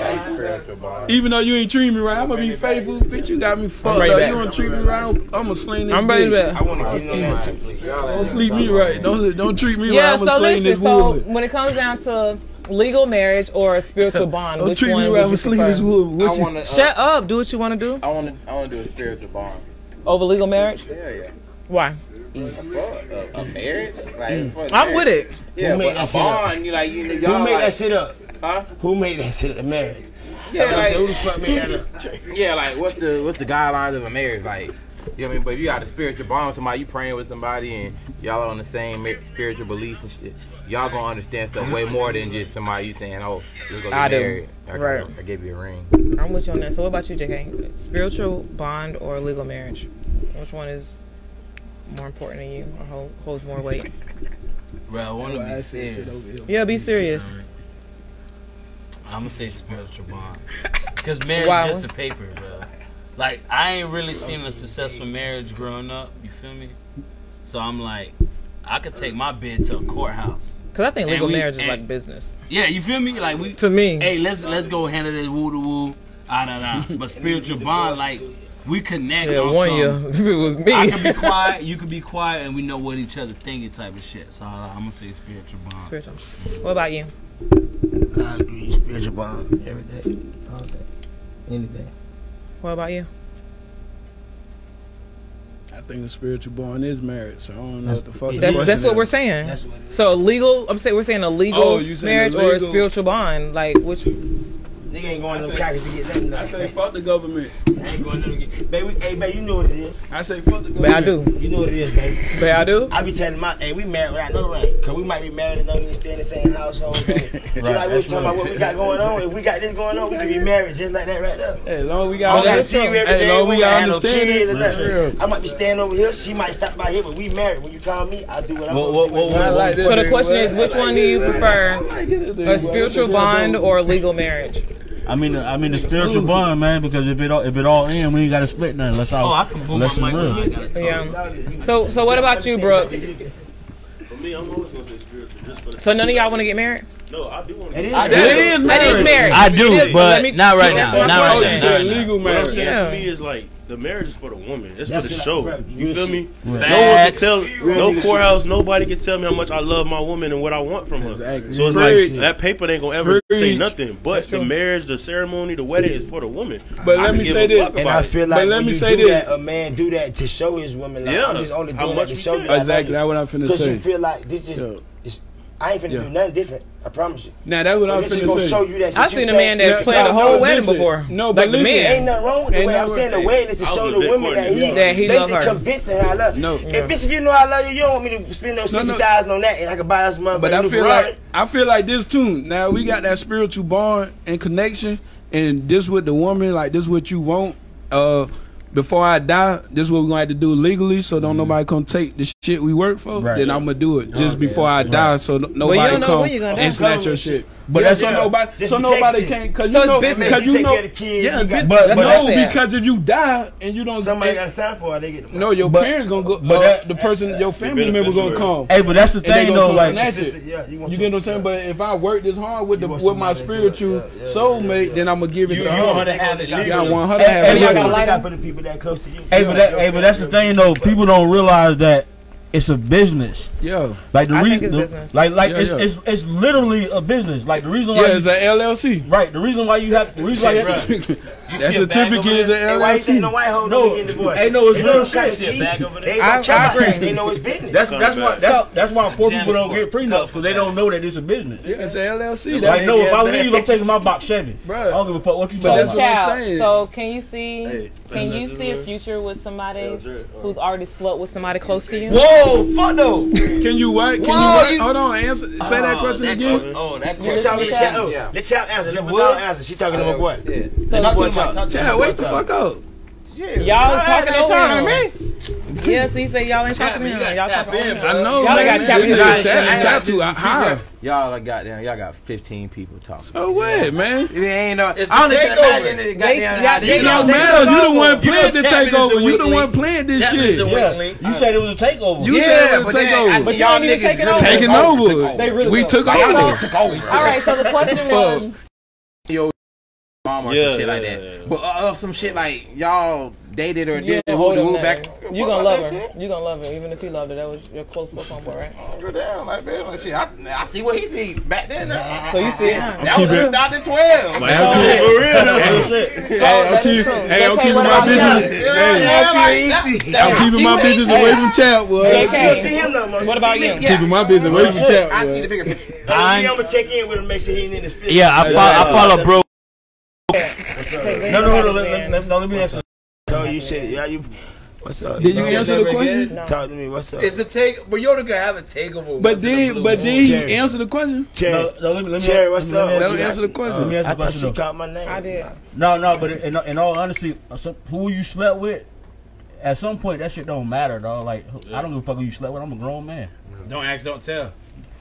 [SPEAKER 9] faithful. Even though you ain't treat me right, I'm gonna be faithful. Bitch, you got me fucked
[SPEAKER 6] ready
[SPEAKER 9] up.
[SPEAKER 6] back.
[SPEAKER 9] You don't treat me right, I'm gonna sling this
[SPEAKER 6] I'm ready
[SPEAKER 9] dick.
[SPEAKER 6] to.
[SPEAKER 3] I want to get on that too.
[SPEAKER 9] Don't sleep me right. Don't don't treat me
[SPEAKER 6] Yeah.
[SPEAKER 9] right. I'm
[SPEAKER 6] So
[SPEAKER 9] gonna sling this
[SPEAKER 6] listen. So
[SPEAKER 9] wood.
[SPEAKER 6] when it comes down to legal marriage or a spiritual bond,
[SPEAKER 9] Don't
[SPEAKER 6] which
[SPEAKER 9] treat me
[SPEAKER 6] one
[SPEAKER 9] right. I'm
[SPEAKER 6] would
[SPEAKER 9] gonna
[SPEAKER 6] you
[SPEAKER 9] sling this
[SPEAKER 6] prefer?
[SPEAKER 9] wood.
[SPEAKER 4] I
[SPEAKER 9] What you-
[SPEAKER 4] wanna. Uh,
[SPEAKER 6] Shut up. Do what you want to do
[SPEAKER 4] I wanna. I wanna do a spiritual bond.
[SPEAKER 6] over legal marriage.
[SPEAKER 4] Yeah, yeah.
[SPEAKER 6] Why?
[SPEAKER 4] Fuck a, a marriage. Like, fuck
[SPEAKER 6] I'm
[SPEAKER 4] marriage.
[SPEAKER 6] with it.
[SPEAKER 4] Yeah,
[SPEAKER 3] Who made
[SPEAKER 4] but
[SPEAKER 3] that
[SPEAKER 4] a
[SPEAKER 3] shit up?
[SPEAKER 4] bond. You like you. Y'all
[SPEAKER 3] Who made
[SPEAKER 4] like,
[SPEAKER 3] that shit up?
[SPEAKER 4] Huh?
[SPEAKER 3] Who made that shit up? The marriage.
[SPEAKER 4] Yeah,
[SPEAKER 3] I
[SPEAKER 4] like,
[SPEAKER 3] said, who the fuck made that up?
[SPEAKER 4] Yeah, like what's the what's the guidelines of a marriage like? You know what I mean? But if you got a spiritual bond with somebody, you praying with somebody, and y'all on the same ma- spiritual beliefs and shit. Y'all gonna understand stuff way more than just somebody you saying, "Oh, you're gonna get
[SPEAKER 6] I do.
[SPEAKER 4] married." I,
[SPEAKER 6] Right.
[SPEAKER 4] I gave you a ring.
[SPEAKER 6] I'm with you on that. So what about you, JK? Spiritual bond or legal marriage? Which one is more important to you or hold, holds more weight?
[SPEAKER 11] Bro, I want to
[SPEAKER 9] I
[SPEAKER 11] be
[SPEAKER 9] said shit
[SPEAKER 11] serious.
[SPEAKER 9] over here.
[SPEAKER 6] Yeah, be serious.
[SPEAKER 11] I'm gonna say spiritual bond because marriage
[SPEAKER 6] Wow.
[SPEAKER 11] just a paper, bro. Like I ain't really seen a successful marriage growing up. You feel me? So I'm like, I could take my bid to a courthouse.
[SPEAKER 6] Because I think
[SPEAKER 11] And
[SPEAKER 6] legal
[SPEAKER 11] we-
[SPEAKER 6] marriage is
[SPEAKER 11] and-
[SPEAKER 6] like business.
[SPEAKER 11] Yeah, you feel me? Like we,
[SPEAKER 6] To me.
[SPEAKER 11] hey, let's let's go handle this woo to woo, ah da da. But spiritual bond, like we connect
[SPEAKER 6] yeah,
[SPEAKER 11] on
[SPEAKER 6] one
[SPEAKER 11] something.
[SPEAKER 6] year. If it was me.
[SPEAKER 11] I could be quiet, you could be quiet, and we know what each other thinking type of shit. So I- I'm gonna say spiritual bond.
[SPEAKER 6] Spiritual. What about you?
[SPEAKER 3] I agree. Spiritual bond every day, all day, anything.
[SPEAKER 6] What about you?
[SPEAKER 9] I think the spiritual bond is marriage. So I don't know
[SPEAKER 3] That's-
[SPEAKER 9] what the fuck. the
[SPEAKER 3] That's-
[SPEAKER 6] That's,
[SPEAKER 9] question
[SPEAKER 6] that's
[SPEAKER 9] is.
[SPEAKER 6] what we're saying.
[SPEAKER 3] That's what it is.
[SPEAKER 6] So legal. I'm saying we're saying a legal
[SPEAKER 9] Oh, you saying
[SPEAKER 6] marriage
[SPEAKER 9] the
[SPEAKER 6] or a
[SPEAKER 9] legal-
[SPEAKER 6] spiritual bond. Like which?
[SPEAKER 3] Nigga ain't going to
[SPEAKER 9] I
[SPEAKER 3] no
[SPEAKER 9] say-
[SPEAKER 3] crackers to get nothing.
[SPEAKER 9] I say
[SPEAKER 3] done.
[SPEAKER 9] fuck the government.
[SPEAKER 3] I ain't going to them get. Baby, hey, baby, you know what it is.
[SPEAKER 9] I say fuck the government.
[SPEAKER 6] But I do.
[SPEAKER 3] You know what it is, baby.
[SPEAKER 6] But I do.
[SPEAKER 3] I be telling my, hey, we married without no ring. Cause we might be married and don't even stay in the same household. right, you know, like we was talking about what we got going on. If we got this going on, we could be married just like that right there.
[SPEAKER 9] Hey, as long as we
[SPEAKER 3] I
[SPEAKER 9] got
[SPEAKER 3] don't gotta
[SPEAKER 9] that.
[SPEAKER 3] see you every day.
[SPEAKER 9] hey, long as
[SPEAKER 3] We
[SPEAKER 9] we
[SPEAKER 3] don't
[SPEAKER 9] got
[SPEAKER 3] have no kids or
[SPEAKER 9] understanding.
[SPEAKER 3] nothing. I might be standing over here. She might stop by here, but we married. When you call me, I'll do what I
[SPEAKER 8] What-
[SPEAKER 3] want.
[SPEAKER 8] what-
[SPEAKER 3] to do.
[SPEAKER 8] what-
[SPEAKER 9] I like this
[SPEAKER 6] So the
[SPEAKER 9] nigga,
[SPEAKER 6] question
[SPEAKER 9] boy.
[SPEAKER 6] is, which one do you prefer?
[SPEAKER 9] I like it, this nigga, boy.
[SPEAKER 6] A spiritual bond or a legal marriage?
[SPEAKER 8] I mean, the, I mean the spiritual bond, man. Because if it all if it all in, we ain't got to split nothing. Let's all.
[SPEAKER 6] Oh, I can boom
[SPEAKER 8] let's
[SPEAKER 6] my mic
[SPEAKER 8] live.
[SPEAKER 6] when I got Yeah. So, so what about you, Brooks?
[SPEAKER 12] For me, I'm always gonna say spiritual. Just for the
[SPEAKER 6] So none of y'all want to get married?
[SPEAKER 12] No, I do want
[SPEAKER 6] It is
[SPEAKER 12] I
[SPEAKER 6] married. It is That is married. married.
[SPEAKER 11] I do,
[SPEAKER 6] It is, but
[SPEAKER 11] but
[SPEAKER 6] let me-
[SPEAKER 11] not right now.
[SPEAKER 6] So I
[SPEAKER 11] Not
[SPEAKER 6] told
[SPEAKER 11] right
[SPEAKER 6] you
[SPEAKER 11] now.
[SPEAKER 6] it's
[SPEAKER 11] Not right
[SPEAKER 6] illegal
[SPEAKER 11] now.
[SPEAKER 12] What I'm
[SPEAKER 6] marriage.
[SPEAKER 12] saying
[SPEAKER 6] Yeah.
[SPEAKER 12] for me is like the marriage is for the woman. It's
[SPEAKER 3] That's
[SPEAKER 12] for the
[SPEAKER 3] what I-
[SPEAKER 12] show.
[SPEAKER 3] right,
[SPEAKER 12] you
[SPEAKER 3] real
[SPEAKER 12] feel
[SPEAKER 3] shit.
[SPEAKER 12] me?
[SPEAKER 3] Right.
[SPEAKER 12] No one can
[SPEAKER 3] Facts.
[SPEAKER 12] tell.
[SPEAKER 3] Real nigga
[SPEAKER 12] No
[SPEAKER 3] shit.
[SPEAKER 12] courthouse. Nobody can tell me how much I love my woman and what I want from her. So it's
[SPEAKER 9] Preach.
[SPEAKER 12] like that paper ain't gonna ever say
[SPEAKER 9] Preach.
[SPEAKER 12] nothing. But the marriage, the ceremony, the wedding is for the woman.
[SPEAKER 9] But
[SPEAKER 12] I
[SPEAKER 9] let
[SPEAKER 12] can
[SPEAKER 9] me
[SPEAKER 12] give
[SPEAKER 9] say
[SPEAKER 12] a
[SPEAKER 9] this.
[SPEAKER 12] fuck
[SPEAKER 3] And
[SPEAKER 12] about
[SPEAKER 3] I
[SPEAKER 12] it.
[SPEAKER 3] feel like when you do that, a man do that to show his woman. Like,
[SPEAKER 12] Yeah.
[SPEAKER 3] I'm just only
[SPEAKER 12] How
[SPEAKER 3] doing
[SPEAKER 12] much
[SPEAKER 3] that to
[SPEAKER 12] we
[SPEAKER 3] show
[SPEAKER 12] get.
[SPEAKER 3] you. I love
[SPEAKER 9] Exactly,
[SPEAKER 3] you.
[SPEAKER 9] that's what I'm finna
[SPEAKER 3] 'Cause
[SPEAKER 9] say.
[SPEAKER 3] you feel like this just, it's, I ain't finna
[SPEAKER 9] Yeah.
[SPEAKER 3] do nothing different. I promise you.
[SPEAKER 9] Now that's what
[SPEAKER 3] But
[SPEAKER 9] I'm
[SPEAKER 3] this is
[SPEAKER 9] finna
[SPEAKER 3] gonna
[SPEAKER 9] say.
[SPEAKER 3] show you that shit
[SPEAKER 6] I
[SPEAKER 3] you
[SPEAKER 6] seen a
[SPEAKER 3] think-
[SPEAKER 6] man that
[SPEAKER 9] Yeah,
[SPEAKER 6] planned
[SPEAKER 9] no,
[SPEAKER 6] the whole
[SPEAKER 9] no,
[SPEAKER 6] wedding
[SPEAKER 9] listen.
[SPEAKER 6] before.
[SPEAKER 9] No, but
[SPEAKER 6] Like the
[SPEAKER 9] listen.
[SPEAKER 6] man.
[SPEAKER 3] Ain't nothing wrong with the
[SPEAKER 9] Ain't
[SPEAKER 3] way I'm
[SPEAKER 9] nothing
[SPEAKER 3] saying the
[SPEAKER 9] wrong.
[SPEAKER 3] wedding is to
[SPEAKER 9] I was
[SPEAKER 3] show
[SPEAKER 9] a
[SPEAKER 3] the
[SPEAKER 9] big
[SPEAKER 3] women
[SPEAKER 9] partner.
[SPEAKER 3] that he,
[SPEAKER 6] That he love
[SPEAKER 3] basically
[SPEAKER 6] her.
[SPEAKER 3] convincing her I love.
[SPEAKER 9] No.
[SPEAKER 3] No, if bitch, if you know I love you, you don't want me to spend no
[SPEAKER 9] no.
[SPEAKER 3] sixty thousand on that, and I could buy this motherfucker.
[SPEAKER 9] But
[SPEAKER 3] a
[SPEAKER 9] I
[SPEAKER 3] new
[SPEAKER 9] feel
[SPEAKER 3] Ferrari.
[SPEAKER 9] like I feel like this too. Now we got that spiritual bond and connection, and this with the woman, like this what you want. Uh, before I die, this what we gonna have to do legally, so don't nobody come take the shit we work for.
[SPEAKER 8] Right.
[SPEAKER 9] Then I'm gonna do it just before I die, so no-
[SPEAKER 6] Well, you
[SPEAKER 9] nobody
[SPEAKER 6] don't know when
[SPEAKER 9] come
[SPEAKER 6] you're gonna die.
[SPEAKER 9] and snatch your shit. But
[SPEAKER 8] But
[SPEAKER 9] that's
[SPEAKER 8] that's-
[SPEAKER 9] so
[SPEAKER 8] yeah.
[SPEAKER 9] nobody,
[SPEAKER 3] Just
[SPEAKER 9] so
[SPEAKER 3] protect
[SPEAKER 9] nobody
[SPEAKER 3] shit.
[SPEAKER 9] can't, cause
[SPEAKER 6] So
[SPEAKER 9] you
[SPEAKER 6] it's
[SPEAKER 9] know,
[SPEAKER 6] business.
[SPEAKER 9] cause
[SPEAKER 3] You
[SPEAKER 9] you
[SPEAKER 3] take
[SPEAKER 9] know,
[SPEAKER 3] care of the kids,
[SPEAKER 9] yeah,
[SPEAKER 3] you got-
[SPEAKER 9] bu-
[SPEAKER 8] But-
[SPEAKER 9] but
[SPEAKER 8] but
[SPEAKER 9] no,
[SPEAKER 6] that's-
[SPEAKER 9] because if you die and you don't,
[SPEAKER 3] somebody
[SPEAKER 9] it-
[SPEAKER 3] got to sign for it. They get the money.
[SPEAKER 9] no, your
[SPEAKER 8] But-
[SPEAKER 9] parents gonna go,
[SPEAKER 8] but
[SPEAKER 9] uh,
[SPEAKER 8] that-
[SPEAKER 9] the person, your family member gonna come.
[SPEAKER 8] Hey, but that's the
[SPEAKER 9] And they
[SPEAKER 8] thing
[SPEAKER 9] gonna
[SPEAKER 8] though.
[SPEAKER 9] come
[SPEAKER 8] Like,
[SPEAKER 9] snatch
[SPEAKER 3] It's
[SPEAKER 9] it.
[SPEAKER 3] just- yeah, you
[SPEAKER 9] You
[SPEAKER 3] want
[SPEAKER 9] get
[SPEAKER 3] some-
[SPEAKER 9] what I'm saying? But if I work this hard with the
[SPEAKER 3] You want
[SPEAKER 9] with my
[SPEAKER 3] somebody to do it.
[SPEAKER 9] spiritual
[SPEAKER 3] Yeah, yeah,
[SPEAKER 9] soulmate,
[SPEAKER 3] yeah.
[SPEAKER 9] then I'm gonna give it
[SPEAKER 12] You
[SPEAKER 9] to
[SPEAKER 12] you
[SPEAKER 9] her.
[SPEAKER 12] want to have it
[SPEAKER 9] Yeah,
[SPEAKER 12] legal.
[SPEAKER 9] 100
[SPEAKER 8] Hey,
[SPEAKER 9] have
[SPEAKER 8] hey,
[SPEAKER 9] it
[SPEAKER 8] y'all
[SPEAKER 9] legal.
[SPEAKER 8] got a
[SPEAKER 3] Look out for the people that close to you.
[SPEAKER 8] hey, but that, hey, but that's the thing though. People don't realize that it's a business.
[SPEAKER 9] Yeah,
[SPEAKER 8] Like the
[SPEAKER 6] I think
[SPEAKER 8] reason,
[SPEAKER 6] it's business.
[SPEAKER 8] like like
[SPEAKER 9] Yeah,
[SPEAKER 8] it's,
[SPEAKER 9] yeah.
[SPEAKER 8] it's it's literally a business. Like the reason why,
[SPEAKER 9] yeah,
[SPEAKER 8] you-
[SPEAKER 9] it's an LLC.
[SPEAKER 8] right? The reason why you have the reason why you have to-
[SPEAKER 9] That certificate is an
[SPEAKER 3] Hey, why you think no
[SPEAKER 9] LLC.
[SPEAKER 3] white hoe
[SPEAKER 8] No,
[SPEAKER 3] don't get divorced?
[SPEAKER 8] hey, no, it's
[SPEAKER 3] They
[SPEAKER 8] real
[SPEAKER 3] don't try to
[SPEAKER 8] shit.
[SPEAKER 3] cheat.
[SPEAKER 5] Back over there.
[SPEAKER 3] They don't
[SPEAKER 6] I- I
[SPEAKER 3] try to
[SPEAKER 6] agree.
[SPEAKER 3] cheat. They know it's business.
[SPEAKER 8] That's that's why that's, that's why poor
[SPEAKER 5] Janice
[SPEAKER 8] people don't get
[SPEAKER 5] Ford.
[SPEAKER 8] prenups because they don't know that it's a business.
[SPEAKER 9] Yeah, it's an LLC.
[SPEAKER 8] Like
[SPEAKER 9] That's,
[SPEAKER 8] no, if I
[SPEAKER 3] yeah,
[SPEAKER 8] leave, I'm taking my box Chevy.
[SPEAKER 9] Bruh.
[SPEAKER 8] I don't give a fuck what you
[SPEAKER 9] But
[SPEAKER 8] talking
[SPEAKER 9] that's
[SPEAKER 8] about.
[SPEAKER 9] what I'm
[SPEAKER 6] Child,
[SPEAKER 9] saying.
[SPEAKER 6] so can you see
[SPEAKER 12] Hey,
[SPEAKER 6] can
[SPEAKER 12] that's
[SPEAKER 6] you
[SPEAKER 12] the
[SPEAKER 6] see a
[SPEAKER 12] word.
[SPEAKER 6] future with somebody
[SPEAKER 12] that's right.
[SPEAKER 6] who's already slept with somebody close to you?
[SPEAKER 5] Whoa, fuck no.
[SPEAKER 9] can you wait? Can
[SPEAKER 5] Whoa,
[SPEAKER 9] you wait?
[SPEAKER 5] you-
[SPEAKER 9] Hold on, answer. Say that
[SPEAKER 5] Oh,
[SPEAKER 9] question again.
[SPEAKER 5] Oh, that
[SPEAKER 3] Let
[SPEAKER 5] question.
[SPEAKER 3] y'all let y'all- oh,
[SPEAKER 4] Yeah.
[SPEAKER 3] let y'all answer. Let
[SPEAKER 5] You
[SPEAKER 3] y'all
[SPEAKER 5] would?
[SPEAKER 3] answer. She talking to my boy.
[SPEAKER 6] So
[SPEAKER 3] Talk to
[SPEAKER 5] Talk
[SPEAKER 3] him, talk
[SPEAKER 5] to him,
[SPEAKER 3] to him.
[SPEAKER 9] Yeah, wait the fuck up.
[SPEAKER 6] y'all talking over him. Yes, he said y'all ain't talking to him. Y'all talking over him.
[SPEAKER 9] I know.
[SPEAKER 6] Y'all
[SPEAKER 9] man.
[SPEAKER 6] got
[SPEAKER 9] You
[SPEAKER 6] chapter
[SPEAKER 9] need to
[SPEAKER 6] nine.
[SPEAKER 9] chat- chat to high.
[SPEAKER 4] Y'all like goddamn, y'all got 15 people talking.
[SPEAKER 9] Oh wait, man.
[SPEAKER 4] It ain't no.
[SPEAKER 5] It's
[SPEAKER 4] I
[SPEAKER 5] the
[SPEAKER 4] only can
[SPEAKER 5] takeover.
[SPEAKER 4] imagine it.
[SPEAKER 6] They-
[SPEAKER 4] Goddamn,
[SPEAKER 6] yeah,
[SPEAKER 4] how
[SPEAKER 6] they
[SPEAKER 4] they
[SPEAKER 9] It don't
[SPEAKER 6] know they
[SPEAKER 9] matter. You
[SPEAKER 6] took
[SPEAKER 9] the one
[SPEAKER 6] over.
[SPEAKER 9] playing the
[SPEAKER 5] You know Chapman is
[SPEAKER 9] takeover.
[SPEAKER 5] the
[SPEAKER 9] You the
[SPEAKER 5] weak
[SPEAKER 9] one
[SPEAKER 5] link.
[SPEAKER 9] playing this
[SPEAKER 5] Chapman is the
[SPEAKER 9] shit.
[SPEAKER 5] weak-
[SPEAKER 8] Yeah,
[SPEAKER 5] Wait,
[SPEAKER 8] you said it was a takeover.
[SPEAKER 9] You said it was takeover.
[SPEAKER 6] But y'all niggas taking over.
[SPEAKER 9] Taking over.
[SPEAKER 6] They really
[SPEAKER 9] we
[SPEAKER 6] took
[SPEAKER 9] took
[SPEAKER 6] over.
[SPEAKER 9] over.
[SPEAKER 6] All right, so the question
[SPEAKER 9] Fuck.
[SPEAKER 6] was
[SPEAKER 4] mom or
[SPEAKER 12] Yeah,
[SPEAKER 4] some shit like
[SPEAKER 12] yeah,
[SPEAKER 4] that.
[SPEAKER 12] yeah.
[SPEAKER 4] But uh, of some shit like y'all dated or
[SPEAKER 6] yeah,
[SPEAKER 4] did
[SPEAKER 6] you
[SPEAKER 4] hold the move back.
[SPEAKER 6] You gonna love her. You gonna love her, even if you loved her. That was your close little homeboy, right?
[SPEAKER 4] Go down like man, like, shit. I, I see what he see back then. Now.
[SPEAKER 6] So you see it. now.
[SPEAKER 4] That was 2012.
[SPEAKER 9] For real.
[SPEAKER 8] Real shit.
[SPEAKER 9] Hey, I'm
[SPEAKER 6] That is
[SPEAKER 9] keep-
[SPEAKER 6] true.
[SPEAKER 9] hey, I'm
[SPEAKER 6] JK,
[SPEAKER 9] keeping
[SPEAKER 6] what
[SPEAKER 9] my
[SPEAKER 6] about
[SPEAKER 9] business.
[SPEAKER 6] you?
[SPEAKER 9] Hey, I'm keeping my business away from chat, boy.
[SPEAKER 3] You
[SPEAKER 6] JK.
[SPEAKER 3] don't see Oh, him no more.
[SPEAKER 6] What about you?
[SPEAKER 9] Keeping my business away from chat,
[SPEAKER 4] I see
[SPEAKER 9] boy.
[SPEAKER 4] the bigger picture.
[SPEAKER 3] I'm gonna check in with him, make sure he ain't in his feelings.
[SPEAKER 11] Yeah, I follow. I follow, bro.
[SPEAKER 8] No, no, no, no, let, let, no, let me ask you.
[SPEAKER 3] So you shit. Yeah, you. What's up?
[SPEAKER 9] Did you
[SPEAKER 3] bro?
[SPEAKER 9] answer the question?
[SPEAKER 3] Talk to me. What's up?
[SPEAKER 5] It's the take, but Yoda could have a takeover.
[SPEAKER 9] But
[SPEAKER 5] once in a blue
[SPEAKER 9] did but
[SPEAKER 5] moon.
[SPEAKER 9] did he
[SPEAKER 3] Jerry.
[SPEAKER 9] answer the question?
[SPEAKER 3] Cherry.
[SPEAKER 8] No, no, let me, let me,
[SPEAKER 3] Jerry, what's
[SPEAKER 8] let me
[SPEAKER 3] up?
[SPEAKER 8] ask
[SPEAKER 9] That
[SPEAKER 3] you
[SPEAKER 9] don't
[SPEAKER 8] you-
[SPEAKER 9] answer the
[SPEAKER 3] asked-
[SPEAKER 8] Let me ask
[SPEAKER 9] question.
[SPEAKER 8] you
[SPEAKER 3] I
[SPEAKER 8] a
[SPEAKER 3] thought she
[SPEAKER 8] question though.
[SPEAKER 3] called my name.
[SPEAKER 6] I did.
[SPEAKER 8] No, no, but in, in all honesty, uh, some- who you slept with, at some point that shit don't matter, dog. Like who- I don't give a fuck who you slept with. I'm a grown man.
[SPEAKER 5] Don't ask, don't tell.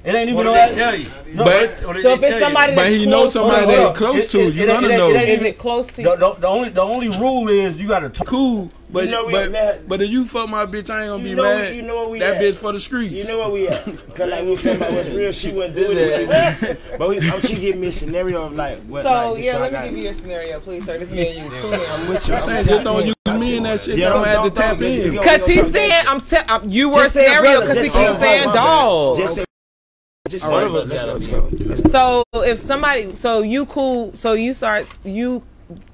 [SPEAKER 8] It ain't even
[SPEAKER 5] What
[SPEAKER 8] no.
[SPEAKER 5] did they tell you?
[SPEAKER 8] No,
[SPEAKER 9] But
[SPEAKER 5] What did
[SPEAKER 6] So
[SPEAKER 5] they
[SPEAKER 6] if it's
[SPEAKER 5] tell you?
[SPEAKER 6] somebody
[SPEAKER 9] but
[SPEAKER 6] that's
[SPEAKER 9] he
[SPEAKER 6] close
[SPEAKER 9] knows
[SPEAKER 8] Hold
[SPEAKER 9] somebody
[SPEAKER 8] on, hold
[SPEAKER 9] that
[SPEAKER 8] on.
[SPEAKER 9] close
[SPEAKER 8] It-
[SPEAKER 9] to.
[SPEAKER 8] it- it
[SPEAKER 9] You
[SPEAKER 8] ain't-
[SPEAKER 9] gotta
[SPEAKER 8] it ain't- it
[SPEAKER 9] know.
[SPEAKER 8] ain't-
[SPEAKER 6] Is it close to
[SPEAKER 8] The,
[SPEAKER 6] you?
[SPEAKER 8] the, the only the only rule is you gotta talk.
[SPEAKER 9] Cool, but
[SPEAKER 3] You know we
[SPEAKER 9] but,
[SPEAKER 3] at Matt-
[SPEAKER 9] but if you fuck my bitch, I ain't gonna
[SPEAKER 3] You
[SPEAKER 9] be
[SPEAKER 3] know-
[SPEAKER 9] mad.
[SPEAKER 3] you know where we
[SPEAKER 9] that
[SPEAKER 3] at.
[SPEAKER 9] bitch for the streets.
[SPEAKER 3] You know what we at? Cause like we were talking about what's real, she wouldn't do it. if she was- But we, oh, she gave me a scenario of like what.
[SPEAKER 6] So
[SPEAKER 3] like,
[SPEAKER 6] yeah, let me give you a scenario, please, sir. This is me and you. Two
[SPEAKER 3] I'm
[SPEAKER 6] men.
[SPEAKER 3] with you.
[SPEAKER 9] I'm saying just don't use me in that shit.
[SPEAKER 3] Yeah,
[SPEAKER 9] I don't,
[SPEAKER 3] don't-
[SPEAKER 9] have to
[SPEAKER 3] don't-
[SPEAKER 9] tap
[SPEAKER 3] don't-
[SPEAKER 9] in.
[SPEAKER 3] don't-
[SPEAKER 6] Cause he's
[SPEAKER 3] Just
[SPEAKER 6] saying I'm. Te- I'm you were
[SPEAKER 3] Just say a
[SPEAKER 6] scenario.
[SPEAKER 3] brother,
[SPEAKER 6] Cause he
[SPEAKER 3] just say a
[SPEAKER 6] keeps saying
[SPEAKER 3] brother.
[SPEAKER 6] dog.
[SPEAKER 3] Just say. Just say.
[SPEAKER 12] All right.
[SPEAKER 3] Let's go. Let's go. Let's go.
[SPEAKER 6] So if somebody, so you cool, so you start you.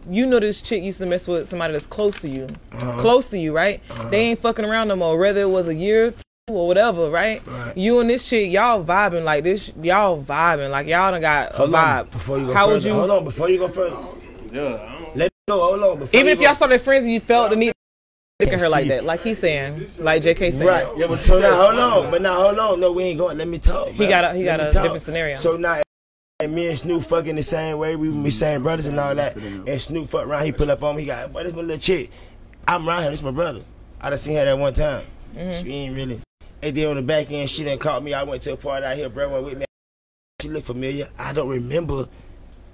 [SPEAKER 6] You know this chick used to mess with somebody that's close to you,
[SPEAKER 3] Uh-huh.
[SPEAKER 6] close to you, right? They ain't fucking around no more. Whether it was a year, two, or whatever, right? You and this chick, y'all vibing like this. Y'all vibing like y'all done got a
[SPEAKER 3] Hold on.
[SPEAKER 6] vibe.
[SPEAKER 3] Before you go
[SPEAKER 6] How
[SPEAKER 3] further.
[SPEAKER 6] would you-
[SPEAKER 3] Hold on. Before you go further.
[SPEAKER 12] Yeah, I don't.
[SPEAKER 3] Let me go. Hold on. Before
[SPEAKER 6] Even
[SPEAKER 3] you
[SPEAKER 6] if
[SPEAKER 3] go-
[SPEAKER 6] y'all started friends and you felt the need to look at her like
[SPEAKER 3] See.
[SPEAKER 6] that, like he's saying, like JK saying.
[SPEAKER 3] Right. Yeah, but so now hold on. But now hold on. No, we ain't going. Let me talk. He
[SPEAKER 6] got a- he got a different scenario.
[SPEAKER 3] So now. And me and Snoop fucking the same way. We be same brothers and all that. And Snoop fuck around. He pull up on me. He got, boy, this my little chick. I'm around here. This my brother. I done seen her that one time.
[SPEAKER 6] Mm-hmm.
[SPEAKER 3] She ain't really. And then on the back end, she done caught me. I went to a party out here. Brother went with me. She looked familiar. I don't remember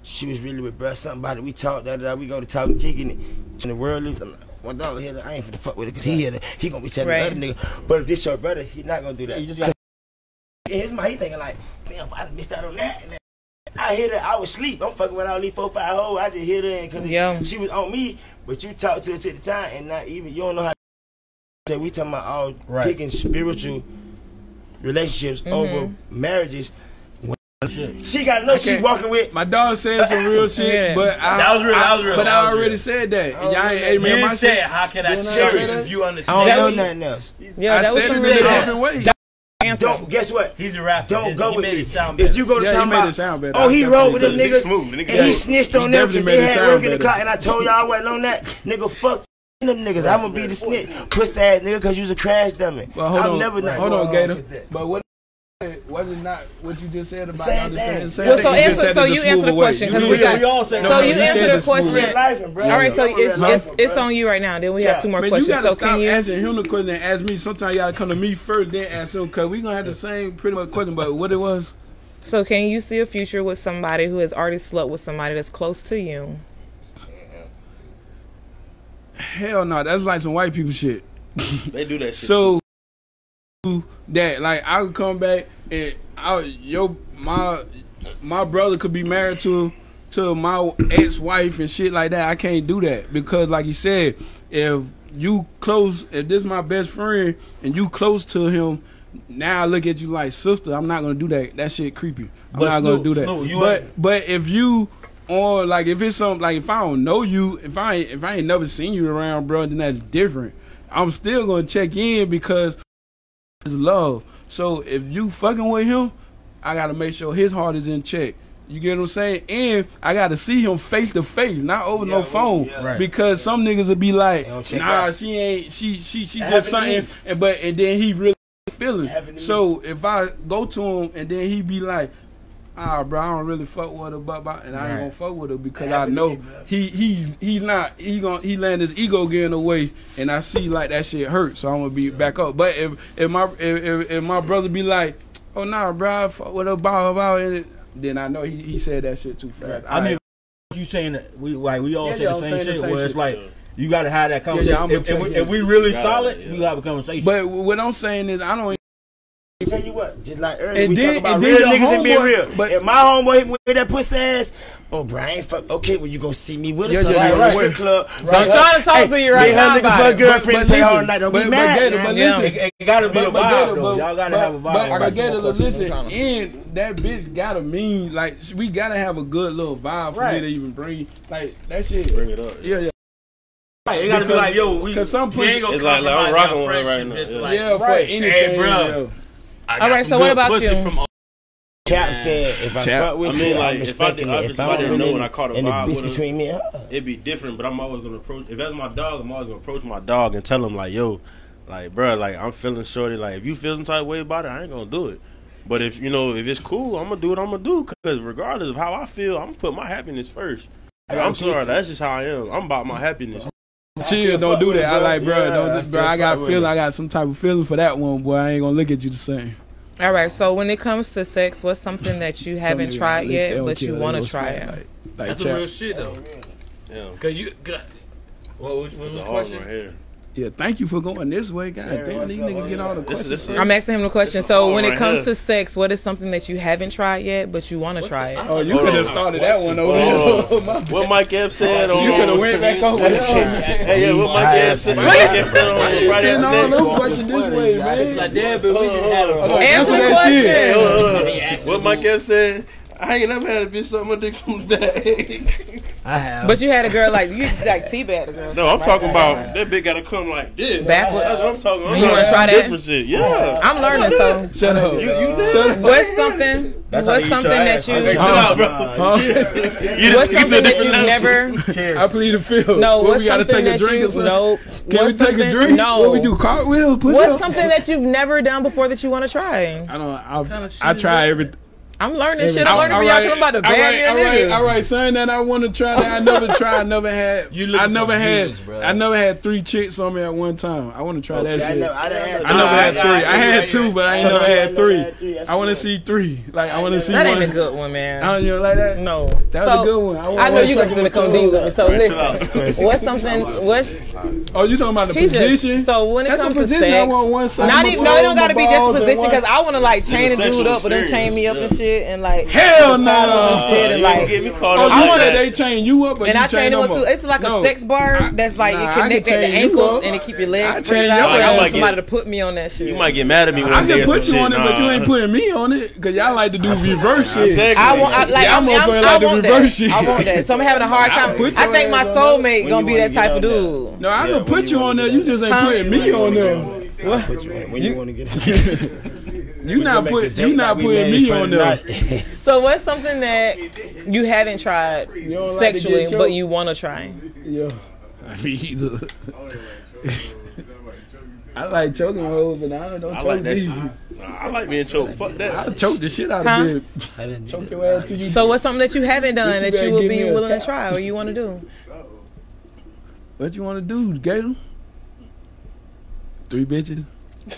[SPEAKER 3] she was really with bruh something about it. We talked that that we go to talk kicking it to the world. is- I'm like, my dog here, I ain't finna fuck with it because he here. He gonna be telling
[SPEAKER 6] Right.
[SPEAKER 3] the other nigga. But if this your brother, he not gonna do that. in his mind, he thinking like, damn, I done missed out on that. And that. I hit her, I was sleep. I'm fucking with all these four, five hoes. I just hit her and because
[SPEAKER 6] Yeah.
[SPEAKER 3] she was on me. But you talked to her to the time and not even, you don't know how. That we talking about all picking spiritual relationships over marriages. She got to know she walking with.
[SPEAKER 9] My dog said some real shit,
[SPEAKER 3] Yeah.
[SPEAKER 9] but I,
[SPEAKER 3] That was real, that was real,
[SPEAKER 9] But
[SPEAKER 3] that
[SPEAKER 9] I
[SPEAKER 3] was
[SPEAKER 9] already
[SPEAKER 3] real.
[SPEAKER 9] said that.
[SPEAKER 3] Oh,
[SPEAKER 9] Y'all ain't
[SPEAKER 3] yeah.
[SPEAKER 9] amen
[SPEAKER 3] You
[SPEAKER 9] my
[SPEAKER 3] didn't say
[SPEAKER 9] shit.
[SPEAKER 3] it. How can I
[SPEAKER 9] You know
[SPEAKER 3] tell
[SPEAKER 9] what I'm
[SPEAKER 3] it
[SPEAKER 9] saying?
[SPEAKER 3] if you understand? I don't know nothing else. Yeah,
[SPEAKER 9] I
[SPEAKER 3] that was
[SPEAKER 9] said
[SPEAKER 3] some
[SPEAKER 9] it in
[SPEAKER 3] real-
[SPEAKER 9] a different way.
[SPEAKER 3] Don't guess what? He's a rapper. Don't go with me.
[SPEAKER 9] better.
[SPEAKER 3] If you go to
[SPEAKER 9] Yeah, he
[SPEAKER 3] talking
[SPEAKER 9] made
[SPEAKER 3] about,
[SPEAKER 9] it sound better.
[SPEAKER 3] oh, he
[SPEAKER 9] I
[SPEAKER 3] rolled with them
[SPEAKER 9] definitely
[SPEAKER 3] niggas,
[SPEAKER 9] did.
[SPEAKER 3] and
[SPEAKER 9] Yeah.
[SPEAKER 3] he snitched
[SPEAKER 9] He
[SPEAKER 3] on them
[SPEAKER 9] definitely
[SPEAKER 3] because
[SPEAKER 9] made
[SPEAKER 3] they
[SPEAKER 9] it
[SPEAKER 3] had
[SPEAKER 9] sound
[SPEAKER 3] work in the
[SPEAKER 9] better.
[SPEAKER 3] car, and I told y'all I wasn't on that. Nigga, fuck them niggas. I'm gonna be the snitch, pussy ass nigga, cause you was a trash dummy.
[SPEAKER 9] But hold
[SPEAKER 3] I'm
[SPEAKER 9] on,
[SPEAKER 3] never not
[SPEAKER 9] hold on,
[SPEAKER 3] going
[SPEAKER 9] Gator.
[SPEAKER 3] with that.
[SPEAKER 9] But what was it not what you just said about
[SPEAKER 3] Same
[SPEAKER 9] understanding?
[SPEAKER 3] thing.
[SPEAKER 9] Same
[SPEAKER 3] Well,
[SPEAKER 9] thing.
[SPEAKER 6] so
[SPEAKER 9] You just
[SPEAKER 6] answer-
[SPEAKER 9] said it
[SPEAKER 6] so
[SPEAKER 9] in a
[SPEAKER 6] you
[SPEAKER 9] smooth
[SPEAKER 6] answer the
[SPEAKER 9] way.
[SPEAKER 6] question, 'cause
[SPEAKER 9] You
[SPEAKER 6] we
[SPEAKER 9] did.
[SPEAKER 6] got- We all said so that. you
[SPEAKER 9] said
[SPEAKER 6] answer
[SPEAKER 9] it in
[SPEAKER 6] the
[SPEAKER 9] a smooth
[SPEAKER 6] question.
[SPEAKER 9] way.
[SPEAKER 6] Life, bro. All right, so it's- it's- it's on you right now. Then we have two more
[SPEAKER 9] Man,
[SPEAKER 6] questions.
[SPEAKER 9] You gotta
[SPEAKER 6] So
[SPEAKER 9] stop
[SPEAKER 6] can you-
[SPEAKER 9] asking him the question and ask me. Sometimes you gotta come to me first, then ask him. Cause we gonna have the same pretty much question, but what it was.
[SPEAKER 6] So can you see a future with somebody who has already slept with somebody that's close to you?
[SPEAKER 9] Hell no, that's like some white people shit.
[SPEAKER 12] They do that shit.
[SPEAKER 9] So that like I would come back and I yo my my brother could be married to to my ex wife and shit like that. I can't do that because like you said, if you close if this my best friend and you close to him, now I look at you like sister. I'm not gonna do that. That shit creepy. I'm
[SPEAKER 5] But
[SPEAKER 9] not
[SPEAKER 5] Snoop,
[SPEAKER 9] gonna do that.
[SPEAKER 5] Snoop, you
[SPEAKER 9] but
[SPEAKER 5] ain't-
[SPEAKER 9] but if you or like if it's something like if I don't know you, if I ain't, if I ain't never seen you around, bro, then that's different. I'm still gonna check in because it's love. So if you fucking with him, I gotta make sure his heart is in check. You get what I'm saying? And I gotta see him face to face, not over no phone,
[SPEAKER 5] Right.
[SPEAKER 9] because some niggas would be like,
[SPEAKER 5] check
[SPEAKER 9] "Nah,
[SPEAKER 5] out."
[SPEAKER 9] she ain't, she she she
[SPEAKER 5] That
[SPEAKER 9] just
[SPEAKER 5] happened to
[SPEAKER 9] something," and but and then he really feeling. So if I go to him and then he be like, ah, bro, I don't really fuck with her, but, but and I ain't
[SPEAKER 5] Right.
[SPEAKER 9] gonna fuck with her because I know he he he's not he gonna he letting his ego get in the way, and I see like that shit hurt, so I'm gonna be back up. But if if my if, if, if my brother be like, oh nah, bro, I fuck with her, blah blah, blah, and then I know he, he said that shit too fast.
[SPEAKER 8] I mean, you saying that we like we all
[SPEAKER 9] Yeah,
[SPEAKER 8] say
[SPEAKER 9] yeah,
[SPEAKER 8] the
[SPEAKER 9] I'm
[SPEAKER 8] same
[SPEAKER 9] saying the
[SPEAKER 8] shit.
[SPEAKER 9] same
[SPEAKER 8] where it's
[SPEAKER 9] shit.
[SPEAKER 8] like you got to have that
[SPEAKER 9] Yeah,
[SPEAKER 8] conversation.
[SPEAKER 9] yeah, I'm gonna
[SPEAKER 8] if, if, we,
[SPEAKER 9] check
[SPEAKER 8] if we
[SPEAKER 9] in.
[SPEAKER 8] really
[SPEAKER 9] Gotta,
[SPEAKER 8] solid, we have a conversation.
[SPEAKER 9] But what I'm saying is, I don't.
[SPEAKER 3] Tell you what, just like earlier,
[SPEAKER 9] And
[SPEAKER 3] we
[SPEAKER 9] then-
[SPEAKER 3] talk about
[SPEAKER 9] and then
[SPEAKER 3] real
[SPEAKER 9] your
[SPEAKER 3] niggas and being
[SPEAKER 9] homeboy-
[SPEAKER 3] real. But if my homeboy with with that pussy ass, oh Brian, fuck. Okay, well you gonna see me with a
[SPEAKER 9] Yeah, yeah,
[SPEAKER 3] yeah,
[SPEAKER 9] yeah,
[SPEAKER 3] yeah,
[SPEAKER 9] right.
[SPEAKER 3] strip club.
[SPEAKER 9] So I'm trying to talk to you right
[SPEAKER 3] me
[SPEAKER 9] now
[SPEAKER 3] Her nigga
[SPEAKER 9] about
[SPEAKER 3] for a
[SPEAKER 9] it. But-
[SPEAKER 3] girlfriend
[SPEAKER 9] but
[SPEAKER 3] to take her all
[SPEAKER 9] listen,
[SPEAKER 3] night. Don't
[SPEAKER 9] but-
[SPEAKER 3] be
[SPEAKER 9] but
[SPEAKER 3] mad.
[SPEAKER 9] Gator,
[SPEAKER 3] man.
[SPEAKER 9] but listen.
[SPEAKER 3] it, it gotta be
[SPEAKER 9] But-
[SPEAKER 3] a
[SPEAKER 9] but
[SPEAKER 3] vibe
[SPEAKER 9] Gator,
[SPEAKER 3] though.
[SPEAKER 9] but-
[SPEAKER 3] Y'all gotta
[SPEAKER 9] but-
[SPEAKER 3] have a vibe.
[SPEAKER 9] But I
[SPEAKER 3] Everybody
[SPEAKER 9] get it.
[SPEAKER 3] doing questions.
[SPEAKER 9] Listen, and that bitch gotta mean like sh- we gotta have a good little vibe for me
[SPEAKER 5] Right.
[SPEAKER 9] to even bring like that shit. Bring it up. Yeah, yeah.
[SPEAKER 5] Right, it gotta be like, yo, we-
[SPEAKER 9] Cause some
[SPEAKER 5] you
[SPEAKER 9] pussy,
[SPEAKER 5] ain't gonna It's like, like, I'm compromise rocking our with her right friendship, now, just yeah. like-
[SPEAKER 9] yeah, for
[SPEAKER 5] Right.
[SPEAKER 9] anything.
[SPEAKER 5] Hey, bruh.
[SPEAKER 9] yo.
[SPEAKER 5] I got All right, some so what good about pussy you? from-
[SPEAKER 3] Cap said, if I
[SPEAKER 12] Chap.
[SPEAKER 3] fuck with
[SPEAKER 12] I mean,
[SPEAKER 3] you, I'm
[SPEAKER 12] like, if I
[SPEAKER 3] respecting
[SPEAKER 12] did-
[SPEAKER 3] it.
[SPEAKER 12] obviously,
[SPEAKER 3] If
[SPEAKER 12] if I
[SPEAKER 3] I'm
[SPEAKER 12] didn't know
[SPEAKER 3] really
[SPEAKER 12] when I caught a
[SPEAKER 3] in the
[SPEAKER 12] vibe
[SPEAKER 3] bitch
[SPEAKER 12] with her-
[SPEAKER 3] between me and her.
[SPEAKER 12] it'd be different, but I'm always gonna approach. If that's my dog, I'm always gonna approach my dog and tell him like, "Yo, like, bro, like, I'm feeling shorty. Like, if you feel some type of way about it, I ain't gonna do it. But if you know, if it's cool, I'm gonna do what I'm gonna do. Cause regardless of how I feel, I'm gonna put my happiness first.
[SPEAKER 9] I got
[SPEAKER 12] I'm
[SPEAKER 9] you,
[SPEAKER 12] sorry,
[SPEAKER 9] too.
[SPEAKER 12] that's just how I am. I'm about my happiness.
[SPEAKER 9] Chill, don't do that. I like, bro, don't, bro. I got
[SPEAKER 12] feeling.
[SPEAKER 9] feel, I got some type of feeling for that one, boy. I ain't gonna look at you the same.
[SPEAKER 6] All right. So when it comes to sex, what's something that you haven't
[SPEAKER 9] Something
[SPEAKER 6] tried
[SPEAKER 9] like
[SPEAKER 6] yet,
[SPEAKER 9] LK,
[SPEAKER 6] but you
[SPEAKER 9] like,
[SPEAKER 6] want to
[SPEAKER 9] what's
[SPEAKER 6] try
[SPEAKER 9] that,
[SPEAKER 6] it?
[SPEAKER 9] like- like
[SPEAKER 5] That's
[SPEAKER 9] chat.
[SPEAKER 5] some real shit though.
[SPEAKER 12] Yeah.
[SPEAKER 5] Cause you got. What was, what was the
[SPEAKER 12] a hard one
[SPEAKER 5] question?
[SPEAKER 12] right here.
[SPEAKER 9] Yeah, thank you for going this way. God
[SPEAKER 5] Sarah,
[SPEAKER 9] damn,
[SPEAKER 5] what's
[SPEAKER 9] these
[SPEAKER 5] up,
[SPEAKER 9] niggas
[SPEAKER 5] man?
[SPEAKER 9] get all the
[SPEAKER 5] This
[SPEAKER 9] questions.
[SPEAKER 5] is- this is-
[SPEAKER 6] I'm asking him the question.
[SPEAKER 5] It's a hard
[SPEAKER 6] So when
[SPEAKER 5] one
[SPEAKER 6] it
[SPEAKER 5] right
[SPEAKER 6] comes
[SPEAKER 5] here.
[SPEAKER 6] to sex, what is something that you haven't tried yet, but you want to try it?
[SPEAKER 9] Oh, you could have started that one over
[SPEAKER 12] Oh,
[SPEAKER 9] there.
[SPEAKER 12] what Mike F said on
[SPEAKER 9] You coulda went back over there.
[SPEAKER 12] Hey, yeah, what Mike F said, Mike F said on Friday.
[SPEAKER 9] Shit,
[SPEAKER 12] I
[SPEAKER 9] no,
[SPEAKER 12] said-
[SPEAKER 9] no question this way, man.
[SPEAKER 5] Like, damn, but we just had a.
[SPEAKER 9] Answer the
[SPEAKER 12] Hey, hold on, hold on.
[SPEAKER 9] question.
[SPEAKER 12] What Mike F said, I ain't never had a bitch suck my dick from the back.
[SPEAKER 3] I have.
[SPEAKER 6] But you had a girl like you like teabag the girl.
[SPEAKER 12] No, I'm talking about that bitch gotta come like this.
[SPEAKER 6] Backwards.
[SPEAKER 12] That's what I'm talking about.
[SPEAKER 6] You wanna try that?
[SPEAKER 12] Different shit. Yeah.
[SPEAKER 6] I'm learning, so.
[SPEAKER 9] Shut up.
[SPEAKER 6] What's something?
[SPEAKER 12] That's how
[SPEAKER 6] what's
[SPEAKER 12] you
[SPEAKER 6] something
[SPEAKER 12] try it.
[SPEAKER 6] that you?
[SPEAKER 12] Okay, chill out, bro. Huh? You just-
[SPEAKER 6] what's
[SPEAKER 12] you took
[SPEAKER 6] something that
[SPEAKER 12] it
[SPEAKER 6] you
[SPEAKER 12] from
[SPEAKER 6] never?
[SPEAKER 9] I plead the fifth.
[SPEAKER 6] No,
[SPEAKER 9] What,
[SPEAKER 6] what's
[SPEAKER 9] we gotta
[SPEAKER 6] something
[SPEAKER 9] take a
[SPEAKER 6] that
[SPEAKER 9] drink
[SPEAKER 6] you-
[SPEAKER 9] or something?
[SPEAKER 6] nope.
[SPEAKER 9] Can
[SPEAKER 6] What's
[SPEAKER 9] we take a
[SPEAKER 6] something-
[SPEAKER 9] drink?
[SPEAKER 6] No.
[SPEAKER 9] What we do? Cartwheel? Push
[SPEAKER 6] What's
[SPEAKER 9] up?
[SPEAKER 6] something that you've never done before that you want to try? I
[SPEAKER 9] don't. I, I try everything.
[SPEAKER 6] I'm learning shit. I'm learning from
[SPEAKER 9] All
[SPEAKER 6] y'all
[SPEAKER 9] right,
[SPEAKER 6] because I'm about to
[SPEAKER 9] all right,
[SPEAKER 6] ban your
[SPEAKER 9] all right,
[SPEAKER 6] nigga.
[SPEAKER 9] all right, son. That I want to try. That I never tried. I never had.
[SPEAKER 6] You
[SPEAKER 9] I
[SPEAKER 6] looking
[SPEAKER 9] never
[SPEAKER 6] for
[SPEAKER 9] had.
[SPEAKER 6] Jesus, bro.
[SPEAKER 9] I never had three chicks on me at one time. I want to try that
[SPEAKER 3] Okay, I
[SPEAKER 9] shit.
[SPEAKER 3] never- I done had
[SPEAKER 9] I never had
[SPEAKER 3] two.
[SPEAKER 9] three. I,
[SPEAKER 3] I- I-
[SPEAKER 9] had
[SPEAKER 3] I-
[SPEAKER 9] two, but I ain't
[SPEAKER 3] I
[SPEAKER 9] never
[SPEAKER 3] never
[SPEAKER 9] had
[SPEAKER 3] had
[SPEAKER 9] three.
[SPEAKER 3] three. I
[SPEAKER 9] I want to
[SPEAKER 3] swear.
[SPEAKER 9] see three. Like I want to see
[SPEAKER 6] That
[SPEAKER 9] one.
[SPEAKER 6] ain't a good one, man.
[SPEAKER 9] I don't even like that.
[SPEAKER 6] No,
[SPEAKER 9] that was
[SPEAKER 6] So,
[SPEAKER 9] a good one. want
[SPEAKER 6] I know
[SPEAKER 9] one
[SPEAKER 6] you gonna
[SPEAKER 9] second
[SPEAKER 6] finna come
[SPEAKER 9] throw
[SPEAKER 6] deal with
[SPEAKER 9] up.
[SPEAKER 6] me. So listen, what's something? What's
[SPEAKER 9] Oh, you talking about the
[SPEAKER 6] He just-
[SPEAKER 9] position?
[SPEAKER 6] so when it
[SPEAKER 9] That's a
[SPEAKER 6] comes to
[SPEAKER 9] position I
[SPEAKER 6] sex,
[SPEAKER 9] want one side,
[SPEAKER 6] not
[SPEAKER 9] my
[SPEAKER 6] even no, it
[SPEAKER 9] toes,
[SPEAKER 6] don't
[SPEAKER 9] my
[SPEAKER 6] gotta be just
[SPEAKER 9] balls,
[SPEAKER 6] a
[SPEAKER 9] and
[SPEAKER 6] position
[SPEAKER 9] one-
[SPEAKER 6] because I want to like chain a
[SPEAKER 9] It's a
[SPEAKER 6] dude
[SPEAKER 9] sexual
[SPEAKER 6] up, but then chain me up and shit, and like
[SPEAKER 9] Hell no!
[SPEAKER 6] and shit, and like
[SPEAKER 9] oh,
[SPEAKER 6] I
[SPEAKER 9] you
[SPEAKER 6] wanna-
[SPEAKER 9] said they chain you up, but
[SPEAKER 6] and
[SPEAKER 9] you
[SPEAKER 6] I chain
[SPEAKER 9] them
[SPEAKER 6] them up too. It's like a
[SPEAKER 9] No.
[SPEAKER 6] sex bar that's like
[SPEAKER 9] nah, I
[SPEAKER 6] it
[SPEAKER 9] can
[SPEAKER 6] connects at the
[SPEAKER 9] chain you
[SPEAKER 6] ankles
[SPEAKER 9] up.
[SPEAKER 6] and it keep your
[SPEAKER 9] I
[SPEAKER 6] legs
[SPEAKER 9] chain
[SPEAKER 6] straight
[SPEAKER 9] your
[SPEAKER 6] out. Like,
[SPEAKER 9] ass
[SPEAKER 6] I
[SPEAKER 9] up.
[SPEAKER 6] want somebody to put me on that shit.
[SPEAKER 12] You might get mad at me one
[SPEAKER 9] I
[SPEAKER 12] day.
[SPEAKER 9] can
[SPEAKER 12] or
[SPEAKER 9] put
[SPEAKER 12] some
[SPEAKER 9] you on it,
[SPEAKER 12] shit.
[SPEAKER 9] but you
[SPEAKER 12] Nah.
[SPEAKER 9] ain't putting me on it because y'all like to do reverse shit.
[SPEAKER 12] Exactly.
[SPEAKER 6] I want, I, like,
[SPEAKER 9] y'all
[SPEAKER 6] I'm, I'm,
[SPEAKER 9] motherfuckers
[SPEAKER 6] I
[SPEAKER 9] like to
[SPEAKER 6] want
[SPEAKER 9] reverse
[SPEAKER 6] that.
[SPEAKER 9] shit.
[SPEAKER 6] I want that. So I'm having a hard
[SPEAKER 9] I'll
[SPEAKER 6] time.
[SPEAKER 9] put
[SPEAKER 6] I
[SPEAKER 9] your
[SPEAKER 6] think my
[SPEAKER 9] ass on there.
[SPEAKER 6] soulmate gonna be that type of dude.
[SPEAKER 9] No, I can put you on there. You just ain't
[SPEAKER 6] Huh?
[SPEAKER 9] putting me on there.
[SPEAKER 3] Put you on when you, want to get
[SPEAKER 9] You not
[SPEAKER 3] make
[SPEAKER 9] put
[SPEAKER 3] it
[SPEAKER 9] you
[SPEAKER 3] look
[SPEAKER 9] not
[SPEAKER 3] like we
[SPEAKER 9] putting
[SPEAKER 3] made
[SPEAKER 9] me
[SPEAKER 3] fun
[SPEAKER 9] on there.
[SPEAKER 3] tonight.
[SPEAKER 6] So what's something that you haven't tried
[SPEAKER 9] don't like to get
[SPEAKER 6] sexually,
[SPEAKER 9] choked?
[SPEAKER 6] but you want to try?
[SPEAKER 9] Yeah, I mean either. I like choking hoes, but I don't
[SPEAKER 12] I
[SPEAKER 9] choke
[SPEAKER 12] like that
[SPEAKER 9] me.
[SPEAKER 12] shit. Nah, I like being choked. Fuck that.
[SPEAKER 9] I'll choke the shit out
[SPEAKER 6] Huh?
[SPEAKER 9] of you. Choke your ass till you.
[SPEAKER 6] So what's something that you haven't done
[SPEAKER 9] But you
[SPEAKER 6] that you
[SPEAKER 9] better
[SPEAKER 6] would
[SPEAKER 9] give
[SPEAKER 6] be
[SPEAKER 9] me a
[SPEAKER 6] willing to
[SPEAKER 9] tap.
[SPEAKER 6] try or you want to do?
[SPEAKER 9] What you want to do, Gator? Three bitches.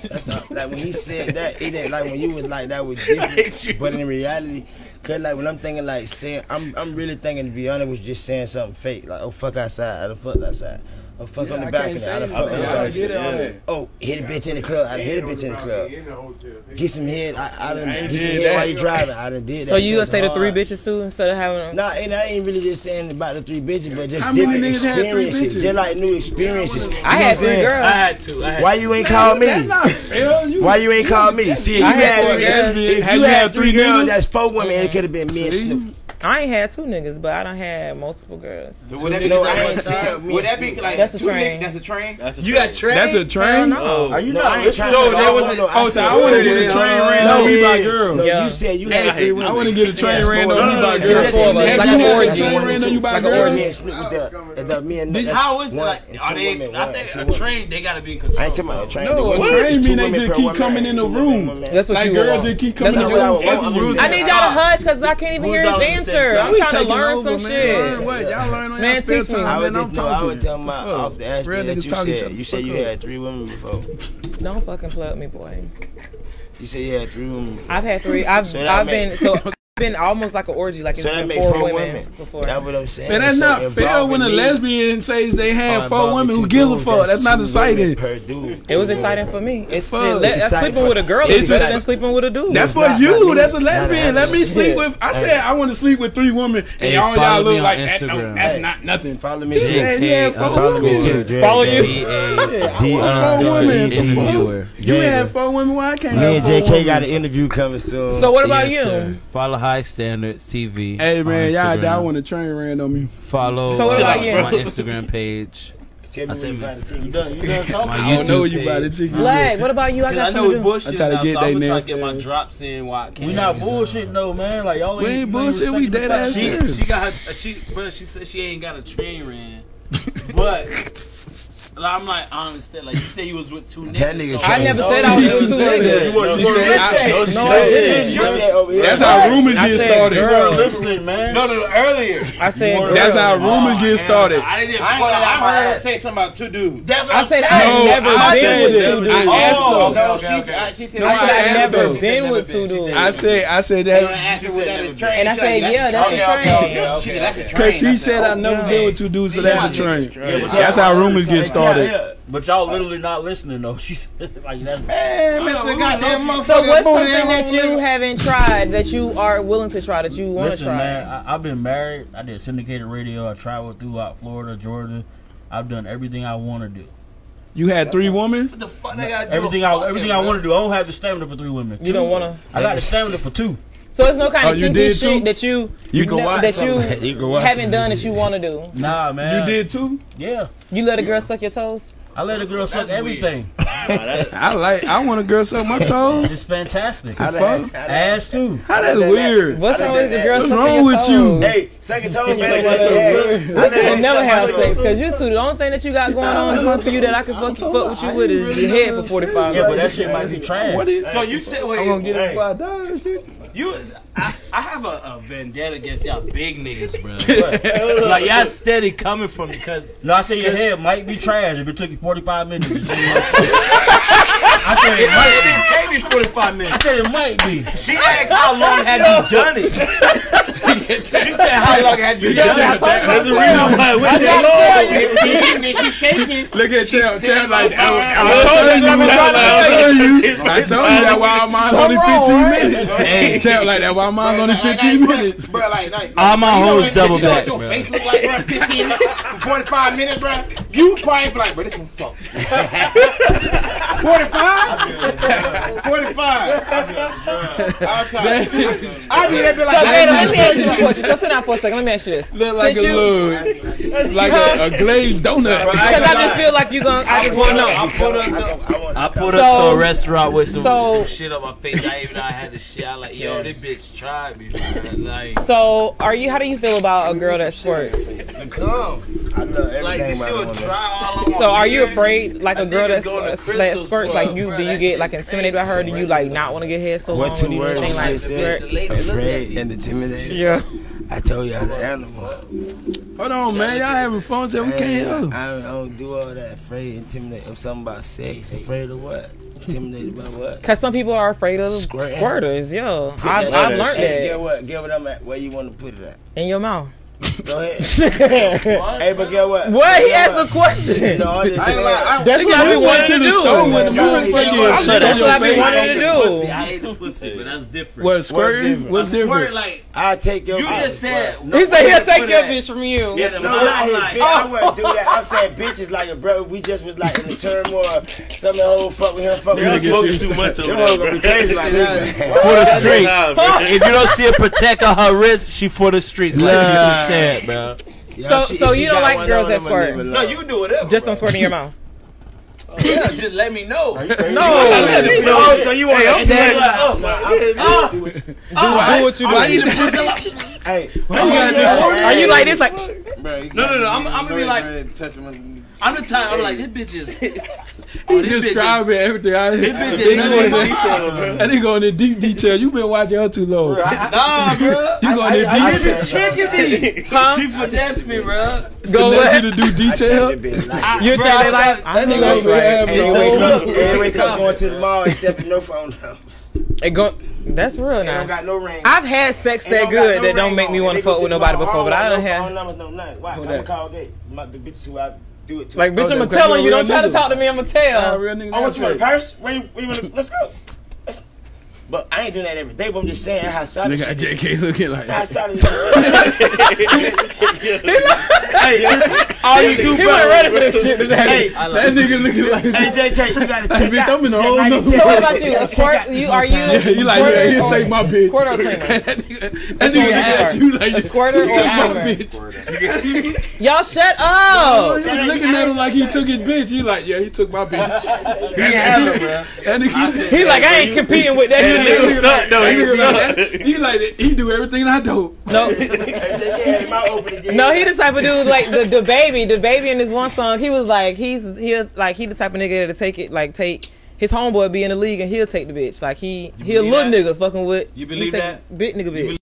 [SPEAKER 3] That's how, like when he said that, it ain't like when you was like that was different. but in reality, cause like when I'm thinking like saying, I'm I'm really thinking to be honest was just saying something fake like oh fuck outside, I done fuck outside, oh fuck
[SPEAKER 9] Yeah,
[SPEAKER 3] on
[SPEAKER 9] I
[SPEAKER 3] the
[SPEAKER 9] can't
[SPEAKER 3] balcony,
[SPEAKER 9] say
[SPEAKER 3] I done
[SPEAKER 9] it.
[SPEAKER 3] fuck
[SPEAKER 9] Yeah,
[SPEAKER 3] on the
[SPEAKER 9] I get it on
[SPEAKER 3] balcony.
[SPEAKER 9] that.
[SPEAKER 3] Oh hit a bitch in the club, I done hit a bitch in the club. Get some head, I, I done
[SPEAKER 9] I ain't
[SPEAKER 3] get some
[SPEAKER 9] did
[SPEAKER 3] head while
[SPEAKER 9] that.
[SPEAKER 3] you driving, I done did that.
[SPEAKER 6] So you gonna say the three
[SPEAKER 3] bitches.
[SPEAKER 6] bitches too instead of having?
[SPEAKER 3] Nah, and I ain't really just saying about the three bitches, but just
[SPEAKER 9] How many
[SPEAKER 3] different
[SPEAKER 9] niggas had three
[SPEAKER 3] experiences,
[SPEAKER 9] bitches?
[SPEAKER 3] just like new experiences. You know
[SPEAKER 6] I had
[SPEAKER 3] what I'm
[SPEAKER 6] three
[SPEAKER 3] saying?
[SPEAKER 6] girls. I had
[SPEAKER 5] two.
[SPEAKER 3] Why you ain't call
[SPEAKER 9] That's
[SPEAKER 3] me?
[SPEAKER 9] not fair. You-
[SPEAKER 3] Why you ain't call me? See, if you
[SPEAKER 9] I had
[SPEAKER 3] had,
[SPEAKER 9] four
[SPEAKER 3] three,
[SPEAKER 9] girls.
[SPEAKER 3] if
[SPEAKER 9] Had
[SPEAKER 3] you
[SPEAKER 9] you
[SPEAKER 3] had,
[SPEAKER 9] had
[SPEAKER 3] three
[SPEAKER 9] three
[SPEAKER 3] girls,
[SPEAKER 9] niggas?
[SPEAKER 3] that's four women. It could have been me and Snoop.
[SPEAKER 6] I ain't had two niggas, but I don't had multiple girls.
[SPEAKER 4] Would that be,
[SPEAKER 3] No, I ain't see her.
[SPEAKER 4] would that be like
[SPEAKER 6] That's a
[SPEAKER 4] two
[SPEAKER 6] train.
[SPEAKER 4] niggas- That's a train.
[SPEAKER 12] That's a Oh.
[SPEAKER 5] You
[SPEAKER 12] fact.
[SPEAKER 5] got trained?
[SPEAKER 9] That's a train.
[SPEAKER 6] No.
[SPEAKER 3] you
[SPEAKER 9] No,
[SPEAKER 3] not
[SPEAKER 9] I ain't
[SPEAKER 3] listening?
[SPEAKER 9] trying to-
[SPEAKER 3] No,
[SPEAKER 9] there
[SPEAKER 3] no,
[SPEAKER 9] was a-
[SPEAKER 3] no,
[SPEAKER 9] oh, so
[SPEAKER 3] said
[SPEAKER 9] I want
[SPEAKER 3] four.
[SPEAKER 9] to get a train ran
[SPEAKER 3] No,
[SPEAKER 9] on me by
[SPEAKER 3] yeah.
[SPEAKER 9] girls.
[SPEAKER 3] No,
[SPEAKER 6] Yeah.
[SPEAKER 3] you said you had three women.
[SPEAKER 9] I want to get a train
[SPEAKER 3] That's
[SPEAKER 9] ran
[SPEAKER 3] four
[SPEAKER 9] on
[SPEAKER 3] women.
[SPEAKER 9] me by
[SPEAKER 3] That's
[SPEAKER 9] girls.
[SPEAKER 3] just two
[SPEAKER 9] Had
[SPEAKER 6] Like
[SPEAKER 3] niggas.
[SPEAKER 6] an
[SPEAKER 9] you had a
[SPEAKER 6] orgy.
[SPEAKER 9] train ran on you by
[SPEAKER 6] Like an
[SPEAKER 9] girls?
[SPEAKER 3] Me and Snoop with the, the me and that's
[SPEAKER 5] How is it
[SPEAKER 3] one
[SPEAKER 5] like?
[SPEAKER 3] and
[SPEAKER 5] Are
[SPEAKER 3] two
[SPEAKER 5] they?
[SPEAKER 3] women,
[SPEAKER 5] I
[SPEAKER 3] one and
[SPEAKER 5] think
[SPEAKER 3] two
[SPEAKER 5] a
[SPEAKER 3] women.
[SPEAKER 5] train. They gotta be in control.
[SPEAKER 3] I ain't talking
[SPEAKER 5] so.
[SPEAKER 3] about a train.
[SPEAKER 9] No,
[SPEAKER 3] It's
[SPEAKER 9] a
[SPEAKER 3] two
[SPEAKER 9] train mean they
[SPEAKER 3] women
[SPEAKER 9] just
[SPEAKER 3] per
[SPEAKER 9] keep
[SPEAKER 3] woman.
[SPEAKER 9] coming in the
[SPEAKER 3] Two women, one
[SPEAKER 9] room.
[SPEAKER 3] man.
[SPEAKER 6] That's what
[SPEAKER 9] Like
[SPEAKER 6] you
[SPEAKER 9] girls
[SPEAKER 6] want.
[SPEAKER 9] just keep
[SPEAKER 6] That's
[SPEAKER 9] coming in
[SPEAKER 6] what
[SPEAKER 9] the
[SPEAKER 6] you
[SPEAKER 9] room.
[SPEAKER 3] want.
[SPEAKER 9] Fucking
[SPEAKER 3] I'm
[SPEAKER 9] rude.
[SPEAKER 3] just-
[SPEAKER 6] I need y'all to hush because I can't even
[SPEAKER 5] Who's
[SPEAKER 6] hear
[SPEAKER 5] all
[SPEAKER 6] his
[SPEAKER 5] the same
[SPEAKER 6] answer.
[SPEAKER 5] guy?
[SPEAKER 6] I'm
[SPEAKER 5] We
[SPEAKER 6] trying to
[SPEAKER 9] taking
[SPEAKER 6] learn
[SPEAKER 9] over,
[SPEAKER 6] some
[SPEAKER 9] man.
[SPEAKER 6] shit.
[SPEAKER 9] Learn what? Y'all learn on
[SPEAKER 6] Man,
[SPEAKER 9] y'all spare
[SPEAKER 6] teach me.
[SPEAKER 9] time,
[SPEAKER 3] I would
[SPEAKER 9] man. I'm
[SPEAKER 3] just know. I would tell
[SPEAKER 9] talking.
[SPEAKER 3] my
[SPEAKER 9] Fuck.
[SPEAKER 3] off the ass.
[SPEAKER 9] Real
[SPEAKER 3] that
[SPEAKER 9] niggas
[SPEAKER 3] you
[SPEAKER 9] talking
[SPEAKER 3] said
[SPEAKER 9] shit.
[SPEAKER 3] you said
[SPEAKER 9] Fuck
[SPEAKER 3] you
[SPEAKER 9] up.
[SPEAKER 3] had three women before.
[SPEAKER 6] Don't fucking plug me, boy.
[SPEAKER 3] You said you had three women. Before.
[SPEAKER 6] I've had three. I've
[SPEAKER 3] So that
[SPEAKER 6] I've
[SPEAKER 3] make-
[SPEAKER 6] been so I've been almost like an orgy, like it's
[SPEAKER 3] So that
[SPEAKER 6] been
[SPEAKER 3] made
[SPEAKER 6] four,
[SPEAKER 3] four
[SPEAKER 6] women,
[SPEAKER 3] women.
[SPEAKER 6] before.
[SPEAKER 3] That's what I'm saying.
[SPEAKER 9] Man, that's
[SPEAKER 3] So
[SPEAKER 9] not fair
[SPEAKER 3] involving
[SPEAKER 9] when a
[SPEAKER 3] me-
[SPEAKER 9] lesbian says they
[SPEAKER 3] Oh,
[SPEAKER 9] had
[SPEAKER 3] involving
[SPEAKER 9] four women.
[SPEAKER 3] two
[SPEAKER 9] Who gives a
[SPEAKER 3] dudes,
[SPEAKER 9] fuck? That's
[SPEAKER 3] two
[SPEAKER 9] not
[SPEAKER 3] women
[SPEAKER 9] exciting.
[SPEAKER 3] per dude.
[SPEAKER 6] It was exciting for me. It's
[SPEAKER 9] Fuck.
[SPEAKER 6] shit.
[SPEAKER 9] It's
[SPEAKER 6] Let, that's
[SPEAKER 3] exciting
[SPEAKER 6] sleeping
[SPEAKER 3] for-
[SPEAKER 6] with a girl
[SPEAKER 9] It's
[SPEAKER 6] is better
[SPEAKER 9] just-
[SPEAKER 6] than sleeping with a dude.
[SPEAKER 9] That's for
[SPEAKER 3] not- not
[SPEAKER 9] you.
[SPEAKER 3] me.
[SPEAKER 9] That's a
[SPEAKER 3] Not
[SPEAKER 9] lesbian.
[SPEAKER 3] that
[SPEAKER 9] Let me
[SPEAKER 3] shit.
[SPEAKER 9] sleep with. I said I want to sleep with three women, and
[SPEAKER 13] Hey,
[SPEAKER 9] y'all y'all
[SPEAKER 13] follow me
[SPEAKER 9] look
[SPEAKER 13] on
[SPEAKER 9] like that, no,
[SPEAKER 13] Instagram.
[SPEAKER 9] that's
[SPEAKER 3] Hey.
[SPEAKER 9] not nothing.
[SPEAKER 3] Follow me.
[SPEAKER 9] She
[SPEAKER 3] too.
[SPEAKER 9] said he had
[SPEAKER 13] JK
[SPEAKER 9] four
[SPEAKER 3] Follow me
[SPEAKER 9] women.
[SPEAKER 3] too. Dre,
[SPEAKER 6] Follow
[SPEAKER 3] Dre.
[SPEAKER 6] you.
[SPEAKER 3] D
[SPEAKER 9] Four
[SPEAKER 3] underscore
[SPEAKER 9] women.
[SPEAKER 3] E in the
[SPEAKER 9] Interviewer.
[SPEAKER 3] viewer.
[SPEAKER 9] You had four women. Why I can't
[SPEAKER 3] Me and
[SPEAKER 9] have four
[SPEAKER 3] JK
[SPEAKER 9] women?
[SPEAKER 3] got an interview coming soon.
[SPEAKER 6] So what about
[SPEAKER 13] Yes,
[SPEAKER 6] you?
[SPEAKER 13] sir. Follow High Standards TV.
[SPEAKER 9] Hey
[SPEAKER 13] on
[SPEAKER 9] man, y'all
[SPEAKER 13] Instagram.
[SPEAKER 9] die when the train ran on me.
[SPEAKER 13] Follow
[SPEAKER 6] So what
[SPEAKER 13] uh,
[SPEAKER 6] about you?
[SPEAKER 13] my Instagram page.
[SPEAKER 3] Tell me
[SPEAKER 13] I
[SPEAKER 3] when
[SPEAKER 13] said
[SPEAKER 3] you
[SPEAKER 13] Miss-
[SPEAKER 3] got the tickets.
[SPEAKER 13] My
[SPEAKER 9] I don't
[SPEAKER 13] YouTube
[SPEAKER 9] know you about
[SPEAKER 13] page.
[SPEAKER 9] it. chick.
[SPEAKER 6] Black, what about you? I
[SPEAKER 5] Cause I
[SPEAKER 6] got
[SPEAKER 5] know
[SPEAKER 6] something
[SPEAKER 5] it's
[SPEAKER 6] to do.
[SPEAKER 5] bullshit
[SPEAKER 9] I try to
[SPEAKER 5] now,
[SPEAKER 9] get
[SPEAKER 5] so I'm
[SPEAKER 9] they
[SPEAKER 5] gonna try to
[SPEAKER 9] nasty.
[SPEAKER 5] get my drops in while I can.
[SPEAKER 8] We not bullshitting though, man. Like y'all ain't,
[SPEAKER 9] We ain't
[SPEAKER 8] you
[SPEAKER 9] bullshit. We
[SPEAKER 8] respecting the
[SPEAKER 9] dead
[SPEAKER 8] fact-
[SPEAKER 9] ass
[SPEAKER 5] She,
[SPEAKER 9] serious.
[SPEAKER 5] she got her, she, bro. She said she ain't got a train ran, but like, I'm like, I understand. Like you said, you was with two niggas.
[SPEAKER 3] That nigga
[SPEAKER 5] so-
[SPEAKER 3] train.
[SPEAKER 6] I never said I was with two
[SPEAKER 9] She
[SPEAKER 6] niggas.
[SPEAKER 9] said- she said I-
[SPEAKER 3] Listen.
[SPEAKER 6] No, I didn't.
[SPEAKER 3] You said over here.
[SPEAKER 9] That's how rumors
[SPEAKER 6] I
[SPEAKER 9] get
[SPEAKER 6] said
[SPEAKER 9] started.
[SPEAKER 6] girl.
[SPEAKER 8] Listening, man.
[SPEAKER 5] No, no, no, earlier.
[SPEAKER 6] I said girl.
[SPEAKER 9] That's how rumors
[SPEAKER 5] Oh, hell
[SPEAKER 9] get started.
[SPEAKER 5] no, I didn't.
[SPEAKER 4] I ain't gonna lie, I heard her say something about two dudes.
[SPEAKER 5] That's what
[SPEAKER 6] I
[SPEAKER 5] I'm
[SPEAKER 6] said
[SPEAKER 5] saying.
[SPEAKER 6] I ain't
[SPEAKER 9] No,
[SPEAKER 6] never
[SPEAKER 9] I
[SPEAKER 6] been
[SPEAKER 9] said
[SPEAKER 6] with
[SPEAKER 9] that.
[SPEAKER 6] two dudes.
[SPEAKER 9] I asked her.
[SPEAKER 5] Oh,
[SPEAKER 4] No,
[SPEAKER 5] okay,
[SPEAKER 4] she-
[SPEAKER 5] okay.
[SPEAKER 4] I- she said-
[SPEAKER 9] No,
[SPEAKER 6] I
[SPEAKER 9] I
[SPEAKER 6] said I
[SPEAKER 9] asked
[SPEAKER 6] never
[SPEAKER 9] her.
[SPEAKER 6] been with two
[SPEAKER 5] She said
[SPEAKER 9] I
[SPEAKER 6] dudes.
[SPEAKER 9] said I said
[SPEAKER 4] They gonna
[SPEAKER 9] that
[SPEAKER 4] ask you, was that a train?
[SPEAKER 6] And I
[SPEAKER 4] She like,
[SPEAKER 6] said,
[SPEAKER 4] "That's
[SPEAKER 6] yeah,
[SPEAKER 4] a
[SPEAKER 6] that's
[SPEAKER 4] train."
[SPEAKER 5] okay,
[SPEAKER 6] a
[SPEAKER 5] okay,
[SPEAKER 6] train.
[SPEAKER 5] okay.
[SPEAKER 4] She said, that's a train.
[SPEAKER 9] because she
[SPEAKER 4] I
[SPEAKER 9] said I
[SPEAKER 4] "Oh,
[SPEAKER 9] never
[SPEAKER 6] yeah.
[SPEAKER 9] did with two dudes, so that's a train.
[SPEAKER 12] Yeah, but
[SPEAKER 9] That's how rumors get
[SPEAKER 3] Hey, tell
[SPEAKER 9] started.
[SPEAKER 3] her.
[SPEAKER 8] But y'all literally not listening though. She like that's
[SPEAKER 4] Man, Mr. Goddamn motherfucker.
[SPEAKER 6] So what's
[SPEAKER 4] booty
[SPEAKER 6] something that
[SPEAKER 4] hole,
[SPEAKER 6] you
[SPEAKER 4] nigga.
[SPEAKER 6] haven't tried that you are willing to try that you want to
[SPEAKER 8] Listen, man,
[SPEAKER 6] try?
[SPEAKER 8] I, I've been married. I did syndicated radio. I traveled throughout Florida, Georgia. I've done everything I want to do.
[SPEAKER 9] You had three women.
[SPEAKER 5] What the fuck they gotta do?
[SPEAKER 8] Everything I everything I want to do. I don't have the stamina for three women.
[SPEAKER 6] You don't want to.
[SPEAKER 8] I got the stamina for two.
[SPEAKER 6] So it's no kind
[SPEAKER 9] Oh,
[SPEAKER 6] of
[SPEAKER 9] you
[SPEAKER 6] kinky
[SPEAKER 9] did
[SPEAKER 6] shit
[SPEAKER 9] too?
[SPEAKER 6] that you
[SPEAKER 3] You can
[SPEAKER 6] know-
[SPEAKER 3] watch
[SPEAKER 6] that
[SPEAKER 3] something.
[SPEAKER 6] you,
[SPEAKER 3] You can watch
[SPEAKER 6] haven't
[SPEAKER 3] something.
[SPEAKER 6] done that you want to do.
[SPEAKER 8] Nah, man.
[SPEAKER 9] You did two.
[SPEAKER 8] Yeah.
[SPEAKER 6] You let a girl suck your toes.
[SPEAKER 8] I let a girl suck
[SPEAKER 5] That's
[SPEAKER 8] everything.
[SPEAKER 9] I like. I want a girl suck my toes.
[SPEAKER 8] It's fantastic.
[SPEAKER 3] I done-
[SPEAKER 9] Fuck.
[SPEAKER 3] I done-
[SPEAKER 8] Ass too.
[SPEAKER 9] How that
[SPEAKER 3] done that.
[SPEAKER 9] weird?
[SPEAKER 6] What's wrong with the girl
[SPEAKER 9] What's
[SPEAKER 6] sucking
[SPEAKER 9] wrong
[SPEAKER 6] your
[SPEAKER 9] with
[SPEAKER 6] toes?
[SPEAKER 9] you?
[SPEAKER 3] Hey, second time man.
[SPEAKER 6] Like,
[SPEAKER 3] Hey,
[SPEAKER 6] we
[SPEAKER 3] I done
[SPEAKER 6] could
[SPEAKER 3] had
[SPEAKER 6] never have
[SPEAKER 3] somebody-
[SPEAKER 6] sex because you two. The only thing that you got going on in front of you that I can fuck, fuck with you with is your head for forty five.
[SPEAKER 8] Yeah, but that shit might be trash.
[SPEAKER 9] What is?
[SPEAKER 5] So you said,
[SPEAKER 9] I'm gonna
[SPEAKER 5] wait,
[SPEAKER 9] get it before I die.
[SPEAKER 5] You, is- I, I have a, a vendetta against y'all big niggas, bro. like y'all steady coming from because
[SPEAKER 8] No, I said your hair might be trash if it took you 45 minutes. I said
[SPEAKER 5] it
[SPEAKER 8] it might be.
[SPEAKER 5] might take me 45 minutes.
[SPEAKER 8] I said it might be.
[SPEAKER 5] She asked how long had you done it. she said how long had you done it.
[SPEAKER 9] There's a
[SPEAKER 5] reason
[SPEAKER 9] why
[SPEAKER 5] we did
[SPEAKER 9] She's shaking. Look at Chad. Chad like, I, I told you, I told you, I told you that wild mine's only 15 minutes. Hey, Chad like that wild mine's only 15 minutes.
[SPEAKER 14] Bro, like, like,
[SPEAKER 9] All my
[SPEAKER 14] you know
[SPEAKER 9] hoes
[SPEAKER 14] what-
[SPEAKER 9] double
[SPEAKER 14] you know What
[SPEAKER 9] back,
[SPEAKER 14] your
[SPEAKER 9] bro.
[SPEAKER 14] face look like, bro? 15 minutes, 45 minutes, bro. You probably be like, bro, this one fuck. 45? 45. I'll tell you. I'll be there, be like,
[SPEAKER 6] so, Jada, let me ask you
[SPEAKER 14] this.
[SPEAKER 6] this question. So sit down for a second. Let me ask you this. Look
[SPEAKER 9] like a little, like a, a glazed donut.
[SPEAKER 6] Because I just feel like you're going to. I just want to know.
[SPEAKER 11] I pulled
[SPEAKER 6] So-
[SPEAKER 11] up to a restaurant with some,
[SPEAKER 6] so-
[SPEAKER 11] some shit on my face. I even know I had the shit. I like, yo, this bitch tried me. man. Like,
[SPEAKER 6] So, are you? How do you feel about a girl that squirts?
[SPEAKER 11] like this shit would try all
[SPEAKER 6] So, are you afraid, like a girl that
[SPEAKER 11] go to
[SPEAKER 6] squirts, that squirts, like you? Do you get like intimidated by her? Do you like not want to get head so long?
[SPEAKER 3] What two
[SPEAKER 6] Do you
[SPEAKER 3] words
[SPEAKER 6] think,
[SPEAKER 3] you
[SPEAKER 6] like,
[SPEAKER 3] just said?
[SPEAKER 6] squirt?
[SPEAKER 3] Afraid and intimidated.
[SPEAKER 6] Yeah.
[SPEAKER 3] I told you I was an animal.
[SPEAKER 9] Hold on, Oh, man. Y'all having fun? So we can't
[SPEAKER 3] Hey,
[SPEAKER 9] hear.
[SPEAKER 3] I, I don't do all that. Afraid, intimidate. I'm something about sex. Afraid of what? Intimidated by what?
[SPEAKER 6] Cause some people are afraid of
[SPEAKER 3] Squirting.
[SPEAKER 6] squirters. Yo,
[SPEAKER 3] Put
[SPEAKER 6] I,
[SPEAKER 3] that
[SPEAKER 6] I've
[SPEAKER 3] shit-
[SPEAKER 6] learned
[SPEAKER 3] shit, Get
[SPEAKER 6] that
[SPEAKER 3] what? Get what I'm at. Where you want to put it at?
[SPEAKER 6] in your mouth.
[SPEAKER 3] Go ahead.
[SPEAKER 6] Shit.
[SPEAKER 3] hey, but get what?
[SPEAKER 6] What? He
[SPEAKER 3] Get
[SPEAKER 6] asked a question.
[SPEAKER 3] No, I just said.
[SPEAKER 6] That's what I've been wanting to do.
[SPEAKER 9] That's
[SPEAKER 6] what I've been wanting to do.
[SPEAKER 5] I hate the pussy, but that's different.
[SPEAKER 9] What, squirting?
[SPEAKER 5] different?
[SPEAKER 9] What's
[SPEAKER 5] I swear,
[SPEAKER 9] different?
[SPEAKER 5] Like
[SPEAKER 3] I take your.
[SPEAKER 5] you
[SPEAKER 3] bitch,
[SPEAKER 5] just said,
[SPEAKER 3] bro.
[SPEAKER 5] no,
[SPEAKER 6] He said he'll
[SPEAKER 5] for
[SPEAKER 6] take your
[SPEAKER 5] that.
[SPEAKER 6] bitch from you.
[SPEAKER 5] Yeah, the
[SPEAKER 3] No, not his
[SPEAKER 5] like,
[SPEAKER 3] bitch. I wouldn't do that. I'm saying bitches like it, bro. We just was like in the turmoil. Some of the whole fuck with him, fuck with
[SPEAKER 12] Y'all
[SPEAKER 3] him.
[SPEAKER 12] smoking too much over
[SPEAKER 3] Them
[SPEAKER 12] there,
[SPEAKER 3] hoes gonna be
[SPEAKER 12] bro.
[SPEAKER 3] crazy like that. man.
[SPEAKER 11] For the street.
[SPEAKER 12] Nah, bro.
[SPEAKER 11] If you don't see a protector her wrist, she for the streets. Like you just said, bro.
[SPEAKER 3] Yeah,
[SPEAKER 6] So,
[SPEAKER 3] if she-
[SPEAKER 6] so
[SPEAKER 3] if she
[SPEAKER 6] you don't
[SPEAKER 3] got
[SPEAKER 6] like
[SPEAKER 3] one
[SPEAKER 6] girls
[SPEAKER 3] on,
[SPEAKER 6] that
[SPEAKER 3] I'ma leave it
[SPEAKER 6] squirt?
[SPEAKER 5] no,
[SPEAKER 3] alone.
[SPEAKER 5] you do whatever.
[SPEAKER 6] Just don't squirt in your mouth.
[SPEAKER 5] yeah, just let me know.
[SPEAKER 6] No.
[SPEAKER 3] Oh, so you want
[SPEAKER 5] Hey,
[SPEAKER 3] to
[SPEAKER 5] I'm saying, like,
[SPEAKER 3] Oh,
[SPEAKER 5] oh,
[SPEAKER 3] no, I'm-
[SPEAKER 5] ah,
[SPEAKER 3] do what you-
[SPEAKER 9] do what you
[SPEAKER 5] I need
[SPEAKER 9] like.
[SPEAKER 5] to put some-
[SPEAKER 3] Hey,
[SPEAKER 6] Are you like this? Like,
[SPEAKER 5] No, no, no. I'm, I'm gonna be like, I'm the type. I'm like, this bitch is. Oh,
[SPEAKER 9] He
[SPEAKER 5] this bitch
[SPEAKER 9] describing everything. I
[SPEAKER 5] This bitch is
[SPEAKER 9] They
[SPEAKER 5] nothing
[SPEAKER 9] going-
[SPEAKER 5] but detail,
[SPEAKER 9] I didn't go into deep detail. You been watching her too
[SPEAKER 5] is.
[SPEAKER 9] long.
[SPEAKER 5] Nah, bro.
[SPEAKER 9] You going
[SPEAKER 3] I- I
[SPEAKER 9] to
[SPEAKER 3] just-
[SPEAKER 9] deep?
[SPEAKER 5] She be tricking me. She finessed me, bro.
[SPEAKER 9] Go let you to do
[SPEAKER 3] I tell
[SPEAKER 9] detail.
[SPEAKER 3] you, bitch, like
[SPEAKER 6] you
[SPEAKER 5] Bro,
[SPEAKER 6] tell
[SPEAKER 5] I-
[SPEAKER 6] me like, I
[SPEAKER 9] That
[SPEAKER 6] know
[SPEAKER 9] nigga
[SPEAKER 6] that's
[SPEAKER 9] over
[SPEAKER 6] right.
[SPEAKER 9] here having
[SPEAKER 3] Hey,
[SPEAKER 9] a
[SPEAKER 3] they wake up,
[SPEAKER 9] whole.
[SPEAKER 3] they wake up going to the mall except with no phone numbers.
[SPEAKER 6] It go. That's real
[SPEAKER 3] They don't
[SPEAKER 6] now.
[SPEAKER 3] got no ring.
[SPEAKER 6] I've had sex
[SPEAKER 3] They
[SPEAKER 6] that
[SPEAKER 3] don't got
[SPEAKER 6] good
[SPEAKER 3] no
[SPEAKER 6] that don't
[SPEAKER 3] ring
[SPEAKER 6] make me
[SPEAKER 3] on.
[SPEAKER 6] want
[SPEAKER 3] They
[SPEAKER 6] to
[SPEAKER 3] go
[SPEAKER 6] fuck with
[SPEAKER 3] the
[SPEAKER 6] nobody
[SPEAKER 3] mall,
[SPEAKER 6] before, but I
[SPEAKER 3] no
[SPEAKER 6] don't
[SPEAKER 3] phone
[SPEAKER 6] have.
[SPEAKER 3] numbers, no nothing. Why?
[SPEAKER 9] Who
[SPEAKER 3] Come
[SPEAKER 9] that?
[SPEAKER 3] call gate. My the bitches who I do it to.
[SPEAKER 6] Like, bitch,
[SPEAKER 9] Oh,
[SPEAKER 6] I'ma
[SPEAKER 9] that's
[SPEAKER 6] telling
[SPEAKER 9] real
[SPEAKER 6] you. Don't
[SPEAKER 9] nigga.
[SPEAKER 6] try to talk to me. I'ma
[SPEAKER 9] Nah,
[SPEAKER 6] tell.
[SPEAKER 9] real nigga,
[SPEAKER 3] I want you in a
[SPEAKER 9] that's
[SPEAKER 3] purse. Where you, where you want to? Let's go. Let's- but I ain't doing that every day. But I'm just saying how solid.
[SPEAKER 9] Look at
[SPEAKER 3] shit is.
[SPEAKER 9] JK looking like
[SPEAKER 3] How
[SPEAKER 9] that.
[SPEAKER 3] solid. is-
[SPEAKER 6] All you do, he wasn't ready for this shit
[SPEAKER 3] hey,
[SPEAKER 6] today.
[SPEAKER 9] That nigga looking like
[SPEAKER 3] hey, JK, you gotta check
[SPEAKER 9] bitch,
[SPEAKER 3] out.
[SPEAKER 9] I'm in a
[SPEAKER 3] Said
[SPEAKER 9] whole
[SPEAKER 3] like
[SPEAKER 9] nother
[SPEAKER 3] check
[SPEAKER 6] So what
[SPEAKER 3] out.
[SPEAKER 6] about you? A
[SPEAKER 3] Check
[SPEAKER 6] squirt?
[SPEAKER 3] out.
[SPEAKER 6] You are
[SPEAKER 9] Yeah,
[SPEAKER 6] you?
[SPEAKER 9] you like,
[SPEAKER 6] squirter
[SPEAKER 9] yeah, you
[SPEAKER 6] or-
[SPEAKER 9] take my bitch.
[SPEAKER 6] Squirter or cleaner?
[SPEAKER 9] That nigga that
[SPEAKER 6] one
[SPEAKER 9] nigga
[SPEAKER 6] you
[SPEAKER 9] at
[SPEAKER 6] are?
[SPEAKER 9] you like
[SPEAKER 6] A squirter
[SPEAKER 9] you
[SPEAKER 6] or
[SPEAKER 9] took my
[SPEAKER 6] hammer?
[SPEAKER 9] bitch.
[SPEAKER 6] Y'all shut
[SPEAKER 9] Oh,
[SPEAKER 6] up.
[SPEAKER 9] he was looking at him like he took his bitch. He like, yeah, he took my bitch. That nigga,
[SPEAKER 6] He like, I ain't competing with that
[SPEAKER 12] He was
[SPEAKER 6] shit.
[SPEAKER 12] stuck, though.
[SPEAKER 9] that
[SPEAKER 12] He was
[SPEAKER 9] nigga like,
[SPEAKER 12] stuck.
[SPEAKER 9] that- he like, he do everything I do.
[SPEAKER 6] No,
[SPEAKER 3] Hey, JK, my opening game.
[SPEAKER 6] no, he the type of dude like the the baby, the baby in this one song. He was like, he's he was like he the type of nigga to take it like take. His homeboy be in the league and he'll take the bitch. Like he, he a
[SPEAKER 5] believe
[SPEAKER 6] little
[SPEAKER 5] that?
[SPEAKER 6] nigga fucking with.
[SPEAKER 5] You
[SPEAKER 6] he
[SPEAKER 5] believe
[SPEAKER 6] take
[SPEAKER 5] that?
[SPEAKER 6] Big nigga bitch.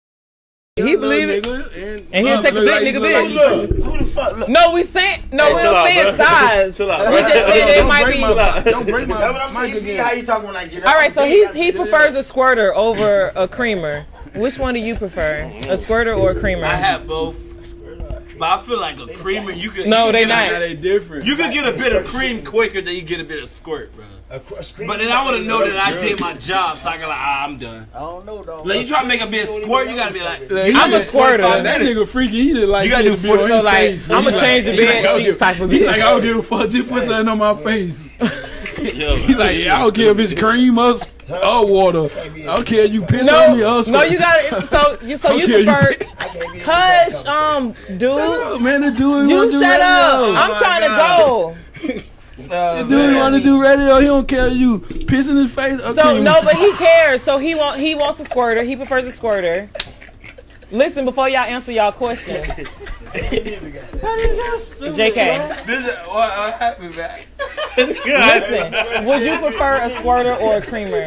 [SPEAKER 6] he believe it.
[SPEAKER 9] And,
[SPEAKER 6] And he'll take the big nigga bitch.
[SPEAKER 3] Look, who the fuck? Look,
[SPEAKER 6] No, we saying no, we
[SPEAKER 12] chill out,
[SPEAKER 6] don't saying
[SPEAKER 12] bro.
[SPEAKER 6] size.
[SPEAKER 12] Chill out,
[SPEAKER 6] We
[SPEAKER 12] bro.
[SPEAKER 6] just said they
[SPEAKER 9] Don't
[SPEAKER 6] might
[SPEAKER 9] break
[SPEAKER 6] be.
[SPEAKER 9] my- Don't break my.
[SPEAKER 3] that's what I'm saying. You
[SPEAKER 9] mic
[SPEAKER 3] see
[SPEAKER 9] again.
[SPEAKER 3] how you talking when I get up.
[SPEAKER 6] All right, so
[SPEAKER 3] he
[SPEAKER 6] he's, he prefers a squirter over a creamer. Which one do you prefer, a squirter or a creamer?
[SPEAKER 5] I have both. But I feel like a creamer, you could. you
[SPEAKER 6] No,
[SPEAKER 5] could get
[SPEAKER 6] they
[SPEAKER 5] a-
[SPEAKER 6] not.
[SPEAKER 9] Now they different.
[SPEAKER 5] You could get a bit of cream quicker than you get a bit of squirt, bro. But then I want to know that I did my job, so I can like, ah, I'm done. I don't know, dog. Like you try to make a bit of squirt, you gotta be like,
[SPEAKER 9] Like, he
[SPEAKER 6] I'm a
[SPEAKER 9] like
[SPEAKER 6] squirter.
[SPEAKER 9] 25. That nigga freaky. He did like
[SPEAKER 5] You gotta do
[SPEAKER 9] shit to be on
[SPEAKER 5] 40,
[SPEAKER 9] his
[SPEAKER 6] so, like,
[SPEAKER 9] face.
[SPEAKER 6] I'ma
[SPEAKER 9] He
[SPEAKER 6] change the
[SPEAKER 9] he
[SPEAKER 6] bed
[SPEAKER 9] I don't
[SPEAKER 6] sheets
[SPEAKER 9] give-
[SPEAKER 6] type of
[SPEAKER 9] He
[SPEAKER 6] bitch.
[SPEAKER 9] like I don't give a fuck. Just put something on my face. He
[SPEAKER 12] Yo,
[SPEAKER 9] like yeah, I don't care if it's cream or, s- or water. I don't care if you piss on me or
[SPEAKER 6] No, no,
[SPEAKER 9] squirt.
[SPEAKER 6] you got it. So you, so you
[SPEAKER 9] Okay, you-
[SPEAKER 6] prefer? Hush, um,
[SPEAKER 9] Shut
[SPEAKER 6] dude.
[SPEAKER 9] up, man. The dude
[SPEAKER 6] You
[SPEAKER 9] wanna do
[SPEAKER 6] shut up.
[SPEAKER 9] radio.
[SPEAKER 6] I'm trying to go.
[SPEAKER 5] Uh,
[SPEAKER 9] The dude want to do radio. He don't care you pissing his face. Or
[SPEAKER 6] So
[SPEAKER 9] cream.
[SPEAKER 6] no, but he cares. So he want he wants a squirter. He prefers a squirter. Listen before y'all answer y'all questions. JK,
[SPEAKER 5] this is what what happened, man.
[SPEAKER 6] listen. Would you prefer a squirter or a creamer?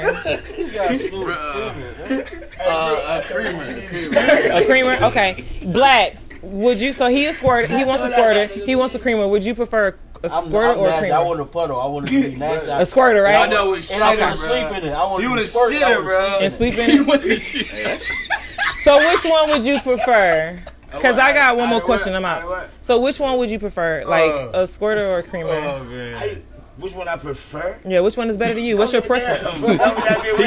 [SPEAKER 5] Uh, a creamer. A creamer.
[SPEAKER 6] A creamer? Okay. Blacks, would you, so he is squirt. he wants a squirter, he wants a creamer. Would you prefer a
[SPEAKER 8] I'm-
[SPEAKER 6] squirter
[SPEAKER 8] I'm
[SPEAKER 6] or a
[SPEAKER 8] nasty. I
[SPEAKER 6] creamer?
[SPEAKER 8] want a puddle. I want to be nasty.
[SPEAKER 6] A squirter, right?
[SPEAKER 8] I know
[SPEAKER 6] it's
[SPEAKER 8] And I want to
[SPEAKER 6] shitter,
[SPEAKER 8] sleep in it. I want
[SPEAKER 5] You
[SPEAKER 8] to
[SPEAKER 5] wanna
[SPEAKER 8] be squirted. I
[SPEAKER 5] shitter,
[SPEAKER 8] wanna
[SPEAKER 5] bro.
[SPEAKER 6] And sleep in it? so which one would you prefer? Because I got one more question, I'm out. So which one would you prefer? Like
[SPEAKER 3] Oh.
[SPEAKER 6] a squirter or a creamer?
[SPEAKER 3] Which one I prefer?
[SPEAKER 6] Yeah, which one is better to you? What's your preference?
[SPEAKER 3] He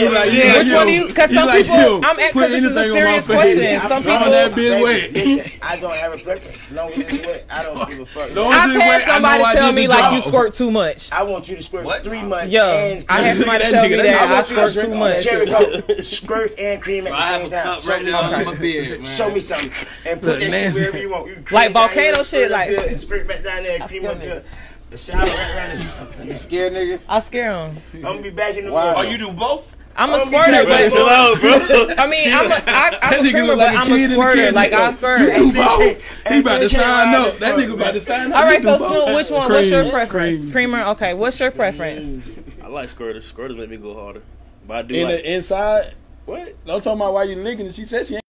[SPEAKER 3] like,
[SPEAKER 6] Which one do you? Because
[SPEAKER 3] He
[SPEAKER 6] some
[SPEAKER 3] like,
[SPEAKER 6] people,
[SPEAKER 3] yo,
[SPEAKER 6] I'm at,
[SPEAKER 3] put
[SPEAKER 6] cause this is
[SPEAKER 3] anything
[SPEAKER 6] a
[SPEAKER 3] on
[SPEAKER 6] serious
[SPEAKER 3] my face.
[SPEAKER 6] question. Some
[SPEAKER 3] I'm
[SPEAKER 6] people,
[SPEAKER 3] that bitch
[SPEAKER 6] wet.
[SPEAKER 3] Listen, I don't have a preference. Long as it's wet, I don't give a fuck.
[SPEAKER 6] Long as I've it's had wet, I somebody know I tell did me, the like, job. you squirt too much.
[SPEAKER 3] I want you to squirt three months.
[SPEAKER 6] Yo,
[SPEAKER 3] and
[SPEAKER 6] I had somebody
[SPEAKER 3] cream.
[SPEAKER 6] tell me that I
[SPEAKER 3] want you to
[SPEAKER 6] squirt
[SPEAKER 3] drink
[SPEAKER 6] too much.
[SPEAKER 3] Cherry Coke, squirt and cream at
[SPEAKER 5] Bro, I have
[SPEAKER 3] the
[SPEAKER 5] a
[SPEAKER 3] same time.
[SPEAKER 5] cup
[SPEAKER 3] Show
[SPEAKER 5] right
[SPEAKER 3] me
[SPEAKER 5] now under
[SPEAKER 3] something.
[SPEAKER 5] my bed, man.
[SPEAKER 3] Show me something and
[SPEAKER 5] Look,
[SPEAKER 3] put that
[SPEAKER 5] man.
[SPEAKER 3] shit wherever you want. You cream
[SPEAKER 6] Like
[SPEAKER 3] it down here,
[SPEAKER 6] volcano
[SPEAKER 3] squirt
[SPEAKER 6] shit,
[SPEAKER 3] up
[SPEAKER 6] like-
[SPEAKER 3] here, squirt back down there, cream up here. The shower right around the- You scared niggas?
[SPEAKER 6] I scare them.
[SPEAKER 3] I'm gonna be back in the
[SPEAKER 6] Wow.
[SPEAKER 3] morning.
[SPEAKER 6] Oh, you
[SPEAKER 5] do both?
[SPEAKER 6] I'm a
[SPEAKER 3] I'll be
[SPEAKER 6] squirter,
[SPEAKER 3] back
[SPEAKER 6] but
[SPEAKER 3] in the morning.
[SPEAKER 6] I mean, I'm a, I, I'm a
[SPEAKER 9] nigga
[SPEAKER 6] creamer,
[SPEAKER 9] look
[SPEAKER 6] but
[SPEAKER 9] like a
[SPEAKER 6] I'm
[SPEAKER 9] kid
[SPEAKER 6] a
[SPEAKER 9] in the
[SPEAKER 6] squirter.
[SPEAKER 9] candy
[SPEAKER 6] Like I
[SPEAKER 9] store.
[SPEAKER 6] squirt.
[SPEAKER 9] You do both. He about to sign up. That nigga about to sign up.
[SPEAKER 6] All right,
[SPEAKER 9] You do
[SPEAKER 6] so
[SPEAKER 9] both.
[SPEAKER 6] Snoop, which one? What's your
[SPEAKER 12] Cream.
[SPEAKER 6] preference? Creamer. Okay, what's your preference?
[SPEAKER 12] I like squirters. Squirters make me go harder. But I do
[SPEAKER 9] In
[SPEAKER 12] like
[SPEAKER 9] the inside. What? I'm talking about why you licking. it. She said she ain't.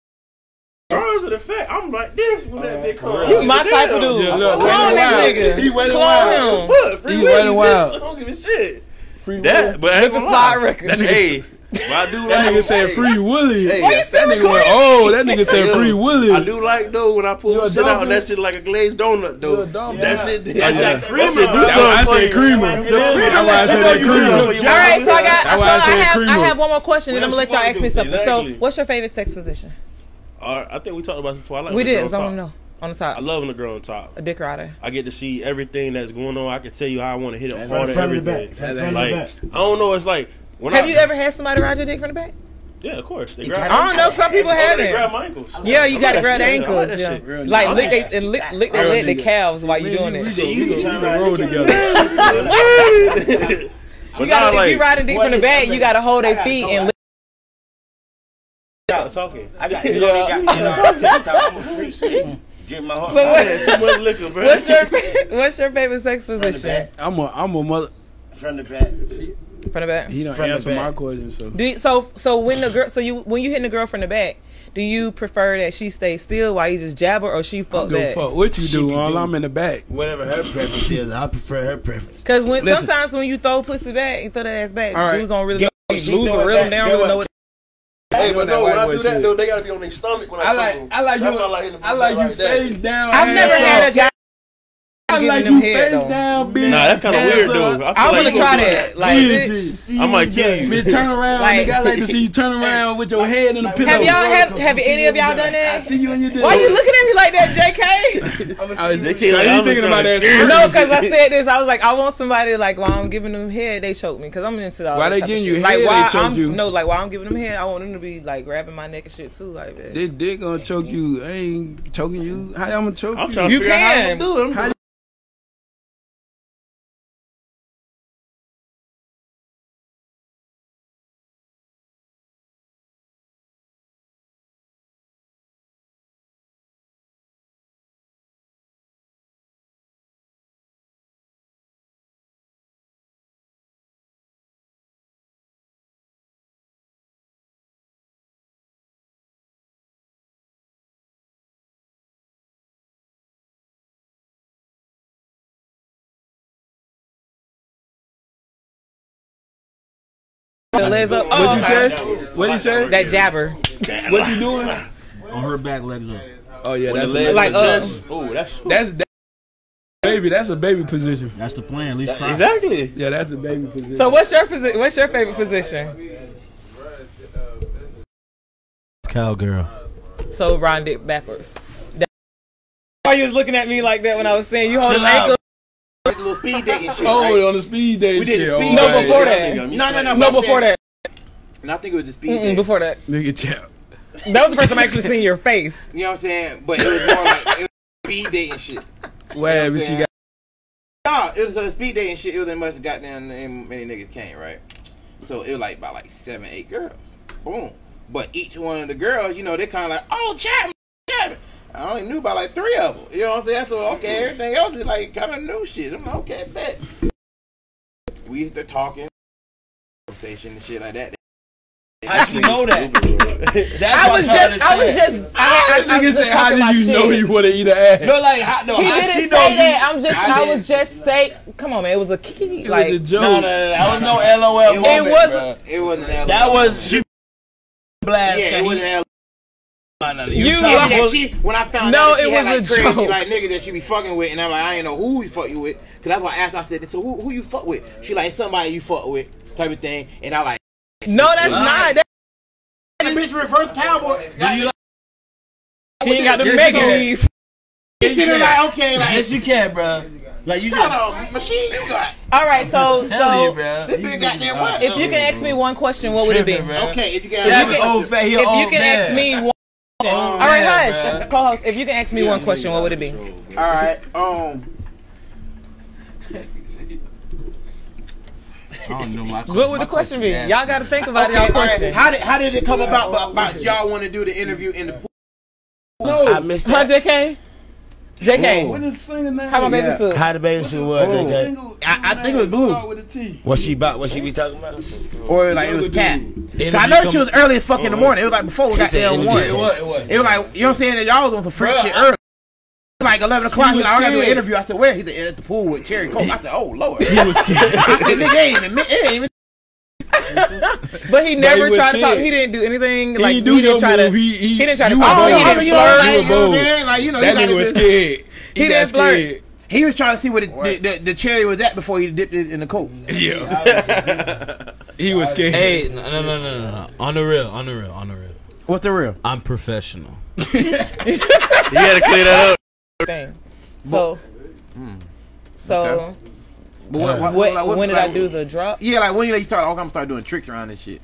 [SPEAKER 12] Regardless of the fact, I'm like this when that bitch come.
[SPEAKER 9] You my type of dude. Yeah, look, Clone that nigga.
[SPEAKER 12] He waiting
[SPEAKER 9] Clone
[SPEAKER 12] wild.
[SPEAKER 9] him.
[SPEAKER 12] What? Free
[SPEAKER 9] He
[SPEAKER 12] Willy,
[SPEAKER 9] waiting
[SPEAKER 12] bitch.
[SPEAKER 9] wild.
[SPEAKER 12] I don't give a shit.
[SPEAKER 9] Free
[SPEAKER 12] That, but I ain't
[SPEAKER 9] Slip and
[SPEAKER 12] gonna lie.
[SPEAKER 9] slide records.
[SPEAKER 12] That nigga, hey, but I
[SPEAKER 9] That
[SPEAKER 12] do like.
[SPEAKER 9] nigga said
[SPEAKER 12] hey,
[SPEAKER 9] free Willie.
[SPEAKER 12] Hey,
[SPEAKER 9] Why you still
[SPEAKER 12] that nigga went,
[SPEAKER 9] recording?
[SPEAKER 12] oh, that nigga said
[SPEAKER 9] Yeah.
[SPEAKER 12] free Willie. I do like though when I pull
[SPEAKER 9] a
[SPEAKER 12] shit out,
[SPEAKER 9] dolphin?
[SPEAKER 12] that shit like a glazed donut though. That shit,
[SPEAKER 9] Yeah.
[SPEAKER 12] that's Oh,
[SPEAKER 9] Yeah.
[SPEAKER 12] that creamer.
[SPEAKER 9] That's why I said creamer. That's why I said that creamer.
[SPEAKER 6] All right, so I got.
[SPEAKER 12] That's
[SPEAKER 6] So
[SPEAKER 12] why I
[SPEAKER 6] I
[SPEAKER 12] said
[SPEAKER 6] have.
[SPEAKER 12] creamer.
[SPEAKER 6] I have one more question, and I'm gonna let y'all ask me something. So,
[SPEAKER 12] Exactly.
[SPEAKER 6] what's your favorite sex position?
[SPEAKER 12] All right, I think we talked about this before. I like
[SPEAKER 6] We
[SPEAKER 12] when a
[SPEAKER 6] did,
[SPEAKER 12] girl
[SPEAKER 6] so I wanna
[SPEAKER 12] top.
[SPEAKER 6] know. On the top.
[SPEAKER 12] I love when a girl on top.
[SPEAKER 6] A dick rider.
[SPEAKER 12] I get to see everything that's going on. I can tell you how I want to hit up
[SPEAKER 3] From
[SPEAKER 12] hard
[SPEAKER 3] the
[SPEAKER 12] at
[SPEAKER 3] front to the
[SPEAKER 12] everything.
[SPEAKER 3] back. From the front to the
[SPEAKER 12] Like
[SPEAKER 3] back.
[SPEAKER 12] I don't know. It's like when
[SPEAKER 6] Have
[SPEAKER 12] I,
[SPEAKER 6] you ever had somebody ride your dick from the back?
[SPEAKER 12] Yeah, of course. They
[SPEAKER 6] I
[SPEAKER 12] grab
[SPEAKER 6] don't know. Some people
[SPEAKER 12] Oh, they
[SPEAKER 6] haven't.
[SPEAKER 12] grab my ankles.
[SPEAKER 6] Yeah, you
[SPEAKER 12] I
[SPEAKER 6] gotta
[SPEAKER 12] like that
[SPEAKER 6] grab the
[SPEAKER 12] shit. I
[SPEAKER 6] ankles.
[SPEAKER 12] like that
[SPEAKER 6] yeah.
[SPEAKER 12] shit.
[SPEAKER 6] Like
[SPEAKER 12] I
[SPEAKER 6] lick
[SPEAKER 12] like
[SPEAKER 6] they and lick lick they lick they calves while you doing it.
[SPEAKER 12] But
[SPEAKER 6] You gotta
[SPEAKER 12] nah,
[SPEAKER 6] if you
[SPEAKER 12] like-
[SPEAKER 6] ride a dick from the back, you gotta hold their feet and lick.
[SPEAKER 12] Stop talking.
[SPEAKER 3] I got
[SPEAKER 6] Yeah.
[SPEAKER 3] you know, they got you know, I'm sick of talking. I'm a freak. They Get my heart.
[SPEAKER 6] So what-
[SPEAKER 3] I had too much liquor, bro.
[SPEAKER 6] What's your what's your favorite sex position?
[SPEAKER 9] I'm a I'm a mother.
[SPEAKER 3] From the back.
[SPEAKER 6] From the back.
[SPEAKER 9] He don't
[SPEAKER 3] From the
[SPEAKER 9] answer
[SPEAKER 3] back.
[SPEAKER 9] my question. So
[SPEAKER 6] Do you, so so when the girl so you when you hitting the girl from the back, do you prefer that she stay still while you just jabber or she fuck
[SPEAKER 9] don't give a
[SPEAKER 6] back?
[SPEAKER 9] fuck what you do. All I'm in the back.
[SPEAKER 3] Whatever her preference is, I prefer her preference.
[SPEAKER 6] Because when
[SPEAKER 9] Listen.
[SPEAKER 6] sometimes when you throw pussy back, you throw that ass back.
[SPEAKER 9] All right.
[SPEAKER 6] Dudes don't really
[SPEAKER 9] Get-
[SPEAKER 6] know,
[SPEAKER 9] she
[SPEAKER 6] lose
[SPEAKER 9] throw
[SPEAKER 6] a
[SPEAKER 9] it back.
[SPEAKER 6] rhythm. They don't
[SPEAKER 9] Get
[SPEAKER 6] really
[SPEAKER 9] what-
[SPEAKER 6] know what.
[SPEAKER 12] Hey, but
[SPEAKER 9] That
[SPEAKER 12] no,
[SPEAKER 9] white
[SPEAKER 12] when I
[SPEAKER 9] boy
[SPEAKER 12] do that
[SPEAKER 9] shit.
[SPEAKER 12] though, they gotta be on their stomach when I,
[SPEAKER 9] I like-
[SPEAKER 12] choke 'em.
[SPEAKER 9] I like
[SPEAKER 12] That's
[SPEAKER 9] you-
[SPEAKER 12] why I like hitting the
[SPEAKER 9] I like
[SPEAKER 12] front
[SPEAKER 9] you
[SPEAKER 12] that.
[SPEAKER 9] face down,
[SPEAKER 6] I've never
[SPEAKER 9] ass
[SPEAKER 6] had
[SPEAKER 9] up.
[SPEAKER 6] a guy.
[SPEAKER 9] I
[SPEAKER 6] giving
[SPEAKER 9] like
[SPEAKER 6] them
[SPEAKER 9] you
[SPEAKER 6] head,
[SPEAKER 9] face
[SPEAKER 6] though.
[SPEAKER 9] down, bitch.
[SPEAKER 12] Nah, that's kinda
[SPEAKER 9] ass
[SPEAKER 12] weird,
[SPEAKER 9] up.
[SPEAKER 12] though. I feel like
[SPEAKER 6] I'm gonna
[SPEAKER 12] you
[SPEAKER 6] try
[SPEAKER 12] gonna do
[SPEAKER 6] that.
[SPEAKER 12] that.
[SPEAKER 6] Like,
[SPEAKER 9] Yeah,
[SPEAKER 6] bitch.
[SPEAKER 12] I might kill you.
[SPEAKER 9] Bitch, turn around.
[SPEAKER 6] Like-
[SPEAKER 9] nigga, I like to see you turn around with your head in the pillow.
[SPEAKER 6] Have y'all have have any of y'all done that? I see
[SPEAKER 9] you and you
[SPEAKER 6] Why you looking at me like that, JK?
[SPEAKER 9] I was,
[SPEAKER 12] can't-
[SPEAKER 9] I
[SPEAKER 12] I'm
[SPEAKER 9] ain't thinking
[SPEAKER 12] just
[SPEAKER 9] about that.
[SPEAKER 12] trying to-
[SPEAKER 9] squirt.
[SPEAKER 6] No, because I said this. I was like, I want somebody like while I'm giving them head, they choke me because I'm into all
[SPEAKER 9] Why
[SPEAKER 6] that
[SPEAKER 9] they
[SPEAKER 6] type of
[SPEAKER 9] giving
[SPEAKER 6] shit.
[SPEAKER 9] you
[SPEAKER 6] like,
[SPEAKER 9] head,
[SPEAKER 6] why
[SPEAKER 9] they choke
[SPEAKER 6] I'm,
[SPEAKER 9] you?
[SPEAKER 6] No, like while I'm giving them head, I want them to be like grabbing my neck and shit too, like that.
[SPEAKER 9] This dick gonna choke you. I ain't choking you. How I'm gonna choke
[SPEAKER 12] I'm
[SPEAKER 9] you?
[SPEAKER 12] trying to
[SPEAKER 9] you
[SPEAKER 12] figure out how I'm gonna do it. I'm
[SPEAKER 9] How you-
[SPEAKER 6] The legs up. Oh,
[SPEAKER 9] What you
[SPEAKER 6] okay.
[SPEAKER 9] say? What you say?
[SPEAKER 6] That jabber.
[SPEAKER 9] What you doing?
[SPEAKER 8] On her back legs up.
[SPEAKER 9] Oh yeah,
[SPEAKER 8] When
[SPEAKER 9] that's
[SPEAKER 8] the legs
[SPEAKER 6] Like,
[SPEAKER 8] are
[SPEAKER 6] uh,
[SPEAKER 8] just-
[SPEAKER 12] Oh, that's
[SPEAKER 9] that's that, baby. That's a baby position.
[SPEAKER 8] That's the plan. At least try.
[SPEAKER 12] exactly.
[SPEAKER 9] Yeah, that's a baby position.
[SPEAKER 6] So what's your position? What's your favorite position?
[SPEAKER 13] Cowgirl.
[SPEAKER 6] So round dick backwards. That- Why you was looking at me like that when I was saying you holding
[SPEAKER 9] Chill out.
[SPEAKER 6] ankle?
[SPEAKER 3] Little speed dating shit.
[SPEAKER 9] Oh,
[SPEAKER 3] right?
[SPEAKER 9] on the speed day
[SPEAKER 3] We
[SPEAKER 9] shit.
[SPEAKER 3] did the speed
[SPEAKER 9] oh,
[SPEAKER 6] No,
[SPEAKER 9] right.
[SPEAKER 6] before
[SPEAKER 3] That
[SPEAKER 6] that.
[SPEAKER 3] nigga,
[SPEAKER 6] No, no, no.
[SPEAKER 3] straight.
[SPEAKER 6] No, before that.
[SPEAKER 4] And I think it was the speed.
[SPEAKER 6] Mm-mm,
[SPEAKER 4] date.
[SPEAKER 6] before that.
[SPEAKER 9] Nigga, chap.
[SPEAKER 6] That was the first time I actually seen your face.
[SPEAKER 4] You know what I'm saying? But it was more like it was speed dating shit.
[SPEAKER 9] Where
[SPEAKER 4] what
[SPEAKER 9] but
[SPEAKER 4] I'm
[SPEAKER 9] she
[SPEAKER 4] saying?
[SPEAKER 9] got?
[SPEAKER 4] Nah, it was a speed dating shit. It was in much goddamn and many niggas came, right? So it was like about like seven, eight girls. Boom. But each one of the girls, you know, they kind of like, oh, Chapman, Chapman. I only knew about like three of them. You know what I'm saying? So okay, everything else is like kind of new shit. I'm like, okay, bet. We used to talking, conversation and shit like that.
[SPEAKER 5] How you know that? That's
[SPEAKER 6] I was just, I was just. I, I, I was just talking my shit.
[SPEAKER 9] want to eat an ass?
[SPEAKER 5] No, like, how, no,
[SPEAKER 6] he
[SPEAKER 5] how
[SPEAKER 6] didn't
[SPEAKER 5] she
[SPEAKER 6] say
[SPEAKER 5] know you-
[SPEAKER 6] that. I'm just, I,
[SPEAKER 5] I
[SPEAKER 6] was just say. Come on, man. It was a kiki.
[SPEAKER 5] was
[SPEAKER 6] like
[SPEAKER 5] a joke. No, no, no, that was no LOL
[SPEAKER 6] It
[SPEAKER 5] moment,
[SPEAKER 6] wasn't.
[SPEAKER 5] It wasn't. That was she blast.
[SPEAKER 4] Yeah, it was an
[SPEAKER 5] LOL.
[SPEAKER 4] You, yeah, that she, when I found
[SPEAKER 5] No,
[SPEAKER 4] out that she
[SPEAKER 5] it
[SPEAKER 4] had,
[SPEAKER 5] was
[SPEAKER 4] like,
[SPEAKER 5] a
[SPEAKER 4] crazy,
[SPEAKER 5] joke.
[SPEAKER 4] like nigga that you be fucking with, and I'm like, I ain't know who you fuck you with, cause that's why I asked. I said, so who, who you fuck with? She like somebody you fuck with, type of thing, and I like,
[SPEAKER 6] no, that's not. That
[SPEAKER 4] and the bitch reverse cowboy. Do you like?
[SPEAKER 5] She ain't got the
[SPEAKER 4] Yes,
[SPEAKER 5] mega
[SPEAKER 4] you can.
[SPEAKER 5] knees.
[SPEAKER 4] You sitting like, okay, like,
[SPEAKER 5] yes, you can, bro. Like you just.
[SPEAKER 4] Hold on, machine you got.
[SPEAKER 6] All right, so
[SPEAKER 5] I'm telling
[SPEAKER 6] so
[SPEAKER 5] you, bro.
[SPEAKER 4] This bitch goddamn what?
[SPEAKER 6] if you can ask me one question, what would it be?
[SPEAKER 5] Tripping, bro.
[SPEAKER 4] Okay, if you
[SPEAKER 6] If
[SPEAKER 4] can
[SPEAKER 6] you
[SPEAKER 4] ask
[SPEAKER 6] can,
[SPEAKER 5] old fat- he
[SPEAKER 6] if
[SPEAKER 5] an
[SPEAKER 6] you
[SPEAKER 5] old
[SPEAKER 6] can
[SPEAKER 5] man.
[SPEAKER 6] ask me one question, all right, hush, co-host. If you can ask me one question, what would it be?
[SPEAKER 4] All right, um,
[SPEAKER 5] I don't know my
[SPEAKER 6] What would the question be? Y'all got to think about y'all
[SPEAKER 4] all right,
[SPEAKER 6] question.
[SPEAKER 4] How did how did it come about? About, about y'all want to do the interview in the pool?
[SPEAKER 3] No. I missed
[SPEAKER 6] Huh,
[SPEAKER 3] that.
[SPEAKER 6] JK? JK, how uh, my baby suit?
[SPEAKER 3] How the baby suit was,
[SPEAKER 4] Oh.
[SPEAKER 3] JK?
[SPEAKER 4] I, I think it was blue,
[SPEAKER 3] What she about? What she be talking about?
[SPEAKER 4] or like it was cat.
[SPEAKER 3] Interview
[SPEAKER 4] I know she
[SPEAKER 3] come-
[SPEAKER 4] was early as fuck in the morning. It was like before we
[SPEAKER 3] Oh, He
[SPEAKER 4] got
[SPEAKER 3] said
[SPEAKER 4] there at
[SPEAKER 3] interview.
[SPEAKER 4] one.
[SPEAKER 3] It was- it was.
[SPEAKER 4] It was like you know what I'm saying. That y'all was on some freak
[SPEAKER 3] Bruh,
[SPEAKER 4] shit
[SPEAKER 3] I-
[SPEAKER 4] early. Like eleven o'clock,
[SPEAKER 3] He
[SPEAKER 4] he's
[SPEAKER 3] was
[SPEAKER 4] like, I gotta do an
[SPEAKER 3] scared.
[SPEAKER 4] interview. I said, where? He said, at the pool with Cherry Coke. I said, oh lord. He was scared. I said, nigga, ain't even, it ain't even
[SPEAKER 6] But he
[SPEAKER 4] But
[SPEAKER 6] never
[SPEAKER 4] he was
[SPEAKER 6] tried to talk.
[SPEAKER 4] scared.
[SPEAKER 6] He didn't do anything.
[SPEAKER 4] He
[SPEAKER 6] Like
[SPEAKER 4] didn't do
[SPEAKER 6] he didn't
[SPEAKER 4] no
[SPEAKER 6] try to.
[SPEAKER 4] move.
[SPEAKER 6] He,
[SPEAKER 4] He-
[SPEAKER 6] didn't try to
[SPEAKER 4] You
[SPEAKER 6] talk.
[SPEAKER 4] were
[SPEAKER 6] he
[SPEAKER 4] bold.
[SPEAKER 6] didn't
[SPEAKER 4] You were
[SPEAKER 6] flirt.
[SPEAKER 4] bold. You were bold. Like, you know, you
[SPEAKER 6] that
[SPEAKER 4] gotta
[SPEAKER 6] nigga was
[SPEAKER 4] do-
[SPEAKER 6] scared.
[SPEAKER 4] got
[SPEAKER 6] He, didn't flirt.
[SPEAKER 4] scared. He was trying to see where the, the, the, the cherry was at before he dipped it in the coke.
[SPEAKER 9] He was scared.
[SPEAKER 15] Hey, no, no, no, no, no. On the real, on the real, on the real.
[SPEAKER 4] What's the real?
[SPEAKER 15] I'm professional.
[SPEAKER 2] You gotta clear that up.
[SPEAKER 6] Thing. So, so.
[SPEAKER 4] Okay. But what,
[SPEAKER 6] What- when did I do the drop?
[SPEAKER 4] Yeah, like when you, like, you start, oh, I'm gonna start doing tricks around this shit.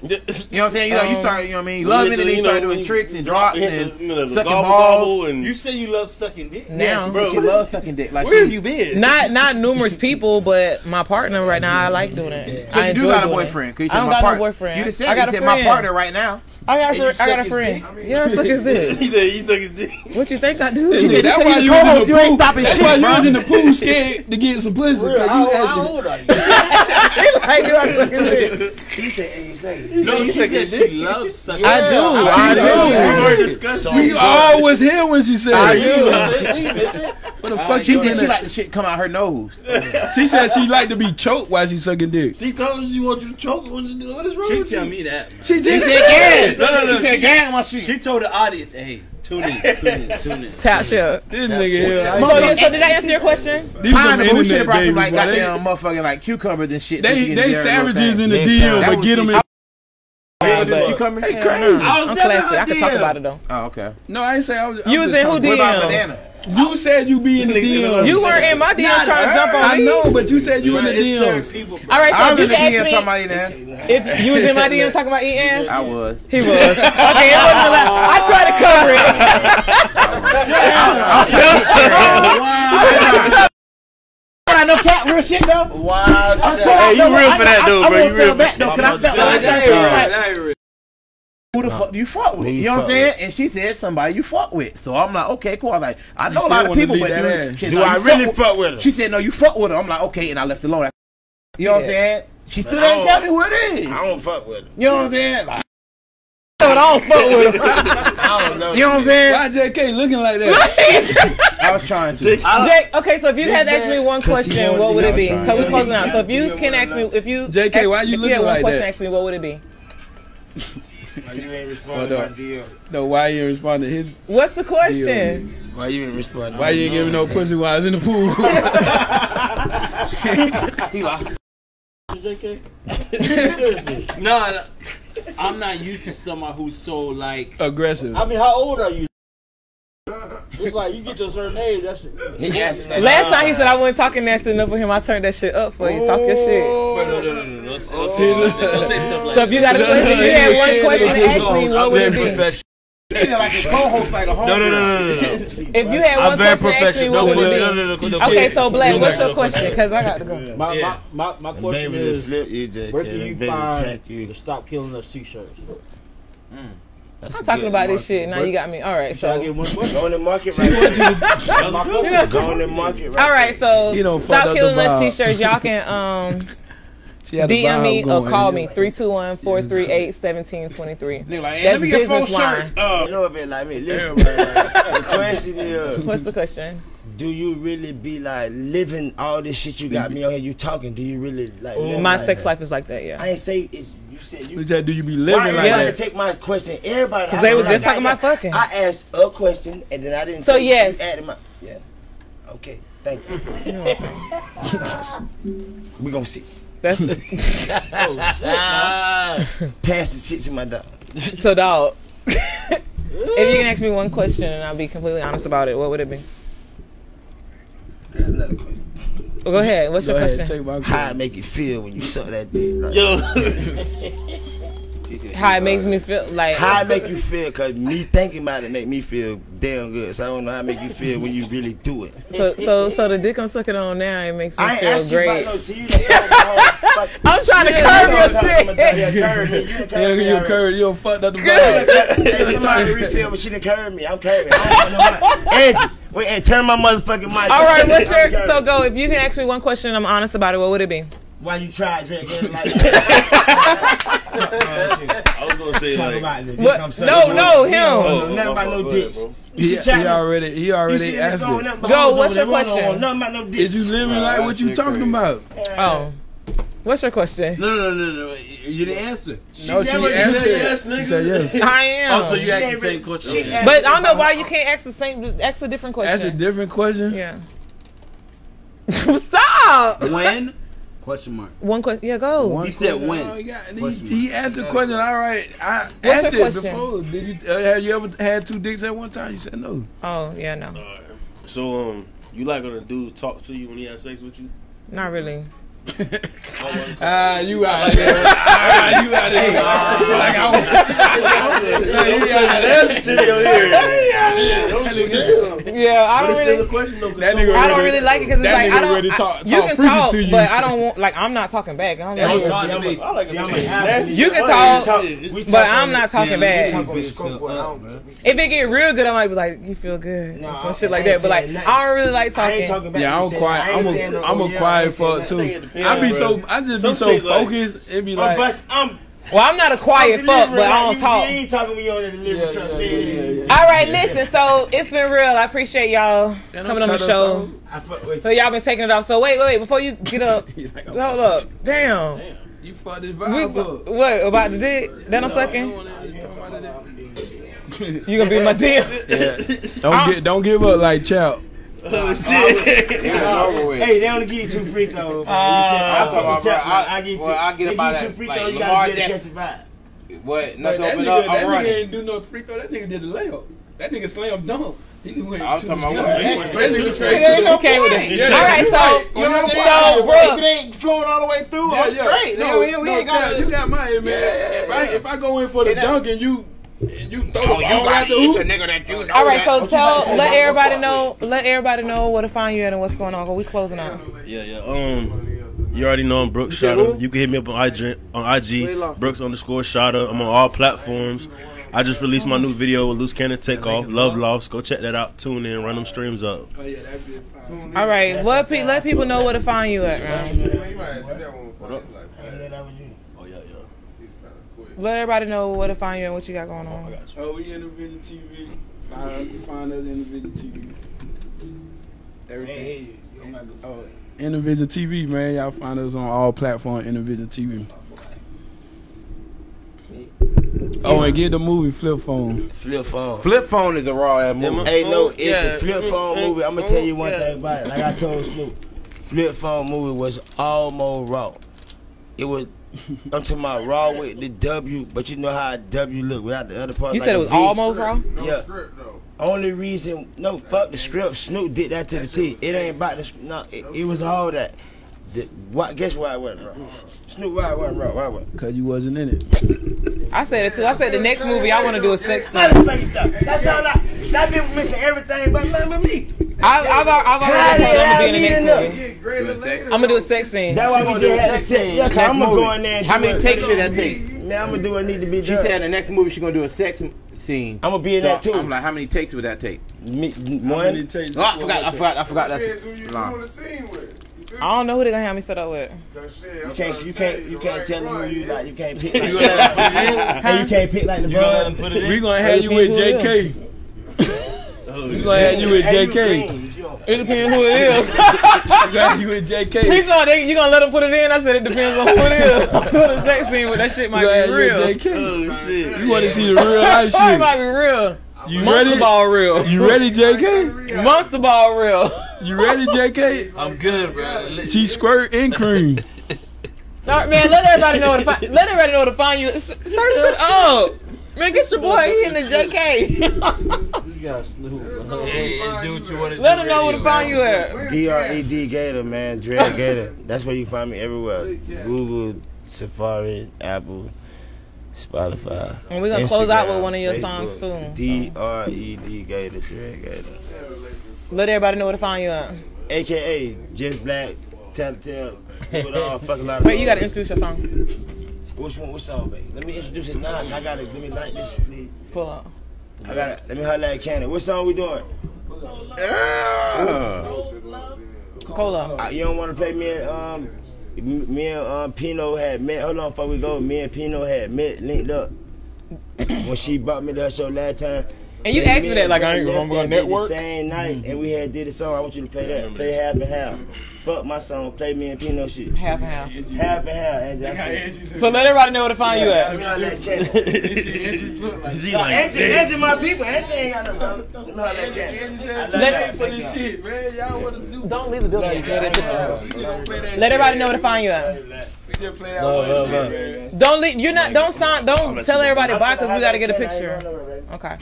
[SPEAKER 4] You know what I'm saying? You know, you
[SPEAKER 12] Uh-huh.
[SPEAKER 5] Um,
[SPEAKER 4] start, you know what I mean?
[SPEAKER 5] you
[SPEAKER 4] Loving
[SPEAKER 5] hit
[SPEAKER 4] it,
[SPEAKER 5] the-
[SPEAKER 4] and you
[SPEAKER 5] you
[SPEAKER 4] start
[SPEAKER 5] know,
[SPEAKER 4] doing
[SPEAKER 5] you-
[SPEAKER 4] tricks
[SPEAKER 5] you
[SPEAKER 4] and
[SPEAKER 5] drop-
[SPEAKER 4] drops
[SPEAKER 5] hit
[SPEAKER 4] and
[SPEAKER 5] the- you know, the
[SPEAKER 4] sucking
[SPEAKER 5] gobble,
[SPEAKER 4] balls.
[SPEAKER 5] gobble and- You say you love sucking dick.
[SPEAKER 6] Now.
[SPEAKER 4] Yeah, bro, you love sucking dick. Like, where you been?
[SPEAKER 6] Not not numerous people, but my partner right now. I like doing it.
[SPEAKER 4] So
[SPEAKER 6] I
[SPEAKER 4] you do
[SPEAKER 6] enjoy
[SPEAKER 4] got a
[SPEAKER 6] doing it.
[SPEAKER 4] boyfriend? 'cause you
[SPEAKER 6] I
[SPEAKER 4] said
[SPEAKER 6] don't
[SPEAKER 4] my
[SPEAKER 6] got no
[SPEAKER 4] partner.
[SPEAKER 6] boyfriend.
[SPEAKER 4] You just said,
[SPEAKER 6] I got
[SPEAKER 4] you
[SPEAKER 6] a
[SPEAKER 4] said
[SPEAKER 6] friend.
[SPEAKER 4] my partner right now.
[SPEAKER 6] I got a
[SPEAKER 4] And you
[SPEAKER 6] friend. I
[SPEAKER 4] suck
[SPEAKER 6] got a
[SPEAKER 4] his
[SPEAKER 6] friend.
[SPEAKER 4] dick?
[SPEAKER 6] Yeah, I suck his dick.
[SPEAKER 2] He said you suck his dick.
[SPEAKER 6] What you think I do?
[SPEAKER 9] She said, that's why you was in the pool. That's why you was in the pool scared to get some pussy. 'cause you
[SPEAKER 6] how-
[SPEAKER 9] asking-
[SPEAKER 6] Like, do I suck his dick?
[SPEAKER 3] She said, hey, you say.
[SPEAKER 5] No, she said she loves sucking.
[SPEAKER 6] I do. I do.
[SPEAKER 9] We always here when she said
[SPEAKER 4] I
[SPEAKER 9] it.
[SPEAKER 4] do.
[SPEAKER 9] What the fuck
[SPEAKER 4] She
[SPEAKER 9] you
[SPEAKER 4] did. She
[SPEAKER 9] doing
[SPEAKER 4] like
[SPEAKER 9] that?
[SPEAKER 4] the shit come out her nose.
[SPEAKER 9] She said she like to be choked while she sucking dick.
[SPEAKER 2] She told you she wanted you to choke. What is what is wrong
[SPEAKER 5] She
[SPEAKER 2] with
[SPEAKER 5] tell
[SPEAKER 2] you?
[SPEAKER 5] me that. bro.
[SPEAKER 9] She
[SPEAKER 4] She
[SPEAKER 9] just
[SPEAKER 4] said,
[SPEAKER 9] said
[SPEAKER 4] "Gang."
[SPEAKER 9] it.
[SPEAKER 5] No, no, no.
[SPEAKER 4] She said, "Gang," while she.
[SPEAKER 5] She told the audience, "Hey, tune in, tune in, tune in."
[SPEAKER 6] Tap shit.
[SPEAKER 9] This nigga here. I
[SPEAKER 6] So,
[SPEAKER 9] said,
[SPEAKER 6] yeah, so did I answer your question?
[SPEAKER 9] these some
[SPEAKER 4] Pineapple, we
[SPEAKER 9] internet
[SPEAKER 4] should have brought some
[SPEAKER 9] babies,
[SPEAKER 4] like
[SPEAKER 9] boy. They-
[SPEAKER 4] goddamn motherfucking like cucumbers and shit.
[SPEAKER 9] They they savages in the DM, but get them in.
[SPEAKER 6] Nah, but-
[SPEAKER 4] cucumber.
[SPEAKER 9] That's crazy.
[SPEAKER 6] I'm classy. I can talk about it though.
[SPEAKER 4] Oh, okay.
[SPEAKER 9] No, I ain't say I was. I'm
[SPEAKER 6] You was
[SPEAKER 9] just
[SPEAKER 6] in who
[SPEAKER 9] talking-
[SPEAKER 4] What about
[SPEAKER 6] DMs?
[SPEAKER 4] banana?
[SPEAKER 9] You said you be in the DM.
[SPEAKER 6] You weren't in my DMs trying to jump on
[SPEAKER 9] I
[SPEAKER 6] me.
[SPEAKER 9] know, but you said you in the
[SPEAKER 5] It's certain
[SPEAKER 9] DM.
[SPEAKER 5] people, bro.
[SPEAKER 6] All right,
[SPEAKER 4] I
[SPEAKER 6] so
[SPEAKER 4] was in
[SPEAKER 6] if you
[SPEAKER 4] the
[SPEAKER 6] can
[SPEAKER 4] DM talking
[SPEAKER 6] ask me
[SPEAKER 4] about eating
[SPEAKER 6] if you was in my DM talking about eating.
[SPEAKER 4] I was.
[SPEAKER 6] He was. Okay, it wasn't allowed. I tried to cover it.
[SPEAKER 4] But I know cat real shit though.
[SPEAKER 5] Wow,
[SPEAKER 4] I'm
[SPEAKER 5] shit.
[SPEAKER 4] telling
[SPEAKER 2] Hey, you
[SPEAKER 4] I know-
[SPEAKER 2] real
[SPEAKER 4] I-
[SPEAKER 2] for that
[SPEAKER 4] I-
[SPEAKER 2] though, bro.
[SPEAKER 4] I won't
[SPEAKER 2] You real
[SPEAKER 4] feel
[SPEAKER 2] for
[SPEAKER 4] back
[SPEAKER 2] that.
[SPEAKER 4] though, cause I felt
[SPEAKER 5] That
[SPEAKER 4] like
[SPEAKER 5] ain't
[SPEAKER 4] that.
[SPEAKER 5] real.
[SPEAKER 4] Like,
[SPEAKER 5] That ain't real.
[SPEAKER 4] Who the fuck do you fuck with?
[SPEAKER 3] Who
[SPEAKER 4] You
[SPEAKER 3] you
[SPEAKER 4] know what I'm
[SPEAKER 3] fuck
[SPEAKER 4] saying? And she said somebody you fuck with. So I'm like, okay, cool. I'm like, I know a
[SPEAKER 9] still
[SPEAKER 4] lot of
[SPEAKER 9] wanna
[SPEAKER 4] people,
[SPEAKER 9] leave
[SPEAKER 4] but
[SPEAKER 9] that
[SPEAKER 4] dude,
[SPEAKER 9] ass.
[SPEAKER 4] she said,
[SPEAKER 3] Do
[SPEAKER 4] no,
[SPEAKER 3] I
[SPEAKER 4] you
[SPEAKER 3] really
[SPEAKER 4] with-
[SPEAKER 3] fuck with her?
[SPEAKER 4] She said, no, you fuck with her. I'm like, okay, and I left alone. You know what I'm saying? She still
[SPEAKER 3] But I
[SPEAKER 4] ain't tell me who
[SPEAKER 3] don't-
[SPEAKER 4] it is.
[SPEAKER 3] I don't fuck with her.
[SPEAKER 4] You know what I'm saying? Like, but I don't fuck with her.
[SPEAKER 3] I don't know.
[SPEAKER 4] You know what I'm saying?
[SPEAKER 9] Why JK looking like that?
[SPEAKER 4] I was trying to.
[SPEAKER 6] Jake, okay, so if you had to ask me one
[SPEAKER 3] Cause he wanted
[SPEAKER 6] question, what
[SPEAKER 3] to
[SPEAKER 6] would it
[SPEAKER 3] know
[SPEAKER 6] be?
[SPEAKER 3] the
[SPEAKER 6] Cause we
[SPEAKER 3] time.
[SPEAKER 6] closing out. So if you can ask me, if you
[SPEAKER 9] JK,
[SPEAKER 6] ask-
[SPEAKER 9] why you
[SPEAKER 6] if
[SPEAKER 9] looking
[SPEAKER 6] had one
[SPEAKER 9] like
[SPEAKER 6] question,
[SPEAKER 9] that?
[SPEAKER 6] ask me what would it be?
[SPEAKER 3] You ain't responding
[SPEAKER 9] Hold
[SPEAKER 3] to
[SPEAKER 9] up.
[SPEAKER 3] my DM.
[SPEAKER 9] No, why you ain't responding to his?
[SPEAKER 6] What's the question?
[SPEAKER 3] Why you ain't responding?
[SPEAKER 9] Why you ain't giving no pussy while I was in the pool?
[SPEAKER 4] He like,
[SPEAKER 5] No, no, I'm not used to someone who's so like.
[SPEAKER 9] Aggressive.
[SPEAKER 8] I mean, how old are you? It's like you get to a certain age. That's
[SPEAKER 3] He asked me
[SPEAKER 6] Last night he said I wasn't talking nasty enough for him. I turned that shit up for you. Talk your shit.
[SPEAKER 5] Bro, no, no, no, no, no. Don't, don't say, don't say- don't say stuff like
[SPEAKER 6] So if you got a
[SPEAKER 9] No, no,
[SPEAKER 6] question, if you
[SPEAKER 9] he
[SPEAKER 6] had
[SPEAKER 9] was scared of the
[SPEAKER 6] one question to ask me,
[SPEAKER 9] dog.
[SPEAKER 6] what
[SPEAKER 5] I'm
[SPEAKER 6] would
[SPEAKER 5] very
[SPEAKER 6] it be?
[SPEAKER 5] professional.
[SPEAKER 4] treated like a co-host, like a homie.
[SPEAKER 5] No, no, no, no, no, no.
[SPEAKER 6] If you had one
[SPEAKER 5] I'm very
[SPEAKER 6] question to ask me,
[SPEAKER 5] professional. No,
[SPEAKER 6] what
[SPEAKER 5] no, no, no,
[SPEAKER 6] would it be?
[SPEAKER 5] no, no, no.
[SPEAKER 6] Okay, so Black, what's your
[SPEAKER 5] Yeah.
[SPEAKER 6] question? Cause I got to go.
[SPEAKER 8] my,
[SPEAKER 5] Yeah.
[SPEAKER 8] my, my, my question
[SPEAKER 3] Baby, just
[SPEAKER 8] is,
[SPEAKER 3] flip you, JK.
[SPEAKER 8] where can you Mm.
[SPEAKER 3] Baby,
[SPEAKER 8] find
[SPEAKER 3] attack
[SPEAKER 8] the
[SPEAKER 3] you.
[SPEAKER 8] stop killing us t-shirts?
[SPEAKER 3] That's
[SPEAKER 6] I'm
[SPEAKER 3] a
[SPEAKER 6] talking
[SPEAKER 3] good
[SPEAKER 6] about this
[SPEAKER 3] market.
[SPEAKER 6] shit. Now you got me. All right,
[SPEAKER 8] Should I
[SPEAKER 6] so
[SPEAKER 8] get one?
[SPEAKER 3] Go in the market right now. Go in the market right
[SPEAKER 6] all right, so
[SPEAKER 9] You don't fuck
[SPEAKER 6] stop
[SPEAKER 9] up
[SPEAKER 6] killing
[SPEAKER 9] the
[SPEAKER 6] us
[SPEAKER 9] vibe.
[SPEAKER 6] t-shirts. Y'all can um
[SPEAKER 9] She had a
[SPEAKER 6] DM me
[SPEAKER 9] vibe going,
[SPEAKER 6] or call
[SPEAKER 9] yeah.
[SPEAKER 6] me 321 438 1723.
[SPEAKER 3] let
[SPEAKER 6] That's
[SPEAKER 3] me get four
[SPEAKER 6] business line.
[SPEAKER 3] shirts. you know a bit like me. Listen, man, the question is,
[SPEAKER 6] What's the question?
[SPEAKER 3] Do you really be like living all this shit you got me on here? You talking? Do you really like? live
[SPEAKER 6] My
[SPEAKER 3] like
[SPEAKER 6] sex
[SPEAKER 3] that?
[SPEAKER 6] life is like that, yeah.
[SPEAKER 3] Uh, I ain't say it's, you said you.
[SPEAKER 9] We said, do you be
[SPEAKER 3] Why
[SPEAKER 9] living
[SPEAKER 3] you
[SPEAKER 9] like
[SPEAKER 3] gotta
[SPEAKER 9] that?
[SPEAKER 3] take my question? Everybody,
[SPEAKER 6] 'Cause
[SPEAKER 3] I-
[SPEAKER 6] they was
[SPEAKER 3] I-
[SPEAKER 6] just
[SPEAKER 3] I-
[SPEAKER 6] talking about fucking.
[SPEAKER 3] I asked a question and then I didn't.
[SPEAKER 6] So
[SPEAKER 3] say you
[SPEAKER 6] yes.
[SPEAKER 3] added my- yeah. Okay. Thank you. we gonna see. Oh,
[SPEAKER 6] That's
[SPEAKER 3] Pass the shit to my dog.
[SPEAKER 6] so dog. if you can ask me one question and I'll be completely honest about it, what would it be? Well, go ahead. What's
[SPEAKER 3] Go
[SPEAKER 6] your
[SPEAKER 3] ahead,
[SPEAKER 6] question?
[SPEAKER 3] take How it make you feel when you suck that dick? Like,
[SPEAKER 6] How it makes me feel like
[SPEAKER 3] How it make you feel? Cause me thinking about it make me feel damn good. So I don't know how it make you feel when you really do it.
[SPEAKER 6] So so so the dick I'm sucking on now it makes me
[SPEAKER 3] I ain't
[SPEAKER 6] feel
[SPEAKER 3] asking you about
[SPEAKER 6] great.
[SPEAKER 3] no tea,
[SPEAKER 6] I'm trying to
[SPEAKER 3] Yeah,
[SPEAKER 6] curb
[SPEAKER 3] you
[SPEAKER 6] your
[SPEAKER 3] know,
[SPEAKER 6] shit.
[SPEAKER 9] Yeah, you curve, you don't fuck up the
[SPEAKER 3] Hey, somebody refill, but she didn't curve me. I'm curving. Angie, wait, hey, turn my motherfucking mic.
[SPEAKER 6] All right, what's
[SPEAKER 3] I'm
[SPEAKER 6] your
[SPEAKER 3] curving.
[SPEAKER 6] so go? If you can ask me one question, and I'm honest about it. What would it be?
[SPEAKER 3] Why you try drinking like
[SPEAKER 12] I was gonna say
[SPEAKER 3] Talk
[SPEAKER 12] like,
[SPEAKER 3] about this.
[SPEAKER 6] What?
[SPEAKER 3] I'm
[SPEAKER 6] No, no, him.
[SPEAKER 3] Oh, nothing about no dicks. You see
[SPEAKER 9] He, he
[SPEAKER 3] Chapman?
[SPEAKER 9] already, he
[SPEAKER 3] You
[SPEAKER 9] already
[SPEAKER 3] see him
[SPEAKER 9] asked
[SPEAKER 3] throwing
[SPEAKER 9] it.
[SPEAKER 3] nothing but hoes over there. We don't want Nothing about no dicks.
[SPEAKER 9] Is you living like what you talking about?
[SPEAKER 6] Oh, what's your question?
[SPEAKER 5] No, no, no, no, no. You didn't answer.
[SPEAKER 9] No, she answered. She said yes.
[SPEAKER 6] I am.
[SPEAKER 5] Oh, so you asked the same question.
[SPEAKER 9] she
[SPEAKER 5] Okay.
[SPEAKER 9] asked-
[SPEAKER 6] But I don't know why you can't ask the same, ask a different
[SPEAKER 9] That's a
[SPEAKER 6] question.
[SPEAKER 9] different question.
[SPEAKER 6] Yeah. Stop.
[SPEAKER 5] When? Question mark.
[SPEAKER 6] One question. Yeah, go.
[SPEAKER 5] He said
[SPEAKER 9] Oh, he,
[SPEAKER 5] when.
[SPEAKER 9] got- he-
[SPEAKER 5] Question
[SPEAKER 9] he asked the question. All right, I
[SPEAKER 6] your
[SPEAKER 9] asked it
[SPEAKER 6] question?
[SPEAKER 9] before. Did you uh, have you ever had two dicks at one time? You said no.
[SPEAKER 6] Oh yeah, no,
[SPEAKER 12] so um, you like when a dude talk to you when he has sex with you?
[SPEAKER 6] not really. Uh,
[SPEAKER 9] Ah, you out there? Ah, you out there? Like I was. Nah, he out there.
[SPEAKER 6] Yeah, I don't really.
[SPEAKER 9] That nigga
[SPEAKER 6] I don't
[SPEAKER 9] already-
[SPEAKER 6] really like it because it's
[SPEAKER 9] that
[SPEAKER 6] like
[SPEAKER 9] nigga
[SPEAKER 6] I don't.
[SPEAKER 9] already
[SPEAKER 6] I-
[SPEAKER 9] talk-
[SPEAKER 6] you
[SPEAKER 9] talk
[SPEAKER 6] can
[SPEAKER 9] freaky
[SPEAKER 6] talk,
[SPEAKER 9] to you.
[SPEAKER 6] but I don't want. Like I'm not talking back. I don't
[SPEAKER 5] Don't
[SPEAKER 6] like
[SPEAKER 5] talk
[SPEAKER 6] it.
[SPEAKER 5] to me.
[SPEAKER 6] You can talk, but I'm not talking back. If it get real good, I might be like, "You feel good," or some shit like that. But like, I don't really like
[SPEAKER 3] I ain't
[SPEAKER 6] talking.
[SPEAKER 3] talking about
[SPEAKER 9] Yeah, I'm quiet. I'm a, I'm a quiet fuck too. I be so, I just be
[SPEAKER 12] Some
[SPEAKER 9] so
[SPEAKER 12] shit like-
[SPEAKER 9] focused. It be
[SPEAKER 3] I'm
[SPEAKER 9] like,
[SPEAKER 3] bust. I'm.
[SPEAKER 6] Well, I'm not a quiet
[SPEAKER 3] I'm
[SPEAKER 6] fuck, but
[SPEAKER 3] delivering,
[SPEAKER 6] I
[SPEAKER 3] like,
[SPEAKER 6] don't
[SPEAKER 3] you-
[SPEAKER 6] talk.
[SPEAKER 3] You ain't talking when you on the delivery truck.
[SPEAKER 6] All right, listen. So it's been real. I appreciate y'all coming on the
[SPEAKER 9] cut us
[SPEAKER 6] show.
[SPEAKER 3] I fuck with
[SPEAKER 6] So y'all been taking it off. So wait, wait, wait. Before you get up, hold up. Damn.
[SPEAKER 9] you fuck this
[SPEAKER 6] We,
[SPEAKER 9] vibe up.
[SPEAKER 6] what about the dick that I'm sucking? You gonna be my dick?
[SPEAKER 9] Don't get, don't give up like chow.
[SPEAKER 3] Oh, Hey, they only give you two free throws. man.
[SPEAKER 6] Uh,
[SPEAKER 14] I,
[SPEAKER 3] You can't- I fuck with Chapman. I
[SPEAKER 14] I,
[SPEAKER 3] get you.
[SPEAKER 14] well, I
[SPEAKER 3] They
[SPEAKER 14] get
[SPEAKER 3] give
[SPEAKER 14] about
[SPEAKER 3] you two
[SPEAKER 14] that.
[SPEAKER 3] free
[SPEAKER 14] Like,
[SPEAKER 3] throws. You
[SPEAKER 14] Lamar
[SPEAKER 3] gotta be able
[SPEAKER 14] Jackson.
[SPEAKER 3] to catch it back.
[SPEAKER 14] What?
[SPEAKER 9] Like,
[SPEAKER 14] Nothing
[SPEAKER 9] that
[SPEAKER 14] open
[SPEAKER 9] nigga,
[SPEAKER 14] up.
[SPEAKER 9] that
[SPEAKER 14] I'm
[SPEAKER 9] nigga
[SPEAKER 14] running.
[SPEAKER 9] ain't do no free throw. That nigga did a layup. That nigga slam dunk. He just went
[SPEAKER 14] I was
[SPEAKER 9] to
[SPEAKER 14] talking
[SPEAKER 9] the
[SPEAKER 14] about-
[SPEAKER 9] sky.
[SPEAKER 14] he
[SPEAKER 9] That
[SPEAKER 14] went
[SPEAKER 9] nigga
[SPEAKER 14] to the
[SPEAKER 9] straight
[SPEAKER 14] sky.
[SPEAKER 9] to
[SPEAKER 14] Ain't
[SPEAKER 9] the-
[SPEAKER 14] no
[SPEAKER 6] Okay with
[SPEAKER 14] point.
[SPEAKER 6] it.
[SPEAKER 9] Yeah,
[SPEAKER 6] All right,
[SPEAKER 9] you
[SPEAKER 6] so
[SPEAKER 9] right.
[SPEAKER 14] You know what I'm
[SPEAKER 6] so
[SPEAKER 14] saying?
[SPEAKER 6] bro,
[SPEAKER 14] If it ain't flowing all the way through, I'm straight.
[SPEAKER 9] No,
[SPEAKER 14] Nigga, we- we
[SPEAKER 9] no,
[SPEAKER 14] ain't got
[SPEAKER 9] Chad, you got my man. if I if I go in for the dunk and you and you throw the
[SPEAKER 14] Oh, you
[SPEAKER 9] ball
[SPEAKER 14] got
[SPEAKER 9] out
[SPEAKER 14] it.
[SPEAKER 9] the
[SPEAKER 14] It's
[SPEAKER 9] hoop,
[SPEAKER 14] a nigga that you know.
[SPEAKER 6] All right, so
[SPEAKER 14] that-
[SPEAKER 6] tell let everybody know let everybody know where to find you at and what's going on. 'cause we closing out.
[SPEAKER 12] Yeah, yeah. Um, you already know I'm Brooks Shotter. You can hit me up on IG, on IG Brooks underscore Shotter. I'm on all platforms. I just released my new video with Loose Cannon Take Off, Love Lost. Go check that out. Tune in, run them streams up.
[SPEAKER 6] All right, what pe- let people know where to find you at, man.
[SPEAKER 12] Oh yeah, yeah.
[SPEAKER 6] Let everybody know where to find you and what you got going on.
[SPEAKER 9] Oh, we in the Vision TV. Find, find us in the Vision TV. Everything. Oh, Individual TV, man. Y'all find us on all platform Individual TV. Oh, and get the movie Flip Phone.
[SPEAKER 3] Flip phone.
[SPEAKER 14] Flip phone is a raw ass movie.
[SPEAKER 3] Hey, no, it's
[SPEAKER 12] Yeah.
[SPEAKER 3] a flip phone
[SPEAKER 12] Mm,
[SPEAKER 3] movie. I'm gonna
[SPEAKER 12] mm,
[SPEAKER 3] tell you one
[SPEAKER 12] yeah.
[SPEAKER 3] thing about it. Like I told Snoop, flip phone movie was almost raw. It was. I'm talking about raw with the W, but you know how a W look without the other part.
[SPEAKER 6] You
[SPEAKER 3] like
[SPEAKER 6] said it
[SPEAKER 3] a
[SPEAKER 6] was
[SPEAKER 3] V.
[SPEAKER 6] almost wrong.
[SPEAKER 3] Yeah. Only reason, no, fuck the script. Snoop did that to the T. It ain't about the script. No, it, it was all that. The, why, guess why it wasn't raw? Snoop, why it wasn't raw? Why it wasn't?
[SPEAKER 9] Cause you wasn't in it.
[SPEAKER 6] I said it too. I said the next movie I want to do is sex. scene.
[SPEAKER 3] Motherfucking thought. That's all I. That been missing everything but, but, but me.
[SPEAKER 6] I, I've, al- I've
[SPEAKER 3] How
[SPEAKER 6] already
[SPEAKER 3] the
[SPEAKER 6] told them I'm
[SPEAKER 3] hell
[SPEAKER 6] gonna be
[SPEAKER 3] me
[SPEAKER 6] in the
[SPEAKER 3] enough?
[SPEAKER 6] next movie. I'm gonna do a sex scene.
[SPEAKER 3] That's why we just had to say, yeah, i I'm gonna go in there and
[SPEAKER 14] How
[SPEAKER 3] do
[SPEAKER 14] many
[SPEAKER 3] it.
[SPEAKER 14] takes should that take?
[SPEAKER 3] Man, I'm gonna do what need to be
[SPEAKER 14] She
[SPEAKER 3] done.
[SPEAKER 14] said in the next movie she gonna do a sex m- scene.
[SPEAKER 3] I'm gonna be in that too.
[SPEAKER 14] I'm like, how many takes would that take?
[SPEAKER 3] Me-
[SPEAKER 9] How many
[SPEAKER 3] one,
[SPEAKER 9] takes-
[SPEAKER 14] Oh, I Oh, forgot. I forgot. I forgot that.
[SPEAKER 2] Depends who you
[SPEAKER 14] Nah.
[SPEAKER 2] doing the scene with.
[SPEAKER 6] I don't know who they're gonna have me set up with.
[SPEAKER 3] You can't, you can't, you can't tell them who you like. You can't pick. Like,
[SPEAKER 6] You gonna let 'em put it in?
[SPEAKER 3] And you can't pick like
[SPEAKER 6] You
[SPEAKER 3] LeBron.
[SPEAKER 6] gonna let 'em put it in? We gonna have you with JK.
[SPEAKER 9] We gonna have you with JK.
[SPEAKER 6] It depends who it is.
[SPEAKER 9] you with JK.
[SPEAKER 6] He said, they, you gonna let them put it in? I said, it depends on who it is. I know the sex scene, but that shit might
[SPEAKER 9] You had
[SPEAKER 6] be
[SPEAKER 9] your
[SPEAKER 6] real.
[SPEAKER 9] JK.
[SPEAKER 6] Oh, shit.
[SPEAKER 9] You wanna see the real life
[SPEAKER 6] It
[SPEAKER 9] shit.
[SPEAKER 6] might be real.
[SPEAKER 9] You
[SPEAKER 6] Monster
[SPEAKER 9] ready?
[SPEAKER 6] ball real.
[SPEAKER 9] You ready, JK?
[SPEAKER 6] Monster ball real.
[SPEAKER 9] You ready, JK?
[SPEAKER 5] I'm good, bro.
[SPEAKER 9] She squirt and cream.
[SPEAKER 6] All right, man, let everybody know where to find. Let everybody know where to find you. S- Search it up, man. Get your boy. He in the JK.
[SPEAKER 5] Hey, do what you want to do.
[SPEAKER 6] let him know where to find you at.
[SPEAKER 3] D R E D Gator, man, Dread Gator. That's where you find me everywhere. Google, Safari, Apple, Spotify.
[SPEAKER 6] And we're gonna close out with one of your songs soon,
[SPEAKER 3] D R E D Gator, Dread Gator.
[SPEAKER 6] Let everybody know where to find you at.
[SPEAKER 3] AKA Just Black, Tattletale. Do it all, fuck a lot of.
[SPEAKER 6] Wait, you gotta introduce your song.
[SPEAKER 3] Which one? Which song, babe? Let me introduce it now. I gotta let me like this, please.
[SPEAKER 6] Pull up.
[SPEAKER 3] I gotta let me holler at Cannon. What song we doing? Ah!
[SPEAKER 6] Cola.
[SPEAKER 3] Uh, you don't want to play me and um, m- me and um, Pino had met. Hold on, before we go, me and Pino had met, linked up. when she bought me that show last time.
[SPEAKER 6] And you asked me that, like, I ain't remember
[SPEAKER 3] left
[SPEAKER 6] on
[SPEAKER 3] that bitch The
[SPEAKER 6] network.
[SPEAKER 3] same night, and we had did a song. I want you to play that. Play half and half. Fuck my song. Play me and Pino shit.
[SPEAKER 6] Half and half.
[SPEAKER 3] Half and half. Angie, I said.
[SPEAKER 6] So let everybody know where to find you at.
[SPEAKER 3] Let me holler at Cannon. No, Angie, Angie, my people. Angie ain't got no problem. Let me holler at Cannon.
[SPEAKER 6] Let-
[SPEAKER 9] man. Y'all want to do?
[SPEAKER 6] Don't leave the building. You can't Let
[SPEAKER 9] Let
[SPEAKER 6] everybody know where to find you at. Don't leave. You're not. Don't sign. Don't tell everybody bye because we gotta get a picture. Okay.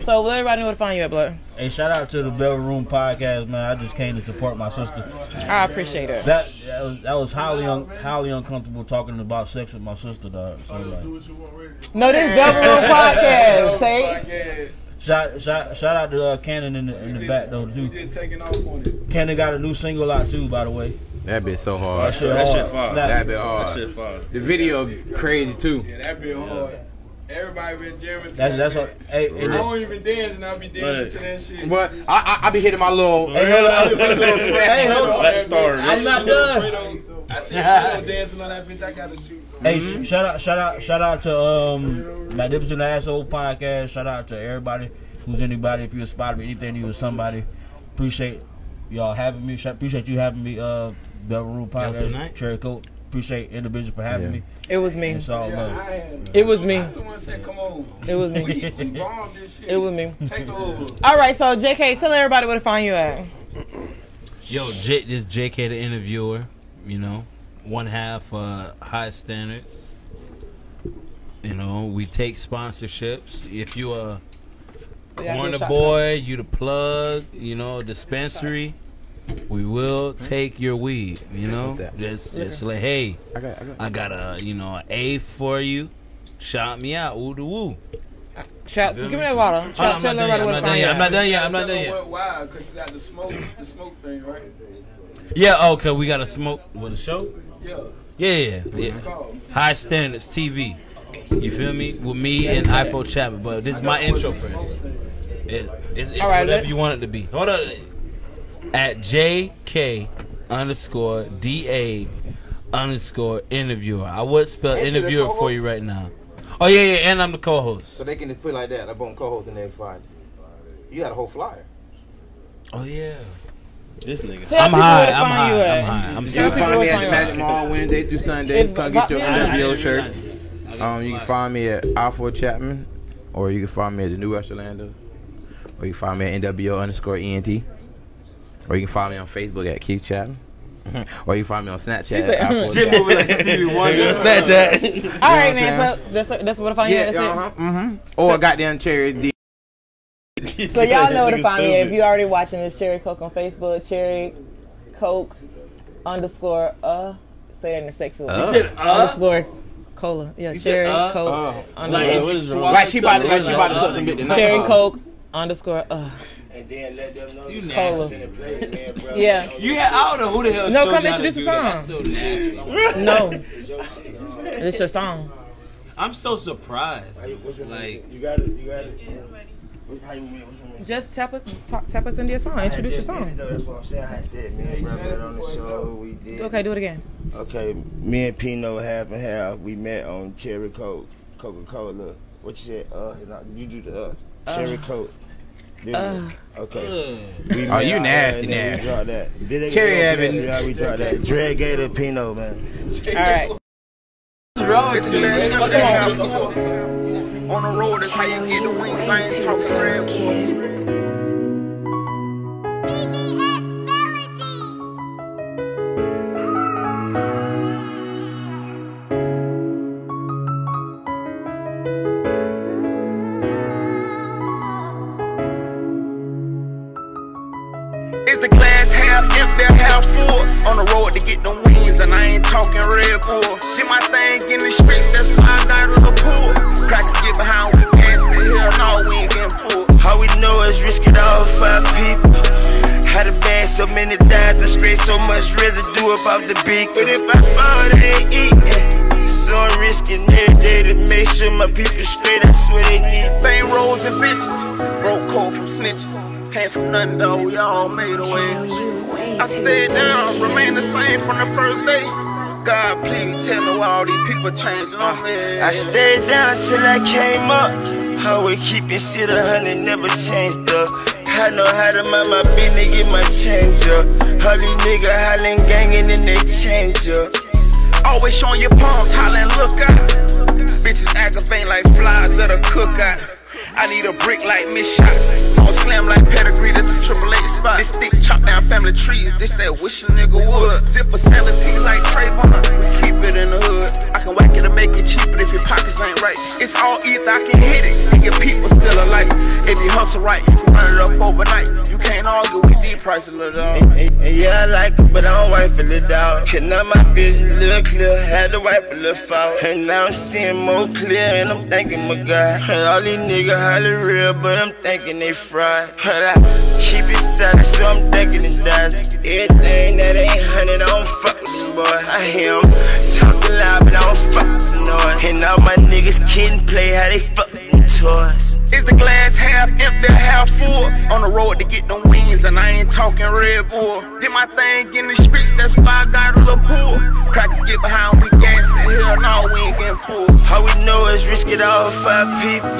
[SPEAKER 6] So let everybody know where to find you at, blood.
[SPEAKER 8] Hey, shout out to the Bell Room Podcast, man. I just came to support my sister.
[SPEAKER 6] I appreciate it.
[SPEAKER 8] That that was, that was highly un, highly uncomfortable talking about sex with my sister, dog. So, like,
[SPEAKER 6] No, this Double Room Podcast. Tate.
[SPEAKER 8] shout, shout shout out to uh, Cannon in the, in the back though too. Cannon got a new single out too, by the way.
[SPEAKER 4] That bit so hard.
[SPEAKER 8] That shit That shit hard. fire.
[SPEAKER 4] That bit
[SPEAKER 8] That
[SPEAKER 4] hard.
[SPEAKER 8] shit fire.
[SPEAKER 4] The video crazy too.
[SPEAKER 9] Yeah, that be hard. Everybody been jamming. to that
[SPEAKER 4] That's- that's what-
[SPEAKER 9] shit.
[SPEAKER 4] hey,
[SPEAKER 9] I
[SPEAKER 4] and
[SPEAKER 9] don't even dance, and I be dancing to that shit.
[SPEAKER 4] But I, I I be hitting my little.
[SPEAKER 9] Hey, hold on.
[SPEAKER 8] Hey, hold on.
[SPEAKER 4] Black Star.
[SPEAKER 8] I'm not done.
[SPEAKER 9] I see Fredo dancing on that bitch. I gotta shoot.
[SPEAKER 8] Hey,
[SPEAKER 6] Mm-hmm.
[SPEAKER 8] sh- shout out, shout out, shout out to um, Magnificent Asshole Podcast. Shout out to everybody who's anybody. If you aspire to be anything, you was somebody. Appreciate y'all having me. Sh- Appreciate you having me. Uh, Bell Room
[SPEAKER 6] That was
[SPEAKER 8] Podcast.
[SPEAKER 6] tonight?
[SPEAKER 8] Cherry Coat. Appreciate individuals for having me.
[SPEAKER 6] It was me.
[SPEAKER 8] It's all love.
[SPEAKER 6] It was me.
[SPEAKER 9] The one said, "Come on."
[SPEAKER 6] It was me.
[SPEAKER 9] We, we bombed this shit.
[SPEAKER 6] It was me.
[SPEAKER 9] Take over.
[SPEAKER 6] All right. So JK, tell everybody where to find you at.
[SPEAKER 11] Yo, J- this JK the interviewer, you know, one half uh, high standards. You know, we take sponsorships. If you a
[SPEAKER 5] Yeah, I do
[SPEAKER 11] corner
[SPEAKER 5] shotgun.
[SPEAKER 11] boy, you the plug, you know, dispensary, we will
[SPEAKER 6] Hmm?
[SPEAKER 11] take your weed. You know, just just like hey, I got, I got, a you know an A for you. Shout me out, woo the woo.
[SPEAKER 6] Shout,
[SPEAKER 11] You feel
[SPEAKER 6] give me that water.
[SPEAKER 11] Hold on,
[SPEAKER 6] Shout, tell
[SPEAKER 11] I'm
[SPEAKER 6] everybody where
[SPEAKER 11] not
[SPEAKER 6] to
[SPEAKER 11] done
[SPEAKER 6] find you
[SPEAKER 11] yet. I'm not
[SPEAKER 6] at.
[SPEAKER 11] done yet. I'm
[SPEAKER 9] Tell
[SPEAKER 11] not done
[SPEAKER 9] them
[SPEAKER 11] yet.
[SPEAKER 9] what- Why? Cause you got the smoke, the smoke thing, right?
[SPEAKER 11] Yeah, okay, we got to smoke with a show.
[SPEAKER 9] Yeah.
[SPEAKER 11] Yeah, yeah, yeah. High standards TV. You feel me? With me and iPhone Chapman, but this is my intro first. It, it's it's
[SPEAKER 5] All right,
[SPEAKER 11] whatever
[SPEAKER 5] let-
[SPEAKER 11] you want it to be. Hold on. At JK underscore DA underscore interviewer. I would spell
[SPEAKER 14] Ain't you the
[SPEAKER 11] interviewer for
[SPEAKER 14] co-host?
[SPEAKER 11] you right now. Oh, yeah, yeah, and I'm the co host.
[SPEAKER 14] So they can just put it like that. Like, boom, co-host and they find it. You got a whole flyer.
[SPEAKER 11] Oh, yeah.
[SPEAKER 12] This nigga.
[SPEAKER 14] Tell
[SPEAKER 11] I'm
[SPEAKER 14] people
[SPEAKER 11] high.
[SPEAKER 14] where to
[SPEAKER 11] I'm
[SPEAKER 14] find you
[SPEAKER 11] high.
[SPEAKER 14] at.
[SPEAKER 11] I'm high. I'm
[SPEAKER 14] Tell
[SPEAKER 11] sorry.
[SPEAKER 14] people
[SPEAKER 4] Find me
[SPEAKER 14] Go
[SPEAKER 4] at
[SPEAKER 14] find
[SPEAKER 4] Magic
[SPEAKER 14] out.
[SPEAKER 4] Mall Wednesday through Sundays.
[SPEAKER 14] It's-
[SPEAKER 4] Come get your
[SPEAKER 14] yeah, I
[SPEAKER 4] NWO
[SPEAKER 14] didn't
[SPEAKER 4] shirt. Um, you can find me at Alpha Chapman, or you can find me at the New West Orlando, or you can find me at NWO underscore ENT, or you can find me on Facebook at Keith Chapman. Or you can find me on Snapchat.
[SPEAKER 6] He said,
[SPEAKER 4] Alpha
[SPEAKER 6] Jim
[SPEAKER 4] Chapman.
[SPEAKER 6] over like Stevie Wonder.
[SPEAKER 4] Snapchat. You know what
[SPEAKER 6] All right,
[SPEAKER 4] I'm saying?
[SPEAKER 6] man. So that's that's where to find you
[SPEAKER 4] Yeah,
[SPEAKER 6] at. That's it.
[SPEAKER 4] uh-huh, Or goddamn Cherry D.
[SPEAKER 6] So y'all know where to find me. If you already watching this, Cherry Coke on Facebook, Cherry Coke underscore uh. Say that in a sexy way.
[SPEAKER 5] You said, uh?
[SPEAKER 6] underscore cola. Yeah,
[SPEAKER 5] You said,
[SPEAKER 6] Cherry
[SPEAKER 5] uh?
[SPEAKER 6] Coke.
[SPEAKER 5] Uh.
[SPEAKER 6] under-
[SPEAKER 5] Like, what is wrong? Like she about to- like she about to suck some dick tonight.
[SPEAKER 6] Cherry
[SPEAKER 5] Uh.
[SPEAKER 6] Coke underscore uh.
[SPEAKER 3] And then let them know
[SPEAKER 6] You
[SPEAKER 3] the
[SPEAKER 6] nasty.
[SPEAKER 3] song's finna play, man, bro.
[SPEAKER 6] Yeah.
[SPEAKER 3] You know
[SPEAKER 5] You had I don't know who the hell.
[SPEAKER 6] No,
[SPEAKER 5] told
[SPEAKER 6] come
[SPEAKER 5] y'all to
[SPEAKER 6] introduce
[SPEAKER 5] do
[SPEAKER 6] the
[SPEAKER 5] that.
[SPEAKER 6] song.
[SPEAKER 5] That's so nasty.
[SPEAKER 6] No, it's your song.
[SPEAKER 5] I'm so surprised. Like
[SPEAKER 3] You got it. You got it. How you mean? Which one?
[SPEAKER 6] Just tap us, talk, tap us into your song.
[SPEAKER 3] I had
[SPEAKER 6] Introduce your
[SPEAKER 3] just did it,
[SPEAKER 6] song.
[SPEAKER 3] though. That's what I'm saying. I had said me and brother on the show. We did.
[SPEAKER 6] Okay, do it again.
[SPEAKER 3] Okay, me and Pino half and half. We met on Cherry Coke, Coca Cola. What you said? Uh, no, you do the uh, Cherry
[SPEAKER 14] Uh.
[SPEAKER 3] Coke. Do it.
[SPEAKER 14] Uh.
[SPEAKER 3] okay.
[SPEAKER 5] uh.
[SPEAKER 14] Ugh.
[SPEAKER 3] We
[SPEAKER 14] Oh,
[SPEAKER 3] met
[SPEAKER 14] you
[SPEAKER 3] out
[SPEAKER 14] nasty
[SPEAKER 3] there and then
[SPEAKER 14] now.
[SPEAKER 3] We dropped that. Did they
[SPEAKER 14] Cherry
[SPEAKER 3] go up
[SPEAKER 14] Avenue.
[SPEAKER 3] there? Yeah, we dropped that. Dread Gator Pino, man.
[SPEAKER 6] All right.
[SPEAKER 2] On the road, that's how you get the wings. I ain't talking real kid. Is the glass half empty, half full? On the road to get them wings, and I ain't talking Red Bull. Shit, my thing in the streets, that's why I got a little pool. Crackers get behind, we pass it, hell no, we ain't getting pulled.
[SPEAKER 3] How we know is risk it all five people. How the bag so many thousand straight, so much residue about the beak. But if I fall, they ain't eating. So I'm risking every day to make sure my people straight. I swear they need.
[SPEAKER 2] Same roles and bitches. Broke cold from snitches. Came from nothing though, we all made a way. I stayed down, remained the same from the first day. God, please tell me why all these people changing on me.
[SPEAKER 3] Uh, I stayed down till I came up. How we keep it shit a hundred, never changed up. I know how to mind my business, get my change up. All these niggas hollin' gangin' and they change up.
[SPEAKER 2] Always showing your palms, hollering, look out. Bitches activating like flies at a cookout. I need a brick like Miss Shot. On slam like pedigree, that's a triple H spot. This thick chop down family trees, this that wish a nigga would. Zip facility like Trayvon, we keep it in the hood. I can whack it and make it cheaper if your pockets ain't right. It's all ether, I can hit it, and your people still alike. If you hustle right, you can run it up overnight. You can't argue with these prices, little dog.
[SPEAKER 3] And, and yeah, I like it, but I don't wipe it little dog. Cause now my vision look clear, had to wipe a little fog. And now I'm seeing more clear, and I'm thanking my God. And all these niggas highly real, but I'm thinking they fried. And I keep it solid, so I'm thinking it dies. Everything that ain't hundred, I don't fuck with them, boy. I hear 'em talking loud, but I don't fuck with them, noise. And all my niggas kidding, play how they fuck with them toys.
[SPEAKER 2] Is the glass half empty, half full? On the road to get them wings, and I ain't talking Red Bull. Did my thing in the streets, that's why I got a little pool. Crackers get behind, we gassing, hell no, we ain't getting pulled.
[SPEAKER 3] All we know is risk it all five people.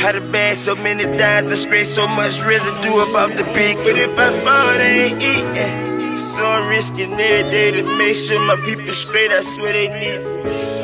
[SPEAKER 3] How the bag so many dimes and scrape so much residue about the beak. But if I fall, they ain't eating. So I'm risking every day to make sure my people straight. I swear they need.